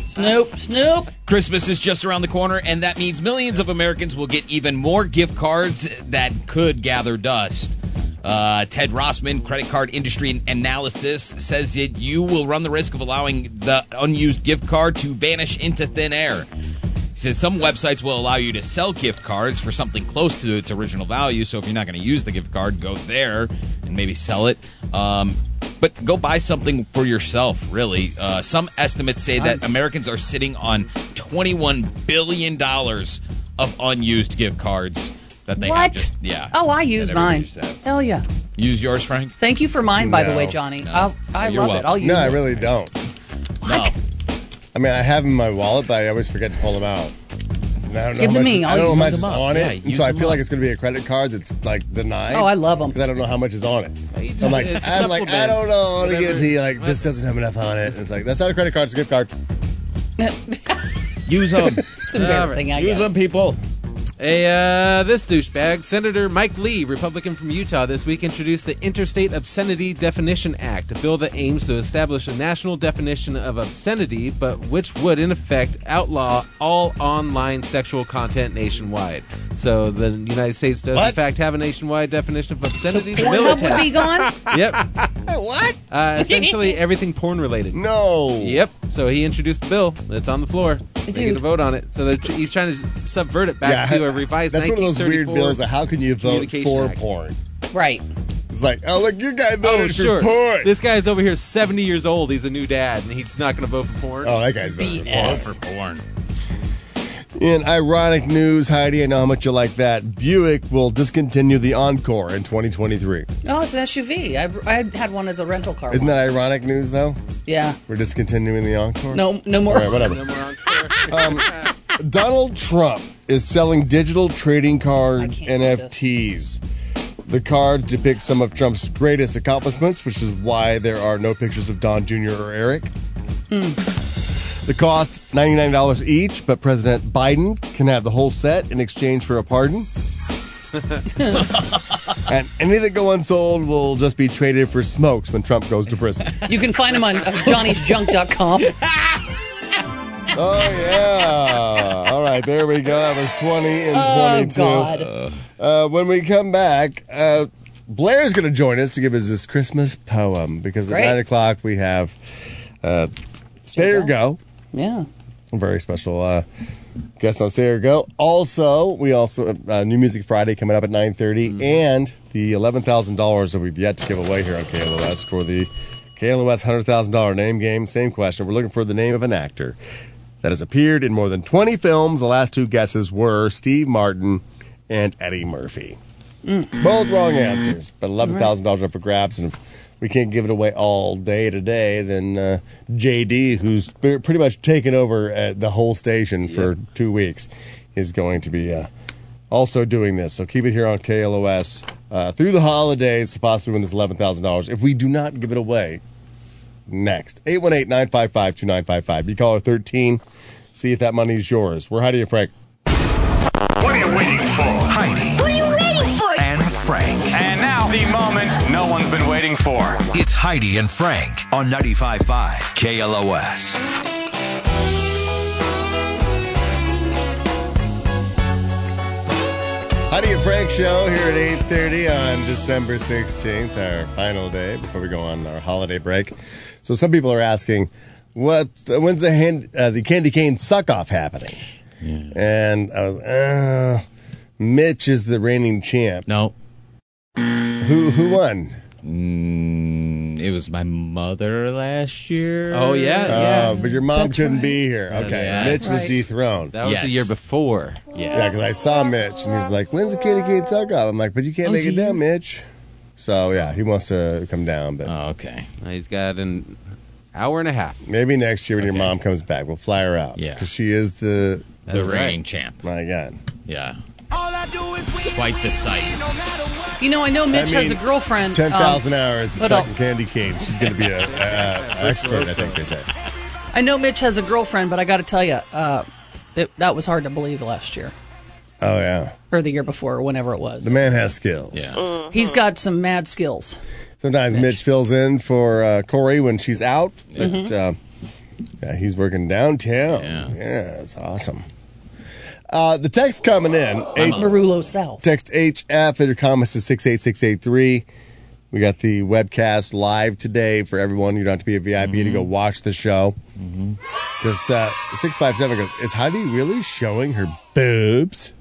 [SPEAKER 9] Snoop, Snoop.
[SPEAKER 11] Christmas is just around the corner, and that means millions of Americans will get even more gift cards that could gather dust. Uh, Ted Rossman, credit card industry analysis, says that you will run the risk of allowing the unused gift card to vanish into thin air. He said some websites will allow you to sell gift cards for something close to its original value. So if you're not going to use the gift card, go there and maybe sell it. Um, but go buy something for yourself, really. Uh, some estimates say that Americans are sitting on $21 billion of unused gift cards that they have
[SPEAKER 9] What?
[SPEAKER 11] just, yeah.
[SPEAKER 9] Oh, I use
[SPEAKER 11] That everybody
[SPEAKER 9] mine.
[SPEAKER 11] just have.
[SPEAKER 9] Hell yeah.
[SPEAKER 11] Use yours, Frank?
[SPEAKER 9] Thank you for mine, by the
[SPEAKER 11] No.
[SPEAKER 9] way, Johnny.
[SPEAKER 11] No.
[SPEAKER 9] I'll, Oh, I
[SPEAKER 11] You're
[SPEAKER 9] love it.
[SPEAKER 11] welcome.
[SPEAKER 9] I'll use
[SPEAKER 4] no, I
[SPEAKER 9] it.
[SPEAKER 4] really don't.
[SPEAKER 11] What?
[SPEAKER 4] I mean, I have 'em in my wallet, but I always forget to pull them out. And I don't know
[SPEAKER 9] Give
[SPEAKER 4] how
[SPEAKER 9] 'em to
[SPEAKER 4] much-
[SPEAKER 9] me.
[SPEAKER 4] I don't
[SPEAKER 9] I'll
[SPEAKER 4] know how much
[SPEAKER 9] use 'em
[SPEAKER 4] is
[SPEAKER 9] up.
[SPEAKER 4] on it.
[SPEAKER 9] Yeah,
[SPEAKER 4] and
[SPEAKER 9] use
[SPEAKER 4] so I
[SPEAKER 9] 'em
[SPEAKER 4] feel like it's going to be a credit card that's like denied.
[SPEAKER 9] Oh, I love them.
[SPEAKER 4] Because I don't know how much is on it. I'm like,
[SPEAKER 9] it's
[SPEAKER 4] I'm like, I don't know. I want to give it
[SPEAKER 9] supplements,
[SPEAKER 4] to you. Like, this doesn't have enough on it. And it's like, that's not a credit card. It's a gift card.
[SPEAKER 14] Use
[SPEAKER 4] [LAUGHS]
[SPEAKER 14] them.
[SPEAKER 9] It's embarrassing, I guess.
[SPEAKER 14] people.
[SPEAKER 10] Hey, uh, this douchebag, Senator Mike Lee, Republican from Utah, this week introduced the Interstate Obscenity Definition Act, a bill that aims to establish a national definition of obscenity, but which would, in effect, outlaw all online sexual content nationwide. So the United States does, in fact, have a nationwide definition of obscenity. The
[SPEAKER 9] Pornhub would be
[SPEAKER 10] militants-
[SPEAKER 12] [LAUGHS]
[SPEAKER 9] gone?
[SPEAKER 10] Yep.
[SPEAKER 4] [LAUGHS] what?
[SPEAKER 10] Uh, essentially everything porn related.
[SPEAKER 4] No.
[SPEAKER 10] Yep. So he introduced the bill. It's on the floor. They get
[SPEAKER 4] Dude.
[SPEAKER 10] to vote on it. So they're tr- he's trying to subvert it back
[SPEAKER 4] Yeah,
[SPEAKER 10] to a revised.
[SPEAKER 4] That's one of those weird
[SPEAKER 10] 1934
[SPEAKER 4] bills. That how can you vote
[SPEAKER 10] Communication
[SPEAKER 4] for
[SPEAKER 10] Act.
[SPEAKER 4] porn?
[SPEAKER 9] Right.
[SPEAKER 4] It's like, oh look, your guy voted
[SPEAKER 10] Oh,
[SPEAKER 4] for
[SPEAKER 10] sure.
[SPEAKER 4] porn.
[SPEAKER 10] This guy's over here, seventy years old. He's a new dad, and he's not going to vote for porn.
[SPEAKER 4] Oh, that guy's voting for
[SPEAKER 10] BS.
[SPEAKER 4] porn.
[SPEAKER 11] Born.
[SPEAKER 4] In ironic news, Heidi, I know how much you like that. Buick will discontinue the Encore in 2023.
[SPEAKER 9] [LAUGHS] Oh, it's an SUV. I, I had one as a rental car.
[SPEAKER 4] Isn't that
[SPEAKER 9] once.
[SPEAKER 4] ironic news, though?
[SPEAKER 11] [LAUGHS]
[SPEAKER 9] Yeah.
[SPEAKER 4] We're discontinuing the Encore.
[SPEAKER 9] No, no more.
[SPEAKER 4] All right, whatever.
[SPEAKER 9] [LAUGHS] No
[SPEAKER 4] um, Donald Trump is selling digital trading card NFTs. The card depicts some of Trump's greatest accomplishments, which is why there are no pictures of Don Jr. or Eric. The cost $99 each, but President Biden can have the whole set in exchange for a pardon. and anything that go unsold will just be traded for smokes when Trump goes to prison.
[SPEAKER 9] You can find him on uh,
[SPEAKER 11] [LAUGHS]
[SPEAKER 9] johnny'sjunk.com.
[SPEAKER 4] oh yeah. All right, there we go. That was 20 and
[SPEAKER 9] Oh,
[SPEAKER 4] 22.
[SPEAKER 9] God.
[SPEAKER 4] Uh, when we come back, uh, Blair's going to join us to give us this Christmas poem because
[SPEAKER 9] Great.
[SPEAKER 4] at 9 o'clock we have uh, Stay or Go.
[SPEAKER 9] Yeah.
[SPEAKER 4] A very special uh, guest on Stay or Go. Also, we also uh, New Music Friday coming up at 9.30 and the $11,000 that we've yet to give away here on KLOS for the KLOS $100,000 name game. Same question. We're looking for the name of an actor that has appeared in more than 20 films. The last two guesses were Steve Martin and Eddie Murphy.
[SPEAKER 12] Mm.
[SPEAKER 4] Both wrong answers, but eleven thousand dollars up for grabs, and if we can't give it away all day today, then uh, JD, who's pre- pretty much taken over uh, the whole station for two weeks, is going to be uh, also doing this. So keep it here on KLOS uh, through the holidays to possibly win this eleven thousand dollars. If we do not give it away next, 818-955-2955. You call her thirteen, see if that money is yours. We're Heidi and Frank.
[SPEAKER 12] What are you waiting for? Heidi. What are you waiting for?
[SPEAKER 1] And Frank.
[SPEAKER 12] And now the
[SPEAKER 4] [LAUGHS]
[SPEAKER 12] moment
[SPEAKER 1] no one's been waiting for. It's Heidi and Frank on 95.5 KLOS.
[SPEAKER 4] Heidi and Frank show here at 8.30 on December 16th, our final day before we go on our holiday break. So some people are asking, what, when's the, hand, uh, the candy cane suck-off happening? And I was, uh, Mitch is the reigning champ.
[SPEAKER 14] No.
[SPEAKER 4] Who, who won?
[SPEAKER 14] Mm, it was my mother last
[SPEAKER 9] [LAUGHS]
[SPEAKER 14] year.
[SPEAKER 10] Oh, yeah,
[SPEAKER 4] Oh, but your mom couldn't be here. Okay.
[SPEAKER 10] That's
[SPEAKER 4] Mitch was
[SPEAKER 10] right.
[SPEAKER 4] dethroned.
[SPEAKER 10] That was the year
[SPEAKER 4] before. Yeah. Yeah, because I saw Mitch and he's like, when's the kitty kid suck up? I'm like, but you can't
[SPEAKER 10] Oh,
[SPEAKER 4] make it
[SPEAKER 10] gee.
[SPEAKER 4] down, Mitch. So, yeah, he wants to come down. But
[SPEAKER 14] Oh, okay.
[SPEAKER 10] He's got an hour and a half.
[SPEAKER 4] maybe next year when your mom comes back, we'll fly her out. Yeah. Because she is the,
[SPEAKER 10] That's The reigning
[SPEAKER 14] right. champ.
[SPEAKER 4] My God.
[SPEAKER 14] Yeah. Quite the sight.
[SPEAKER 9] You know, I know Mitch
[SPEAKER 4] I
[SPEAKER 9] has a
[SPEAKER 4] mean,
[SPEAKER 9] girlfriend.
[SPEAKER 4] 10,000
[SPEAKER 9] um,
[SPEAKER 4] hours of
[SPEAKER 9] but I'll-
[SPEAKER 4] sucking candy cane. She's going to be a, a, a expert, I think they
[SPEAKER 10] [LAUGHS]
[SPEAKER 4] said.
[SPEAKER 9] I know Mitch has a girlfriend, but I got to tell you, uh, it, that was hard to believe last year
[SPEAKER 4] Oh, yeah.
[SPEAKER 9] or the year before, or whenever it was.
[SPEAKER 4] The man has skills.
[SPEAKER 9] He's got some mad skills.
[SPEAKER 4] Sometimes Mitch, fills in for uh, Corey when she's out, but uh, yeah, he's working downtown. Yeah, it's awesome. Uh, the text coming in. Eight,
[SPEAKER 9] Marulo South.
[SPEAKER 4] Text HF at your comments to 68683. We got the webcast live today for everyone. You don't have to be a VIP to go watch the show. Because uh, 657 goes, Is Heidi really showing her boobs?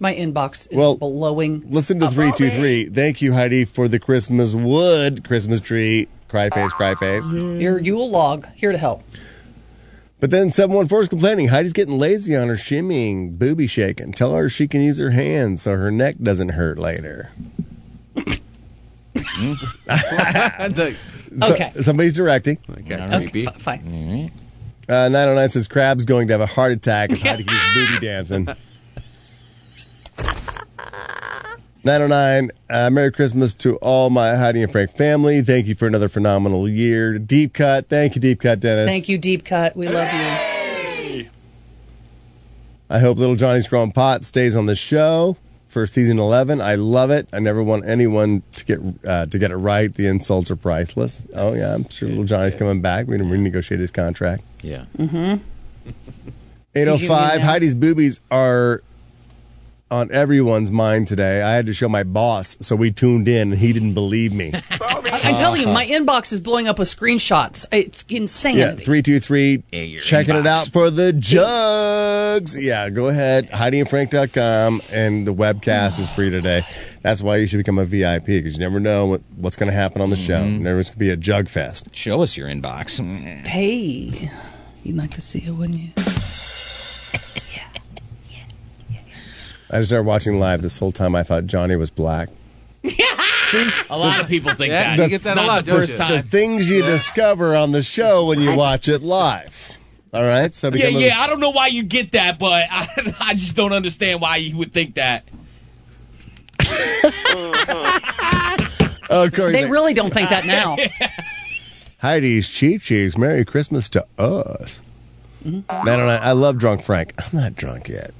[SPEAKER 9] My inbox is
[SPEAKER 4] Well,
[SPEAKER 9] blowing.
[SPEAKER 4] Listen to 323. Thank you, Heidi, for the Christmas wood, Christmas tree. Cry face, cry face.
[SPEAKER 9] Your Yule log here to help.
[SPEAKER 4] But then 714 is complaining Heidi's getting lazy on her shimmying, booby shaking. Tell her she can use her hands so her neck doesn't hurt later. [LAUGHS]
[SPEAKER 12] [LAUGHS]
[SPEAKER 4] So-
[SPEAKER 9] okay.
[SPEAKER 4] somebody's directing.
[SPEAKER 9] Okay. F- fine.
[SPEAKER 4] Uh, 909 says Crab's going to have a heart attack
[SPEAKER 9] [LAUGHS]
[SPEAKER 4] if Heidi keeps booby dancing. 909, uh, Merry Christmas to all my Heidi and Frank family. Thank you for another phenomenal year. Deep Cut, thank you, Deep Cut Dennis.
[SPEAKER 9] Thank you, Deep Cut. We love you.
[SPEAKER 4] I hope Little Johnny's Grown Pot stays on the show for season 11. I love it. I never want anyone to get uh, to get it right. The insults are priceless. Oh, yeah, I'm sure Little Johnny's coming back. We're going to renegotiate his contract.
[SPEAKER 14] Yeah.
[SPEAKER 9] Mm-hmm. Did you
[SPEAKER 4] 805
[SPEAKER 9] mean that?
[SPEAKER 4] Heidi's boobies are on everyone's mind today. I had to show my boss, so we tuned in and he didn't believe me.
[SPEAKER 9] I, am telling you,
[SPEAKER 4] Uh-huh.
[SPEAKER 9] my inbox is blowing up with screenshots. It's insane.
[SPEAKER 4] yeah, 323 checking it out for the jugs. Yeah, go ahead heidiandfrank.com and the webcast is free today. That's why you should become a VIP cuz you never know what, what's going to happen on the show. There's going to be a jug fest.
[SPEAKER 11] Mm-hmm. Show us your inbox.
[SPEAKER 9] Hey, you'd like to see it, wouldn't you?
[SPEAKER 4] I just started watching live this whole time I thought Johnny was black.
[SPEAKER 14] See? A lot of people think that.
[SPEAKER 4] The-
[SPEAKER 14] it's not the first
[SPEAKER 4] The
[SPEAKER 14] time.
[SPEAKER 4] things you discover on the show when you watch it live. All right, so
[SPEAKER 11] Yeah,
[SPEAKER 4] become a-
[SPEAKER 11] yeah. I don't know why you get
[SPEAKER 14] [LAUGHS]
[SPEAKER 11] that, but I, I just don't understand why you would think that.
[SPEAKER 4] Oh, Corey's
[SPEAKER 9] They
[SPEAKER 4] like,
[SPEAKER 9] really don't think
[SPEAKER 4] [LAUGHS]
[SPEAKER 9] that now.
[SPEAKER 4] Heidi's cheat cheese. Merry Christmas to us. [LAUGHS] Man, and I, I love drunk Frank. I'm not drunk yet.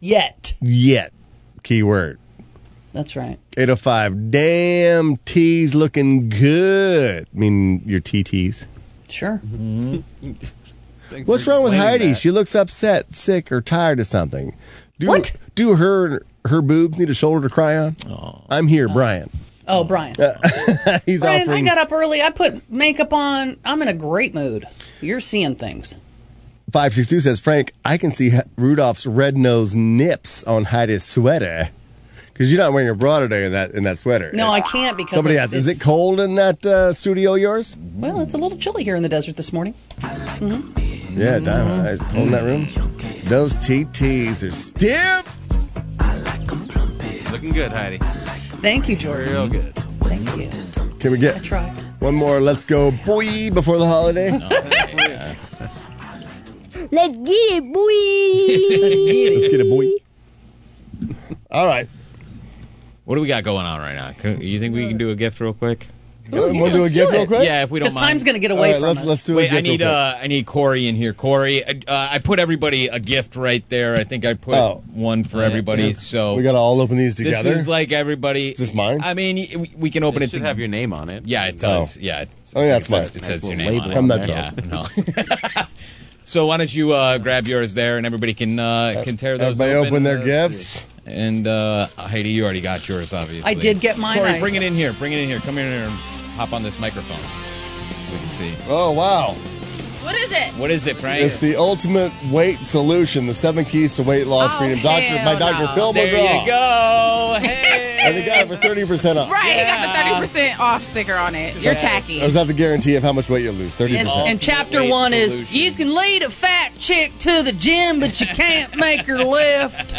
[SPEAKER 9] Yet.
[SPEAKER 4] Yet. Keyword.
[SPEAKER 9] That's right.
[SPEAKER 4] 805. Damn, T's looking good. I mean, your TTs.
[SPEAKER 9] Sure.
[SPEAKER 4] What's wrong with Heidi? She looks upset, sick, or tired of something. Do, what? Do her her boobs need a shoulder to cry on? I'm here, Brian. Uh,
[SPEAKER 9] Oh, Brian.
[SPEAKER 4] [LAUGHS] He's
[SPEAKER 9] Brian,
[SPEAKER 4] offering
[SPEAKER 9] I got up early. I put makeup on. I'm in a great mood. You're seeing things.
[SPEAKER 4] 562 says, Frank, I can see H- Rudolph's red nose nips on Heidi's sweater. Because you're not wearing a bra today in that in that sweater.
[SPEAKER 9] No, I can't because
[SPEAKER 4] Somebody
[SPEAKER 9] it's-
[SPEAKER 4] asked, is it
[SPEAKER 9] it's-
[SPEAKER 4] cold in that uh, studio of yours?
[SPEAKER 9] Well, it's a little chilly here in the desert this morning. Mhm.
[SPEAKER 4] Yeah, Diamond. Is it cold in that room? Those TTs are stiff.
[SPEAKER 10] Looking good, Heidi.
[SPEAKER 9] Thank you, Jordan.
[SPEAKER 10] Real good.
[SPEAKER 9] Thank you.
[SPEAKER 4] Can we get one more? Let's go, boy, before
[SPEAKER 14] [LAUGHS]
[SPEAKER 4] the holiday.
[SPEAKER 14] Oh,
[SPEAKER 22] Let's get it, boy.
[SPEAKER 4] Let's get a boy. All right.
[SPEAKER 14] What do we got going on right now? Can- You think we can do a gift real quick?
[SPEAKER 4] Ooh, Wanna yeah, do a let's gift do real it. quick?
[SPEAKER 14] Yeah, if we don't
[SPEAKER 9] Because
[SPEAKER 14] mind.
[SPEAKER 9] time's going to get away from us.
[SPEAKER 14] Wait, I need uh, I need Corey in here. Corey, uh, uh, I put everybody a gift right there. I think I put one for everybody. So
[SPEAKER 4] Oh. we got to all open these together.
[SPEAKER 14] This is like everybody. Is
[SPEAKER 4] this mine?
[SPEAKER 14] I mean, y- we can open it.
[SPEAKER 10] should
[SPEAKER 14] to
[SPEAKER 10] have your name on it.
[SPEAKER 14] Yeah, it does. Yeah. It's,
[SPEAKER 4] Oh, yeah, that's
[SPEAKER 14] it says,
[SPEAKER 4] mine.
[SPEAKER 14] It says
[SPEAKER 4] Nice
[SPEAKER 14] your [LAUGHS]
[SPEAKER 4] little
[SPEAKER 14] name. On
[SPEAKER 4] label
[SPEAKER 14] it.
[SPEAKER 4] on there.
[SPEAKER 14] yeah, no.
[SPEAKER 11] So why don't you uh, grab yours there, and everybody can uh, can tear those.
[SPEAKER 4] Everybody
[SPEAKER 11] open,
[SPEAKER 4] open their
[SPEAKER 11] Uh,
[SPEAKER 4] gifts.
[SPEAKER 11] And uh, Heidi, you already got yours, obviously.
[SPEAKER 9] I did get mine.
[SPEAKER 11] Corey,
[SPEAKER 9] I-
[SPEAKER 11] bring it in here. Bring it in here. Come in here and hop on this microphone. So we can see.
[SPEAKER 4] Oh wow!
[SPEAKER 15] What is it?
[SPEAKER 11] What is it, Frank?
[SPEAKER 4] It's the ultimate weight solution. The seven keys to weight loss
[SPEAKER 9] Oh,
[SPEAKER 4] freedom. Doctor, my doctor Phil
[SPEAKER 11] There
[SPEAKER 4] McGraw.
[SPEAKER 11] you
[SPEAKER 15] [LAUGHS]
[SPEAKER 11] go.
[SPEAKER 4] And they got it for thirty percent off.
[SPEAKER 15] Right, it got the 30% off sticker on it. You're tacky.
[SPEAKER 4] I was at the guarantee of how much weight you'll lose. Thirty
[SPEAKER 9] And,
[SPEAKER 4] percent.
[SPEAKER 9] and chapter
[SPEAKER 4] weight
[SPEAKER 9] one is
[SPEAKER 4] solution.
[SPEAKER 9] you can lead a fat chick to the gym, but you can't make her lift.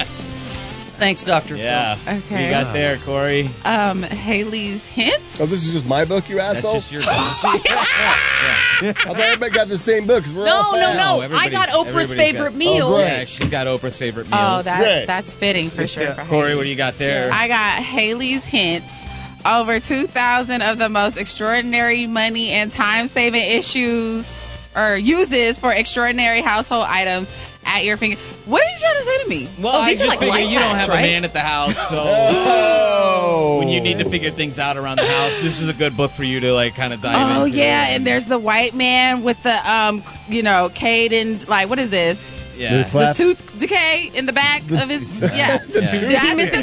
[SPEAKER 9] Thanks, Doctor.
[SPEAKER 11] Yeah.
[SPEAKER 9] Phil.
[SPEAKER 15] What you got
[SPEAKER 11] there, Corey?
[SPEAKER 15] Um, Haley's hints.
[SPEAKER 4] Oh, this is just my book, you asshole.
[SPEAKER 11] just your book.
[SPEAKER 4] [LAUGHS] I thought everybody got the same book because we're
[SPEAKER 15] [LAUGHS] No,
[SPEAKER 4] all
[SPEAKER 15] no,
[SPEAKER 4] fat.
[SPEAKER 15] no. I Everybody's- got Oprah's everybody's favorite got- meals.
[SPEAKER 11] Oh, yeah, she's got Oprah's favorite meals.
[SPEAKER 15] Oh, that, that's fitting for sure. For
[SPEAKER 11] Corey, what do you got there?
[SPEAKER 15] I got Haley's hints. Over 2,000 of the most extraordinary money and time saving issues or uses for extraordinary household items at your finger. What are you trying to say to me? Oh,
[SPEAKER 11] Well, I just figured you don't have a man at the house,
[SPEAKER 4] [LAUGHS]
[SPEAKER 11] so
[SPEAKER 4] Oh.
[SPEAKER 11] when you need to figure things out around the house, this is a good book for you to like kind of dive
[SPEAKER 15] Oh
[SPEAKER 11] into.
[SPEAKER 15] yeah, and there's the white man with the um, you know, Caden. Like, what is this?
[SPEAKER 11] Yeah. The
[SPEAKER 15] the
[SPEAKER 11] clap.
[SPEAKER 15] tooth decay in the back of his. Yeah, that's the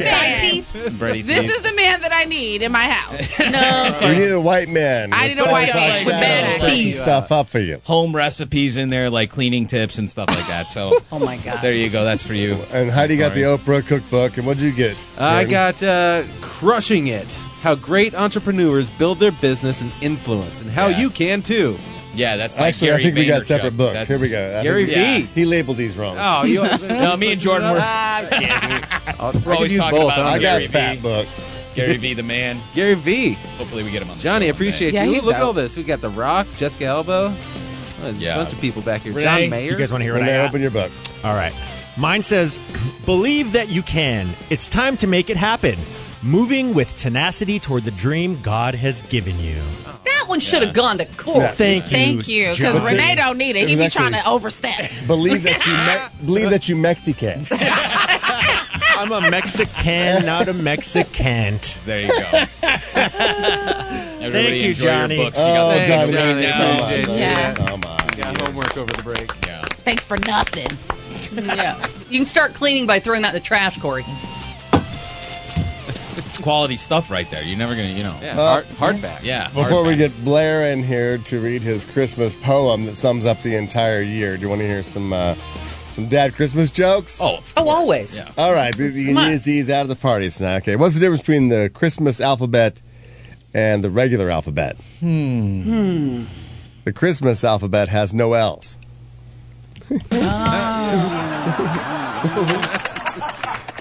[SPEAKER 15] man.
[SPEAKER 11] Brady
[SPEAKER 15] This is the man that I need in my house.
[SPEAKER 9] No,
[SPEAKER 4] You need a white man.
[SPEAKER 15] I need a white man with bad
[SPEAKER 4] Type some stuff up for you.
[SPEAKER 11] Home recipes in there, like cleaning tips and stuff like that. So,
[SPEAKER 9] oh my god,
[SPEAKER 11] there you go. That's for you.
[SPEAKER 4] And Heidi got the Oprah cookbook. And what did you get?
[SPEAKER 10] I
[SPEAKER 4] Jordan?
[SPEAKER 10] got uh, Crushing It How Great Entrepreneurs Build Their Business and Influence, and How You Can Too.
[SPEAKER 11] Yeah, that's by
[SPEAKER 4] Actually,
[SPEAKER 11] Gary
[SPEAKER 4] I think we got
[SPEAKER 11] Vaynerchuk.
[SPEAKER 4] separate books.
[SPEAKER 11] That's-
[SPEAKER 4] Here we go. I
[SPEAKER 11] Gary
[SPEAKER 4] think-
[SPEAKER 11] V.
[SPEAKER 4] He labeled these wrong. [LAUGHS]
[SPEAKER 10] Oh, you-
[SPEAKER 11] [LAUGHS] no, me and Jordan were. [LAUGHS] We're
[SPEAKER 10] I could
[SPEAKER 11] always
[SPEAKER 10] use
[SPEAKER 11] talking
[SPEAKER 10] both,
[SPEAKER 11] about
[SPEAKER 10] huh?
[SPEAKER 11] I Gary
[SPEAKER 10] I got
[SPEAKER 11] V.
[SPEAKER 10] fat
[SPEAKER 4] book.
[SPEAKER 11] Gary V. the man.
[SPEAKER 10] Gary V.
[SPEAKER 11] Hopefully we get him on. The
[SPEAKER 10] Johnny, appreciate
[SPEAKER 11] Yeah,
[SPEAKER 10] you.
[SPEAKER 11] he's
[SPEAKER 10] Look at
[SPEAKER 11] dope.
[SPEAKER 10] all this. We got The Rock, Jessica Elba. There's
[SPEAKER 11] Yeah.
[SPEAKER 10] a bunch of people back here.
[SPEAKER 20] Renee,
[SPEAKER 10] John Mayer.
[SPEAKER 20] You guys want to hear what I got?
[SPEAKER 4] open your book.
[SPEAKER 20] All right. Mine says, "Believe that you can. It's time to make it happen. Moving with tenacity toward the dream God has given you."
[SPEAKER 11] Oh.
[SPEAKER 9] That one should have gone to court.
[SPEAKER 20] Yeah. Thank you,
[SPEAKER 15] Thank you, because
[SPEAKER 20] John.
[SPEAKER 15] Renee don't need it.
[SPEAKER 4] It was
[SPEAKER 15] He be
[SPEAKER 4] actually-
[SPEAKER 15] trying to overstep.
[SPEAKER 4] Believe that you me- believe that you Mexican.
[SPEAKER 20] I'm a Mexican, not a Mexican.
[SPEAKER 11] There you go.
[SPEAKER 20] [LAUGHS]
[SPEAKER 11] Everybody
[SPEAKER 20] Thank you,
[SPEAKER 11] enjoy your
[SPEAKER 20] Johnny.
[SPEAKER 11] books. You got
[SPEAKER 20] Oh,
[SPEAKER 11] something
[SPEAKER 20] Johnny,
[SPEAKER 11] to
[SPEAKER 20] thank
[SPEAKER 11] read
[SPEAKER 20] you so
[SPEAKER 11] now.
[SPEAKER 20] much.
[SPEAKER 15] Yeah.
[SPEAKER 10] We got homework over the break.
[SPEAKER 11] Yeah.
[SPEAKER 15] Thanks for nothing.
[SPEAKER 9] [LAUGHS] yeah, you can start cleaning by throwing that in the trash, Corey.
[SPEAKER 11] It's quality stuff right there. You're never gonna, you know.
[SPEAKER 4] Yeah, Uh,
[SPEAKER 10] hard, hardback.
[SPEAKER 11] Yeah.
[SPEAKER 4] Before we
[SPEAKER 11] hardback.
[SPEAKER 4] get Blair in here to read his Christmas poem that sums up the entire year, do you want to hear some uh, some dad Christmas jokes?
[SPEAKER 11] Oh,
[SPEAKER 9] oh, always.
[SPEAKER 4] All right, you you
[SPEAKER 9] Come
[SPEAKER 4] can
[SPEAKER 9] on.
[SPEAKER 4] use these out of the party snack. Okay, what's the difference between the Christmas alphabet and the regular alphabet?
[SPEAKER 12] Hmm. Hmm.
[SPEAKER 4] The Christmas alphabet has no L's.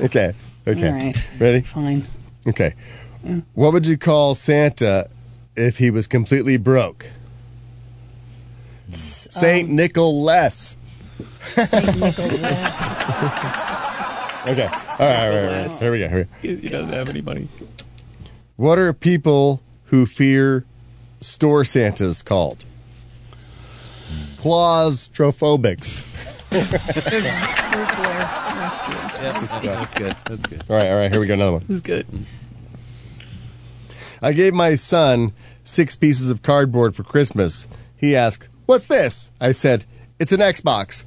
[SPEAKER 4] Okay. Okay.
[SPEAKER 9] All right.
[SPEAKER 4] Ready?
[SPEAKER 9] Fine.
[SPEAKER 4] Okay. What would you call Santa if he was completely broke?
[SPEAKER 9] um,
[SPEAKER 4] Saint Nicholas. [LAUGHS] Saint Nicholas. [LAUGHS] okay. All right, all right, all right. Here we go. Here we go.
[SPEAKER 11] He doesn't have
[SPEAKER 4] [LAUGHS]
[SPEAKER 11] any money.
[SPEAKER 4] What are people who fear store Santas called? Claustrophobics. [LAUGHS]
[SPEAKER 10] that's good. That's
[SPEAKER 4] [LAUGHS]
[SPEAKER 10] good.
[SPEAKER 4] All right, all right. Here we go. Another one.
[SPEAKER 10] That's good.
[SPEAKER 4] I gave my son six pieces of cardboard for Christmas. He asked, What's this? I said, It's an Xbox.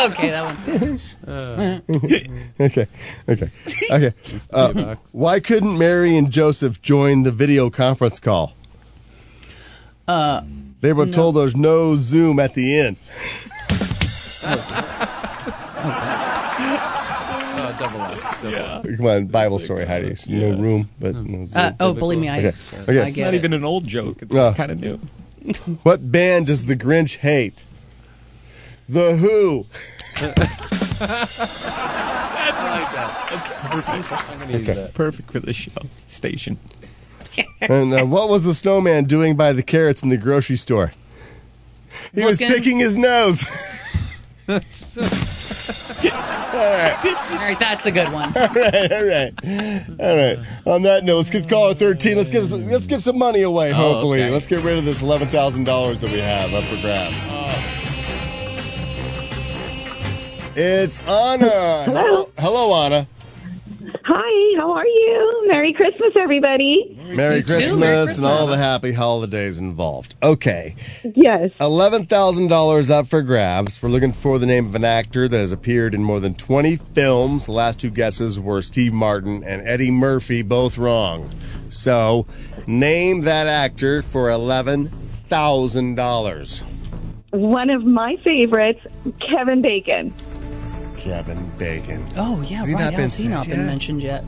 [SPEAKER 9] Okay, that one. Uh.
[SPEAKER 4] [LAUGHS] okay,
[SPEAKER 9] [LAUGHS]
[SPEAKER 4] okay, okay. Uh, why couldn't Mary and Joseph join the video conference call?
[SPEAKER 9] Uh,
[SPEAKER 4] They were
[SPEAKER 9] No.
[SPEAKER 4] told there's no Zoom at the end.
[SPEAKER 10] Oh, Uh, double F. Double yeah.
[SPEAKER 4] Come on, Bible story, Heidi. It's No room, but no Zoom.
[SPEAKER 9] Uh, oh, believe me, I-
[SPEAKER 4] Okay.
[SPEAKER 9] I
[SPEAKER 4] okay.
[SPEAKER 9] It's get not it. even
[SPEAKER 11] an old joke. It's
[SPEAKER 4] Uh,
[SPEAKER 9] [LAUGHS]
[SPEAKER 11] kind of new. [LAUGHS]
[SPEAKER 4] What band does the Grinch hate? The [LAUGHS] Who.
[SPEAKER 11] That's like that. That's perfect. Perfect for the show station.
[SPEAKER 4] [LAUGHS] and uh, what was the snowman doing by the carrots in the grocery store? He was
[SPEAKER 9] Looking.
[SPEAKER 4] picking his
[SPEAKER 11] [LAUGHS]
[SPEAKER 4] nose.
[SPEAKER 9] All right, that's a good one.
[SPEAKER 4] [LAUGHS] all right, all right, all right. On that note, let's get caller thirteen. Let's give let's give some money away.
[SPEAKER 1] Oh,
[SPEAKER 4] Hopefully,
[SPEAKER 1] okay.
[SPEAKER 4] let's get rid of this eleven thousand dollars that we have up for grabs.
[SPEAKER 11] Oh.
[SPEAKER 4] It's Anna. hello, hello, Anna.
[SPEAKER 5] Hi, how are you? Merry Christmas, everybody.
[SPEAKER 4] Merry Christmas, and all the happy holidays involved. Okay. Yes. $11,000 up for grabs. We're looking for the name of an actor that has appeared in more than 20 films. The last two guesses were Steve Martin and Eddie Murphy, both wrong. So, name that actor for $11,000. [LAUGHS]
[SPEAKER 5] One of my favorites, Kevin Bacon.
[SPEAKER 4] Kevin Bacon.
[SPEAKER 9] Oh yeah,
[SPEAKER 5] Has he
[SPEAKER 9] right.
[SPEAKER 5] not
[SPEAKER 9] How's
[SPEAKER 5] been
[SPEAKER 9] he not
[SPEAKER 5] said
[SPEAKER 9] been
[SPEAKER 5] yet?
[SPEAKER 9] mentioned yet?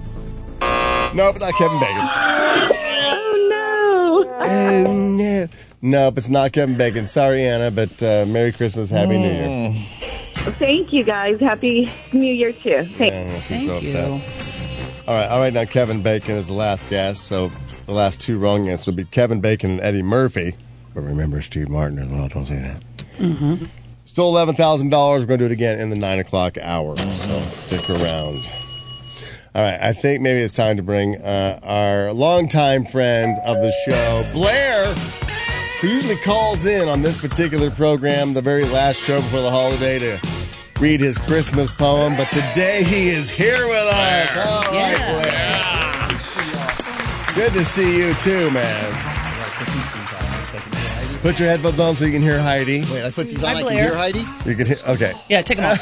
[SPEAKER 4] No, but not Kevin Bacon.
[SPEAKER 5] Oh, no.
[SPEAKER 4] Oh, no. Nope, it's not Kevin Bacon. Sorry, Anna, but uh, Merry Christmas, Happy New Year.
[SPEAKER 5] Thank you, guys. Happy New Year, too.
[SPEAKER 4] Oh,
[SPEAKER 5] Thanks.
[SPEAKER 4] she's so upset. All right, all right. Now Kevin Bacon is the last guess, so the last two wrong answers will be Kevin Bacon and Eddie Murphy. But remember Steve Martin as well. Don't say that.
[SPEAKER 12] Mm-hmm.
[SPEAKER 4] Still eleven thousand dollars. We're going to do it again in the nine o'clock hour. So
[SPEAKER 8] Mm-hmm.
[SPEAKER 4] stick around. All right, I think maybe it's time to bring uh, our longtime friend of the show, Blair, who usually calls in on this particular program, the very last show before the holiday, to read his Christmas poem. But today he is here with us. All right, Blair. Good to see you too, man. Put your headphones on so you can hear Heidi. Wait, I put
[SPEAKER 8] these on, Hi, I can Blair. hear Heidi?
[SPEAKER 4] You can hear. Okay,
[SPEAKER 9] Yeah, take him off.
[SPEAKER 4] [LAUGHS]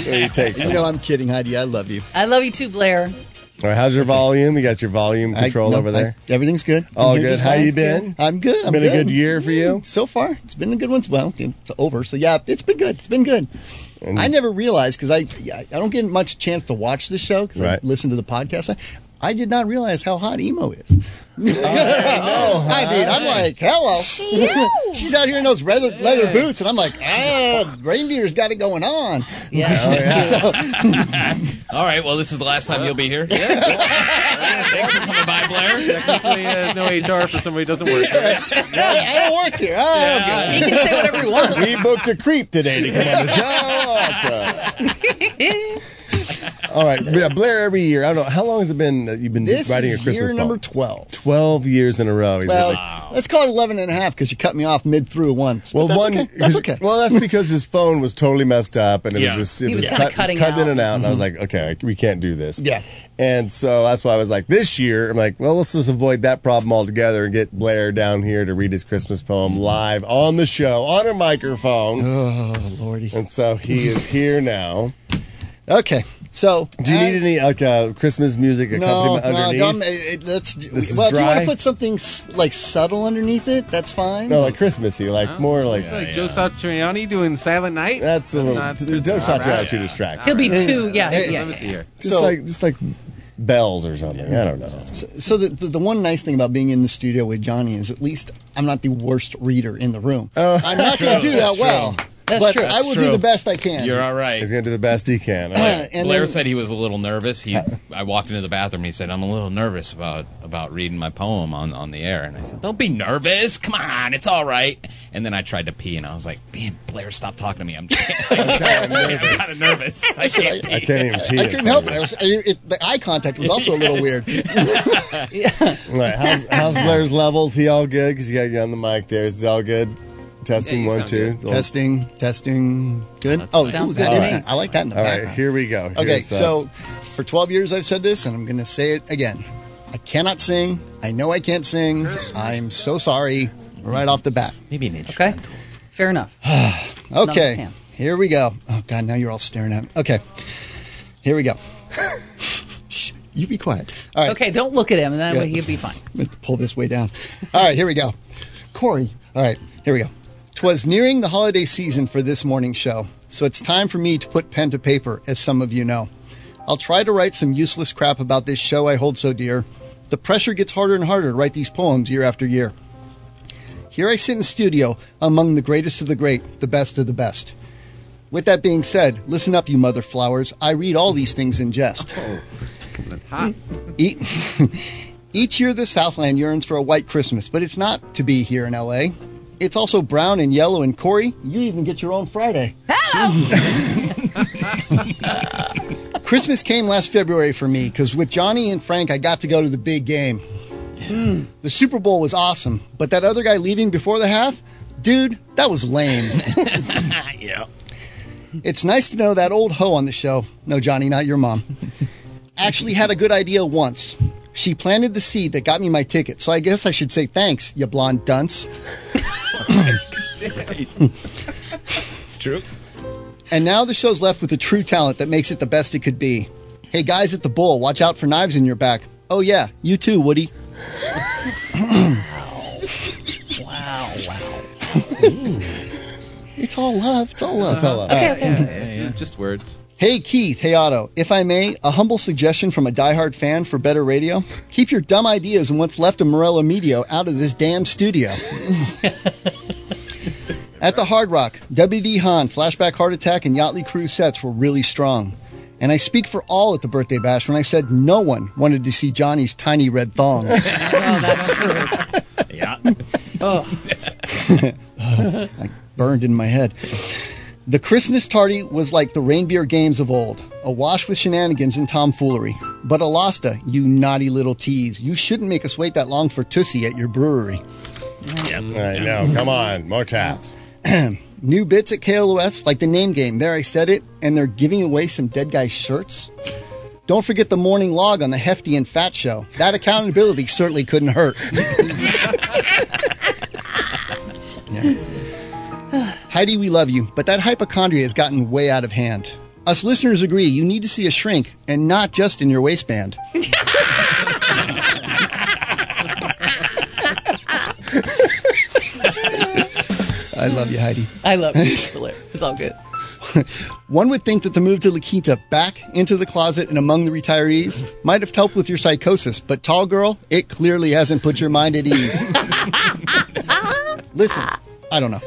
[SPEAKER 4] so
[SPEAKER 8] [LAUGHS]
[SPEAKER 4] you take.
[SPEAKER 8] You know I'm kidding, Heidi. I love you.
[SPEAKER 9] I love you too, Blair.
[SPEAKER 4] All right, how's your volume? You got your volume
[SPEAKER 8] I-
[SPEAKER 4] control
[SPEAKER 8] no,
[SPEAKER 4] over there.
[SPEAKER 8] I- everything's good.
[SPEAKER 4] All
[SPEAKER 8] I'm here
[SPEAKER 4] good.
[SPEAKER 8] just
[SPEAKER 4] How
[SPEAKER 8] fine.
[SPEAKER 4] you
[SPEAKER 8] It's good.
[SPEAKER 4] been?
[SPEAKER 8] I'm good. I'm
[SPEAKER 4] Been a
[SPEAKER 8] good. Mm,
[SPEAKER 4] good year for you?
[SPEAKER 8] So far, it's been a good one. Well, it's over, so yeah, it's been good. It's been good. I never realized because I I don't get much chance to watch the show because
[SPEAKER 4] Right.
[SPEAKER 8] I listen to the podcast. I, I did not realize how hot
[SPEAKER 4] [LAUGHS]
[SPEAKER 8] emo is.
[SPEAKER 4] Oh,
[SPEAKER 8] [LAUGHS] I mean, I'm like, hello. [LAUGHS] She's out here in those leather, leather boots, and I'm like, ah, reindeer's got it going on. Yeah. [LAUGHS]
[SPEAKER 4] [LAUGHS]
[SPEAKER 11] All right. Well, this is the last time you'll be here. Thanks for coming by, Blair.
[SPEAKER 10] Technically, uh, no HR for somebody who
[SPEAKER 11] [LAUGHS]
[SPEAKER 10] doesn't work.
[SPEAKER 8] I don't work here.
[SPEAKER 4] Oh,
[SPEAKER 8] He can say whatever he wants.
[SPEAKER 4] We booked a creep today to come on the show.
[SPEAKER 8] [LAUGHS]
[SPEAKER 4] Awesome. All right, yeah, Blair. Every year, I don't know how long has it been that you've been
[SPEAKER 8] This
[SPEAKER 4] writing your
[SPEAKER 8] is
[SPEAKER 4] Christmas
[SPEAKER 8] year number
[SPEAKER 4] poem?
[SPEAKER 8] 12.
[SPEAKER 4] Twelve years in a row. He's
[SPEAKER 8] Well,
[SPEAKER 4] like-
[SPEAKER 8] let's call it 11 and a half because you cut me off mid through once. Well, that's okay. That's okay.
[SPEAKER 4] Well, that's because his phone was totally messed up, and it
[SPEAKER 8] Yeah.
[SPEAKER 4] was just it
[SPEAKER 8] He
[SPEAKER 4] was,
[SPEAKER 8] was
[SPEAKER 4] cut,
[SPEAKER 8] kinda
[SPEAKER 4] it was
[SPEAKER 8] cutting
[SPEAKER 4] cut in
[SPEAKER 8] out.
[SPEAKER 4] and out. And I was
[SPEAKER 8] Mhm.
[SPEAKER 10] Mm-hmm.
[SPEAKER 4] like, okay, we can't do this.
[SPEAKER 8] Yeah.
[SPEAKER 4] And so that's why I was like, this year, I'm like, well, let's just avoid that problem altogether and get Blair down here to read his Christmas
[SPEAKER 10] Mm-hmm.
[SPEAKER 4] poem live on the show on a microphone.
[SPEAKER 8] Oh, lordy!
[SPEAKER 4] And so he is here now.
[SPEAKER 8] Okay. So,
[SPEAKER 4] do you need any like uh, Christmas music accompaniment underneath?
[SPEAKER 8] dumb- it- it- let's.
[SPEAKER 4] This is
[SPEAKER 8] well, if you want
[SPEAKER 4] dry.
[SPEAKER 8] to put something s- like subtle underneath it, that's fine.
[SPEAKER 4] no, like Christmassy, like
[SPEAKER 10] Oh.
[SPEAKER 4] more like,
[SPEAKER 10] Like Joe Satriani doing Silent Night.
[SPEAKER 4] That's a little.
[SPEAKER 10] not-
[SPEAKER 4] Joe
[SPEAKER 10] that's not
[SPEAKER 4] Satriani
[SPEAKER 10] right.
[SPEAKER 4] is too distracting.
[SPEAKER 9] He'll be two. Yeah,
[SPEAKER 10] Hey,
[SPEAKER 9] yeah.
[SPEAKER 10] Let me see here.
[SPEAKER 4] just like just like bells or something. I don't know.
[SPEAKER 8] So the, the the one nice thing about being in the studio with Johnny is at least I'm not the worst reader in the room.
[SPEAKER 4] Oh,
[SPEAKER 8] I'm not going to do that well. but I will do the best I can.
[SPEAKER 11] You're
[SPEAKER 9] [LAUGHS]
[SPEAKER 11] all right.
[SPEAKER 4] He's gonna do the best he can.
[SPEAKER 11] Blair,
[SPEAKER 8] and
[SPEAKER 11] Blair
[SPEAKER 8] then-
[SPEAKER 11] said he was a little nervous.
[SPEAKER 4] [LAUGHS]
[SPEAKER 11] He, I walked into the bathroom. and He said, "I'm a little nervous about about reading my poem on on the air." And I said, "Don't be nervous. Come on, it's all right." And then I tried to pee, and I was like, "Man, Blair, stop talking to me. I'm, I'm kind of nervous. I can't pee.
[SPEAKER 4] I can't [LAUGHS] even pee.
[SPEAKER 8] I couldn't help it. I was, it, it- The eye contact was also a little weird.
[SPEAKER 4] [LAUGHS] All right, how's, how's Blair's levels? He all good? Because you got to get on the mic there. Is he all good? Testing one, two.
[SPEAKER 8] Testing, testing. Good. oh,
[SPEAKER 4] sounds
[SPEAKER 8] ooh,
[SPEAKER 4] good
[SPEAKER 8] that
[SPEAKER 4] to
[SPEAKER 8] is
[SPEAKER 4] me.
[SPEAKER 8] not- I like that in the
[SPEAKER 4] All right,
[SPEAKER 8] background.
[SPEAKER 4] here we go.
[SPEAKER 8] Okay,
[SPEAKER 4] Here's, uh,
[SPEAKER 8] so for 12 years I've said this, and I'm going to say it again. I cannot sing. I know I can't sing. I'm so sorry right off the bat.
[SPEAKER 11] Maybe an
[SPEAKER 8] Okay.
[SPEAKER 9] Fair
[SPEAKER 8] [SIGHS]
[SPEAKER 9] enough. None of us
[SPEAKER 8] Okay,
[SPEAKER 9] can.
[SPEAKER 8] here we go. Oh, God, now you're all staring at me. Okay, here we go. [LAUGHS] Shh, you be quiet. All right.
[SPEAKER 9] Okay, don't look at him, and that
[SPEAKER 8] Yeah.
[SPEAKER 9] way he'll be
[SPEAKER 8] [LAUGHS]
[SPEAKER 9] fine.
[SPEAKER 8] I'm gonna pull this way down. All right, here we go. Corey. All right, here we go. Twas nearing the holiday season for this morning show, so it's time for me to put pen to paper, as some of you know. I'll try to write some useless crap about this show I hold so dear. The pressure gets harder and harder to write these poems year after year. Here I sit in studio among the greatest of the great, the best of the best. With that being said, listen up, you mother flowers. I read all these things in jest. E- [LAUGHS] Eat. Each year, the Southland yearns for a white Christmas, but it's not to be here in LA. It's also brown and yellow, and Corey, you even get your own Friday. Hello! Christmas came last February for me because with Johnny and Frank, I got to go to the big game. The Super Bowl was awesome, but that [LAUGHS] other guy leaving before the half, dude, that was lame.
[SPEAKER 11] yeah.
[SPEAKER 8] It's nice to know that old hoe on the show, no, Johnny, not your mom, actually had a good idea once. She planted the seed that got me my ticket, so I guess I should say thanks, you blonde dunce.
[SPEAKER 14] It's true.
[SPEAKER 8] And now the show's left with the true talent that makes it the best it could be. Hey guys at the bull, watch out for knives in your back. Oh yeah, you too, Woody.
[SPEAKER 4] [LAUGHS]
[SPEAKER 12] Wow, wow.
[SPEAKER 8] It's all love. It's all love. It's all love.
[SPEAKER 10] Uh-huh. Okay,
[SPEAKER 8] All right.
[SPEAKER 10] Just words.
[SPEAKER 8] Hey Keith, hey Otto. If I may, a humble suggestion from a diehard fan for better radio: keep your dumb ideas and what's left of Morella Medio out of this damn studio. At the Hard Rock, WD Hahn, Flashback Heart Attack, and Yachtly Cruise sets were really strong. And I speak for all at the birthday bash when I said no one wanted to see Johnny's tiny red thong. [LAUGHS]
[SPEAKER 9] Oh, that's true.
[SPEAKER 12] [LAUGHS]
[SPEAKER 14] yeah.
[SPEAKER 9] Oh.
[SPEAKER 8] I burned in my head. The Christmas tardy was like the reindeer games of old, awash with shenanigans and tomfoolery. But Alasta, you naughty little tease, you shouldn't make us wait that long for Tussie at your brewery.
[SPEAKER 4] All right, now, come on. More taps.
[SPEAKER 8] [CLEARS THROAT] New bits at KLOS, like the name game. There, I said it, and they're giving away some dead guy shirts. Don't forget the morning log on the Hefty and Fat Show. That accountability certainly couldn't hurt. [LAUGHS] Yeah. Heidi, we love you, but that hypochondria has gotten way out of hand. Us listeners agree you need to see a shrink, and not just in your waistband. I love you, Heidi.
[SPEAKER 9] [LAUGHS] I love you. It's hilarious. It's all
[SPEAKER 4] [LAUGHS]
[SPEAKER 9] good.
[SPEAKER 8] [LAUGHS] One would think that the move to La Quinta back into the closet and among the retirees might have helped with your psychosis, but tall girl, it clearly hasn't put your mind at ease. Listen, I don't know.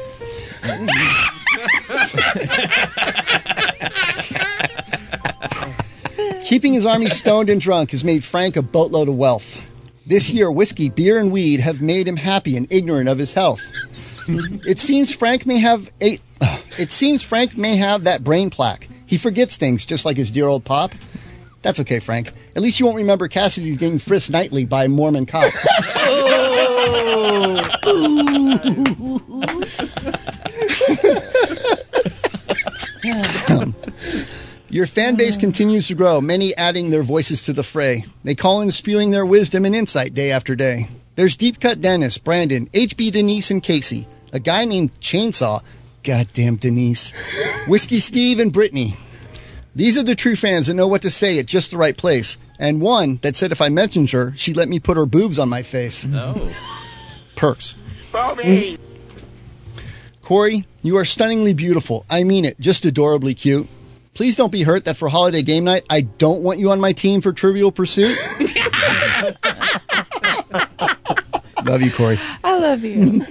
[SPEAKER 8] Keeping his army stoned and drunk has made Frank a boatload of wealth. This year, whiskey, beer, and weed have made him happy and ignorant of his health. It seems Frank may have a. It seems Frank may have that brain plaque. He forgets things just like his dear old pop. That's okay, Frank. At least you won't remember Cassidy's getting frisked nightly by Mormon cop. [LAUGHS] Your fan base continues to grow, many adding their voices to the fray. They call in spewing their wisdom and insight day after day. There's Deep Cut Dennis, Brandon, HB Denise, and Casey. A guy named Chainsaw. Goddamn Denise. Whiskey Steve and Brittany. These are the true fans that know what to say at just the right place. And one that said if I mentioned her, she'd let me put her boobs on my face.
[SPEAKER 12] Oh.
[SPEAKER 8] No. Perks. Mm-hmm.
[SPEAKER 12] Bobby!
[SPEAKER 8] Corey, you are stunningly beautiful. I mean it, just adorably cute. Please don't be hurt that for holiday game night, I don't want you on my team for Trivial Pursuit. Love you, Corey.
[SPEAKER 15] I love you.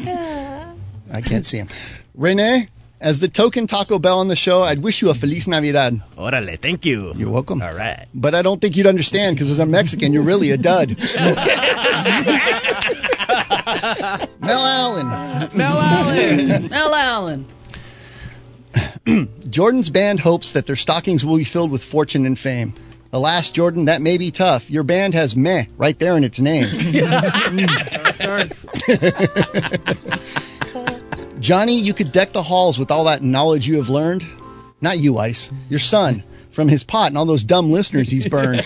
[SPEAKER 8] I can't see him. Renee, as the token Taco Bell on the show, I'd wish you a Feliz Navidad.
[SPEAKER 20] Orale, thank you.
[SPEAKER 8] You're welcome. All
[SPEAKER 20] right.
[SPEAKER 8] But I don't think you'd understand because as a Mexican, you're really
[SPEAKER 20] [LAUGHS]
[SPEAKER 8] a dud. Mel Allen.
[SPEAKER 9] Mel Allen. Mel Allen.
[SPEAKER 8] Jordan's band hopes that their stockings will be filled with fortune and fame. Alas, Jordan, that may be tough. Your band has meh right there in its name. [LAUGHS] Johnny, you could deck the halls with all that knowledge you have learned. Not you, Ice, your son, from his pot and all those dumb listeners he's
[SPEAKER 4] [LAUGHS]
[SPEAKER 8] burned.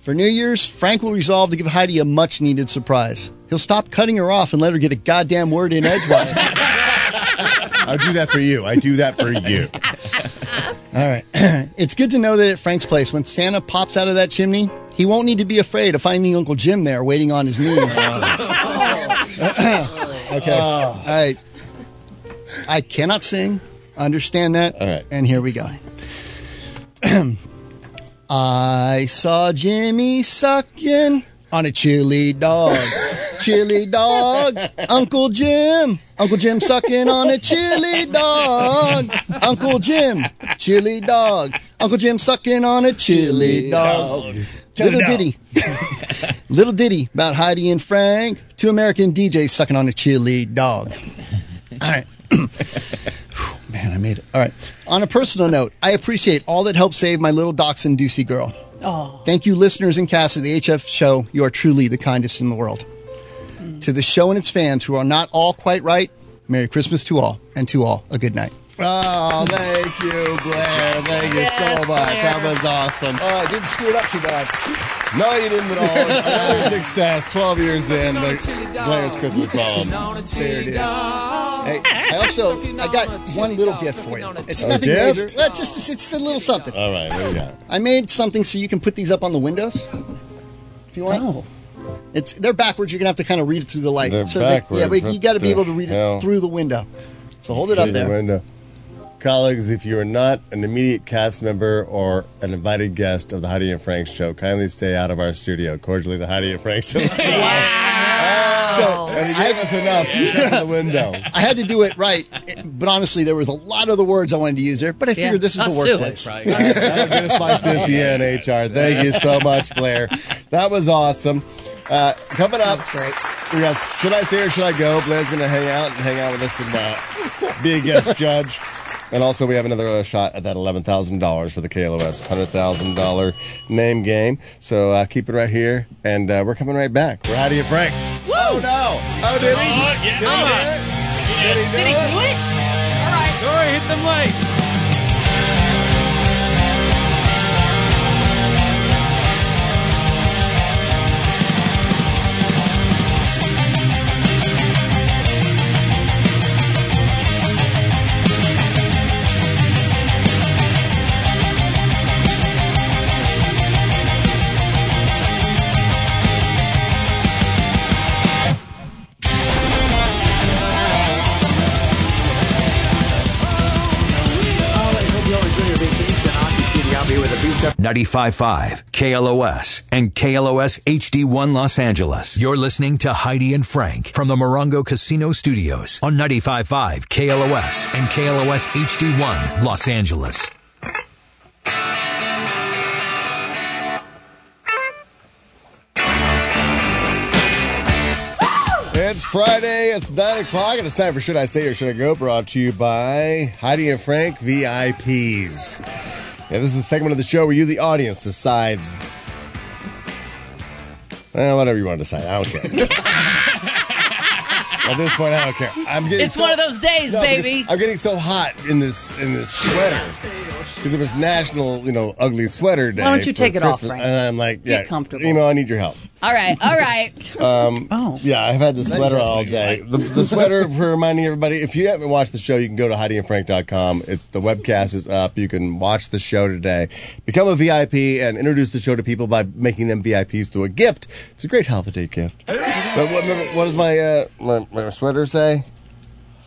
[SPEAKER 8] For New Year's, Frank will resolve to give Heidi a much needed surprise. He'll stop cutting her off and let her get a goddamn word in edgewise.
[SPEAKER 4] I'll do that for you. [LAUGHS] I do that for you.
[SPEAKER 8] All right. [CLEARS THROAT] it's good to know that at Frank's place, when Santa pops out of that chimney, he won't need to be afraid of finding Uncle Jim there waiting on his knees. [CLEARS THROAT] okay. All right. I cannot sing. Understand that. All right. And here we go. [CLEARS THROAT] I saw Jimmy sucking on a chili dog. chili dog. Uncle Jim. Uncle Jim sucking on a chili dog. Uncle Jim. Chili dog. Uncle Jim sucking on a chili dog. Little Diddy. [LAUGHS] Little Diddy about Heidi and Frank. Two American DJs sucking on a chili dog. All right. [CLEARS THROAT] Man, I made it. All right. On a personal note, I appreciate all that helped save my little dachshund, Deucey Girl.
[SPEAKER 9] Oh.
[SPEAKER 8] Thank you, listeners and cast of the HF show. You are truly the kindest in the world. To the show and its fans who are not all quite right, Merry Christmas to all, and to all, a good night.
[SPEAKER 4] Oh, thank you, Blair. Thank you so
[SPEAKER 8] Yes,
[SPEAKER 4] much. That
[SPEAKER 8] Blair.
[SPEAKER 4] was awesome. Oh, I didn't screw it up too bad. No, you didn't at
[SPEAKER 8] [LAUGHS]
[SPEAKER 4] all. Another success. 12 years in, the Blair's Christmas Bomb. There it is.
[SPEAKER 8] Hey, I also I got one little gift for you. It's
[SPEAKER 4] A
[SPEAKER 8] nothing
[SPEAKER 4] gift?
[SPEAKER 8] major. That's just it's a little something.
[SPEAKER 4] Oh, All right, what do you got?
[SPEAKER 8] I made something so you can put these up on the windows. If you want. It's they're backwards. You're gonna have to kind of read it through the light.
[SPEAKER 4] Oh. They're
[SPEAKER 8] they- yeah,
[SPEAKER 4] backwards.
[SPEAKER 8] but you
[SPEAKER 4] What
[SPEAKER 8] got to be
[SPEAKER 4] the
[SPEAKER 8] able to read
[SPEAKER 4] hell?
[SPEAKER 8] it through the window. So hold it up
[SPEAKER 4] Through the
[SPEAKER 8] there.
[SPEAKER 4] window. Colleagues, if you are not an immediate cast member or an invited guest of the Heidi and Frank show, kindly stay out of our studio. Cordially, the Heidi and Frank show.
[SPEAKER 8] So
[SPEAKER 4] and he gave us
[SPEAKER 8] [LAUGHS]
[SPEAKER 4] enough. He took the window.
[SPEAKER 8] I had to do it right, but honestly, there was a lot of the words I wanted to use there. But I figured this is
[SPEAKER 4] us
[SPEAKER 8] the
[SPEAKER 4] too.
[SPEAKER 8] workplace.
[SPEAKER 4] That's right.
[SPEAKER 8] [LAUGHS]
[SPEAKER 4] That'll get us by Cynthia and HR. Thank you so much, Blair. That was awesome. Uh, coming up, we got should I stay or should I go? Blair's going to hang out and hang out with us and uh, be a
[SPEAKER 8] [LAUGHS]
[SPEAKER 4] guest judge. And also, we have another uh, shot at that eleven thousand dollars for the KLOS hundred thousand dollar name game. So uh, keep it right here, and uh, we're coming right back. We're out of here, Frank.
[SPEAKER 12] Woo! Oh,
[SPEAKER 4] no. Oh, did he?
[SPEAKER 12] yeah,
[SPEAKER 4] Did he do it? Did he do
[SPEAKER 12] Did he
[SPEAKER 4] it?
[SPEAKER 12] do it? All right.
[SPEAKER 10] All right, hit the mic.
[SPEAKER 1] Ninety-five-five KLOS and KLOS HD1 Los Angeles. You're listening to Heidi and Frank from the Morongo Casino Studios on ninety-five-five KLOS and KLOS HD1 Los Angeles.
[SPEAKER 4] It's Friday. It's nine o'clock, and it's time for Should I Stay or Should I Go? Brought to you by Heidi and Frank VIPs. Yeah, this is the segment of the show where you, the audience, decides. Well, whatever you want to decide, I don't
[SPEAKER 9] [LAUGHS]
[SPEAKER 4] care. At this point, I don't care. I'm getting.
[SPEAKER 9] It's
[SPEAKER 4] so-
[SPEAKER 9] one of those days,
[SPEAKER 4] No, because
[SPEAKER 9] baby.
[SPEAKER 4] I'm getting so hot in this in this sweater because it was National, you know, Ugly Sweater Day.
[SPEAKER 9] Why don't you
[SPEAKER 4] for
[SPEAKER 9] take it off,
[SPEAKER 4] Christmas,
[SPEAKER 9] Frank?
[SPEAKER 4] And I'm like,
[SPEAKER 9] Get
[SPEAKER 4] yeah, comfortable. You know, I need your help.
[SPEAKER 9] All right, all right. [LAUGHS]
[SPEAKER 4] Um, oh. Yeah, I've had the
[SPEAKER 9] That
[SPEAKER 4] sweater
[SPEAKER 9] is
[SPEAKER 4] all day. The, the sweater, [LAUGHS] for reminding everybody, if you haven't watched the show, you can go to HeidiandFrank.com. It's the webcast is up. You can watch the show today. Become a VIP and introduce the show to people by making them VIPs through a gift. It's a great holiday gift. But what, remember, what does my, uh, my, my sweater say?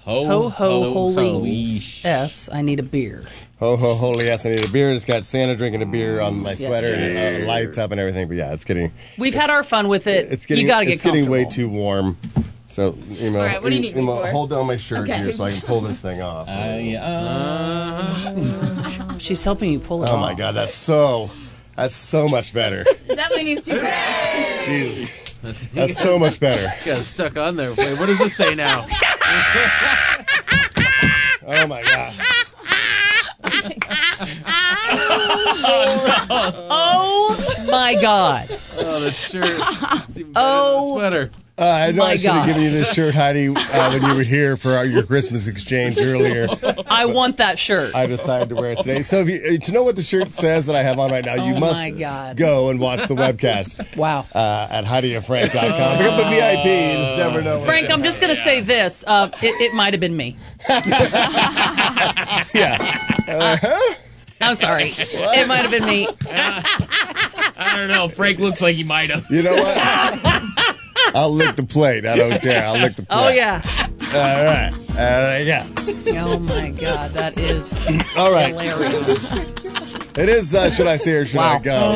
[SPEAKER 9] Ho ho holy s! I need a beer.
[SPEAKER 4] Ho ho holy ass! I need a beer. It's got Santa drinking a beer on my sweater and uh, lights up and everything. But yeah, it's getting
[SPEAKER 9] We've had our fun with it.
[SPEAKER 4] it's getting
[SPEAKER 9] you gotta get
[SPEAKER 4] it's getting
[SPEAKER 9] comfortable.
[SPEAKER 4] way too warm. So you know,
[SPEAKER 9] All right, what do you need me
[SPEAKER 4] Emo,
[SPEAKER 9] for?
[SPEAKER 4] hold down my shirt
[SPEAKER 9] Okay.
[SPEAKER 4] here so I can pull this thing
[SPEAKER 10] [LAUGHS]
[SPEAKER 4] off.
[SPEAKER 10] uh,
[SPEAKER 9] She's helping you pull it
[SPEAKER 4] oh
[SPEAKER 9] off.
[SPEAKER 10] [LAUGHS]
[SPEAKER 4] my god, that's so that's so much better.
[SPEAKER 3] [LAUGHS] Definitely needs two girls.
[SPEAKER 4] Jesus, that's so much better.
[SPEAKER 10] Got stuck on there. [LAUGHS] Wait, what does this say now?
[SPEAKER 4] [LAUGHS] Oh my god.
[SPEAKER 9] Oh my god.
[SPEAKER 10] Oh, the shirt.
[SPEAKER 9] Oh
[SPEAKER 10] sweater.
[SPEAKER 4] Uh, I know
[SPEAKER 10] My
[SPEAKER 4] I should have
[SPEAKER 10] God.
[SPEAKER 4] given you this shirt, Heidi, uh, when you were here for our, your Christmas
[SPEAKER 9] [LAUGHS]
[SPEAKER 4] exchange earlier.
[SPEAKER 9] I want that shirt.
[SPEAKER 4] I decided to wear it today. So if you, uh, to know what the shirt says that I have on right now, you
[SPEAKER 9] Oh
[SPEAKER 4] must
[SPEAKER 9] my God.
[SPEAKER 4] go and watch the webcast.
[SPEAKER 9] [LAUGHS] Wow.
[SPEAKER 4] Uh, at HeidiandFrank.com. Become a VIP. You just never know.
[SPEAKER 9] Frank, I'm just gonna say this. Uh, it, it might have been me.
[SPEAKER 4] yeah. Uh-huh.
[SPEAKER 9] I'm sorry. It might have
[SPEAKER 4] [LAUGHS]
[SPEAKER 9] been me.
[SPEAKER 14] I don't know. Frank looks like he might have.
[SPEAKER 4] You know what? I'll lick the plate. I don't care. I'll lick the plate.
[SPEAKER 9] Oh yeah.
[SPEAKER 4] All right. Uh, there you go.
[SPEAKER 9] Oh my god, that is
[SPEAKER 4] [LAUGHS] All right.
[SPEAKER 9] hilarious.
[SPEAKER 4] It is uh, should I stay or should I go?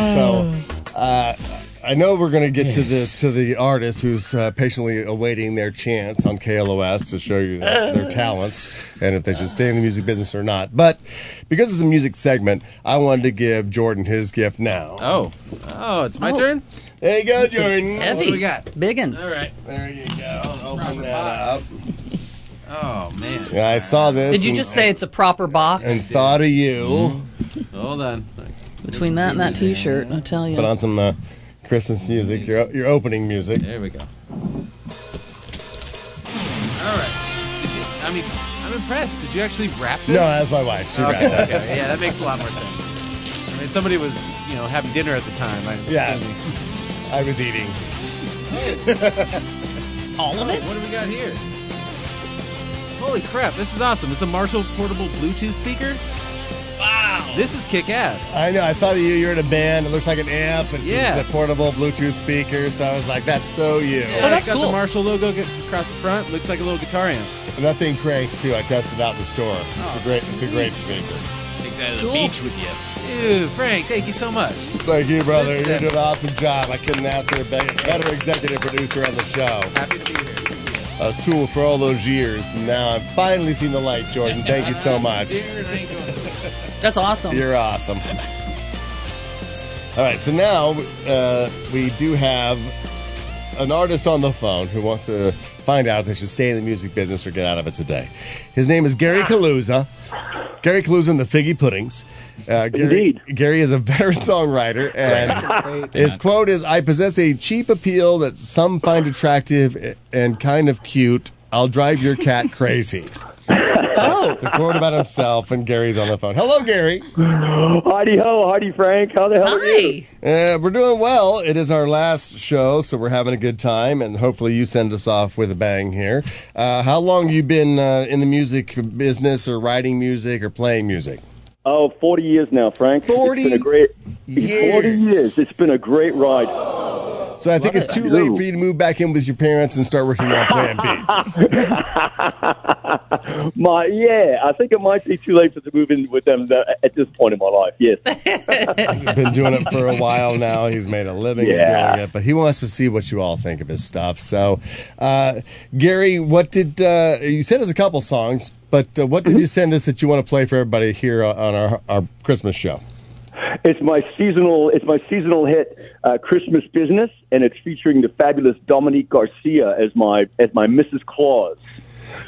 [SPEAKER 4] So uh, I know we're going to get to the to the artist who's uh, patiently awaiting their chance on KLOS to show you their, their talents and if they should stay in the music business or not. But because it's a music segment, I wanted to give Jordan his gift now.
[SPEAKER 10] Oh, oh, it's my turn.
[SPEAKER 4] There you go, Jordan.
[SPEAKER 10] Heavy. What do we got?
[SPEAKER 9] Biggin.
[SPEAKER 10] All right.
[SPEAKER 4] There you go. Open that
[SPEAKER 10] up. Oh man.
[SPEAKER 4] Yeah, I saw this.
[SPEAKER 9] Did you
[SPEAKER 4] and-
[SPEAKER 9] just say it's a proper box?
[SPEAKER 4] and thought of you?
[SPEAKER 10] Hold on.
[SPEAKER 9] Between that and that T-shirt, I tell you.
[SPEAKER 4] Put on some uh, Christmas music. Your your opening music.
[SPEAKER 10] There we go. All right. Did you- I mean, I'm impressed. Did you actually wrap this?
[SPEAKER 4] No, that's my wife. She wrapped
[SPEAKER 10] Okay,
[SPEAKER 4] that.
[SPEAKER 10] okay. Yeah, that makes a lot more sense. I mean, somebody was, you know, having dinner at the time. I'm
[SPEAKER 4] Yeah.
[SPEAKER 10] assuming.
[SPEAKER 4] I was eating.
[SPEAKER 10] [LAUGHS] All of it? What do we got here? Holy crap, this is awesome. It's a Marshall portable Bluetooth speaker. Wow. This is kick ass.
[SPEAKER 4] I know. I thought of you. You're in a band. It looks like an amp. It's,
[SPEAKER 10] Yeah.
[SPEAKER 4] it's a portable Bluetooth speaker. So I was like, that's
[SPEAKER 23] Oh,
[SPEAKER 4] so you.
[SPEAKER 10] it's got the Marshall logo g- across the front. Looks like a little guitar amp.
[SPEAKER 4] That thing cranks too. I tested out in the store. It's
[SPEAKER 10] Oh,
[SPEAKER 4] a great. It's a
[SPEAKER 10] sweet.
[SPEAKER 4] great speaker.
[SPEAKER 23] Take that to the
[SPEAKER 10] Cool.
[SPEAKER 23] beach with you.
[SPEAKER 10] Dude, Frank, thank you so much.
[SPEAKER 4] Thank you, brother.
[SPEAKER 10] Listen.
[SPEAKER 4] You did an awesome job. I couldn't ask for a better, better executive producer on the show.
[SPEAKER 10] Happy to be here.
[SPEAKER 4] I was tool for all those years, and now I've finally seen the light, Jordan. Thank you
[SPEAKER 10] [LAUGHS]
[SPEAKER 4] so much.
[SPEAKER 24] That's awesome.
[SPEAKER 4] You're awesome. All right, so now uh, we do have an artist on the phone who wants to find out if they should stay in the music business or get out of it today. His name is Gary Kaluza. Gary Kaluza and the Figgy Puddings. Uh, Gary, Gary is a veteran songwriter, and his quote is I possess a cheap appeal that some find attractive and kind of cute. I'll drive your cat crazy. Oh. The quote about himself, and Gary's on the phone. Hello, Gary.
[SPEAKER 19] Hardy ho, Hardy Frank. How the hell are you?
[SPEAKER 4] Uh, we're doing well. It is our last show, so we're having a good time, and hopefully you send us off with a bang here. Uh, how long you been uh, in the music business, or writing music, or playing music?
[SPEAKER 19] Oh, 40 years now, Frank. 40 it's been a great, 40 years. It's been a great ride.
[SPEAKER 4] So I think it's too late for you to move back in with your parents and start working on Plan B.
[SPEAKER 19] [LAUGHS] My, yeah, I think it might be too late for to move in with them tho- at this point in my life. Yes.
[SPEAKER 4] Been doing it for a while now. He's made a living
[SPEAKER 19] Yeah.
[SPEAKER 4] at doing it, but he wants to see what you all think of his stuff. So, uh, Gary, what did uh, you sent us a couple songs? But uh, what did you send us that you want to play for everybody here on our, our Christmas show?
[SPEAKER 19] It's my seasonal. It's my seasonal hit, uh, Christmas Business, and it's featuring the fabulous Dominique Garcia as my as my Mrs. Claus.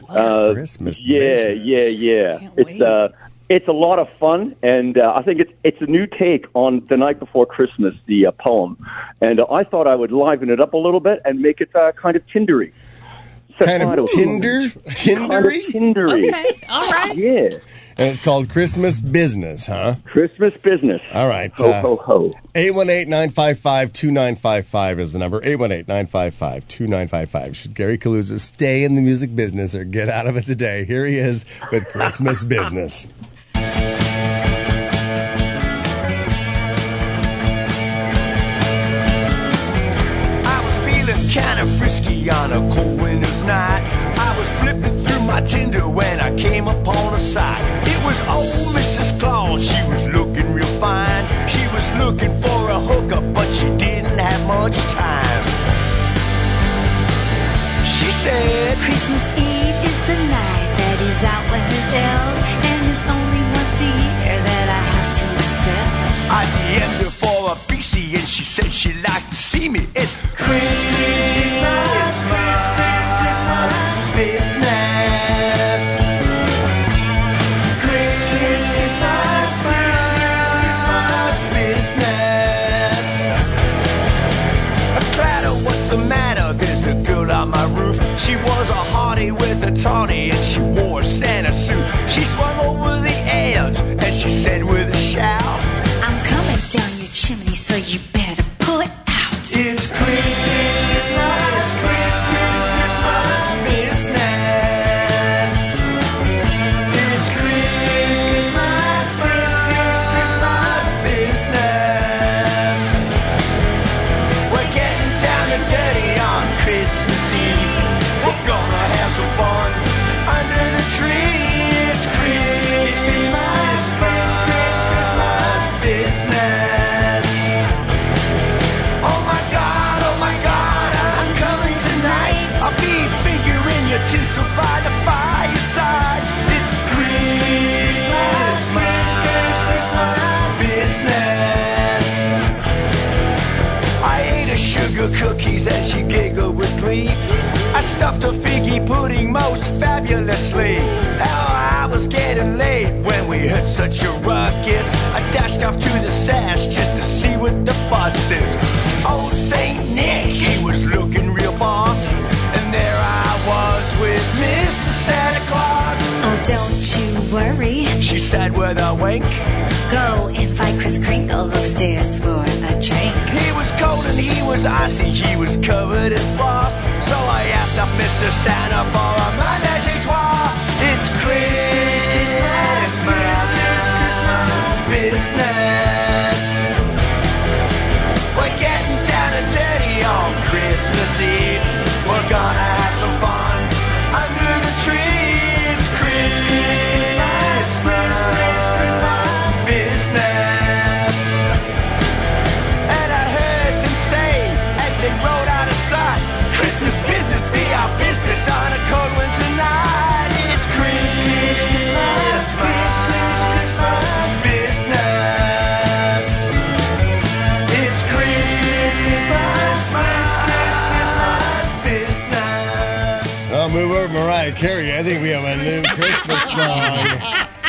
[SPEAKER 19] Uh,
[SPEAKER 4] Christmas.
[SPEAKER 19] Yeah, yeah, yeah. It's uh, it's a lot of fun, and uh, I think it's it's a new take on the night before Christmas, the uh, poem, and uh, I thought I would liven it up a little bit and make it uh, kind of tindery.
[SPEAKER 4] Kind of Tinder?
[SPEAKER 19] [LAUGHS] Tindery? Tindery.
[SPEAKER 24] all right.
[SPEAKER 19] Yeah.
[SPEAKER 4] And it's called Christmas Business, huh?
[SPEAKER 19] Christmas Business.
[SPEAKER 4] All right. uh,
[SPEAKER 19] Ho, ho, ho.
[SPEAKER 4] 818-955-2955 is the number. 818-955-2955. Should Gary Kaluza stay in the music business or get out of it today? Here he is with Christmas Business.
[SPEAKER 12] I was feeling kinda frisky on a cold winter's night. I was flipping through my Tinder when I came upon a site. It was old Mrs. Claus, she was looking real fine. She was looking for a hookup, but she didn't have much time. She said,
[SPEAKER 25] Christmas Eve is the night that he's out with his elves, and it's only once a year that I have to myself.
[SPEAKER 12] I DM'd her for a BC and she said she liked to see me. It's Christmas, Christmas, Christmas, Christmas, business. Christmas, Christmas, Christmas, Christmas, business. Clara, what's the matter? There's a girl on my roof. She was a hottie with a tawny and she wore a Santa suit. She swung over the edge and she said with a shout.
[SPEAKER 25] I'm coming down your chimney, so you better pull it out.
[SPEAKER 12] It's Christmas, Christmas, Christmas, Christmas business. It's Christmas, Christmas, Christmas, Christmas business. We're getting down and dirty on Christmas Eve. We're gonna have some fun under the tree. It's Christmas, Christmas, Christmas, Christmas business. Oh my god, oh my god, I'm coming tonight. I'll be fingering your tinsel by the fireside. It's Christmas, Christmas, Christmas business. I ate her sugar cookies and she giggled with glee. I stuffed a figgy pudding most fabulously. Oh, I was getting late when we heard such a ruckus. I dashed off to the sash just to see what the fuss is. Old Saint Nick, he was looking real boss. And there I was with Mrs. Santa Claus.
[SPEAKER 26] Oh, Don't you worry, she said with a wink. Go invite Chris Kringle upstairs for a drink.
[SPEAKER 12] He was cold and he was icy, he was covered in frost. So I asked up Mr. Santa for a menage a trois. It's Christmas, business. We're getting down and dirty on Christmas Eve. We're gonna have some fun under the tree. It's Christmas, business. And I heard them say as they rode out of sight, Christmas business be our business on a cold winter night. It's Christmas, business. It's Christmas, business.
[SPEAKER 4] I'll move over Mariah Carey. I think we have a new Christmas song.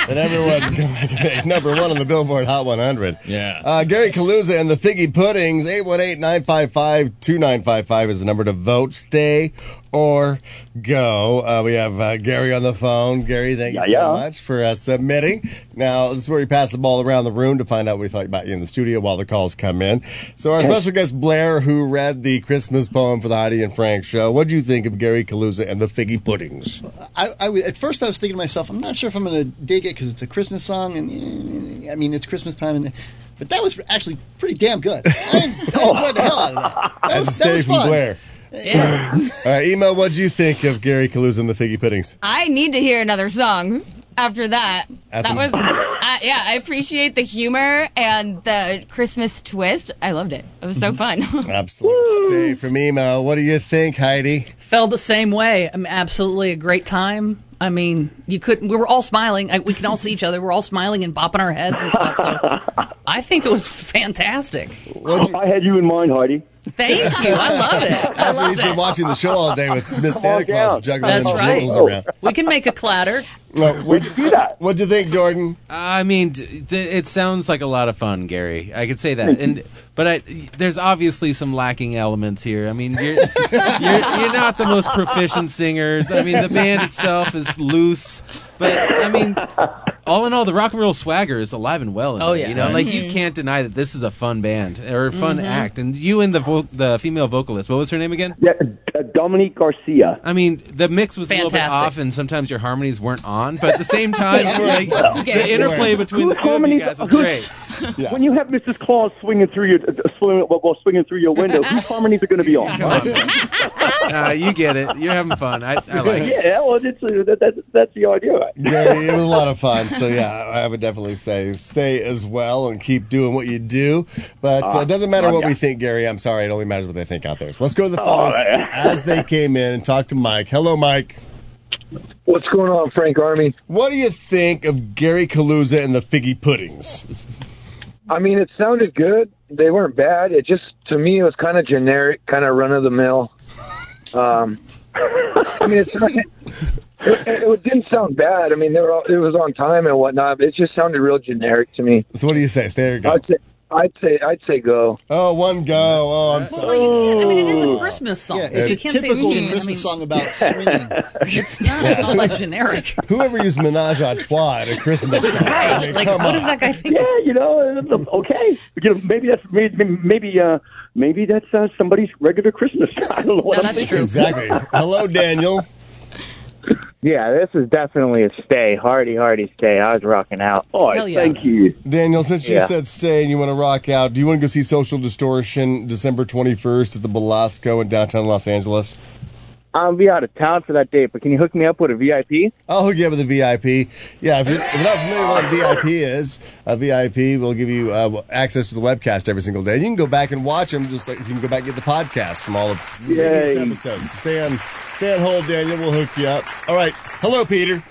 [SPEAKER 4] And everyone's [LAUGHS] going to make number one on the Billboard Hot 100. Yeah. Uh, Gary Kaluza and the Figgy Puddings, 818 955 2955 is the number to vote. Stay or go. Uh, we have uh, Gary on the phone. Gary, thank you
[SPEAKER 27] Yeah,
[SPEAKER 4] so
[SPEAKER 27] yeah.
[SPEAKER 4] much for uh, submitting. Now, this is where we pass the ball around the room to find out what we thought about you in the studio while the calls come in. So, our special guest, Blair, who read the Christmas poem for the Heidi and Frank show, what do you think of Gary Kaluza and the Figgy Puddings?
[SPEAKER 8] I, I w- at first I was thinking to myself, I'm not sure if I'm going to dig it because it's a Christmas song, and eh, I mean it's Christmas time, and but that was actually pretty damn good. I, I enjoyed the hell out of that. That
[SPEAKER 4] That's a
[SPEAKER 8] was, that
[SPEAKER 4] stay
[SPEAKER 8] was
[SPEAKER 4] from
[SPEAKER 8] fun.
[SPEAKER 4] Blair.
[SPEAKER 8] Yeah.
[SPEAKER 4] All right, Emo, what do you think of Gary Kaluza and the Figgy Puddings?
[SPEAKER 3] I need to hear another song after that.
[SPEAKER 4] That's
[SPEAKER 3] that
[SPEAKER 4] an-
[SPEAKER 3] was, uh, yeah, I appreciate the humor and the Christmas twist. I loved it. It was so
[SPEAKER 9] Mm-hmm.
[SPEAKER 3] fun.
[SPEAKER 4] [LAUGHS] Absolute stay from Emo. What do you think, Heidi?
[SPEAKER 9] Felt the same way. I mean, absolutely a great time. I mean, you could. We were all smiling. I, we can all see each other. We're all smiling and bopping our heads and stuff. So I think it was fantastic.
[SPEAKER 19] I had you in mind, Heidi.
[SPEAKER 9] Thank you. I love it. I
[SPEAKER 4] After
[SPEAKER 9] love
[SPEAKER 4] he's been
[SPEAKER 9] it.
[SPEAKER 4] watching the show all day with Miss Santa Claus juggling
[SPEAKER 9] That's
[SPEAKER 4] them
[SPEAKER 9] right.
[SPEAKER 4] jingles around.
[SPEAKER 9] We can make
[SPEAKER 5] [LAUGHS]
[SPEAKER 9] a clatter.
[SPEAKER 4] Well, what'd you do that? What'd you think, Jordan?
[SPEAKER 10] I mean, d- d- it sounds like a lot of fun, Gary. I could say that, and but I, there's obviously some lacking elements here. I mean, you're, you're you're not the most proficient singer. I mean, the band itself is loose, but I mean, all in all, the rock and roll swagger is alive and well. In
[SPEAKER 9] Oh,
[SPEAKER 10] it,
[SPEAKER 9] yeah.
[SPEAKER 10] you know, like you
[SPEAKER 9] Mhm.
[SPEAKER 10] can't deny that this is a fun band or a fun
[SPEAKER 9] Mhm.
[SPEAKER 10] act. And you and the vo- the female vocalist, what was her name again?
[SPEAKER 19] Yeah, uh, Dominique Garcia.
[SPEAKER 10] I mean, the mix was a little bit
[SPEAKER 19] Fantastic.
[SPEAKER 10] off, and sometimes your harmonies weren't on. But at the
[SPEAKER 9] [LAUGHS]
[SPEAKER 10] same time,
[SPEAKER 19] Yeah.
[SPEAKER 10] like,
[SPEAKER 19] Well,
[SPEAKER 10] the interplay between the two of you guys was
[SPEAKER 19] who's-
[SPEAKER 10] great.
[SPEAKER 19] When you have Mrs. Claus swinging through your uh, swinging, well, well, swinging through your
[SPEAKER 4] [LAUGHS]
[SPEAKER 19] window, whose harmonies are going to be on?
[SPEAKER 10] Nah, you get it. You're having
[SPEAKER 4] [LAUGHS]
[SPEAKER 10] fun. I, I like it.
[SPEAKER 19] [LAUGHS] yeah, well, it's, uh, that, that's that's the idea. Right?
[SPEAKER 4] Gary, it was a lot of fun. So yeah, I would definitely say stay as well and keep doing what you do. But uh,
[SPEAKER 28] Ah,
[SPEAKER 4] it doesn't matter
[SPEAKER 28] love
[SPEAKER 4] what
[SPEAKER 28] ya.
[SPEAKER 4] we think, Gary. I'm sorry, it only matters what they think out there. So let's go to the
[SPEAKER 28] Oh,
[SPEAKER 4] phones
[SPEAKER 28] yeah.
[SPEAKER 4] as they came in and talk to Mike. Hello, Mike.
[SPEAKER 21] What's going on, Frank Army?
[SPEAKER 4] What do you think of Gary Kaluza and the Figgy Puddings?
[SPEAKER 21] I mean, it sounded good. They weren't bad. It just, to me, it was kind of generic, kind of run of the mill. Um, I mean, it's not, it, it didn't sound bad. I mean, they were all, it was on time and whatnot. But it just sounded real generic to me.
[SPEAKER 4] So, what do you say? Stay or go?
[SPEAKER 21] I'd say, I'd say, uh, I'd say go.
[SPEAKER 4] Oh, one go. Oh, I'm sorry.
[SPEAKER 9] I mean, it is a Christmas song.
[SPEAKER 4] Yeah,
[SPEAKER 9] so
[SPEAKER 4] it's
[SPEAKER 9] you
[SPEAKER 4] a
[SPEAKER 9] can't say it's
[SPEAKER 8] typical
[SPEAKER 9] gen- I
[SPEAKER 8] Christmas
[SPEAKER 9] mean- [LAUGHS]
[SPEAKER 8] song about swinging.
[SPEAKER 9] It's not all that generic.
[SPEAKER 4] Whoever used Menage a Trois at a Christmas song. I mean,
[SPEAKER 9] [LAUGHS] Like,
[SPEAKER 4] come
[SPEAKER 9] what
[SPEAKER 4] on.
[SPEAKER 9] is that guy thinking?
[SPEAKER 19] Yeah, you know, uh, okay, you know, maybe that's maybe maybe uh, maybe that's uh, somebody's regular Christmas. [LAUGHS] I don't know what I'm thinking.
[SPEAKER 4] Exactly. Hello,
[SPEAKER 19] [LAUGHS]
[SPEAKER 4] Daniel.
[SPEAKER 7] Yeah, this is definitely a stay. Hardy, hardy stay. I was rocking out.
[SPEAKER 19] Oh, Hell yeah. thank you.
[SPEAKER 4] Daniel, since you
[SPEAKER 7] Yeah.
[SPEAKER 4] said stay and you want to rock out, do you want to go see Social Distortion December 21st at the Belasco in downtown Los Angeles?
[SPEAKER 7] I'll be out of town for that date, but can you hook me up with a VIP?
[SPEAKER 4] I'll hook you up with a VIP. Yeah, if you're, if you're not familiar with what a VIP is, a VIP will give you uh, access to the webcast every single day. And you can go back and watch them, just like you can go back and get the podcast from all of previous
[SPEAKER 28] Yay.
[SPEAKER 4] episodes. Stay on, stay on hold, Daniel. We'll hook you up. All right. Hello, Peter.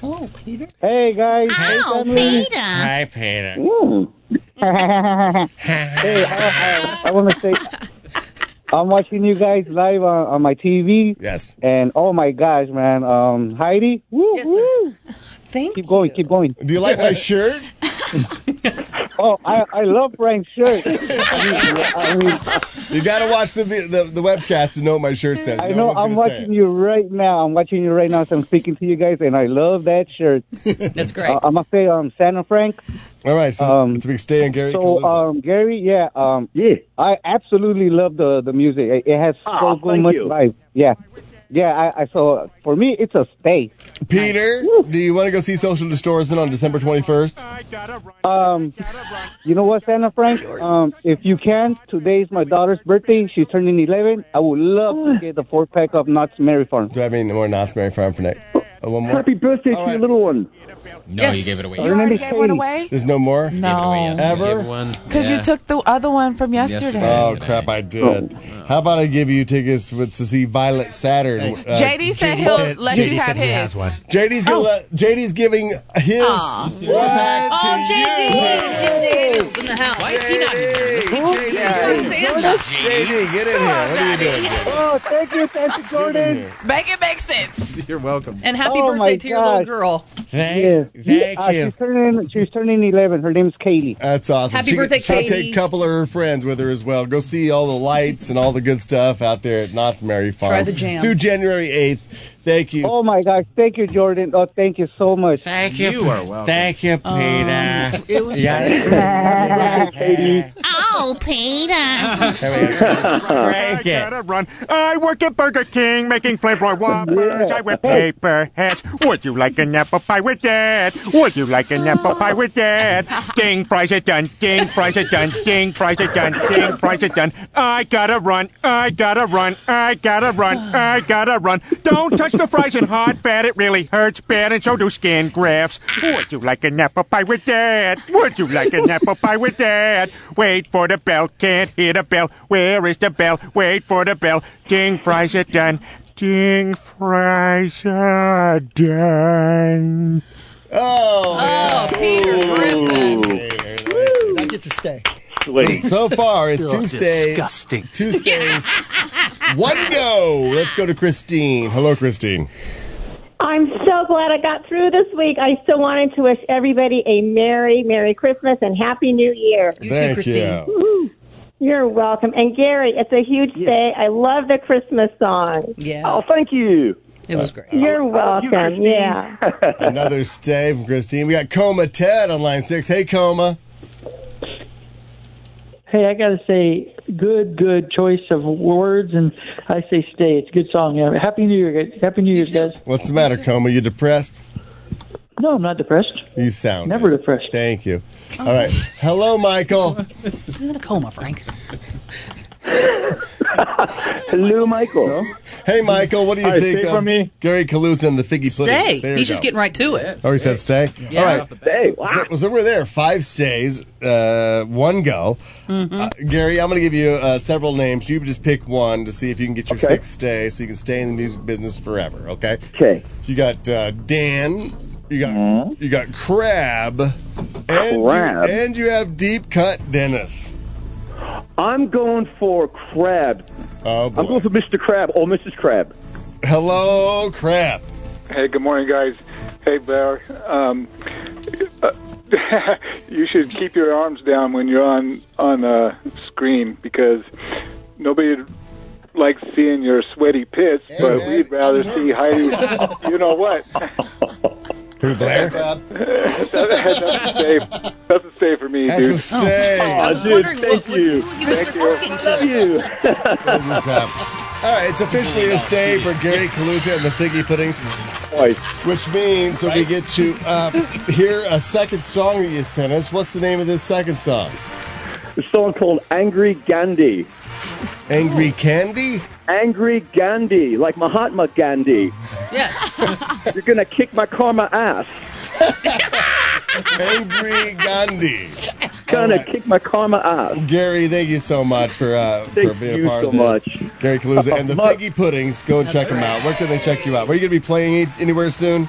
[SPEAKER 9] Hello, Peter.
[SPEAKER 7] Hey, guys.
[SPEAKER 29] Ow,
[SPEAKER 4] Hi, Peter.
[SPEAKER 7] Hmm. hey, I, I, I want to say I'm watching you guys live on, on my TV.
[SPEAKER 4] Yes.
[SPEAKER 7] And oh my gosh, man, um, Heidi, woo, woo.
[SPEAKER 9] Thank
[SPEAKER 7] keep going, keep going.
[SPEAKER 4] Do you
[SPEAKER 7] [LAUGHS]
[SPEAKER 4] like my shirt? [LAUGHS]
[SPEAKER 7] oh, I, I love Frank's shirt. I mean, I mean,
[SPEAKER 4] You got to watch the, vi- the the webcast to know what my shirt says.
[SPEAKER 7] I
[SPEAKER 4] No
[SPEAKER 7] know.
[SPEAKER 4] one's
[SPEAKER 7] I'm
[SPEAKER 4] gonna say
[SPEAKER 7] watching you right now. I'm watching you right now. So I'm speaking to you guys, and I love that
[SPEAKER 4] [LAUGHS]
[SPEAKER 7] shirt.
[SPEAKER 9] That's great.
[SPEAKER 7] I'm gonna say um, Santa Frank. Um,
[SPEAKER 4] All right, so it's a big stay on Gary.
[SPEAKER 7] So um, Gary, yeah, um, yeah, I absolutely love the the music. It, it has so
[SPEAKER 30] Aw,
[SPEAKER 7] good
[SPEAKER 30] Oh, thank
[SPEAKER 7] much
[SPEAKER 30] you.
[SPEAKER 7] life. Yeah, yeah. I, I so for me, it's a stay.
[SPEAKER 4] Peter, do you want to go see Social Distortion on December 21st?
[SPEAKER 7] Um, you know what, Santa Frank? Um, if you can, today's my daughter's birthday. She's turning 11. I would love to get the four pack of Knott's Merry Farm.
[SPEAKER 4] Do I have any more Knott's Merry Farm for next? Uh, one more.
[SPEAKER 7] Happy
[SPEAKER 4] birthday to your little
[SPEAKER 7] one.
[SPEAKER 4] No,
[SPEAKER 10] Yes. you gave it away. You already
[SPEAKER 4] gave
[SPEAKER 15] one away?
[SPEAKER 4] There's no more?
[SPEAKER 15] No.
[SPEAKER 4] Ever?
[SPEAKER 10] [LAUGHS]
[SPEAKER 15] Because you took the other one from yesterday.
[SPEAKER 4] Oh, crap, I did. How about I give you tickets with, to see Violet Saturn? Uh,
[SPEAKER 15] JD said JD he'll said- let JD you have said he his. Oh. has one.
[SPEAKER 4] JD's, gonna let, JD's giving his.
[SPEAKER 9] Oh, JD! JD is in the house. Why is he not here? Santa.
[SPEAKER 4] JD, get in here. What are you doing?
[SPEAKER 7] Oh, thank you, thank you, Jordan.
[SPEAKER 15] Make it make sense.
[SPEAKER 31] You're welcome.
[SPEAKER 9] And happy
[SPEAKER 7] Oh, my
[SPEAKER 9] birthday to your little
[SPEAKER 7] gosh.
[SPEAKER 9] girl.
[SPEAKER 4] Thank,
[SPEAKER 7] thank
[SPEAKER 4] you.
[SPEAKER 7] uh, She's turning, she's turning 11. Her name's Kaylee.
[SPEAKER 4] That's awesome.
[SPEAKER 9] Happy
[SPEAKER 4] she,
[SPEAKER 9] birthday,
[SPEAKER 4] she'll
[SPEAKER 9] Katie.
[SPEAKER 4] take a couple of her friends with her as well. Go see all the lights and all the good stuff out there at Knott's Merry Farm.
[SPEAKER 7] the jam.
[SPEAKER 4] Through January 8th. Thank you.
[SPEAKER 7] Oh my gosh, thank you, Jordan. Oh, thank you so much.
[SPEAKER 4] Thank you. You are welcome. Thank you, Peter.
[SPEAKER 7] Oh, it was-
[SPEAKER 4] [LAUGHS] Katie.
[SPEAKER 30] Oh, Peter.
[SPEAKER 15] [LAUGHS]
[SPEAKER 14] Break it. Gotta run. I work at Burger King making flamboy whoppers. I wear paper hats. Would you like an apple pie with that? Would you like an apple pie with that? Ding, fries are done. Ding, fries are done. Ding, fries are done. Ding, fries are done. I gotta run. I gotta run. I gotta run. I gotta run. Don't touch the fries in hot fat. It really hurts bad, and so do skin grafts. Would you like an apple pie with that? Would you like an apple pie with that? Wait for the bell. Can't hear the bell. Where is the bell? Wait for the bell. Ding, fries are done. Ding, fries are
[SPEAKER 9] [LAUGHS]
[SPEAKER 14] done.
[SPEAKER 4] Oh,
[SPEAKER 9] Peter Griffin.
[SPEAKER 8] That gets a stay.
[SPEAKER 4] So, so far,
[SPEAKER 8] [LAUGHS]
[SPEAKER 4] it's
[SPEAKER 8] You're
[SPEAKER 4] two stays.
[SPEAKER 8] disgusting.
[SPEAKER 4] Two stays. one go. Let's go to Christine. Hello, Christine.
[SPEAKER 16] I'm so glad I got through this week. I still wanted to wish everybody a Merry, Merry Christmas and Happy New Year.
[SPEAKER 4] Thank you.
[SPEAKER 16] Woo. You're welcome. And Gary, it's a huge day. I love the Christmas song.
[SPEAKER 9] Yeah.
[SPEAKER 16] Oh,
[SPEAKER 19] thank you.
[SPEAKER 9] It was great.
[SPEAKER 16] You're welcome. yeah.
[SPEAKER 4] Another stay from Christine. We got Coma Ted on line six. Hey, Coma.
[SPEAKER 12] Hey, I gotta say, good, good choice of words, and I say stay. It's a good song. Yeah. Happy New Year, guys. Happy New Year, guys.
[SPEAKER 4] What's the matter, Coma? You depressed?
[SPEAKER 12] No, I'm not depressed.
[SPEAKER 4] You sound
[SPEAKER 12] Never
[SPEAKER 4] depressed. Thank you. All right. Hello,
[SPEAKER 9] [LAUGHS]
[SPEAKER 4] Michael.
[SPEAKER 9] He's in a
[SPEAKER 12] [LAUGHS]
[SPEAKER 9] coma, Frank.
[SPEAKER 4] Hello, Michael. Hey, Michael. What do you
[SPEAKER 9] All right,
[SPEAKER 4] think
[SPEAKER 9] stay
[SPEAKER 4] of
[SPEAKER 9] for me.
[SPEAKER 4] Gary Kaluza and the Figgy Pudding?
[SPEAKER 9] Stay. He's just getting right to it.
[SPEAKER 4] Oh, he said stay.
[SPEAKER 9] Yeah.
[SPEAKER 4] All right. So, so we're there. Five stays, uh, one go. Uh, Gary, I'm going to give you uh, several names. You just pick one to see if you can get your sixth stay, so you can stay in the music business forever. Okay. Okay. You got uh, Dan. You got you got Crab. And
[SPEAKER 19] Crab.
[SPEAKER 4] You, and you have deep cut Dennis.
[SPEAKER 19] I'm going for Crab.
[SPEAKER 4] Oh,
[SPEAKER 19] I'm going for Mr. Crab or Mrs. Crab.
[SPEAKER 4] Hello, Crab.
[SPEAKER 21] Hey, good morning, guys. Hey, Bear. Um, [LAUGHS] uh, you should keep your arms down when you're on on uh, a screen because nobody likes seeing your sweaty pits, but we'd rather see Heidi. you know what?
[SPEAKER 4] Who, Blair?
[SPEAKER 21] [LAUGHS] that, doesn't stay. Doesn't stay for me,
[SPEAKER 4] That's
[SPEAKER 21] dude.
[SPEAKER 4] a stay. Oh, I was
[SPEAKER 21] dude,
[SPEAKER 4] wondering
[SPEAKER 21] thank you.
[SPEAKER 4] Mr. Hogan Crab. All right, it's officially a stay for Gary Kaluza and the Figgy Puddings, which means that we get to uh, hear a second song that you sent us. What's the name of this second song?
[SPEAKER 19] The song called Angry Gandhi.
[SPEAKER 4] Angry Candy?
[SPEAKER 19] Angry Gandhi, like Mahatma Gandhi.
[SPEAKER 4] [LAUGHS]
[SPEAKER 9] Yes.
[SPEAKER 19] You're gonna kick my karma ass.
[SPEAKER 4] Angry Gandhi.
[SPEAKER 19] Gonna kick my karma ass.
[SPEAKER 4] Gary, thank you so much for uh, for
[SPEAKER 19] Thank
[SPEAKER 4] being
[SPEAKER 19] you
[SPEAKER 4] a part
[SPEAKER 19] so
[SPEAKER 4] of this. Gary Kaluza and the
[SPEAKER 19] [LAUGHS] Much.
[SPEAKER 4] Figgy Puddings. Go and check them out. Where can they check you out? Where are you going to be playing anywhere soon?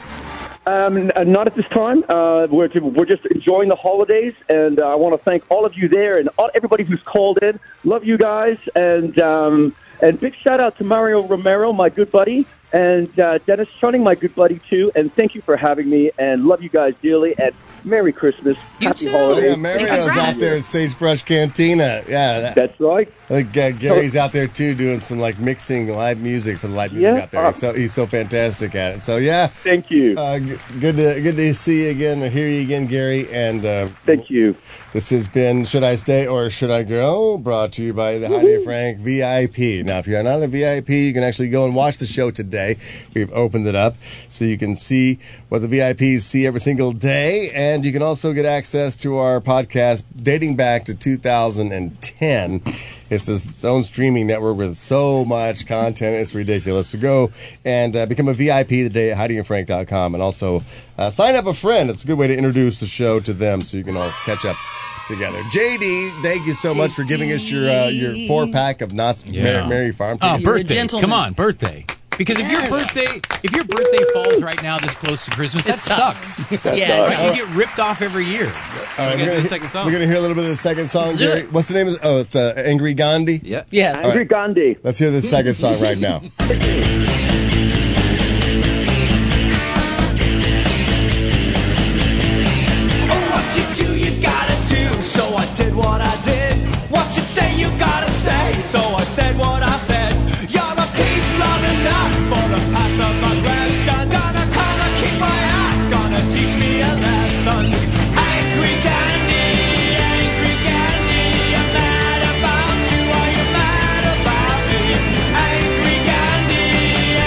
[SPEAKER 19] Um, n- not at this time. Uh, we're, we're just enjoying the holidays, and uh, I want to thank all of you there and all, everybody who's called in. Love you guys, and um, and big shout out to Mario Romero, my good buddy, And uh, Dennis Chunning, my good buddy, too. And thank you for having me. And love you guys dearly. And Merry Christmas. Happy holidays.
[SPEAKER 4] Yeah, Mario's out there at Sagebrush Cantina. Yeah,
[SPEAKER 19] that's right.
[SPEAKER 4] I think uh, Gary's out there too, doing some like mixing live music for the live music
[SPEAKER 19] Yeah.
[SPEAKER 4] out there. He's so he's so fantastic at it. So yeah,
[SPEAKER 19] thank you.
[SPEAKER 4] Uh, g- good to good to see you again and hear you again, Gary. And uh,
[SPEAKER 19] thank you.
[SPEAKER 4] This has been "Should I Stay or Should I Go?" brought to you by the Heidi Frank VIP. Now, if you are not a VIP, you can actually go and watch the show today. We've opened it up so you can see what the VIPs see every single day, and you can also get access to our podcast dating back to 2010. It's its own streaming network with so much content. It's ridiculous. So go and uh, become a VIP today at HeidiandFrank.com and also uh, sign up a friend. It's a good way to introduce the show to them so you can all catch up together. JD, thank you so much for giving us your uh, your four pack of Knott's Mary, Mary Farm.
[SPEAKER 5] Oh,
[SPEAKER 4] cookies.
[SPEAKER 5] birthday! Come on, birthday. Because if your birthday if your birthday falls right now this close to Christmas, that
[SPEAKER 4] It's tough. [LAUGHS]
[SPEAKER 5] sucks.
[SPEAKER 4] That's
[SPEAKER 5] yeah,
[SPEAKER 4] all
[SPEAKER 5] like,
[SPEAKER 4] right.
[SPEAKER 5] you get ripped off every year.
[SPEAKER 4] All right, we're, gonna, we're gonna hear a little bit of the second song.
[SPEAKER 5] Let's do
[SPEAKER 4] Gary.
[SPEAKER 5] it.
[SPEAKER 4] What's the name? Of, it? oh, it's uh, Angry Gandhi. Yeah.
[SPEAKER 9] Yes.
[SPEAKER 19] Angry Gandhi.
[SPEAKER 4] Let's hear the second song right now.
[SPEAKER 12] Oh, what you do, you gotta do. So I did what I did. What you say, you gotta say. So I said what I said. You're a piece long enough for the past of aggression. Gonna come and kick my ass. Gonna teach me a lesson. Angry Gandhi, angry Gandhi. I'm mad about you. Are you mad about me? Angry Gandhi,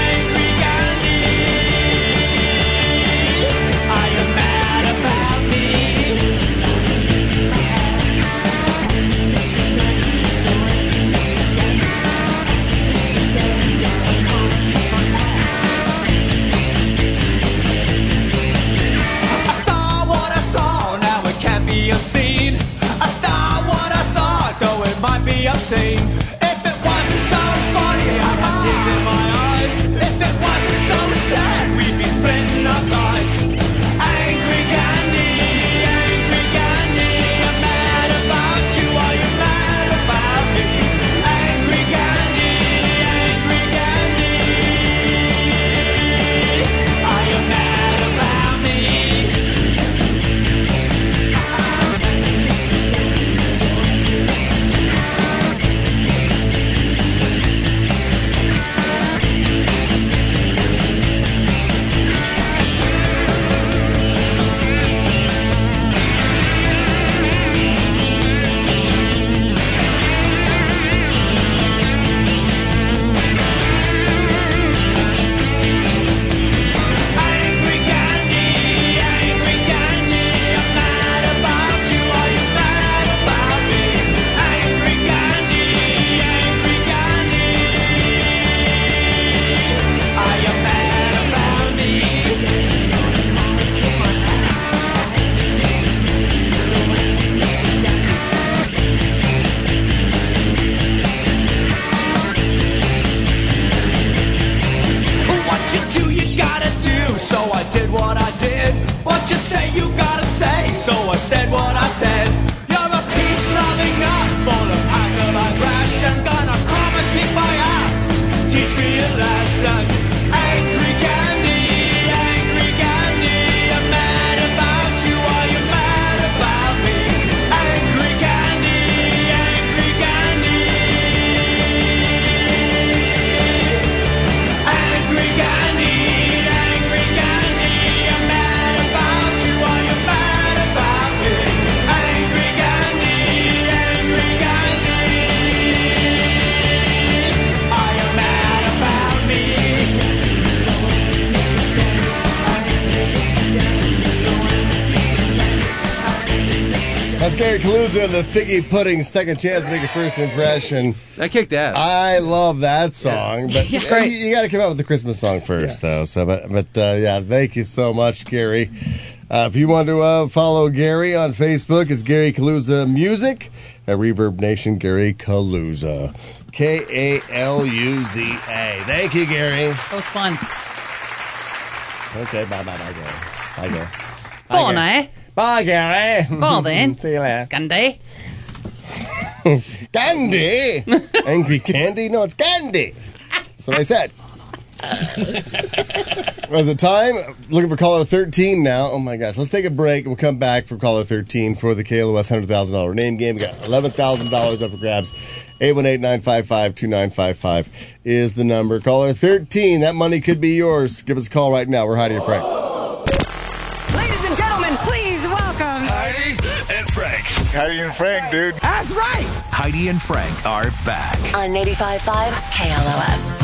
[SPEAKER 12] angry Gandhi. Are you mad about me? I saw what I saw, now it can't be unseen. I thought what I thought, though it might be obscene. If it wasn't so funny, I'd have tears in my eyes. If it wasn't so sad, we'd be splitting our sides. Angry Gandhi, angry Gandhi, I'm mad about you. Are you mad about me? Angry Gandhi, angry Gandhi, are you mad about me? What you do, you gotta do. So I did what I did. What you say, you gotta say. So I said what I said. You're a peace loving nut full of passive aggression. Gonna come and kick my ass. Teach me a lesson. Angry Gandhi, angry Gandhi. I'm mad about you. Are you mad about me? Angry Gandhi, angry Gandhi. Angry Gandhi, angry Gandhi, I'm mad about you. Are you mad about me? Angry Gandhi, angry Gandhi, are you mad about me?
[SPEAKER 4] That's Gary Kaluza, the Figgy Pudding. Second chance to make a first impression.
[SPEAKER 10] That kicked ass.
[SPEAKER 4] I love that song, but
[SPEAKER 10] It's great.
[SPEAKER 4] you, got to come out with the Christmas song first, though. So, but but uh, yeah, thank you so much, Gary. Uh, if you want to uh, follow Gary on Facebook, it's Gary Kaluza Music at Reverb Nation. Gary Kaluza, K A L U Z A. Thank you, Gary.
[SPEAKER 9] That was fun.
[SPEAKER 4] Okay, bye bye bye, Gary. Bye, Gary.
[SPEAKER 9] Bon, eh?
[SPEAKER 4] Bye, Gary.
[SPEAKER 9] Well, then.
[SPEAKER 4] See you later.
[SPEAKER 9] Gandhi.
[SPEAKER 4] [LAUGHS] Candy, angry candy. No, it's candy. That's what I said. Well, the time looking for caller 13 now. Oh my gosh. Let's take a break. We'll come back for caller 13 for the KLOS $100,000 name game. We got $11,000 up for grabs. 818 955 2955 is the number. Caller 13. That money could be yours. Give us a call right now. We're Heidi and Frank.
[SPEAKER 12] Ladies and gentlemen, please welcome Heidi and Frank.
[SPEAKER 4] Heidi and Frank, dude.
[SPEAKER 12] That's right.
[SPEAKER 1] Heidi and Frank are back.
[SPEAKER 12] On 85.5 KLOS.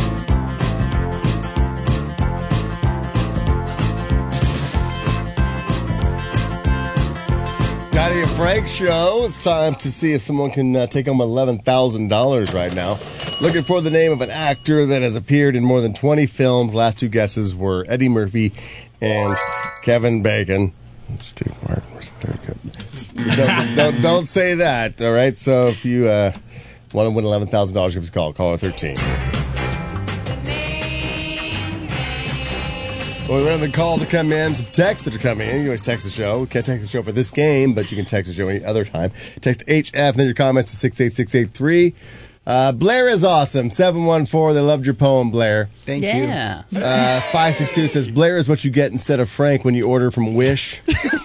[SPEAKER 4] Heidi and Frank show. It's time to see if someone can uh, take home $11,000 right now. Looking for the name of an actor that has appeared in more than 20 films. Last two guesses were Eddie Murphy and Kevin Bacon. Steve Martin was third. don't, don't, don't say that, all right? So if you uh, want to win $11,000, give us a call. Caller 13. Well, we're on the call to come in. Some texts that are coming in. You always text the show. We can't text the show for this game, but you can text the show any other time. Text HF and then your comments to 68683. Uh, Blair is awesome. 714. They loved your poem, Blair.
[SPEAKER 8] Thank you. Yeah.
[SPEAKER 4] Uh, 562 says Blair is what you get instead of Frank when you order from Wish.
[SPEAKER 8] [LAUGHS]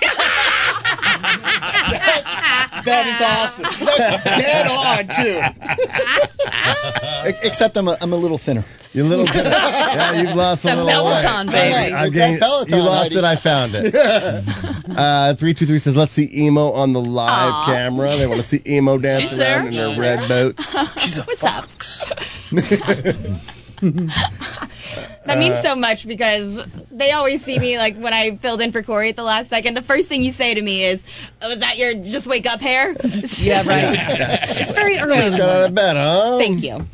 [SPEAKER 8] That is awesome. That's dead on, too. E- Except I'm a, I'm a little thinner.
[SPEAKER 4] You're a little
[SPEAKER 8] [LAUGHS]
[SPEAKER 4] thinner. yeah, you've lost
[SPEAKER 8] It's
[SPEAKER 4] a
[SPEAKER 8] the
[SPEAKER 4] little
[SPEAKER 8] Peloton,
[SPEAKER 4] weight.
[SPEAKER 8] baby.
[SPEAKER 4] I- I
[SPEAKER 8] It's
[SPEAKER 4] gained-
[SPEAKER 8] that Peloton,
[SPEAKER 4] you lost
[SPEAKER 8] Heidi.
[SPEAKER 4] it. I found it.
[SPEAKER 8] [LAUGHS]
[SPEAKER 4] Uh, 323 says, let's see emo on the live
[SPEAKER 3] Aw.
[SPEAKER 4] camera. They want to see emo dance
[SPEAKER 3] She's there.
[SPEAKER 4] around in their red
[SPEAKER 3] [LAUGHS]
[SPEAKER 4] boats.
[SPEAKER 3] What's up? That means
[SPEAKER 9] Uh,
[SPEAKER 3] so much because they always see me like when I filled in for Corey at the last second. The first thing you say to me is, "Oh, "Is that your just wake up hair?"
[SPEAKER 9] Yeah, right.
[SPEAKER 3] [LAUGHS] it's very early.
[SPEAKER 4] Just got out of bed, huh?
[SPEAKER 3] Thank you.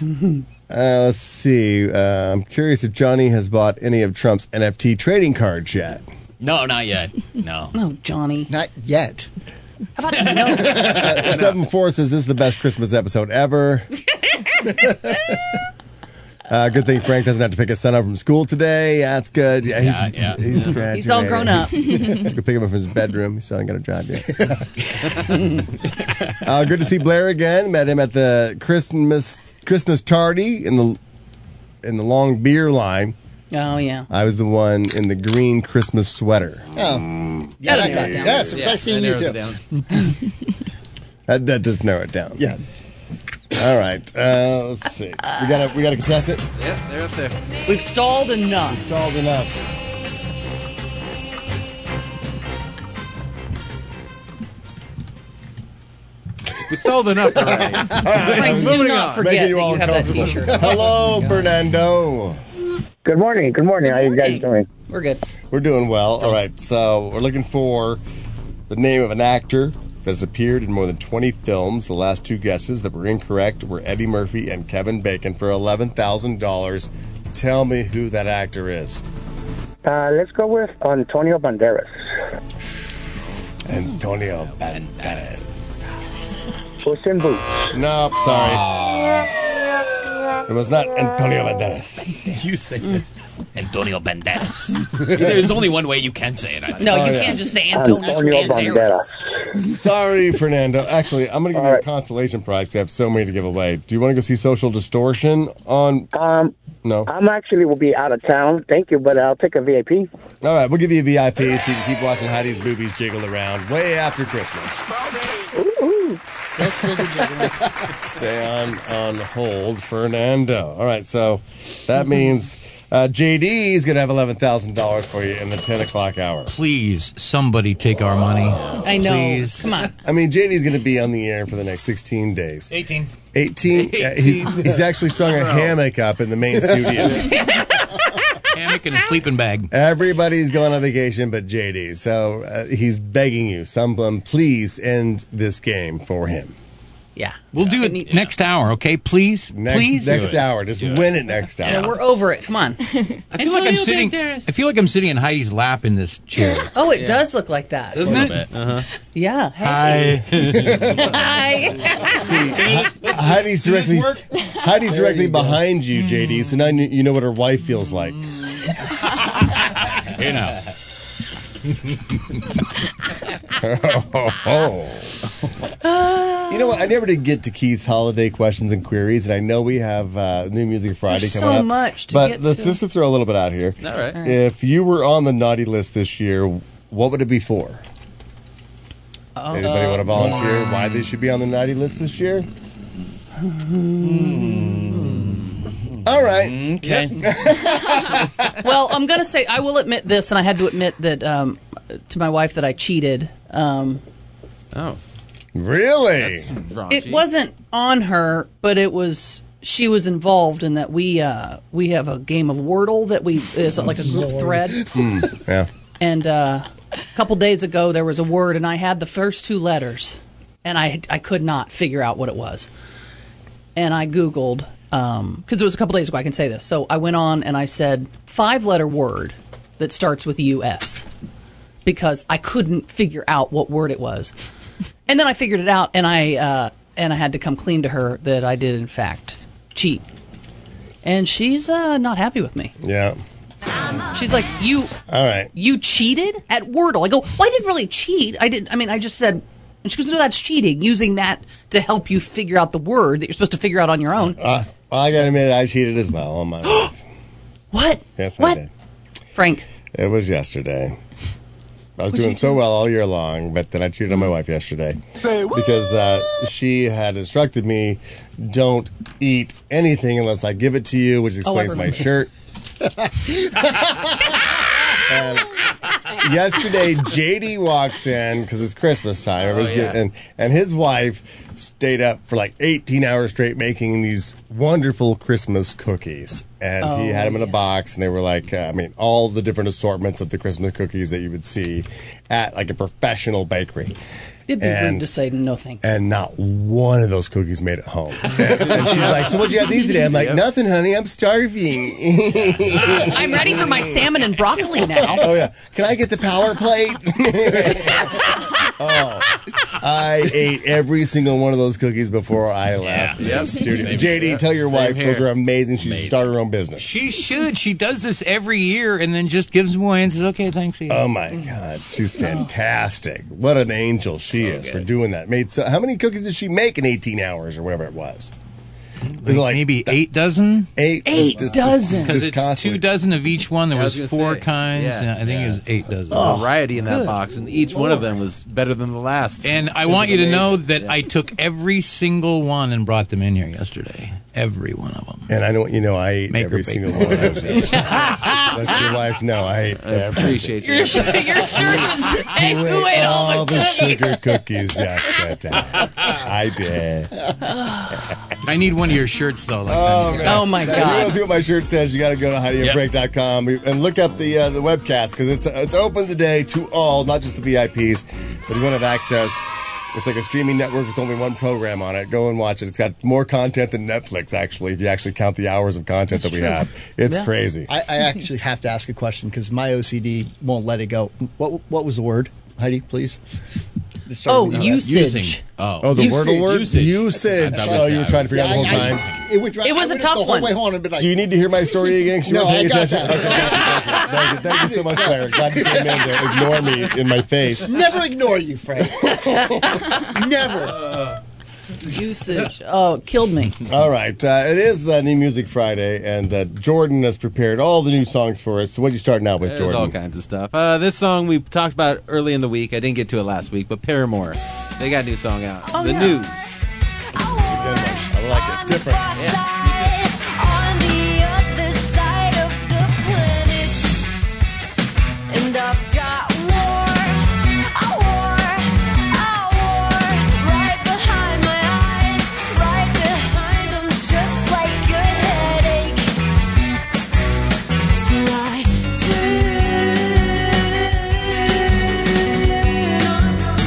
[SPEAKER 12] Mm-hmm.
[SPEAKER 4] Uh, let's see. Uh, I'm curious if Johnny has bought any of Trump's NFT trading cards yet.
[SPEAKER 11] No, not yet. No.
[SPEAKER 9] No, Johnny.
[SPEAKER 8] Not yet.
[SPEAKER 9] How about no?
[SPEAKER 4] Uh, Seven Four says this is the best Christmas episode ever. Uh, good thing Frank doesn't have to pick his son up from school today. Yeah, that's good. Yeah, he's,
[SPEAKER 11] Yeah, yeah.
[SPEAKER 4] he's graduating.
[SPEAKER 9] He's all grown
[SPEAKER 4] [LAUGHS]
[SPEAKER 9] up.
[SPEAKER 4] you can pick him up from his bedroom. He's still ain't got a job yet. [LAUGHS] uh, good to see Blair again. Met him at the Christmas Christmas tardy in the in the long beer line.
[SPEAKER 9] Oh yeah.
[SPEAKER 4] I was the one in the green Christmas sweater.
[SPEAKER 8] Oh.
[SPEAKER 9] [LAUGHS]
[SPEAKER 8] Yeah, that guy. Yes, because I seen you, too. [LAUGHS]
[SPEAKER 4] That, that does narrow it down.
[SPEAKER 8] Yeah.
[SPEAKER 4] All right. Uh, let's see. We gotta we gotta contest it.
[SPEAKER 10] Yeah, they're up there.
[SPEAKER 9] We've stalled enough.
[SPEAKER 4] stalled enough. [LAUGHS]
[SPEAKER 10] We stalled enough already.
[SPEAKER 9] Frank, do
[SPEAKER 10] Moving
[SPEAKER 9] not
[SPEAKER 10] on.
[SPEAKER 9] forget Making you that all you have that uncomfortable. t-shirt.
[SPEAKER 4] Hello, Fernando.
[SPEAKER 7] Good morning. Good morning. How you guys doing?
[SPEAKER 9] We're good.
[SPEAKER 4] We're doing well. All right. So we're looking for the name of an actor that has appeared in more than 20 films. The last two guesses that were incorrect were Eddie Murphy and Kevin Bacon for $11,000. Tell me who that actor is.
[SPEAKER 7] Uh, let's go with Antonio Banderas.
[SPEAKER 4] Antonio Banderas.
[SPEAKER 7] Puss in Boots.
[SPEAKER 4] Nope,
[SPEAKER 9] Ah.
[SPEAKER 4] sorry. [LAUGHS] It was not Antonio Banderas.
[SPEAKER 11] [LAUGHS] you said
[SPEAKER 9] Mm.
[SPEAKER 11] this. Antonio Banderas.
[SPEAKER 4] [LAUGHS]
[SPEAKER 11] There's only one way you can say it. I think.
[SPEAKER 9] No,
[SPEAKER 4] Oh,
[SPEAKER 9] you
[SPEAKER 4] yeah.
[SPEAKER 9] can't just say Antonio,
[SPEAKER 7] Antonio
[SPEAKER 9] Banderas.
[SPEAKER 4] Sorry, Fernando. Actually, I'm going to give you a consolation prize because I have so many to give away. Do you want to go see Social Distortion on?
[SPEAKER 7] Um,
[SPEAKER 4] no.
[SPEAKER 7] I'm actually will be out of town. Thank you, but I'll take a VIP.
[SPEAKER 4] All right, we'll give you a VIP so you can keep watching Heidi's boobies jiggle around way after Christmas.
[SPEAKER 8] They'll still be juggling.
[SPEAKER 4] Stay on on hold, Fernando. All right, so that means uh, JD is going to have eleven thousand dollars for you in the ten o'clock hour.
[SPEAKER 5] Please, somebody take our money.
[SPEAKER 9] I know.
[SPEAKER 5] Please.
[SPEAKER 9] Come on.
[SPEAKER 4] I mean, JD's going to be on the air for the next sixteen days.
[SPEAKER 5] 18.
[SPEAKER 4] 18. Yeah, uh, he's, he's actually strung a hammock up in the
[SPEAKER 5] [LAUGHS]
[SPEAKER 4] main
[SPEAKER 9] [LAUGHS]
[SPEAKER 4] studio.
[SPEAKER 5] Hammock and a sleeping bag.
[SPEAKER 4] Everybody's going on vacation but JD. So uh, he's begging you, someone, please end this game for him.
[SPEAKER 9] Yeah.
[SPEAKER 5] We'll do it next hour, okay? Please,
[SPEAKER 4] Next,
[SPEAKER 5] please.
[SPEAKER 4] next
[SPEAKER 5] Do it.
[SPEAKER 4] hour. Just win it next hour.
[SPEAKER 9] Yeah, we're over it. Come on.
[SPEAKER 5] I feel like I'm sitting. I feel like I'm sitting in Heidi's lap in this chair.
[SPEAKER 9] Oh, it does look like that.
[SPEAKER 5] Doesn't it? Uh-huh. [LAUGHS]
[SPEAKER 9] Yeah.
[SPEAKER 5] Hi.
[SPEAKER 9] Hi.
[SPEAKER 4] Heidi's directly, Heidi's directly behind you, JD. So now you you know what her wife feels like.
[SPEAKER 5] You know.
[SPEAKER 4] oh, [LAUGHS] You know what? I never did get to Keith's holiday questions and queries, and I know we have uh, New Music Friday
[SPEAKER 9] There's
[SPEAKER 4] coming
[SPEAKER 9] so
[SPEAKER 4] up.
[SPEAKER 9] much to
[SPEAKER 4] but
[SPEAKER 9] get
[SPEAKER 4] let's
[SPEAKER 9] to.
[SPEAKER 4] just throw a little bit out here.
[SPEAKER 9] All right. All right.
[SPEAKER 4] If you were on the naughty list this year, what would it be for? [LAUGHS] Anybody want to volunteer why they should be on the naughty list this year?
[SPEAKER 8] Hmm.
[SPEAKER 4] All right.
[SPEAKER 11] Okay.
[SPEAKER 9] well, I'm going to say I will admit this, and I had to admit that um, to my wife that I cheated. Um,
[SPEAKER 10] oh,
[SPEAKER 4] really?
[SPEAKER 9] it wasn't on her, but it was. She was involved in that. We uh, we have a game of Wordle that we is like a group thread.
[SPEAKER 4] Hmm, yeah.
[SPEAKER 9] And uh, a couple days ago, there was a word, and I had the first two letters, and I I could not figure out what it was. And I Googled because it was a couple days ago. I can say this. So I went on and I said five letter word that starts with U.S. because I couldn't figure out what word it was. And then I figured it out, and I uh, and I had to come clean to her that I did in fact cheat. And she's uh, not happy with me.
[SPEAKER 4] Yeah.
[SPEAKER 9] She's like, you
[SPEAKER 4] All right.
[SPEAKER 9] you cheated at Wordle. I go, well, I didn't really cheat. I didn't. I mean, I just said. And she goes, no, that's cheating. Using that to help you figure out the word that you're supposed to figure out on your own.
[SPEAKER 4] Uh, well, I got to admit, I cheated as well on
[SPEAKER 9] [GASPS]
[SPEAKER 4] my wife.
[SPEAKER 9] what?
[SPEAKER 4] Yes, I
[SPEAKER 9] What?
[SPEAKER 4] did.
[SPEAKER 9] Frank.
[SPEAKER 4] It was yesterday. I was
[SPEAKER 9] What'd
[SPEAKER 4] doing
[SPEAKER 9] you
[SPEAKER 4] so
[SPEAKER 9] do?
[SPEAKER 4] well all year long, but then I cheated on my wife yesterday.
[SPEAKER 9] [LAUGHS] Say what?
[SPEAKER 4] Because uh, she had instructed me don't eat anything unless I give it to you, which explains my
[SPEAKER 12] Oh, remember.
[SPEAKER 4] shirt. And yesterday, JD walks in because it's Christmas time. Everybody's
[SPEAKER 12] Oh, yeah.
[SPEAKER 4] getting, and, and his wife stayed up for like 18 hours straight making these wonderful Christmas cookies. And he
[SPEAKER 12] Oh,
[SPEAKER 4] had them in a box, and they were like, uh, I mean, all the different assortments of the Christmas cookies that you would see at like a professional bakery.
[SPEAKER 9] It'd be rude
[SPEAKER 4] And-
[SPEAKER 9] to say no, thank
[SPEAKER 4] and not one of those cookies made it home.
[SPEAKER 5] [LAUGHS]
[SPEAKER 4] and she's like, "So what'd you have these today?" I'm like, "Nothing, honey. I'm starving."
[SPEAKER 9] you. [LAUGHS] I'm ready for my salmon
[SPEAKER 4] [LAUGHS]
[SPEAKER 9] and broccoli now.
[SPEAKER 4] Oh yeah. Can I get the power
[SPEAKER 9] [LAUGHS]
[SPEAKER 4] plate? oh, I ate every single one of those cookies before I left.
[SPEAKER 5] Yep.
[SPEAKER 4] the studio.
[SPEAKER 5] Same
[SPEAKER 4] JD,
[SPEAKER 5] here.
[SPEAKER 4] tell your wife
[SPEAKER 5] Same
[SPEAKER 4] those
[SPEAKER 5] here.
[SPEAKER 4] are amazing. She should start her own business.
[SPEAKER 5] She should. She does this every year and then just gives them away and says, okay, thanks. Ian."
[SPEAKER 4] Oh my God, she's
[SPEAKER 5] Oh.
[SPEAKER 4] fantastic! What an angel she is for doing that. Made so how many cookies did she make in 18 hours or whatever it was? It was like maybe eight dozen. Eight,
[SPEAKER 5] Eight
[SPEAKER 4] just- just-
[SPEAKER 5] dozen.
[SPEAKER 4] just
[SPEAKER 5] Because it's two dozen of each one. There
[SPEAKER 10] I
[SPEAKER 5] was,
[SPEAKER 10] was gonna
[SPEAKER 5] four
[SPEAKER 10] say,
[SPEAKER 5] kinds.
[SPEAKER 10] yeah,
[SPEAKER 5] and I think it was eight dozen.
[SPEAKER 10] The variety in that
[SPEAKER 5] good
[SPEAKER 10] box, and each one of them was better than the last.
[SPEAKER 5] And I want you to know that I took every single one and brought them in here yesterday. Every one of them.
[SPEAKER 4] And I don't, you know, I ate
[SPEAKER 5] Make
[SPEAKER 4] every single one. of those. Let your wife know I ate. I
[SPEAKER 10] appreciate
[SPEAKER 4] [LAUGHS]
[SPEAKER 12] Your, sh- your shirt should say,
[SPEAKER 4] You
[SPEAKER 12] who ate all the cookies?
[SPEAKER 4] sugar cookies yesterday. I did. Oh,
[SPEAKER 5] I need one of your shirts though. Like that.
[SPEAKER 8] Oh,
[SPEAKER 4] If you want to see what my shirt says, you got to go to HeidiandFrank.com and look up the uh, the webcast because it's it's open today to all, not just the VIPs, but you want to have access. It's like a streaming network with only one program on it. Go and watch it. It's got more content than Netflix, actually, if you actually count the hours of content that we have. It's crazy.
[SPEAKER 8] I, I actually have to ask a question because my OCD won't let it go. What what was the word, Heidi? Please. It started
[SPEAKER 9] Oh,
[SPEAKER 8] with an E.
[SPEAKER 9] usage.
[SPEAKER 4] Oh. Oh, the word alert?
[SPEAKER 8] Usage.
[SPEAKER 4] Usage.
[SPEAKER 8] I thought
[SPEAKER 4] Oh, you were trying to figure out the whole
[SPEAKER 8] Yeah, I- I-
[SPEAKER 4] time.
[SPEAKER 8] It, would drive,
[SPEAKER 9] It was a
[SPEAKER 8] I would've
[SPEAKER 9] tough
[SPEAKER 8] the whole
[SPEAKER 9] one.
[SPEAKER 8] Way home and been like,
[SPEAKER 4] Do you need to hear my story again? 'Cause you
[SPEAKER 8] No,
[SPEAKER 4] weren't paying
[SPEAKER 8] I got
[SPEAKER 4] attention?
[SPEAKER 8] that.
[SPEAKER 4] Okay, thank, you. thank you so much,
[SPEAKER 9] [LAUGHS]
[SPEAKER 4] Claire. Glad you came in to ignore me in my face.
[SPEAKER 8] Never ignore
[SPEAKER 4] [LAUGHS]
[SPEAKER 8] you, Frank. Never.
[SPEAKER 9] Uh, Usage. Oh, killed me.
[SPEAKER 4] [LAUGHS] All right, uh, it is uh, New Music Friday, and uh, Jordan has prepared all the new songs for us. So, what are you starting out with,
[SPEAKER 10] There's
[SPEAKER 4] Jordan?
[SPEAKER 10] all kinds of stuff. Uh, this song we talked about early in the week. I didn't get to it last week, but Paramore, they got a new song out.
[SPEAKER 4] Oh,
[SPEAKER 10] the
[SPEAKER 4] yeah.
[SPEAKER 10] news.
[SPEAKER 4] I like it. Different.
[SPEAKER 12] On the other side of the planet. And I've got war, a war, a war. Right behind my eyes, right behind them, just like a headache. So I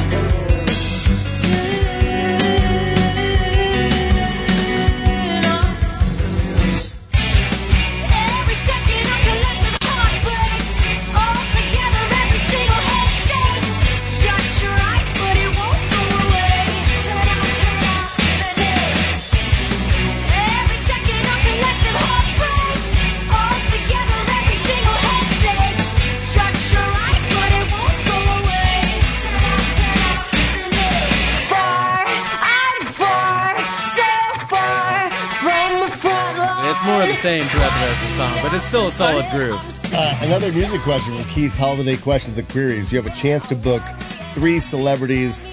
[SPEAKER 12] turn on the news. Turn on
[SPEAKER 10] same throughout the rest of the song, but it's still a solid groove.
[SPEAKER 4] Uh, another music question from Keith's Holiday Questions and Queries. You have a chance to book three celebrities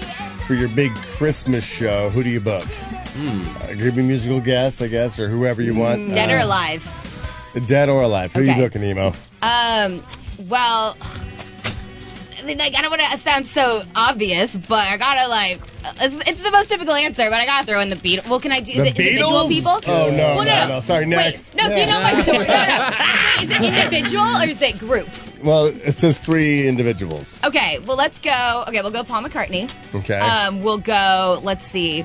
[SPEAKER 4] for your big Christmas show. Who do you book?
[SPEAKER 10] Hmm.
[SPEAKER 4] Uh, it could be musical guest, I guess, or whoever you want.
[SPEAKER 3] Mm. Dead or
[SPEAKER 4] Uh,
[SPEAKER 3] alive?
[SPEAKER 4] Dead or alive. Who are
[SPEAKER 3] Okay.
[SPEAKER 4] you booking, Emo?
[SPEAKER 3] Um, well, [SIGHS] I mean, like, I don't want to sound so obvious, but I gotta, like, it's, it's the most typical answer, but I gotta throw in the Beatles. Well, can I do
[SPEAKER 4] The
[SPEAKER 3] the individual
[SPEAKER 4] Beatles?
[SPEAKER 3] people?
[SPEAKER 4] Oh, no,
[SPEAKER 3] Well,
[SPEAKER 4] no, no. Sorry, next.
[SPEAKER 3] Wait, no, do you know my
[SPEAKER 4] [LAUGHS]
[SPEAKER 3] story? No, no. Wait, is it individual or is it group?
[SPEAKER 4] Well, it says three individuals.
[SPEAKER 3] Okay, well, let's go. Okay, we'll go Paul McCartney.
[SPEAKER 4] Okay.
[SPEAKER 3] Um, we'll go, let's see.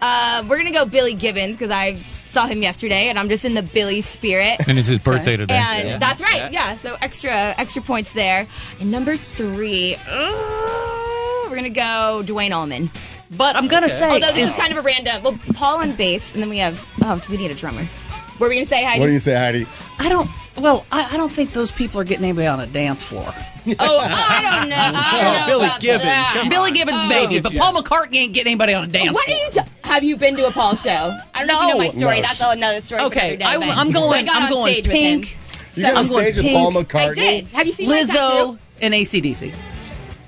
[SPEAKER 3] Uh, we're gonna go Billy Gibbons because I saw him yesterday and I'm just in the Billy spirit.
[SPEAKER 5] And it's his birthday today.
[SPEAKER 3] And
[SPEAKER 5] Yeah.
[SPEAKER 3] that's right. Yeah. So extra extra points there. And number three, uh, we're gonna go Dwayne Allman.
[SPEAKER 9] But I'm gonna Okay. say-
[SPEAKER 3] although this is kind of a random. Well, Paul on bass, and then we have oh, we need a drummer. What were we gonna say, Heidi?
[SPEAKER 4] What do you say, Heidi?
[SPEAKER 9] I don't. Well, I, I don't think those people are getting anybody on a dance floor.
[SPEAKER 3] [LAUGHS] oh, I don't know. I
[SPEAKER 4] Oh,
[SPEAKER 3] don't know
[SPEAKER 9] Billy
[SPEAKER 3] about
[SPEAKER 9] Gibbons,
[SPEAKER 3] that.
[SPEAKER 9] come Billy on. Gibbons,
[SPEAKER 3] Oh.
[SPEAKER 9] maybe, but Paul McCartney ain't getting anybody on a dance.
[SPEAKER 3] What are you? T- have you been to a Paul show? I don't know if you know my
[SPEAKER 9] No.
[SPEAKER 3] story.
[SPEAKER 9] No.
[SPEAKER 3] That's all another story. for another
[SPEAKER 9] Okay,
[SPEAKER 3] day,
[SPEAKER 9] I-
[SPEAKER 3] but
[SPEAKER 9] I'm going-
[SPEAKER 3] I got
[SPEAKER 9] I'm
[SPEAKER 3] on
[SPEAKER 9] going
[SPEAKER 3] stage
[SPEAKER 9] pink.
[SPEAKER 3] With him.
[SPEAKER 4] You got on
[SPEAKER 3] I'm going
[SPEAKER 4] stage with Paul
[SPEAKER 3] pink.
[SPEAKER 4] McCartney?
[SPEAKER 3] I did. Have you seen my tattoo?
[SPEAKER 9] Lizzo and ACDC.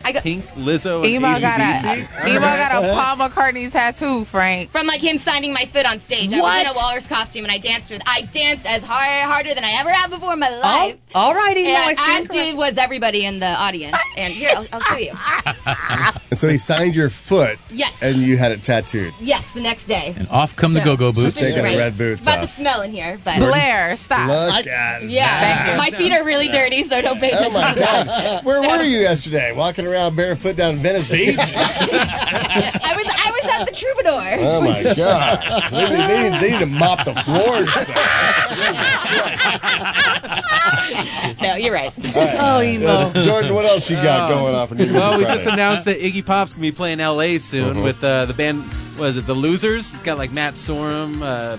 [SPEAKER 3] I got
[SPEAKER 10] Pink Lizzo.
[SPEAKER 9] Emo
[SPEAKER 10] and
[SPEAKER 9] got
[SPEAKER 10] ACDC?
[SPEAKER 9] a-
[SPEAKER 10] All
[SPEAKER 9] Emo
[SPEAKER 10] right.
[SPEAKER 9] got a
[SPEAKER 10] Yes.
[SPEAKER 9] pop-
[SPEAKER 32] Paul McCartney tattoo, Frank.
[SPEAKER 3] From like him signing my foot on stage. I was in
[SPEAKER 9] What?
[SPEAKER 3] a walrus costume and I danced with. I danced as hard harder than I ever have before in my life.
[SPEAKER 9] Oh, all righty, no, I
[SPEAKER 3] and
[SPEAKER 9] stand
[SPEAKER 3] as did was everybody in the audience. And here, I'll, I'll show you.
[SPEAKER 4] [LAUGHS] And so he signed your foot.
[SPEAKER 3] Yes.
[SPEAKER 4] And you had it tattooed.
[SPEAKER 3] Yes, the next day.
[SPEAKER 5] And off come the
[SPEAKER 3] So-
[SPEAKER 5] go-go
[SPEAKER 4] So
[SPEAKER 5] boots.
[SPEAKER 4] take the
[SPEAKER 3] Right.
[SPEAKER 4] red boots
[SPEAKER 3] About to
[SPEAKER 4] off.
[SPEAKER 3] smell in here, but
[SPEAKER 32] Blair, stop.
[SPEAKER 4] Look at
[SPEAKER 3] Yeah,
[SPEAKER 4] that.
[SPEAKER 3] my feet are really dirty, so don't pay
[SPEAKER 4] Oh
[SPEAKER 3] attention.
[SPEAKER 4] [LAUGHS] my
[SPEAKER 3] to that.
[SPEAKER 4] God! Where were you yesterday? Walking around barefoot down Venice Beach?
[SPEAKER 3] [LAUGHS] I was I was at the troubadour.
[SPEAKER 4] [LAUGHS] Oh my
[SPEAKER 3] [LAUGHS]
[SPEAKER 4] God! They, need- they need, they need to mop the floors.
[SPEAKER 3] no, you're right.
[SPEAKER 9] Oh,
[SPEAKER 10] [LAUGHS]
[SPEAKER 4] Uh, Jordan, what else you got going on? for New Year's
[SPEAKER 10] Oh. Well, we
[SPEAKER 4] Friday? Mm-hmm.
[SPEAKER 10] just announced that Iggy Pop's gonna be playing LA soon with uh, the band. Was it the Losers? It's got like Matt Sorum, uh,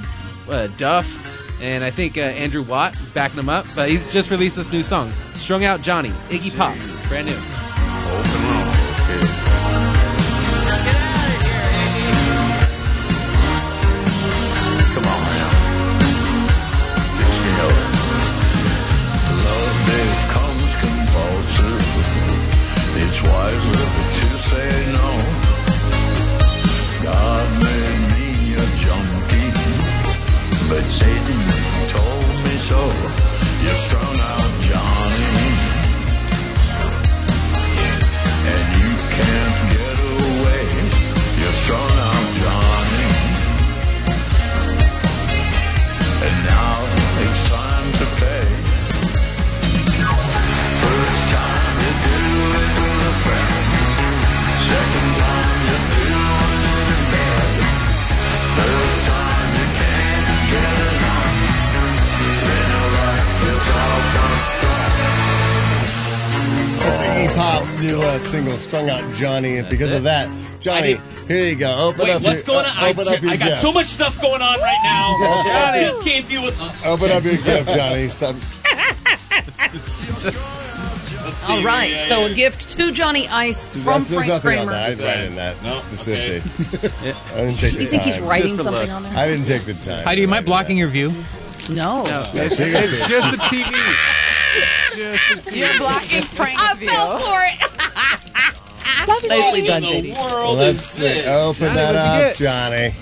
[SPEAKER 10] uh, Duff, and I think uh, Andrew Watt is backing him up. But he's just released this new song, "Strung Out Johnny." Iggy Pop, brand new.
[SPEAKER 12] Come on now. Did you know it? Love becomes compulsive. It's wiser to say no. God made me a junkie, but Satan told me so. You're strung out, Johnny. And you can't get away. You're strung out, Johnny. And now it's time to pay. First time you do it with a friend. Second time you do it in bed. Third time you can't get enough. Then your life is all
[SPEAKER 4] That's
[SPEAKER 12] fucked up.
[SPEAKER 4] Iggy Pop's new uh, single, "Strung Out Johnny," and because of that, Johnny, here you go. Open
[SPEAKER 13] Wait,
[SPEAKER 4] up.
[SPEAKER 13] what's
[SPEAKER 4] your,
[SPEAKER 13] going on?
[SPEAKER 4] uh,
[SPEAKER 13] I,
[SPEAKER 4] Open up
[SPEAKER 13] ju-
[SPEAKER 4] your
[SPEAKER 13] I got
[SPEAKER 4] gift.
[SPEAKER 13] so much stuff going on right
[SPEAKER 4] [LAUGHS]
[SPEAKER 13] now.
[SPEAKER 4] Johnny.
[SPEAKER 13] I just can't deal with. Uh,
[SPEAKER 4] Open up
[SPEAKER 13] [LAUGHS]
[SPEAKER 4] your gift, Johnny. Some-
[SPEAKER 13] let's see.
[SPEAKER 9] All right,
[SPEAKER 13] Yeah, yeah,
[SPEAKER 9] so
[SPEAKER 13] yeah.
[SPEAKER 9] a gift to Johnny Ice
[SPEAKER 4] There's
[SPEAKER 9] from
[SPEAKER 4] nothing
[SPEAKER 9] Frank
[SPEAKER 4] on
[SPEAKER 9] Kramer.
[SPEAKER 4] that. I was writing that. No, it's empty.
[SPEAKER 13] [LAUGHS]
[SPEAKER 4] I didn't take the
[SPEAKER 9] You think he's
[SPEAKER 4] time.
[SPEAKER 9] writing Just for something looks. on there?
[SPEAKER 4] I didn't take the time.
[SPEAKER 5] Heidi, am I blocking your view?
[SPEAKER 9] No.
[SPEAKER 4] Yes, you can see it.
[SPEAKER 10] Just the TV. Just the TV.
[SPEAKER 6] You're blocking Frank's I fell [LAUGHS]
[SPEAKER 9] for it.
[SPEAKER 6] Nicely
[SPEAKER 9] done,
[SPEAKER 6] JD.
[SPEAKER 10] world
[SPEAKER 4] Let's see. Open
[SPEAKER 10] Johnny,
[SPEAKER 4] that
[SPEAKER 10] what'd you
[SPEAKER 4] up, Johnny.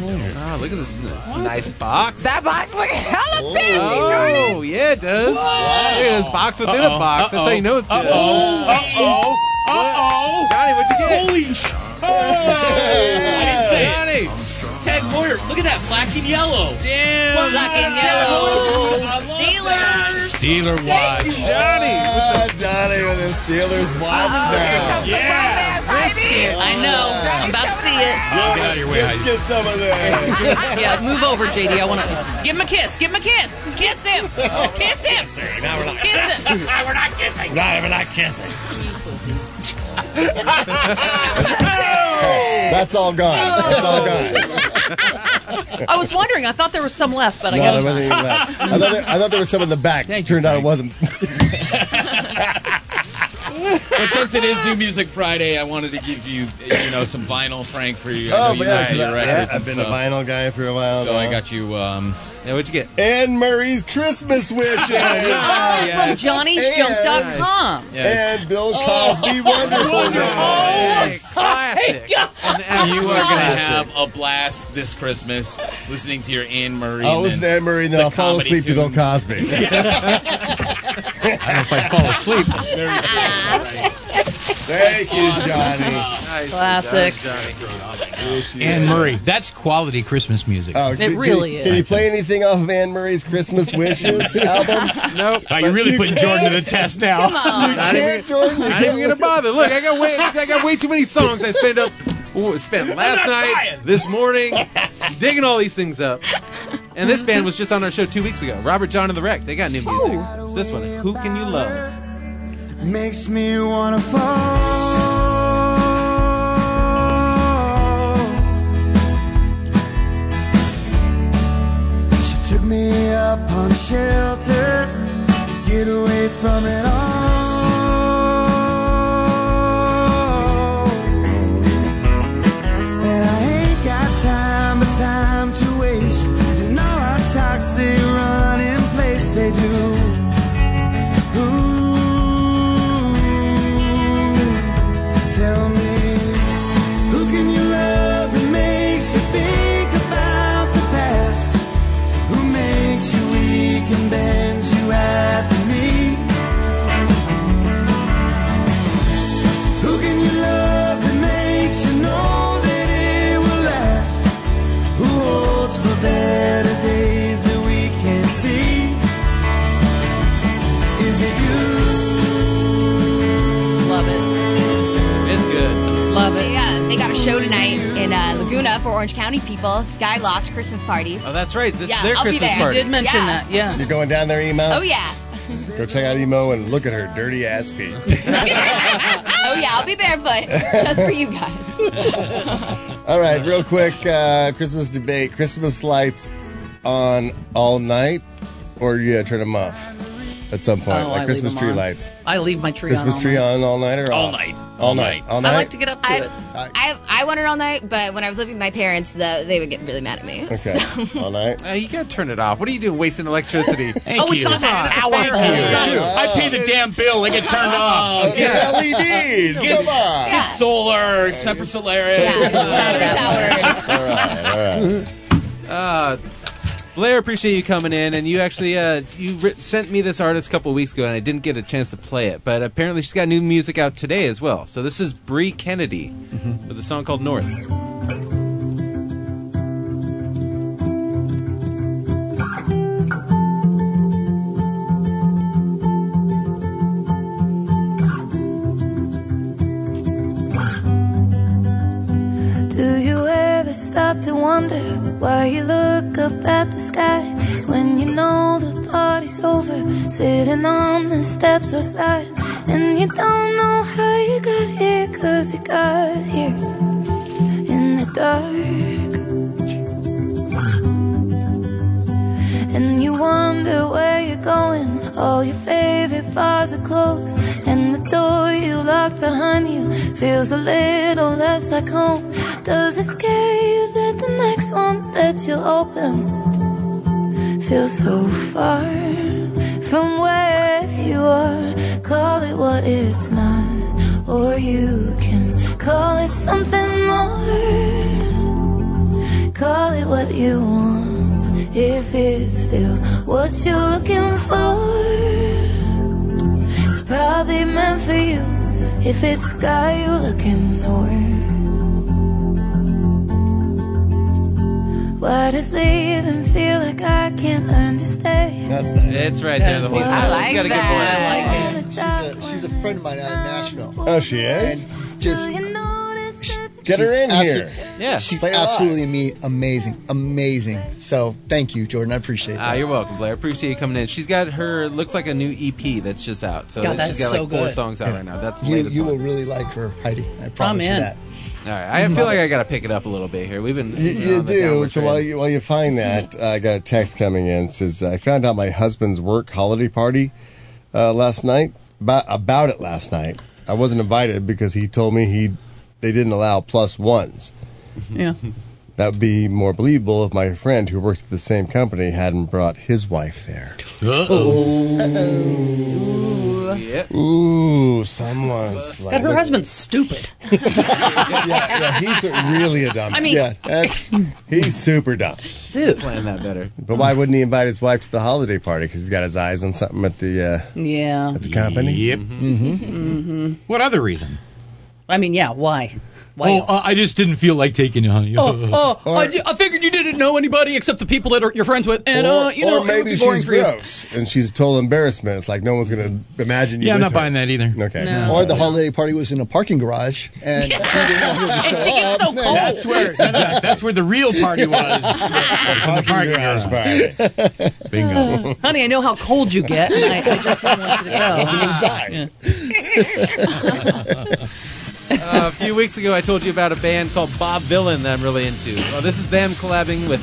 [SPEAKER 10] Oh, look at this, it's a nice box.
[SPEAKER 6] That box look hella fancy, Jordan.
[SPEAKER 10] Oh yeah, it does. Look at this box within a
[SPEAKER 5] Uh-oh,
[SPEAKER 10] box. That's how you know it's good.
[SPEAKER 5] uh-oh,
[SPEAKER 13] Uh-oh. Uh-oh.
[SPEAKER 10] Johnny, what'd you get?
[SPEAKER 13] Holy sh! I didn't say it. Ted Moyer, look at that black and yellow. Damn.
[SPEAKER 12] Black and yellow.
[SPEAKER 13] Steelers.
[SPEAKER 5] Dealer
[SPEAKER 13] Thank you, Johnny.
[SPEAKER 4] Ah, Johnny with his Steelers watch now.
[SPEAKER 13] Yeah.
[SPEAKER 9] I know. I'm about to see it.
[SPEAKER 5] Get out of your way,
[SPEAKER 4] Let's
[SPEAKER 5] Heidi.
[SPEAKER 4] get some of that.
[SPEAKER 9] [LAUGHS] yeah, move over, JD. I want to give him a kiss. Give him a kiss. Kiss him. Kiss him. Kiss him.
[SPEAKER 13] Now we're not-
[SPEAKER 9] We're [LAUGHS] not kissing.
[SPEAKER 13] Not even not kissing.
[SPEAKER 9] Pussies.
[SPEAKER 4] [LAUGHS] That's all gone. That's all gone.
[SPEAKER 9] I was wondering. I thought there was some left, but I
[SPEAKER 4] No,
[SPEAKER 9] guess
[SPEAKER 4] there wasn't
[SPEAKER 9] not.
[SPEAKER 4] any left. I thought there, I thought there was some in the back. Turned out it wasn't.
[SPEAKER 13] [LAUGHS] But since it is New Music Friday, I wanted to give you, you know, some vinyl, Frank, for you. I know
[SPEAKER 4] Oh,
[SPEAKER 13] you
[SPEAKER 4] man.
[SPEAKER 13] like your
[SPEAKER 4] Yeah,
[SPEAKER 13] records and
[SPEAKER 4] I've been
[SPEAKER 13] stuff.
[SPEAKER 4] a vinyl guy for a while.
[SPEAKER 13] So I
[SPEAKER 4] now.
[SPEAKER 13] got you um,
[SPEAKER 10] Yeah, what'd you get?
[SPEAKER 4] Anne Murray's Christmas Wishes.
[SPEAKER 9] From Johnny'sJunk.com.
[SPEAKER 4] Yes. And
[SPEAKER 12] Oh,
[SPEAKER 4] Bill Cosby Wonderful.
[SPEAKER 9] Classic.
[SPEAKER 13] you are going to have a blast this Christmas listening to your Anne Marie.
[SPEAKER 4] I'll Oh, listen to Anne Murray and then I'll fall asleep to Bill Cosby. [LAUGHS]
[SPEAKER 12] [LAUGHS]
[SPEAKER 5] I don't know if I fall asleep.
[SPEAKER 4] Thank you, Johnny.
[SPEAKER 9] Classic.
[SPEAKER 5] Anne Murray. That's quality Christmas music.
[SPEAKER 4] Oh, can- can, Can you play anything off of Anne Murray's Christmas
[SPEAKER 14] [LAUGHS]
[SPEAKER 4] Wishes album?
[SPEAKER 10] Nope.
[SPEAKER 5] Oh, you're really putting Jordan to the test now.
[SPEAKER 4] You can't, Jordan. You
[SPEAKER 10] Not
[SPEAKER 4] can't
[SPEAKER 10] even gonna
[SPEAKER 4] look at-
[SPEAKER 10] bother. Look, I got way, I got way too many songs. I spent up, ooh, spent last night, this
[SPEAKER 4] [LAUGHS]
[SPEAKER 10] morning, digging all these things up. And this band was just on our show two weeks ago. Robert John and the Wreck. They got new music. It's this one. Who can you love?
[SPEAKER 12] Makes me wanna fall. She took me up on shelter to get away from it all. And I ain't got time but time to waste. You know how talks they run in place, they do. Ooh, tell me. Who can you love that makes you think about the past? Who makes you weak and bends you at the knee? Who can you love that makes you know that it will last? Who holds for better days that we can't see? Is it you?
[SPEAKER 9] Love it.
[SPEAKER 10] It's good.
[SPEAKER 9] Love it.
[SPEAKER 3] They, uh, they got a show tonight in uh, Laguna for Orange County people. Skyloft Christmas party.
[SPEAKER 10] Oh, that's right. This
[SPEAKER 3] Yeah,
[SPEAKER 10] is their
[SPEAKER 3] I'll be
[SPEAKER 10] Christmas
[SPEAKER 3] there.
[SPEAKER 10] party.
[SPEAKER 3] You did mention Yeah. that,
[SPEAKER 9] yeah.
[SPEAKER 4] You're going down there, Emo?
[SPEAKER 3] Oh yeah.
[SPEAKER 4] Go check out Emo and look at her dirty ass feet. [LAUGHS]
[SPEAKER 3] Oh yeah. I'll be barefoot just for you guys.
[SPEAKER 4] All right, real quick uh, Christmas debate. Christmas lights on all night, or yeah, turn them off at some point,
[SPEAKER 9] Oh, I
[SPEAKER 4] like
[SPEAKER 9] leave
[SPEAKER 4] Christmas
[SPEAKER 9] them
[SPEAKER 4] tree
[SPEAKER 9] on.
[SPEAKER 4] lights.
[SPEAKER 9] I leave my tree
[SPEAKER 4] Christmas
[SPEAKER 9] on. all
[SPEAKER 4] tree
[SPEAKER 9] night.
[SPEAKER 4] on all night or
[SPEAKER 9] All
[SPEAKER 4] off?
[SPEAKER 9] night.
[SPEAKER 4] All night. All night.
[SPEAKER 9] [LAUGHS] I like to get up to
[SPEAKER 3] I-
[SPEAKER 9] it.
[SPEAKER 3] I I want it all night, but when I was living with my parents, the, they would get really mad at me.
[SPEAKER 10] [LAUGHS]
[SPEAKER 4] Okay. all night.
[SPEAKER 10] Uh, you gotta turn it off. What are you doing, wasting electricity?
[SPEAKER 3] oh, it's
[SPEAKER 5] you.
[SPEAKER 3] not that
[SPEAKER 5] Thank
[SPEAKER 3] hour.
[SPEAKER 5] you. I pay the damn bill. They get turned off.
[SPEAKER 4] Oh, Get LEDs.
[SPEAKER 13] Get,
[SPEAKER 4] Come on.
[SPEAKER 13] get solar, separate Solaris.
[SPEAKER 10] Uh, Blair, appreciate you coming in, and you actually uh, you ri sent me this artist a couple weeks ago, and I didn't get a chance to play it. But apparently, she's got new music out today as well. So this is Bree Kennedy
[SPEAKER 4] Mm-hmm.
[SPEAKER 10] with a song called North.
[SPEAKER 12] Do you ever stop to wonder why you look up at the sky when you know the party's over? Sitting on the steps outside, and you don't know how you got here, cause you got here in the dark. And you wonder where you're going. All your favorite bars are closed. And the door you locked behind you feels a little less like home. Does it scare you that the next one that you open feels so far from where you are? Call it what it's not, or you can call it something more. Call it what you want if it's still what you're looking for. It's probably meant for you if it's got you looking north. Why does leaving feel like I can't learn to stay?
[SPEAKER 4] That's nice.
[SPEAKER 10] It's right there. The whole time. She's got a good voice.
[SPEAKER 12] She's
[SPEAKER 8] a, she's a friend of mine out in Nashville.
[SPEAKER 4] [LAUGHS] Oh, she is?
[SPEAKER 8] Just
[SPEAKER 4] Get her in here.
[SPEAKER 10] Yeah.
[SPEAKER 8] She's
[SPEAKER 4] Play a lot.
[SPEAKER 8] absolutely me amazing. Amazing. So thank you, Jordan. I appreciate it.
[SPEAKER 10] Ah, you're welcome, Blair. Appreciate you coming in. She's got her looks like a new EP that's just out. So
[SPEAKER 8] God,
[SPEAKER 10] that- she's
[SPEAKER 8] that's
[SPEAKER 10] got like
[SPEAKER 8] so
[SPEAKER 10] four
[SPEAKER 8] good.
[SPEAKER 10] songs out right now. That's the
[SPEAKER 8] you
[SPEAKER 10] latest
[SPEAKER 8] you
[SPEAKER 10] one.
[SPEAKER 8] will really like her, Heidi. I
[SPEAKER 9] I'm
[SPEAKER 8] promise you
[SPEAKER 9] in.
[SPEAKER 8] that.
[SPEAKER 10] All right, I feel like I got to pick it up a little bit here. We've been
[SPEAKER 4] You,
[SPEAKER 10] you know,
[SPEAKER 4] you
[SPEAKER 10] on the
[SPEAKER 4] do.
[SPEAKER 10] downward
[SPEAKER 4] So
[SPEAKER 10] trend.
[SPEAKER 4] while you, while you find that, I got a text coming in. It says, I found out my husband's work holiday party uh, last night, about, about it last night. I
[SPEAKER 9] Mm-hmm.
[SPEAKER 4] wasn't invited because he told me he they didn't allow plus ones.
[SPEAKER 9] Yeah.
[SPEAKER 4] That would be more believable if my friend who works at the same company hadn't brought his wife there.
[SPEAKER 12] Uh-oh.
[SPEAKER 4] Ooh, someone's like.
[SPEAKER 9] And her husband's stupid.
[SPEAKER 4] yeah, yeah, he's a, really a
[SPEAKER 3] [LAUGHS]
[SPEAKER 4] dumb.
[SPEAKER 9] I mean-
[SPEAKER 4] yeah, that's, he's super dumb.
[SPEAKER 9] Dude.
[SPEAKER 10] Plan that better.
[SPEAKER 4] But why wouldn't he invite his wife to the holiday party? Because he's got his eyes on something at the uh,
[SPEAKER 9] Yeah.
[SPEAKER 4] at the company. Yep. Mm-hmm.
[SPEAKER 9] hmm
[SPEAKER 5] What other reason?
[SPEAKER 9] I mean, yeah. Why? Why?
[SPEAKER 5] oh,
[SPEAKER 9] else?
[SPEAKER 5] uh, I just didn't feel like taking you, honey.
[SPEAKER 14] [LAUGHS]
[SPEAKER 4] [LAUGHS]
[SPEAKER 14] Oh, oh I, I figured you didn't know anybody except the people that are, you're friends with, and
[SPEAKER 4] or,
[SPEAKER 14] uh, you know,
[SPEAKER 4] or
[SPEAKER 14] it would
[SPEAKER 4] maybe
[SPEAKER 14] be boring
[SPEAKER 4] she's
[SPEAKER 14] for you.
[SPEAKER 4] gross and she's a total embarrassment. It's like no one's going to imagine you.
[SPEAKER 5] Yeah, I'm not
[SPEAKER 4] buying
[SPEAKER 5] that either.
[SPEAKER 4] Okay.
[SPEAKER 5] No.
[SPEAKER 8] Or the holiday party was in a parking garage,
[SPEAKER 9] and she
[SPEAKER 8] and
[SPEAKER 9] gets so cold.
[SPEAKER 14] [LAUGHS]
[SPEAKER 8] That's
[SPEAKER 5] where that's where the real party was. from the parking garage
[SPEAKER 8] [LAUGHS]
[SPEAKER 9] Bingo. [LAUGHS] Honey, I know how cold you get, and I, I just don't
[SPEAKER 4] [LAUGHS]
[SPEAKER 9] want you to go.
[SPEAKER 10] Wasn't
[SPEAKER 9] inside. [LAUGHS]
[SPEAKER 10] [LAUGHS] Uh, a few weeks ago, I told you about a band called Bob Villain that I'm really into. Well, this is them collabing with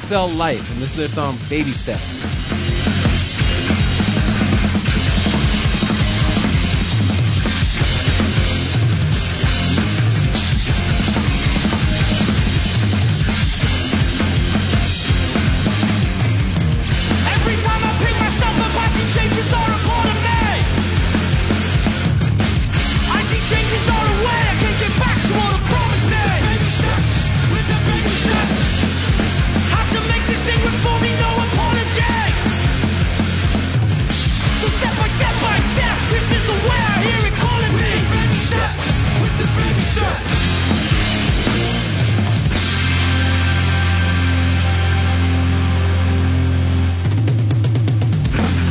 [SPEAKER 10] XL Life, and this is their song Baby Steps.
[SPEAKER 12] Every time I pick myself up, I see changes are a part of me. I see changes are the way. I can't get back to all the promised land. Baby steps, with the baby steps. How to make this thing before me, no apology. So step by step by step, this is the way I hear it calling me. Baby steps, with the baby steps.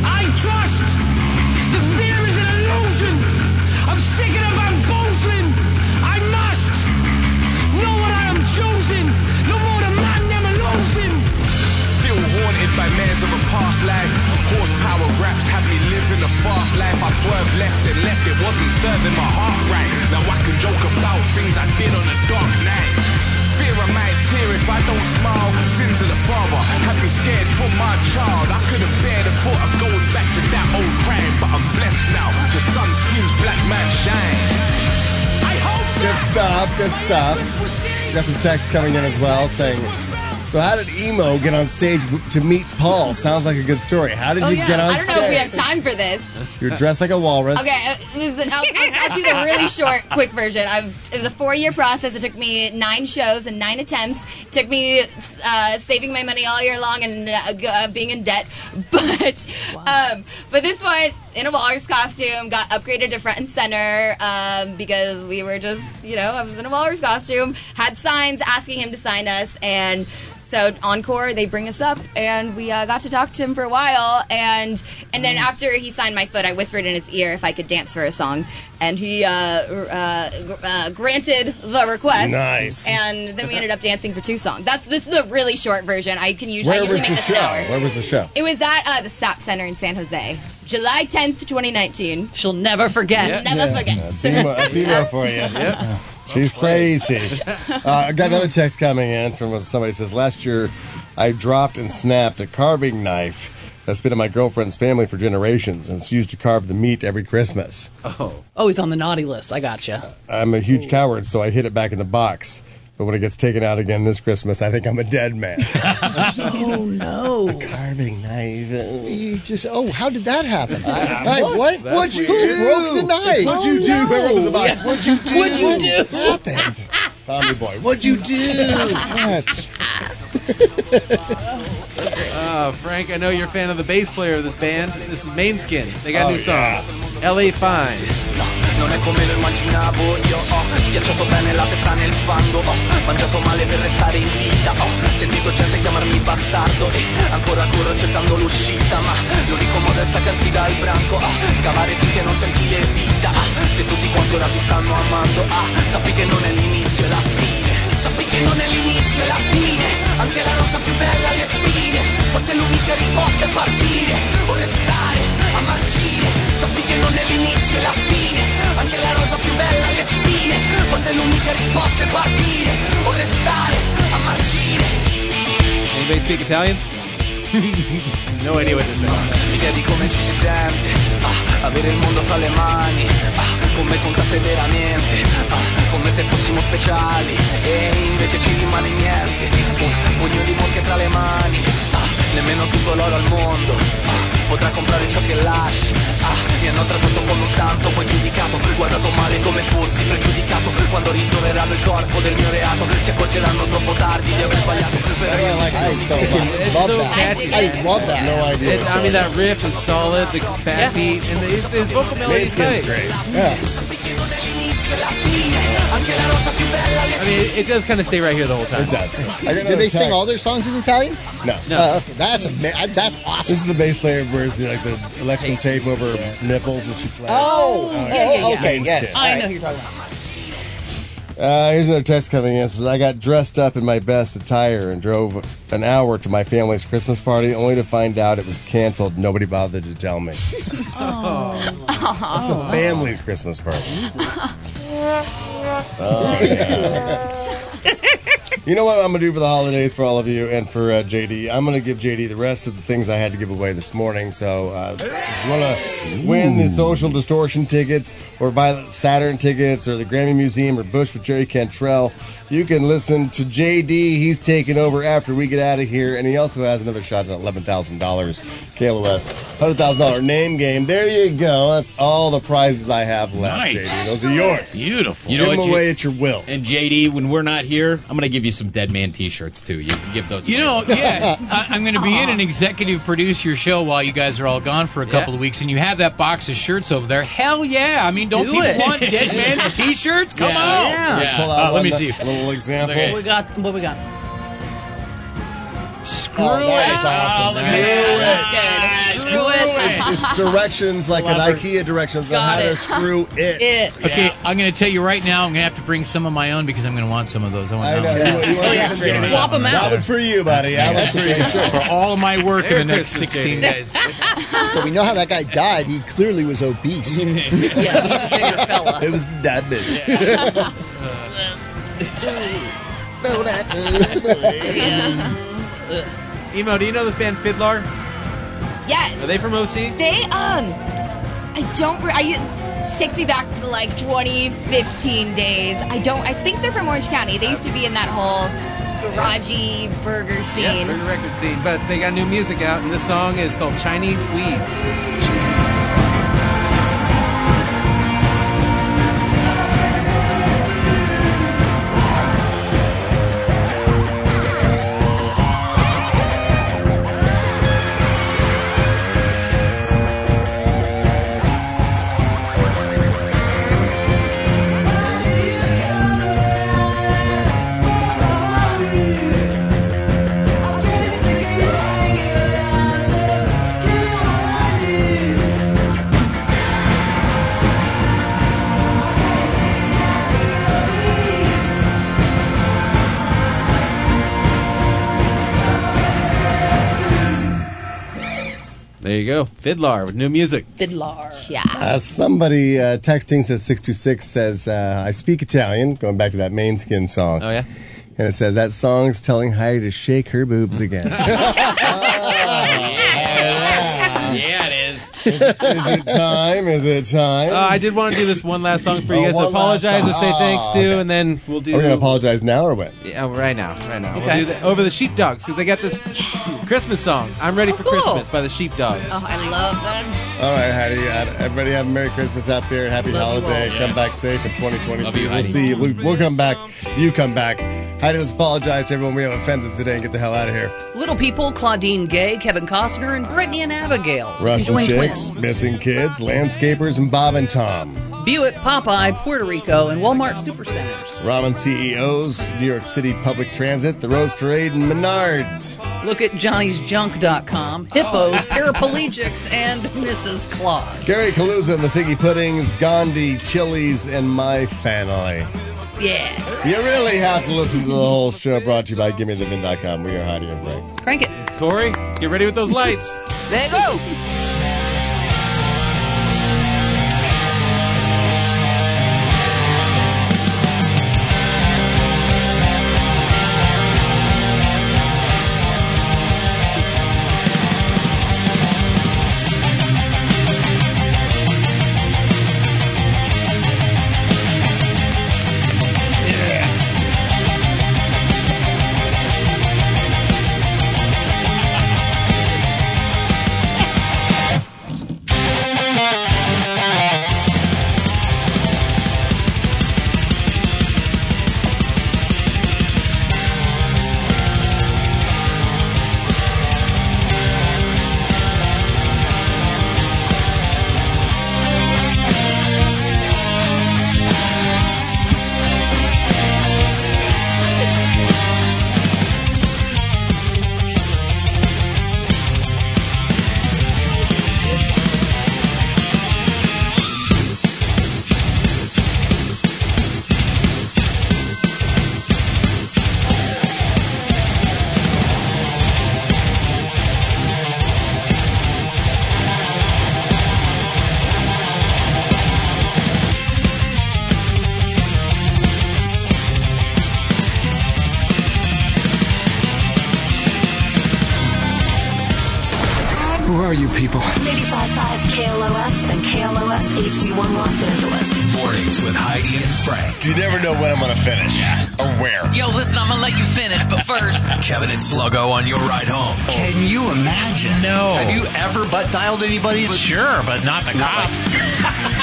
[SPEAKER 12] I trust. The fear is an illusion. I'm sick of about boasting. I must know what I am choosing. No more the man I'm losing.
[SPEAKER 15] Still haunted by mares of a past life. Horsepower raps have me living a fast life. I swerved left and left, it wasn't serving my heart right. Now I can joke about things I did on a dark night. Fear I might tear if I don't smile. Sins of the father have me scared for my child. I couldn't bear the thought of going back to that old crime, but I'm blessed now. The sun screams black man shine.
[SPEAKER 4] Good stuff. Good stuff. Got some text coming in as well saying, "So how did emo get on stage to meet Paul? Sounds like a good story. How did
[SPEAKER 3] oh,
[SPEAKER 4] you
[SPEAKER 3] yeah.
[SPEAKER 4] get on
[SPEAKER 3] I don't
[SPEAKER 4] stage?
[SPEAKER 3] know if we have time for this.
[SPEAKER 4] You're dressed like a walrus.
[SPEAKER 3] Okay, uh, it was, I'll, I'll, I'll do the really short, quick version. I've, it was a four-year process. It took me nine shows and nine attempts. It took me uh, saving my money all year long and uh, g- uh, being in debt. [LAUGHS] But um, but this one in a walrus costume got upgraded to front and center um, because we were just you know I was in a walrus costume, had signs asking him to sign us and. So encore, they bring us up, and we uh, got to talk to him for a while, and and then after he signed my foot, I whispered in his ear if I could dance for a song, and he uh, uh, gr- uh, granted the request.
[SPEAKER 4] Nice.
[SPEAKER 3] And then we ended up dancing for two songs. That's this is the really short version. I can usually I
[SPEAKER 4] Where
[SPEAKER 3] usually
[SPEAKER 4] was
[SPEAKER 3] make
[SPEAKER 4] the
[SPEAKER 3] this
[SPEAKER 4] show?
[SPEAKER 3] an hour.
[SPEAKER 4] Where was the show?
[SPEAKER 3] It was at uh, the SAP Center in San Jose, July tenth, twenty nineteen.
[SPEAKER 9] She'll never forget.
[SPEAKER 3] Never
[SPEAKER 4] That's
[SPEAKER 3] forget.
[SPEAKER 4] emo, that's emo
[SPEAKER 3] [LAUGHS]
[SPEAKER 4] for you. She's crazy. [LAUGHS] Uh, I got another text coming in from somebody who says, Last year I dropped and snapped a carving knife that's been in my girlfriend's family for generations, and it's used to carve the meat every Christmas.
[SPEAKER 10] Oh.
[SPEAKER 9] Oh, he's on the naughty list. I gotcha.
[SPEAKER 4] I'm a huge coward, so I hid it back in the box. But when it gets taken out again this Christmas, I think I'm a dead man.
[SPEAKER 8] [LAUGHS] Oh
[SPEAKER 9] no!
[SPEAKER 8] A carving knife. You just oh, how did that happen?
[SPEAKER 4] I-
[SPEAKER 8] Like,
[SPEAKER 4] what?
[SPEAKER 8] what?
[SPEAKER 4] That's
[SPEAKER 8] What'd you
[SPEAKER 4] weird.
[SPEAKER 8] do? Broke the knife.
[SPEAKER 4] What'd you do? Whoever was the boss, what'd you do?
[SPEAKER 8] Oh, What'd you do?
[SPEAKER 4] [LAUGHS] Tommy boy, what'd you do? What?
[SPEAKER 10] Uh, Frank, I know you're a fan of the bass player of this band. This is Mainskin. They got a
[SPEAKER 15] Oh,
[SPEAKER 10] new song, LA Fine.
[SPEAKER 15] Non è come lo immaginavo io ho
[SPEAKER 8] oh,
[SPEAKER 15] Schiacciato bene la testa nel fango oh. ho Mangiato male per restare in vita ho Sentito gente chiamarmi bastardo E ancora corro cercando l'uscita Ma l'unico modo è staccarsi dal branco ah, Scavare finché non senti le dita ah, Se tutti quanti ora ti stanno amando ah, Sappi che non è l'inizio e la fine Sappi che non è l'inizio e la fine Anche la rosa più bella ha le spine Forse l'unica risposta è partire O restare a marcire Sappi che non è l'inizio e la fine Anche la rosa più bella ha le spine Forse l'unica risposta è partire O restare a marcire
[SPEAKER 10] Anybody speak Italian? [LAUGHS] no idea what this is.
[SPEAKER 15] L'idea di come ci si sente ah, Avere il mondo fra le mani ah, come contasse veramente ah, Come se fossimo speciali E invece ci rimane niente Un pugno di mosche tra le mani ah, Nemmeno tutto l'oro al mondo ah, Potrà comprare ciò che lasci ah, Mi hanno trattato come un santo Poi giudicato Guardato male come fossi pregiudicato Quando ritroveranno il corpo del mio reato Si accorgeranno troppo tardi di aver sbagliato Però io invece non mi
[SPEAKER 4] so
[SPEAKER 15] chiedo.
[SPEAKER 4] Love
[SPEAKER 10] so
[SPEAKER 4] that.
[SPEAKER 10] catchy.
[SPEAKER 4] [LAUGHS] I love that. No idea.
[SPEAKER 10] It's- I mean, that riff is solid. The backbeat beat and his, his vocal melody's
[SPEAKER 4] Manskin's
[SPEAKER 10] tight.
[SPEAKER 4] great.
[SPEAKER 10] I mean, it, it does kind of stay right here the whole time. It
[SPEAKER 4] does.
[SPEAKER 8] Did they sing all their songs in Italian?
[SPEAKER 4] No.
[SPEAKER 8] Uh, okay, that's ama- I- that's awesome.
[SPEAKER 4] This is the bass player wears the, like the electrical tape over her nipples and she plays.
[SPEAKER 8] Oh, yeah, yeah, yeah.
[SPEAKER 4] okay, yes.
[SPEAKER 9] I
[SPEAKER 4] all
[SPEAKER 9] know
[SPEAKER 4] right.
[SPEAKER 9] who you're talking about.
[SPEAKER 4] Uh, here's another text coming in. It says, I got dressed up in my best attire and drove an hour to my family's Christmas party only to find out it was canceled. Nobody bothered to tell me. That's the family's Christmas party. Oh, yeah. [LAUGHS] you know what I'm going to do for the holidays for all of you and for uh, JD? I'm going to give JD the rest of the things I had to give away this morning. So, uh, if you want to win the Social Distortion tickets or Violet Saturn tickets or the Grammy Museum or Bush with Jerry Cantrell, you can listen to JD. He's taking over after we get out of here. And he also has another shot at $11,000. KLOS, $100,000 name game. There you go. That's all the prizes I have left, JD. Those are yours.
[SPEAKER 11] Beautiful.
[SPEAKER 4] Give them away at your will.
[SPEAKER 11] And JD, when we're not here, I'm going to give you some Dead Man T-shirts too. You can give those.
[SPEAKER 5] You know,
[SPEAKER 14] [LAUGHS]
[SPEAKER 5] yeah,
[SPEAKER 11] [LAUGHS]
[SPEAKER 5] I, I'm going to be in and executive produce your show while you guys are all gone for a couple of weeks, and you have that box of shirts over there. Hell yeah! I mean, don't
[SPEAKER 9] Do
[SPEAKER 5] people
[SPEAKER 9] it.
[SPEAKER 5] want dead [LAUGHS] man T-shirts? Come
[SPEAKER 9] Yeah.
[SPEAKER 5] on!
[SPEAKER 9] Yeah. Yeah.
[SPEAKER 4] Pull out
[SPEAKER 5] Uh, let
[SPEAKER 4] one,
[SPEAKER 5] me
[SPEAKER 4] a
[SPEAKER 5] see.
[SPEAKER 4] little Oh, example.
[SPEAKER 9] What we got? What we got?
[SPEAKER 4] Screw it. Awesome. Screw
[SPEAKER 9] Screw it.
[SPEAKER 4] [LAUGHS] it. It's directions like an IKEA directions on how
[SPEAKER 9] Got
[SPEAKER 4] to
[SPEAKER 9] it.
[SPEAKER 4] screw it.
[SPEAKER 5] Okay, I'm going to tell you right now. I'm going to have to bring some of my own because I'm going to want some of those. I want
[SPEAKER 4] I know.
[SPEAKER 5] that one. Oh,
[SPEAKER 4] You, you want
[SPEAKER 9] yeah.
[SPEAKER 4] some
[SPEAKER 9] Swap 'em
[SPEAKER 4] Jameson?
[SPEAKER 9] out.
[SPEAKER 4] That one's for you, buddy. That one's for you.
[SPEAKER 5] for all of my work
[SPEAKER 8] Merry
[SPEAKER 5] in the next
[SPEAKER 8] Christmas,
[SPEAKER 5] 16
[SPEAKER 8] David.
[SPEAKER 5] days.
[SPEAKER 8] So we know how that guy died. He clearly was obese.
[SPEAKER 4] It was the dad business.
[SPEAKER 10] [LAUGHS]
[SPEAKER 9] [LAUGHS]
[SPEAKER 10] Emo, do you know this band Fiddler?
[SPEAKER 3] Yes.
[SPEAKER 10] Are they from OC?
[SPEAKER 3] They um, I don't. re- I it takes me back to like 2015 days. I don't. I think they're from Orange County. They used to be in that whole garagey burger
[SPEAKER 10] Yeah,
[SPEAKER 3] scene.
[SPEAKER 10] they're in the record scene, but they got new music out, and this song is called Chinese Weed. There you go, Fiddler with new music.
[SPEAKER 9] Fiddler.
[SPEAKER 4] [LAUGHS] Uh, somebody uh, texting says 626 says, uh, I speak Italian, going back to that main skin song. Oh,
[SPEAKER 10] yeah?
[SPEAKER 4] And it says, that song's telling Heidi to shake her boobs again.
[SPEAKER 11] Yeah, it is.
[SPEAKER 4] [LAUGHS] is, it time? Is it time?
[SPEAKER 10] Uh, I did want to do this one last song for you
[SPEAKER 4] Oh,
[SPEAKER 10] guys.
[SPEAKER 4] one
[SPEAKER 10] to
[SPEAKER 4] last
[SPEAKER 10] apologize
[SPEAKER 4] song.
[SPEAKER 10] or say thanks
[SPEAKER 4] Oh,
[SPEAKER 10] to,
[SPEAKER 4] okay.
[SPEAKER 10] and then we'll do.
[SPEAKER 4] Are we going to apologize now or what?
[SPEAKER 10] Yeah, Oh, right now, right now.
[SPEAKER 9] Okay.
[SPEAKER 10] We'll do that over the Sheepdogs because they got
[SPEAKER 9] [GASPS]
[SPEAKER 10] this Christmas song. I'm ready for
[SPEAKER 9] cool.
[SPEAKER 10] Christmas by the Sheepdogs.
[SPEAKER 9] Oh, I love them.
[SPEAKER 4] All right, Heidi. uh, Everybody have a Merry Christmas out there. Happy
[SPEAKER 9] Love you
[SPEAKER 4] holiday.
[SPEAKER 9] all.
[SPEAKER 4] Come
[SPEAKER 9] Yes.
[SPEAKER 4] back safe in 2023.
[SPEAKER 11] Love you,
[SPEAKER 4] we'll
[SPEAKER 11] Heidi.
[SPEAKER 4] see you. We, we'll come back. You come back. Heidi, let's apologize to everyone we have offended today and get the hell out of here.
[SPEAKER 9] Little People, Claudine Gay, Kevin Costner, and Brittany and Abigail.
[SPEAKER 4] Russian
[SPEAKER 9] Join
[SPEAKER 4] chicks,
[SPEAKER 9] twins.
[SPEAKER 4] missing kids, landscapers, and Bob and Tom.
[SPEAKER 9] Buick, Popeye, Puerto Rico, and Walmart Supercenters.
[SPEAKER 4] Ramen CEOs, New York City Public Transit, the Rose Parade, and Menards.
[SPEAKER 9] Look at johnny'sjunk.com, hippos,
[SPEAKER 5] Oh.
[SPEAKER 9] paraplegics, and Mrs. Claus.
[SPEAKER 4] Gary Kaluza and the Figgy Puddings, Gandhi, Chili's, and my family.
[SPEAKER 9] Yeah.
[SPEAKER 4] You really have to listen to the whole show brought to you by GimmeTheBin.com. We are Heidi and Frank.
[SPEAKER 9] Crank it.
[SPEAKER 10] Corey, get ready with
[SPEAKER 9] [LAUGHS]
[SPEAKER 10] those lights.
[SPEAKER 9] There you go.
[SPEAKER 12] Thank
[SPEAKER 2] you people?
[SPEAKER 12] 95.5 KLOS and KLOS HD1 Los Angeles.
[SPEAKER 1] Mornings with Heidi and Frank.
[SPEAKER 4] You never know when I'm going to finish or where.
[SPEAKER 9] Yo, listen, I'm gonna let you finish, but first.
[SPEAKER 1] Kevin and Sluggo on your ride home.
[SPEAKER 2] Can you imagine? No. Have you ever butt dialed anybody?
[SPEAKER 1] Sure, but not the cops.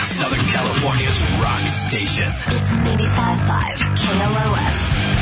[SPEAKER 1] [LAUGHS] Southern California's rock station.
[SPEAKER 12] It's 95.5 KLOS